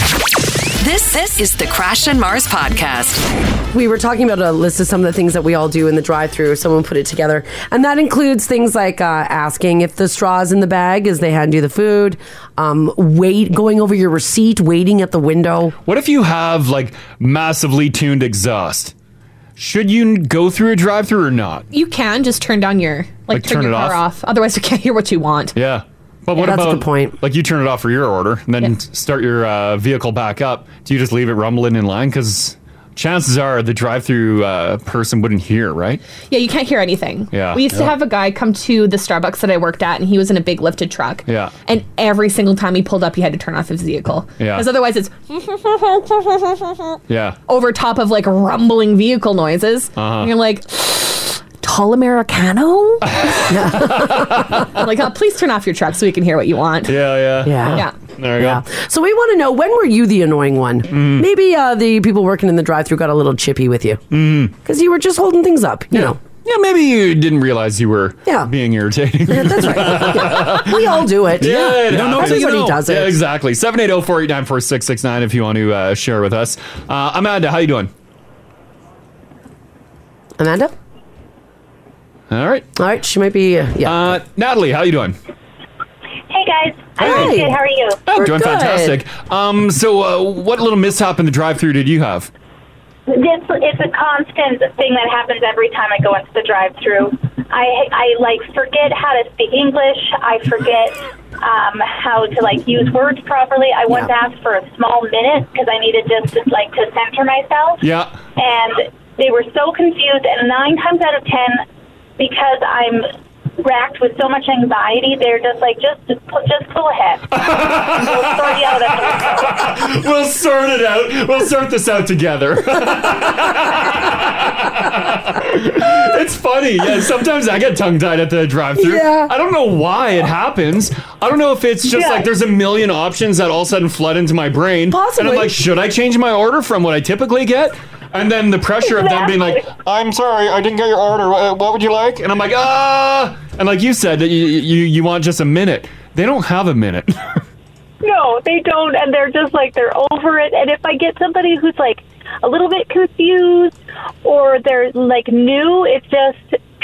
Speaker 1: This this is the Crash and Mars podcast.
Speaker 3: We were talking about a list of some of the things that we all do in the drive-through. Someone put it together, and that includes things like uh, asking if the straw's in the bag as they hand you the food, um, wait, going over your receipt, waiting at the window.
Speaker 2: What if you have like massively tuned exhaust? Should you go through a drive-through or not?
Speaker 5: You can just turn down your like,
Speaker 2: Like,
Speaker 5: turn,
Speaker 2: turn
Speaker 5: your
Speaker 2: it
Speaker 5: car off. Otherwise, you can't hear what you want.
Speaker 2: Yeah. But
Speaker 5: Yeah,
Speaker 2: what
Speaker 5: that's a
Speaker 2: about
Speaker 5: good
Speaker 3: point?
Speaker 2: Like you turn it off for your order, and then
Speaker 5: Yeah.
Speaker 2: start your uh, vehicle back up. Do you just leave it rumbling in line? Because chances are the drive-through uh, person wouldn't hear, right?
Speaker 5: Yeah, you can't hear anything.
Speaker 2: Yeah.
Speaker 5: We used to
Speaker 2: Yeah.
Speaker 5: have a guy come to the Starbucks that I worked at, and he was in a big lifted truck.
Speaker 2: Yeah.
Speaker 5: And every single time he pulled up, he had to turn off his vehicle.
Speaker 2: Yeah.
Speaker 5: Because otherwise, it's (laughs)
Speaker 2: Yeah.
Speaker 5: over top of like rumbling vehicle noises.
Speaker 2: Uh-huh.
Speaker 5: And you're like, tall Americano? (laughs) like, oh, please turn off your truck so we can hear what you want.
Speaker 2: Yeah, yeah.
Speaker 3: Yeah.
Speaker 5: Yeah.
Speaker 2: There we Mm-hmm.
Speaker 3: go. So we want to know when were you the annoying one? Maybe uh, the people working in the drive-through got a little chippy with you because you were just holding things up. You know.
Speaker 2: Mm-hmm.
Speaker 3: (laughs)
Speaker 2: Yeah, maybe you didn't realize you were being
Speaker 3: (laughs)
Speaker 2: irritating.
Speaker 3: that's right. Yeah. We all do it.
Speaker 2: (laughs) Yeah, it
Speaker 3: You don't know
Speaker 2: happens.
Speaker 3: Everybody does it.
Speaker 2: Yeah, exactly. 780-489-4669 if you want to uh, share with us. Uh, Amanda, how you doing?
Speaker 3: Amanda?
Speaker 2: All right.
Speaker 3: All right, she might be uh, yeah.
Speaker 2: Uh, Natalie, how you doing?
Speaker 22: Hey guys, I'm
Speaker 2: Hey.
Speaker 22: really good. How are you?
Speaker 2: I'm doing fantastic. Um, so uh, what little mishap in the drive-through did you have?
Speaker 22: It's, it's a constant thing that happens every time I go into the drive-through. I I like forget how to speak English. I forget um, how to like use words properly. I once asked for a small minute because I needed just to, like to center myself.
Speaker 2: Yeah.
Speaker 22: and they were so confused. And nine times out of ten, because I'm racked with so much anxiety, they're just like, just just pull, just pull ahead. we'll sort you out at the
Speaker 2: (laughs) we'll sort it out. We'll sort this out together. (laughs) it's funny. Yeah, sometimes I get tongue tied at the drive thru.
Speaker 23: Yeah.
Speaker 2: I don't know why it happens. I don't know if it's just
Speaker 23: Yeah.
Speaker 2: like there's a million options that all of a sudden flood into my brain. And
Speaker 23: Possibly.
Speaker 2: I'm like, should I change my order from what I typically get? And then the pressure of them being like, I'm sorry, I didn't get your order. Uh, What would you like? And I'm like, ah. And like you said, that you, you, you want just a minute. They don't have a minute. (laughs)
Speaker 22: No, they don't, and they're just like they're over it. And if I get somebody who's like a little bit confused or they're like new, it's just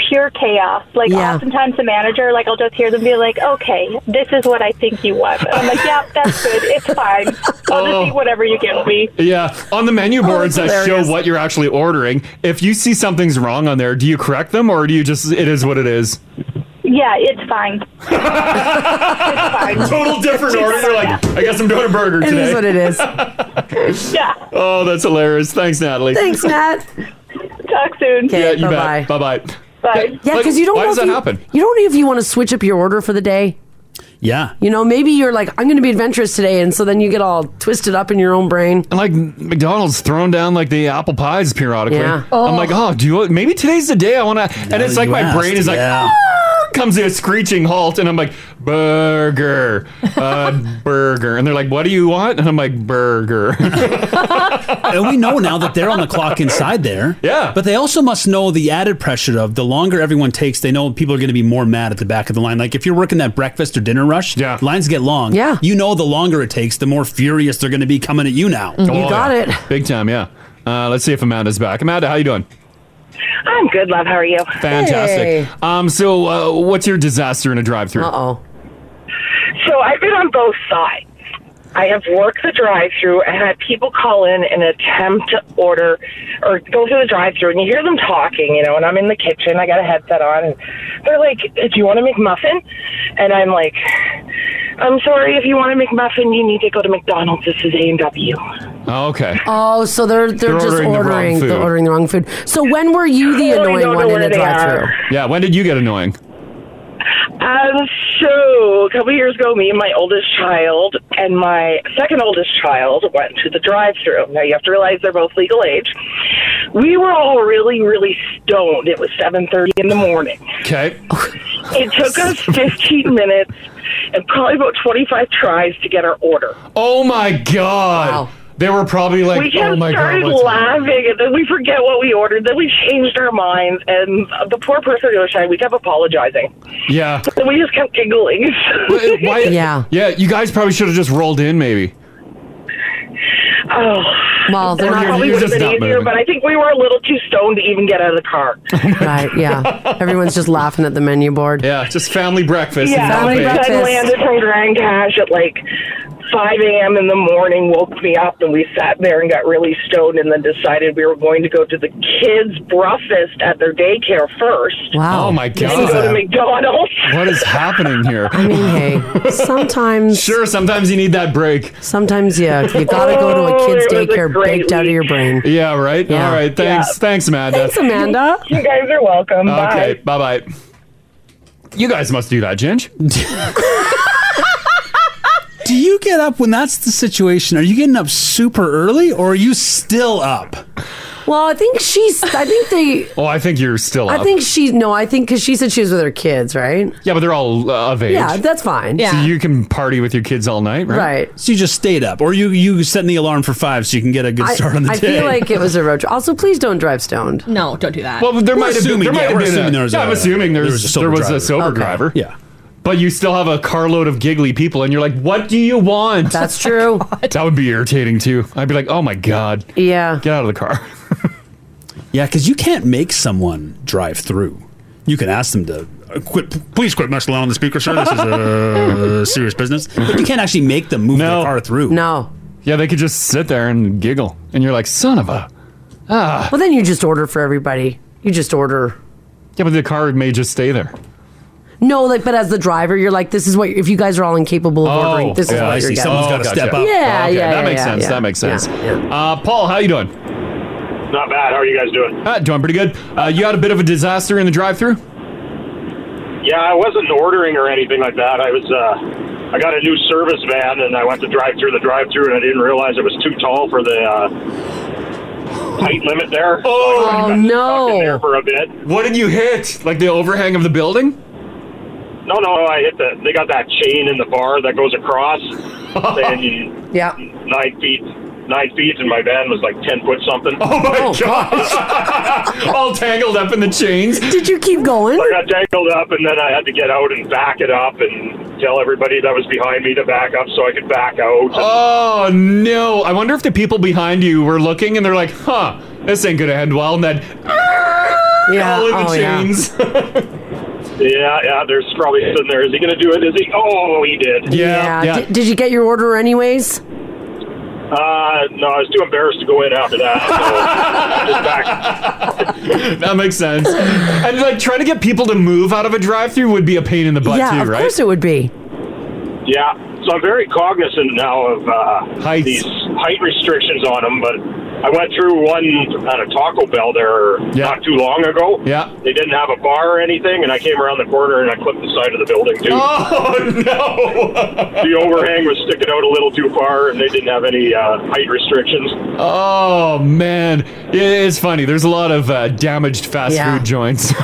Speaker 22: pure chaos. Like
Speaker 3: Yeah.
Speaker 22: oftentimes the manager, like I'll just hear them be like, "Okay, this is what I think you want." And I'm like, "Yeah, that's good. It's fine. I'll just eat whatever you give me."
Speaker 2: Yeah, on the menu boards
Speaker 22: that's
Speaker 2: that show
Speaker 22: hilarious.
Speaker 2: what you're actually ordering, if you see something's wrong on there, do you correct them or do you just it is what it is?
Speaker 22: Yeah, it's
Speaker 2: (laughs)
Speaker 22: fine. it's fine.
Speaker 2: Total different order. You're like, I guess I'm doing a burger
Speaker 22: It
Speaker 2: today.
Speaker 22: is what it
Speaker 2: (laughs) is.
Speaker 22: yeah.
Speaker 2: Oh, that's hilarious. Thanks, Natalie.
Speaker 3: Thanks, Nat.
Speaker 22: Talk soon.
Speaker 2: Yeah, you bet. Bye bye.
Speaker 22: Bye.
Speaker 3: Yeah,
Speaker 2: Like,
Speaker 3: because you don't
Speaker 2: why
Speaker 3: know
Speaker 2: does
Speaker 3: if
Speaker 2: that
Speaker 3: you,
Speaker 2: happen?
Speaker 3: You don't know if you want to switch up your order for the day.
Speaker 4: Yeah.
Speaker 3: You know, maybe you're like, I'm going to be adventurous today, and so then you get all twisted up in your own brain.
Speaker 2: And like McDonald's throwing down like the apple pies periodically.
Speaker 3: Yeah.
Speaker 2: I'm like, oh, do you, maybe today's the day I want to. And it's like
Speaker 4: you
Speaker 2: my
Speaker 4: asked,
Speaker 2: brain is like,
Speaker 4: yeah.
Speaker 2: "Ah," comes to a screeching halt, and I'm like, burger,
Speaker 4: (laughs)
Speaker 2: uh, burger. And they're like, what do you want? And I'm like, burger.
Speaker 4: (laughs) and we know now that they're on the clock inside there. Yeah. But they also must know the added pressure of the longer everyone takes, they know people are going to be more mad at the back of the line. Like if you're working that breakfast or dinner rush, yeah. lines get long. Yeah. You know the longer it takes, the more furious they're going to be coming at you now.
Speaker 3: Mm-hmm.
Speaker 2: Oh, yeah. Big time, yeah. Uh, let's see if Amanda's back. Amanda, how you doing?
Speaker 24: I'm good, love. How are you?
Speaker 2: Fantastic. Um, so uh, what's your disaster in a drive-through?
Speaker 3: Uh-oh.
Speaker 24: So I've been on both sides.
Speaker 6: I have worked the drive-through and had people call in and attempt to order or go through the drive-through, and you hear them talking, you know. And I'm in the kitchen, I got a headset on, and they're like, "Do you want a McMuffin?" And I'm like, "I'm sorry, if you want a McMuffin, you need to go to McDonald's. This is A and W."
Speaker 2: Oh, okay.
Speaker 3: Oh, so they're they're,
Speaker 2: They're
Speaker 3: just
Speaker 2: ordering
Speaker 3: ordering
Speaker 2: the wrong
Speaker 3: they're
Speaker 2: food.
Speaker 3: ordering the wrong food. So when were you the annoying
Speaker 6: Totally don't know
Speaker 3: one in
Speaker 6: where
Speaker 3: the
Speaker 6: they
Speaker 3: drive-through?
Speaker 2: Yeah, when did you get annoying?
Speaker 6: Um, so a couple of years ago, me and my oldest child and my second oldest child went to the drive-through. Now you have to realize they're both legal age. We were all really, really stoned. It was seven thirty in the morning.
Speaker 2: Okay.
Speaker 6: It took
Speaker 2: (laughs)
Speaker 6: us fifteen minutes and probably about twenty-five tries to get our order.
Speaker 2: Oh my god. They were probably like,
Speaker 6: we just
Speaker 2: oh my god.
Speaker 6: started
Speaker 2: what's-
Speaker 6: laughing, and then we forget what we ordered. Then we changed our minds, and the poor person who was trying, we kept apologizing.
Speaker 2: Yeah.
Speaker 6: And we just kept giggling. (laughs)
Speaker 2: Why, yeah. Yeah, you guys probably should have just rolled in maybe.
Speaker 6: Oh, well,
Speaker 2: they're not-
Speaker 6: probably
Speaker 2: you're
Speaker 6: would have
Speaker 2: just
Speaker 6: been
Speaker 2: not
Speaker 6: easier,
Speaker 2: moving.
Speaker 6: but I think we were a little too stoned to even get out of the
Speaker 2: (laughs)
Speaker 6: car.
Speaker 3: Right,
Speaker 6: (laughs)
Speaker 3: yeah. Everyone's just laughing at the menu board.
Speaker 2: Yeah, just family breakfast.
Speaker 6: my son landed from Grand Cash at like 5 a.m. in the morning, woke me up, and we sat there and got really stoned, and then decided we were going to go to the kids' breakfast at their daycare first.
Speaker 2: Wow. Oh my
Speaker 6: Then go to
Speaker 2: God.
Speaker 6: McDonald's.
Speaker 2: What is happening here? I
Speaker 3: mean, hey, sometimes.
Speaker 2: Sure, sometimes you need that break.
Speaker 3: Sometimes, yeah, you gotta go to a kid's daycare baked out of your brain.
Speaker 2: Yeah, right?
Speaker 3: Yeah.
Speaker 2: All right. Thanks.
Speaker 3: Yeah.
Speaker 2: Thanks, Amanda.
Speaker 3: Thanks, Amanda.
Speaker 6: You guys are welcome.
Speaker 2: Okay, bye bye. You guys must do that, Ginge.
Speaker 4: (laughs) Do you get up when that's the situation? Are you getting up super early or are you still up?
Speaker 3: Well, I think she's. I think they.
Speaker 2: oh, I think you're still up.
Speaker 3: I think she. No, I think because she said she was with her kids, right?
Speaker 2: Yeah, but they're all uh, of age.
Speaker 3: Yeah, that's fine.
Speaker 2: So you can party with your kids all night, right?
Speaker 4: So you just stayed up or you, you setting the alarm for five so you can get a good
Speaker 3: I,
Speaker 4: start on the
Speaker 3: I
Speaker 4: day.
Speaker 3: feel like it was a road trip. Also, please don't drive stoned.
Speaker 5: No, don't do that.
Speaker 2: Well, there
Speaker 4: We're
Speaker 2: might have been.
Speaker 4: assuming-
Speaker 2: There might
Speaker 4: yeah,
Speaker 2: have
Speaker 4: we're
Speaker 2: been.
Speaker 4: assuming
Speaker 2: a,
Speaker 4: there was
Speaker 2: yeah, I'm
Speaker 4: a-
Speaker 2: assuming
Speaker 4: there
Speaker 2: there's,
Speaker 4: was a sober
Speaker 2: there was a
Speaker 4: driver.
Speaker 2: sober
Speaker 4: Okay.
Speaker 2: driver.
Speaker 4: Yeah.
Speaker 2: But you still have a carload of giggly people, and you're like, "What do you want?" Oh
Speaker 3: That's
Speaker 2: (laughs)
Speaker 3: true.
Speaker 2: that would be irritating too. I'd be like, "Oh my god."
Speaker 3: Yeah.
Speaker 2: Get out of the car.
Speaker 4: Yeah, because you can't make someone drive through. You can ask them to uh, quit. Please quit messing around on the speaker, sir. This
Speaker 3: (laughs)
Speaker 4: is uh, serious business. But you can't actually make them move their car through.
Speaker 3: No.
Speaker 2: Yeah, they could just sit there and giggle, and you're like, "Son of a." Ah.
Speaker 3: Well, then you just order for everybody. You just order.
Speaker 2: Yeah, but the car may just stay there.
Speaker 3: No, like, but as the driver, you're like, this is what. If you guys are all incapable of ordering, this is
Speaker 2: Oh. yeah,
Speaker 3: what
Speaker 2: I
Speaker 3: you're
Speaker 2: see.
Speaker 3: getting.
Speaker 2: Someone's gotta
Speaker 3: Oh, gotcha. Yeah,
Speaker 2: Okay,
Speaker 3: yeah,
Speaker 2: that
Speaker 3: yeah,
Speaker 2: makes
Speaker 3: yeah,
Speaker 2: sense.
Speaker 3: yeah.
Speaker 2: That makes sense. Uh, Paul, how you doing?
Speaker 23: Not bad. How are you guys doing?
Speaker 2: Uh, doing pretty good. Uh, you had a bit of a disaster in the drive-through.
Speaker 23: Yeah, I wasn't ordering or anything like that. I was. Uh, I got a new service van, and I went to drive through the drive-through, and I didn't realize it was too tall for the uh, height limit there. Oh,
Speaker 3: no!
Speaker 23: For a bit.
Speaker 2: What did you hit? Like the overhang of the building?
Speaker 23: No, no, I hit the. They got that chain in the bar that goes across, and
Speaker 3: yeah,
Speaker 23: nine feet, nine feet, and my van was like ten foot something.
Speaker 2: Oh my gosh! (laughs) All tangled up in the chains.
Speaker 3: Did you keep going?
Speaker 23: I got tangled up, and then I had to get out and back it up and tell everybody that was behind me to back up so I could back out.
Speaker 2: Oh no! I wonder if the people behind you were looking and they're like, "Huh, this ain't gonna end well." And then,
Speaker 3: yeah,
Speaker 2: (laughs) all in the
Speaker 23: oh, yeah.
Speaker 2: chains.
Speaker 23: Yeah, yeah, there's probably sitting there. Is he going to do it? Is he? Oh, he did.
Speaker 3: Did, did you get your order anyways?
Speaker 23: Uh, no, I was too embarrassed to go in after that.
Speaker 2: (laughs)
Speaker 23: So just back.
Speaker 2: that makes sense. And like trying to get people to move out of a drive-through would be a pain in the butt
Speaker 23: Yeah,
Speaker 2: too,
Speaker 23: of
Speaker 2: right?
Speaker 3: course it would be.
Speaker 23: Yeah, so I'm very cognizant now of uh, these height restrictions on them, but I went through one at a Taco Bell there not too long ago.
Speaker 2: Yeah.
Speaker 23: They didn't have a bar or anything, and I came around the corner and I clipped the side of the building, too.
Speaker 2: Oh, (laughs) no!
Speaker 23: the overhang was sticking out a little too far, and they didn't have any uh, height restrictions.
Speaker 2: Oh man, it is funny. There's a lot of uh, damaged fast
Speaker 23: Yeah.
Speaker 2: food joints. (laughs)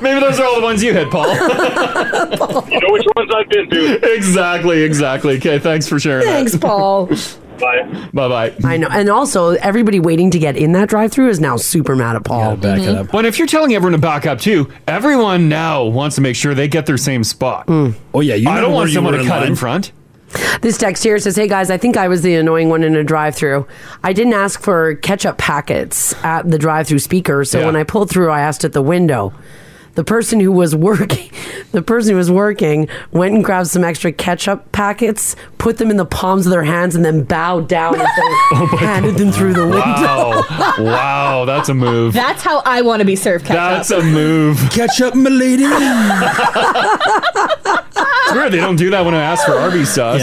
Speaker 2: Maybe those are all the ones you hit, Paul.
Speaker 23: (laughs) You know which ones I've been to.
Speaker 2: exactly, exactly. Okay, thanks for sharing.
Speaker 3: Thanks, Paul.
Speaker 23: Bye.
Speaker 2: Bye. Bye.
Speaker 3: I know. And also, everybody waiting to get in that drive through is now super mad at Paul.
Speaker 2: Back it up. But if you're telling everyone to back up too, everyone now wants to make sure they get their same spot.
Speaker 4: Oh yeah,
Speaker 2: I
Speaker 4: remember
Speaker 2: don't want
Speaker 4: you
Speaker 2: someone
Speaker 4: were
Speaker 2: to
Speaker 4: in
Speaker 2: cut in
Speaker 4: line.
Speaker 2: front.
Speaker 3: This text here says, Hey guys, I think I was the annoying one in a drive through. I didn't ask for ketchup packets at the drive through speaker, so
Speaker 2: Yeah.
Speaker 3: when I pulled through, I asked at the window. The person who was working, (laughs) the person who was working, went and grabbed some extra ketchup packets, put them in the palms of their hands, and then bowed down
Speaker 2: (laughs)
Speaker 3: as they handed them through the window.
Speaker 2: Oh
Speaker 3: (laughs)
Speaker 2: Wow. wow, that's a move.
Speaker 5: That's how I want to be served ketchup.
Speaker 2: That's a move.
Speaker 4: Ketchup,
Speaker 2: (laughs)
Speaker 4: milady.
Speaker 2: It's weird they don't do that when I ask for Arby's sauce.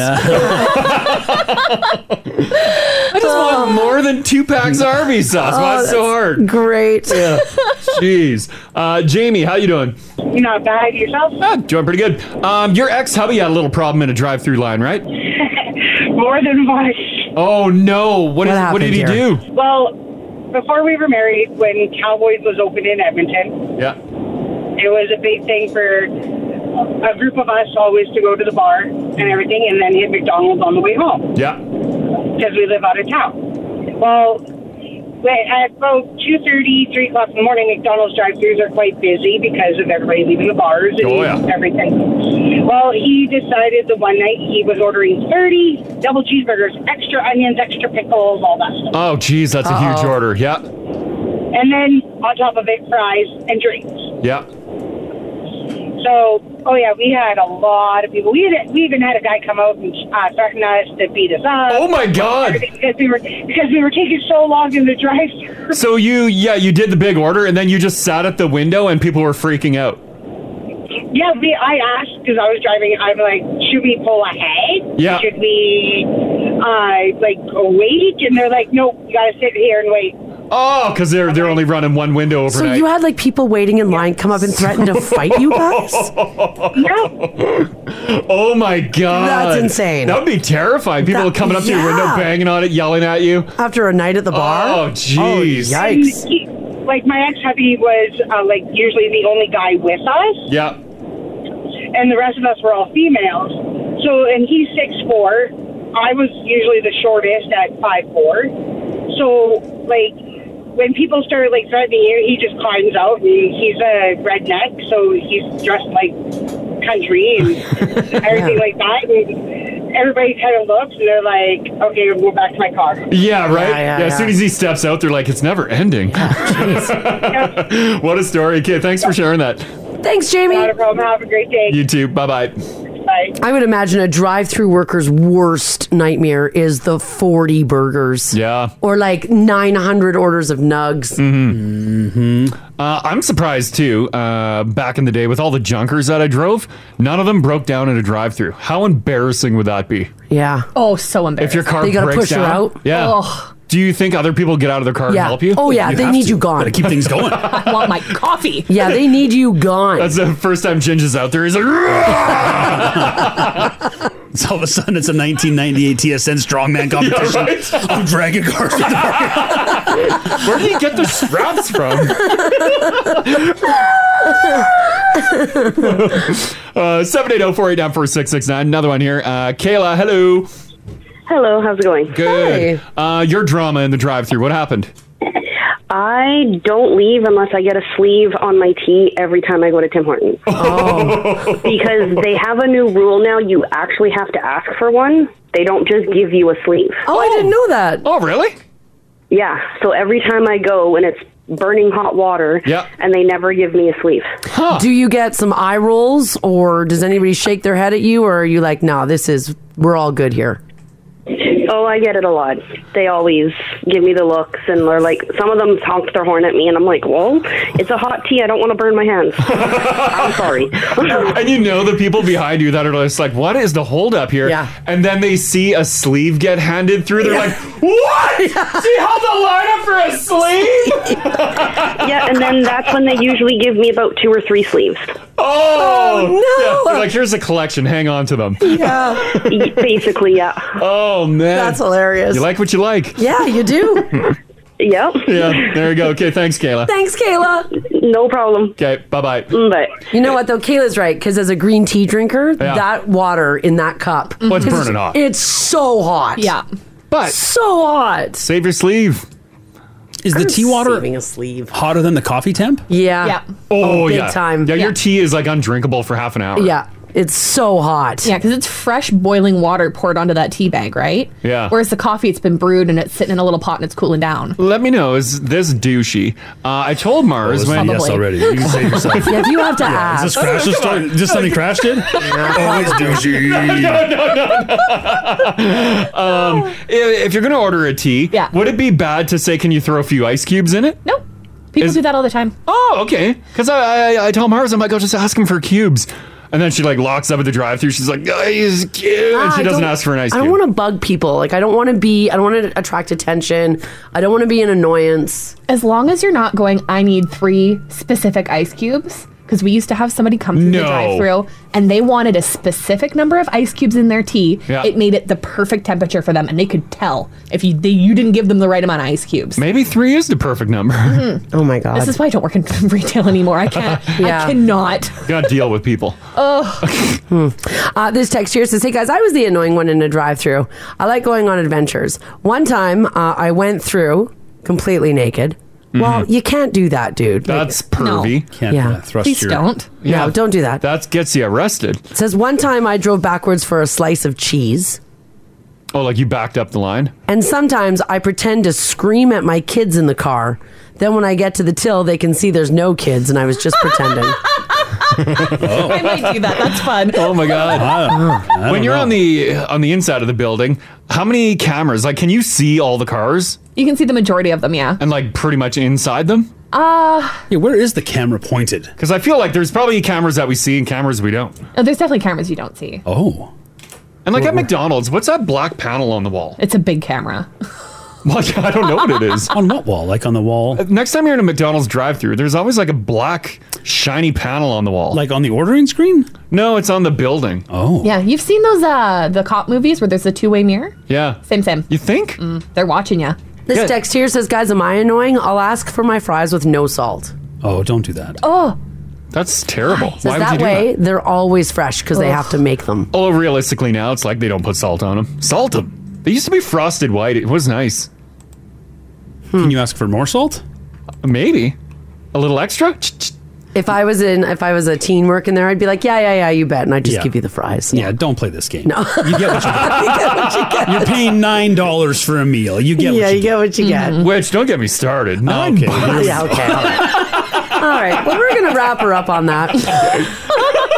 Speaker 2: (laughs) I just want more than two packs of Arby's sauce. Why
Speaker 3: Oh,
Speaker 2: it's so
Speaker 3: that's
Speaker 2: hard?
Speaker 3: Great. (laughs)
Speaker 2: Yeah. Jeez. Uh, Jamie, how you doing?
Speaker 24: Not bad yourself.
Speaker 2: Ah, doing pretty good. Um, your ex-hubby had a little problem in a drive-through line, right?
Speaker 24: More than once.
Speaker 2: Oh no! What, is, what did he do?
Speaker 24: Well, before we were married, when Cowboys was open in Edmonton,
Speaker 2: Yeah.
Speaker 24: it was a big thing for a group of us always to go to the bar and everything, and then hit McDonald's on the way home
Speaker 2: Yeah.
Speaker 24: because we live out of town. Well, when- at about two thirty, three o'clock in the morning, McDonald's drive-throughs are quite busy because of everybody leaving the bars and
Speaker 7: Oh, yeah.
Speaker 24: everything. Well, he decided the one night he was ordering 30 double cheeseburgers, extra onions, extra pickles, all that stuff.
Speaker 2: Oh, geez, that's a huge
Speaker 24: Uh-oh.
Speaker 2: order. Yeah.
Speaker 24: And then on top of it, fries and drinks.
Speaker 2: Yeah.
Speaker 24: So, oh yeah, we had a lot of people. We had we even had a guy come out and uh, threaten us to beat us up.
Speaker 2: Oh my God.
Speaker 24: Because we were because we were taking so long in the drive.
Speaker 2: So you, yeah, you did the big order, and then you just sat at the window, and people were freaking out.
Speaker 24: Yeah, we, I asked because I was driving. I'm like, should we pull ahead?
Speaker 2: Yeah.
Speaker 24: Should we uh, like wait? And they're like, no, you gotta sit here and wait.
Speaker 2: Oh, because they're they're only running one window
Speaker 3: So
Speaker 2: overnight.
Speaker 3: you had like people waiting in line come up and threaten to fight you guys?
Speaker 2: (laughs) oh my god,
Speaker 3: That's insane.
Speaker 2: That would be terrifying. People
Speaker 3: That-
Speaker 2: coming up to your window,
Speaker 3: yeah.
Speaker 2: banging on it, yelling at you.
Speaker 3: After a night at the bar?
Speaker 2: Oh jeez,
Speaker 24: And he- like my ex hubby was uh, like usually the only guy with us.
Speaker 2: Yeah.
Speaker 24: and the rest of us were all females. So, and he's six four. I was usually the shortest at five four. So, like when people started like threatening you, he just climbs out, and he's a redneck, so he's dressed like country and everything like that. And everybody kind of looks, and they're like, "Okay, we'll go back to my car."
Speaker 2: Yeah, right. Yeah,
Speaker 24: Yeah, yeah,
Speaker 2: as soon
Speaker 24: yeah.
Speaker 2: as he steps out, they're like, "It's never ending." (laughs) what a story, kid! Thanks for sharing that.
Speaker 3: Thanks, Jamie.
Speaker 24: Not a problem. Have a great day.
Speaker 2: You too. Bye bye.
Speaker 24: Bye.
Speaker 3: I would imagine a drive-through worker's worst nightmare is the 40 burgers.
Speaker 2: Yeah.
Speaker 3: Or like 900 orders of nugs.
Speaker 2: Mm-hmm. Uh, I'm surprised too. Uh, back in the day, with all the junkers that I drove, none of them broke down in a drive-through. How embarrassing would that be?
Speaker 3: Yeah.
Speaker 5: Oh, so Oh, embarrassing.
Speaker 2: If your car
Speaker 5: They
Speaker 2: breaks
Speaker 5: gotta push her
Speaker 2: down,
Speaker 5: out?
Speaker 2: yeah.
Speaker 5: Ugh.
Speaker 2: Do you think other people get out of their car and
Speaker 3: Yeah.
Speaker 2: help you?
Speaker 3: Oh, yeah, You they have need to. you gone. Gotta
Speaker 2: keep things going.
Speaker 5: I want my coffee.
Speaker 3: (laughs) Yeah, they need you gone.
Speaker 2: That's the first time Ginge is out there. He's
Speaker 4: (laughs)
Speaker 2: like,
Speaker 3: (laughs)
Speaker 4: So all of a sudden, it's a 1998 TSN
Speaker 2: (laughs)
Speaker 4: strongman competition. (laughs)
Speaker 2: right.
Speaker 4: I'm dragging cars. to the
Speaker 2: (laughs)
Speaker 4: bar.
Speaker 2: Where do you get the straps from? (laughs) uh, 780-489-4669. Another one here. Uh, Kayla, hello.
Speaker 9: Hello, how's it going?
Speaker 2: Good. Uh, your drama in the drive-through. What happened?
Speaker 9: I don't leave unless I get a sleeve on my tea every time I go to Tim Hortons.
Speaker 2: Oh.
Speaker 9: (laughs) because they have a new rule now. You actually have to ask for one. They don't just give you a sleeve.
Speaker 3: Oh, I didn't know that.
Speaker 2: Oh, really?
Speaker 9: Yeah. So every time I go and it's burning hot water,
Speaker 2: yeah.
Speaker 9: and they never give me a sleeve.
Speaker 3: Do you get some eye rolls or does anybody shake their head at you or are you like, "No, this is we're all good here."
Speaker 9: Oh, I get it a lot. They always give me the looks, and they're like, some of them honk their horn at me, and I'm like, well, it's a hot tea. I don't want to burn
Speaker 2: (laughs)
Speaker 9: my hands. I'm sorry.
Speaker 2: and you know the people behind you that are just like, what is the holdup here? Yeah. And then they see a sleeve get handed through. They're like,
Speaker 20: (laughs)
Speaker 2: what? she held the line up for a sleeve?
Speaker 9: yeah, and then that's when they usually give me about two or three sleeves.
Speaker 2: oh, no. like, here's a collection. Hang on to them.
Speaker 9: Yeah. Basically, yeah.
Speaker 2: Oh, man.
Speaker 9: That's hilarious.
Speaker 2: You like what you like.
Speaker 3: Yeah, you
Speaker 2: (laughs)
Speaker 3: do.
Speaker 9: Yep.
Speaker 2: yeah, there you go. Okay, thanks, Kayla.
Speaker 3: Thanks, Kayla.
Speaker 9: No problem.
Speaker 2: Okay, bye bye.
Speaker 9: Bye.
Speaker 3: You know what though, Kayla's right because as a green tea drinker,
Speaker 2: Yeah.
Speaker 3: that water in that cup,
Speaker 2: Well, it's
Speaker 3: 'cause
Speaker 2: burning hot.
Speaker 3: It's so hot. Yeah,
Speaker 2: but
Speaker 3: so hot.
Speaker 2: Save your sleeve.
Speaker 4: Is the tea water
Speaker 3: saving a sleeve
Speaker 4: hotter than the coffee temp?
Speaker 3: Yeah.
Speaker 2: Oh,
Speaker 3: big
Speaker 2: yeah.
Speaker 3: time.
Speaker 2: Yeah, your tea is like undrinkable for half an hour.
Speaker 3: Yeah. It's so hot.
Speaker 5: Yeah, because it's fresh boiling water poured onto that tea bag, right?
Speaker 2: Yeah.
Speaker 5: Whereas the coffee, it's been brewed and it's sitting in a little pot and it's cooling down.
Speaker 2: Let me know. Is this douchey? Uh, I told Mars
Speaker 5: it's
Speaker 2: when
Speaker 5: Oh, a yes Probably. already. You can save yourself.
Speaker 3: (laughs)
Speaker 2: (laughs)
Speaker 3: Yeah, if you have to ask.
Speaker 4: Is this crash just start- is this something Crash did? Always douchey.
Speaker 2: No, no, um, if, if you're gonna order a tea, would it be bad to say, "Can you throw a few ice cubes in it"?
Speaker 5: Nope. People do that all the time.
Speaker 2: Oh, okay. Because I, I, I tell Mars, I'm like, "I'll just ask him for cubes," and then she like locks up at the drive-through. She's like, "Ice cube," and
Speaker 3: Ah,
Speaker 2: she
Speaker 3: I
Speaker 2: doesn't
Speaker 3: don't-
Speaker 2: ask for an ice
Speaker 3: I
Speaker 2: cube.
Speaker 3: don't want to bug people. Like I don't want to be. I don't want to attract attention. I don't want to be an annoyance.
Speaker 5: As long as you're not going, I need three specific ice cubes. Because we used to have somebody come through
Speaker 2: No.
Speaker 5: the drive through and they wanted a specific number of ice cubes in their tea.
Speaker 2: Yeah.
Speaker 5: It made it the perfect temperature for them. And they could tell if you they, you didn't give them the right amount of ice cubes.
Speaker 2: Maybe three is the perfect number.
Speaker 5: Mhm.
Speaker 2: (laughs)
Speaker 3: Oh my god!
Speaker 5: This is why I don't work in (laughs) retail anymore. I can't.
Speaker 3: (laughs) Yeah.
Speaker 5: I cannot.
Speaker 2: Got to deal with
Speaker 3: (laughs)
Speaker 2: people.
Speaker 3: Oh. uh, this text here says, "Hey guys, I was the annoying one in a drive-through. I like going on adventures. One time, uh, I went through completely naked. Well,
Speaker 2: Mhm.
Speaker 3: you can't do that, dude. Like-
Speaker 2: That's pervy. Can't
Speaker 3: Yeah. uh, thrust Please your- don't.
Speaker 2: Yeah,
Speaker 3: No, don't do that.
Speaker 2: That gets you arrested.
Speaker 3: It says one time I drove backwards for a slice of cheese."
Speaker 2: Oh, like you backed up the line.
Speaker 3: And sometimes I pretend to scream at my kids in the car. Then when I get to the till, they can see there's no kids and I was just (laughs) pretending.
Speaker 5: I might do that. That's fun.
Speaker 2: (laughs) Oh my god! when you're on the on the inside of the building, how many cameras? Like, can you see all the cars
Speaker 5: You can see the majority of them, yeah.
Speaker 2: and like pretty much inside them?
Speaker 5: Uh,
Speaker 2: Yeah, where is the camera pointed? Because I feel like there's probably cameras that we see and cameras we don't.
Speaker 5: oh, there's definitely cameras you don't see.
Speaker 2: Oh. And like at McDonald's, what's that black panel on the wall? (laughs)
Speaker 5: It's a big camera.
Speaker 2: Well, yeah, I don't know what it is. on what wall? Like on the wall? Next time you're in a McDonald's drive-through, there's always like a black shiny panel on the wall. Like on the ordering screen? No, it's on the building. Oh.
Speaker 5: Yeah, you've seen those uh the cop movies where there's a two way mirror.
Speaker 2: Yeah.
Speaker 5: Same, same.
Speaker 2: You think?
Speaker 5: Mm, they're watching you.
Speaker 3: This text here says, guys, am I annoying? I'll ask for my fries with no salt.
Speaker 4: Oh, don't do that.
Speaker 5: Oh,
Speaker 2: That's terrible.
Speaker 3: says that way they're always fresh because they have to make them.
Speaker 2: Although realistically now, it's like they don't put salt on them. Salt them. They used to be frosted white. It was nice. Hmm. Can you ask for more salt? Maybe. A little extra?
Speaker 3: If I was in, if I was a teen working there, I'd be like, yeah, yeah, yeah, you bet, and I'd just give you the fries.
Speaker 4: Yeah, don't play this game.
Speaker 3: No.
Speaker 4: You get what
Speaker 3: (laughs)
Speaker 4: you get. You're paying nine dollars for a meal. You get
Speaker 3: Yeah,
Speaker 4: what you,
Speaker 3: you get what you get.
Speaker 2: Mm-hmm. Which don't get me started. Nine
Speaker 4: okay.
Speaker 2: bucks.
Speaker 3: Yeah, okay. all right. All right, well, we're gonna wrap her up on that. (laughs)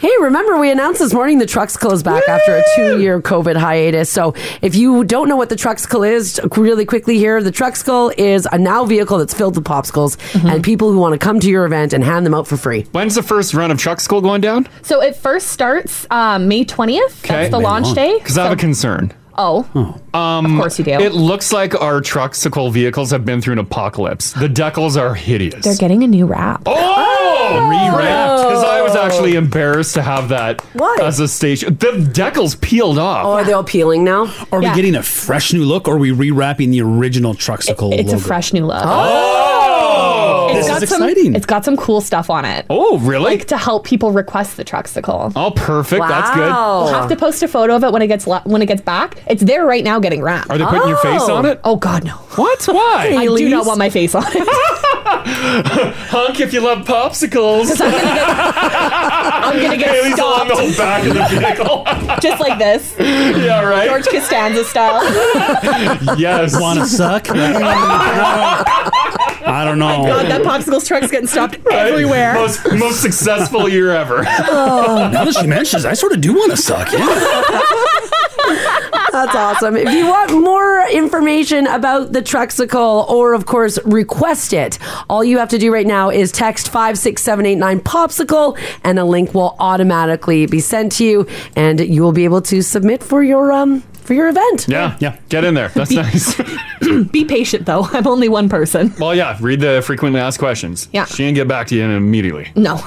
Speaker 3: Hey, remember we announced this morning the Truxkill is back after a two-year COVID hiatus. So if you don't know what the Truxkill is, really quickly here, the Truxkill is a now vehicle that's filled with popsicles and people who want to come to your event and hand them out for free.
Speaker 2: When's the first run of Truck School going down?
Speaker 5: So it first starts um, May twentieth. That's the launch day.
Speaker 2: Because I have a concern.
Speaker 5: Oh,
Speaker 2: Um, of course
Speaker 5: you do.
Speaker 2: It looks like our Truxicle vehicles have been through an apocalypse. The decals are hideous.
Speaker 5: they're getting a new wrap.
Speaker 2: Oh, rewrapped. Because I was actually embarrassed to have that
Speaker 3: Why?
Speaker 2: as a station. The decals peeled off.
Speaker 3: Oh, are they all peeling now?
Speaker 4: Are we getting a fresh new look, or are we rewrapping the original Truxicle
Speaker 5: It's a (laughs)
Speaker 4: logo? (laughs)
Speaker 5: fresh new look.
Speaker 4: Oh!
Speaker 5: It's
Speaker 4: This
Speaker 5: got
Speaker 4: is
Speaker 5: some,
Speaker 4: exciting.
Speaker 5: It's got some cool stuff on it.
Speaker 2: Oh, really?
Speaker 5: Like to help people request the Truxicle.
Speaker 2: Oh, perfect. That's good.
Speaker 5: We'll have to post a photo of it when it gets la- when it gets back. It's there right now, getting wrapped.
Speaker 2: Are they putting your face on it?
Speaker 5: Oh God, no.
Speaker 2: What? Why?
Speaker 5: (laughs) I do
Speaker 2: Elise?
Speaker 5: not want my face on it.
Speaker 2: (laughs) Hunk, if you love popsicles. I'm gonna get,
Speaker 5: I'm gonna get
Speaker 2: Haley's along the
Speaker 5: stopped.
Speaker 2: whole back of the vehicle.
Speaker 5: (laughs) Just like this.
Speaker 2: Yeah, right.
Speaker 5: George Costanza
Speaker 2: (laughs)
Speaker 5: style.
Speaker 2: Yes.
Speaker 4: Want to suck? I don't know.
Speaker 5: Oh God, that popsicles truck's getting stopped everywhere.
Speaker 2: (laughs)
Speaker 5: Oh.
Speaker 2: Most, most successful year
Speaker 5: (laughs)
Speaker 2: ever. (laughs)
Speaker 4: now that she mentions, I sort of do want to suck.
Speaker 3: (laughs)
Speaker 4: Yeah.
Speaker 3: That's awesome. If you want more information about the Truxicle or, of course, request it, all you have to do right now is text 56789 Popsicle and a link will automatically be sent to you and you will be able to submit for your, um, for your
Speaker 2: (coughs)
Speaker 3: event.
Speaker 2: Yeah, yeah. Get in there. That's nice. (laughs)
Speaker 5: Be patient though. I'm only one person.
Speaker 2: Well, yeah. Read the frequently asked questions.
Speaker 5: Yeah.
Speaker 2: She didn't get back to you immediately.
Speaker 5: No.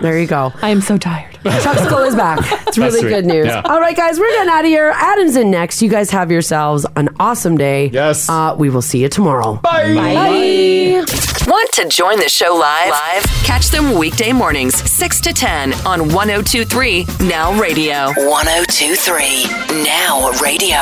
Speaker 3: there you go.
Speaker 5: I am so tired.
Speaker 3: Truxicle is back. It's
Speaker 2: That's
Speaker 3: really
Speaker 2: sweet.
Speaker 3: good news.
Speaker 2: Yeah.
Speaker 3: All right, guys, we're getting out of here. Adam's in next. You guys have yourselves an awesome day. Yes. Uh, we will see you tomorrow.
Speaker 1: Bye. Want to join the show live? Live? Catch them weekday mornings, 6 to 10 on 1023 Now Radio. 1023 Now Radio.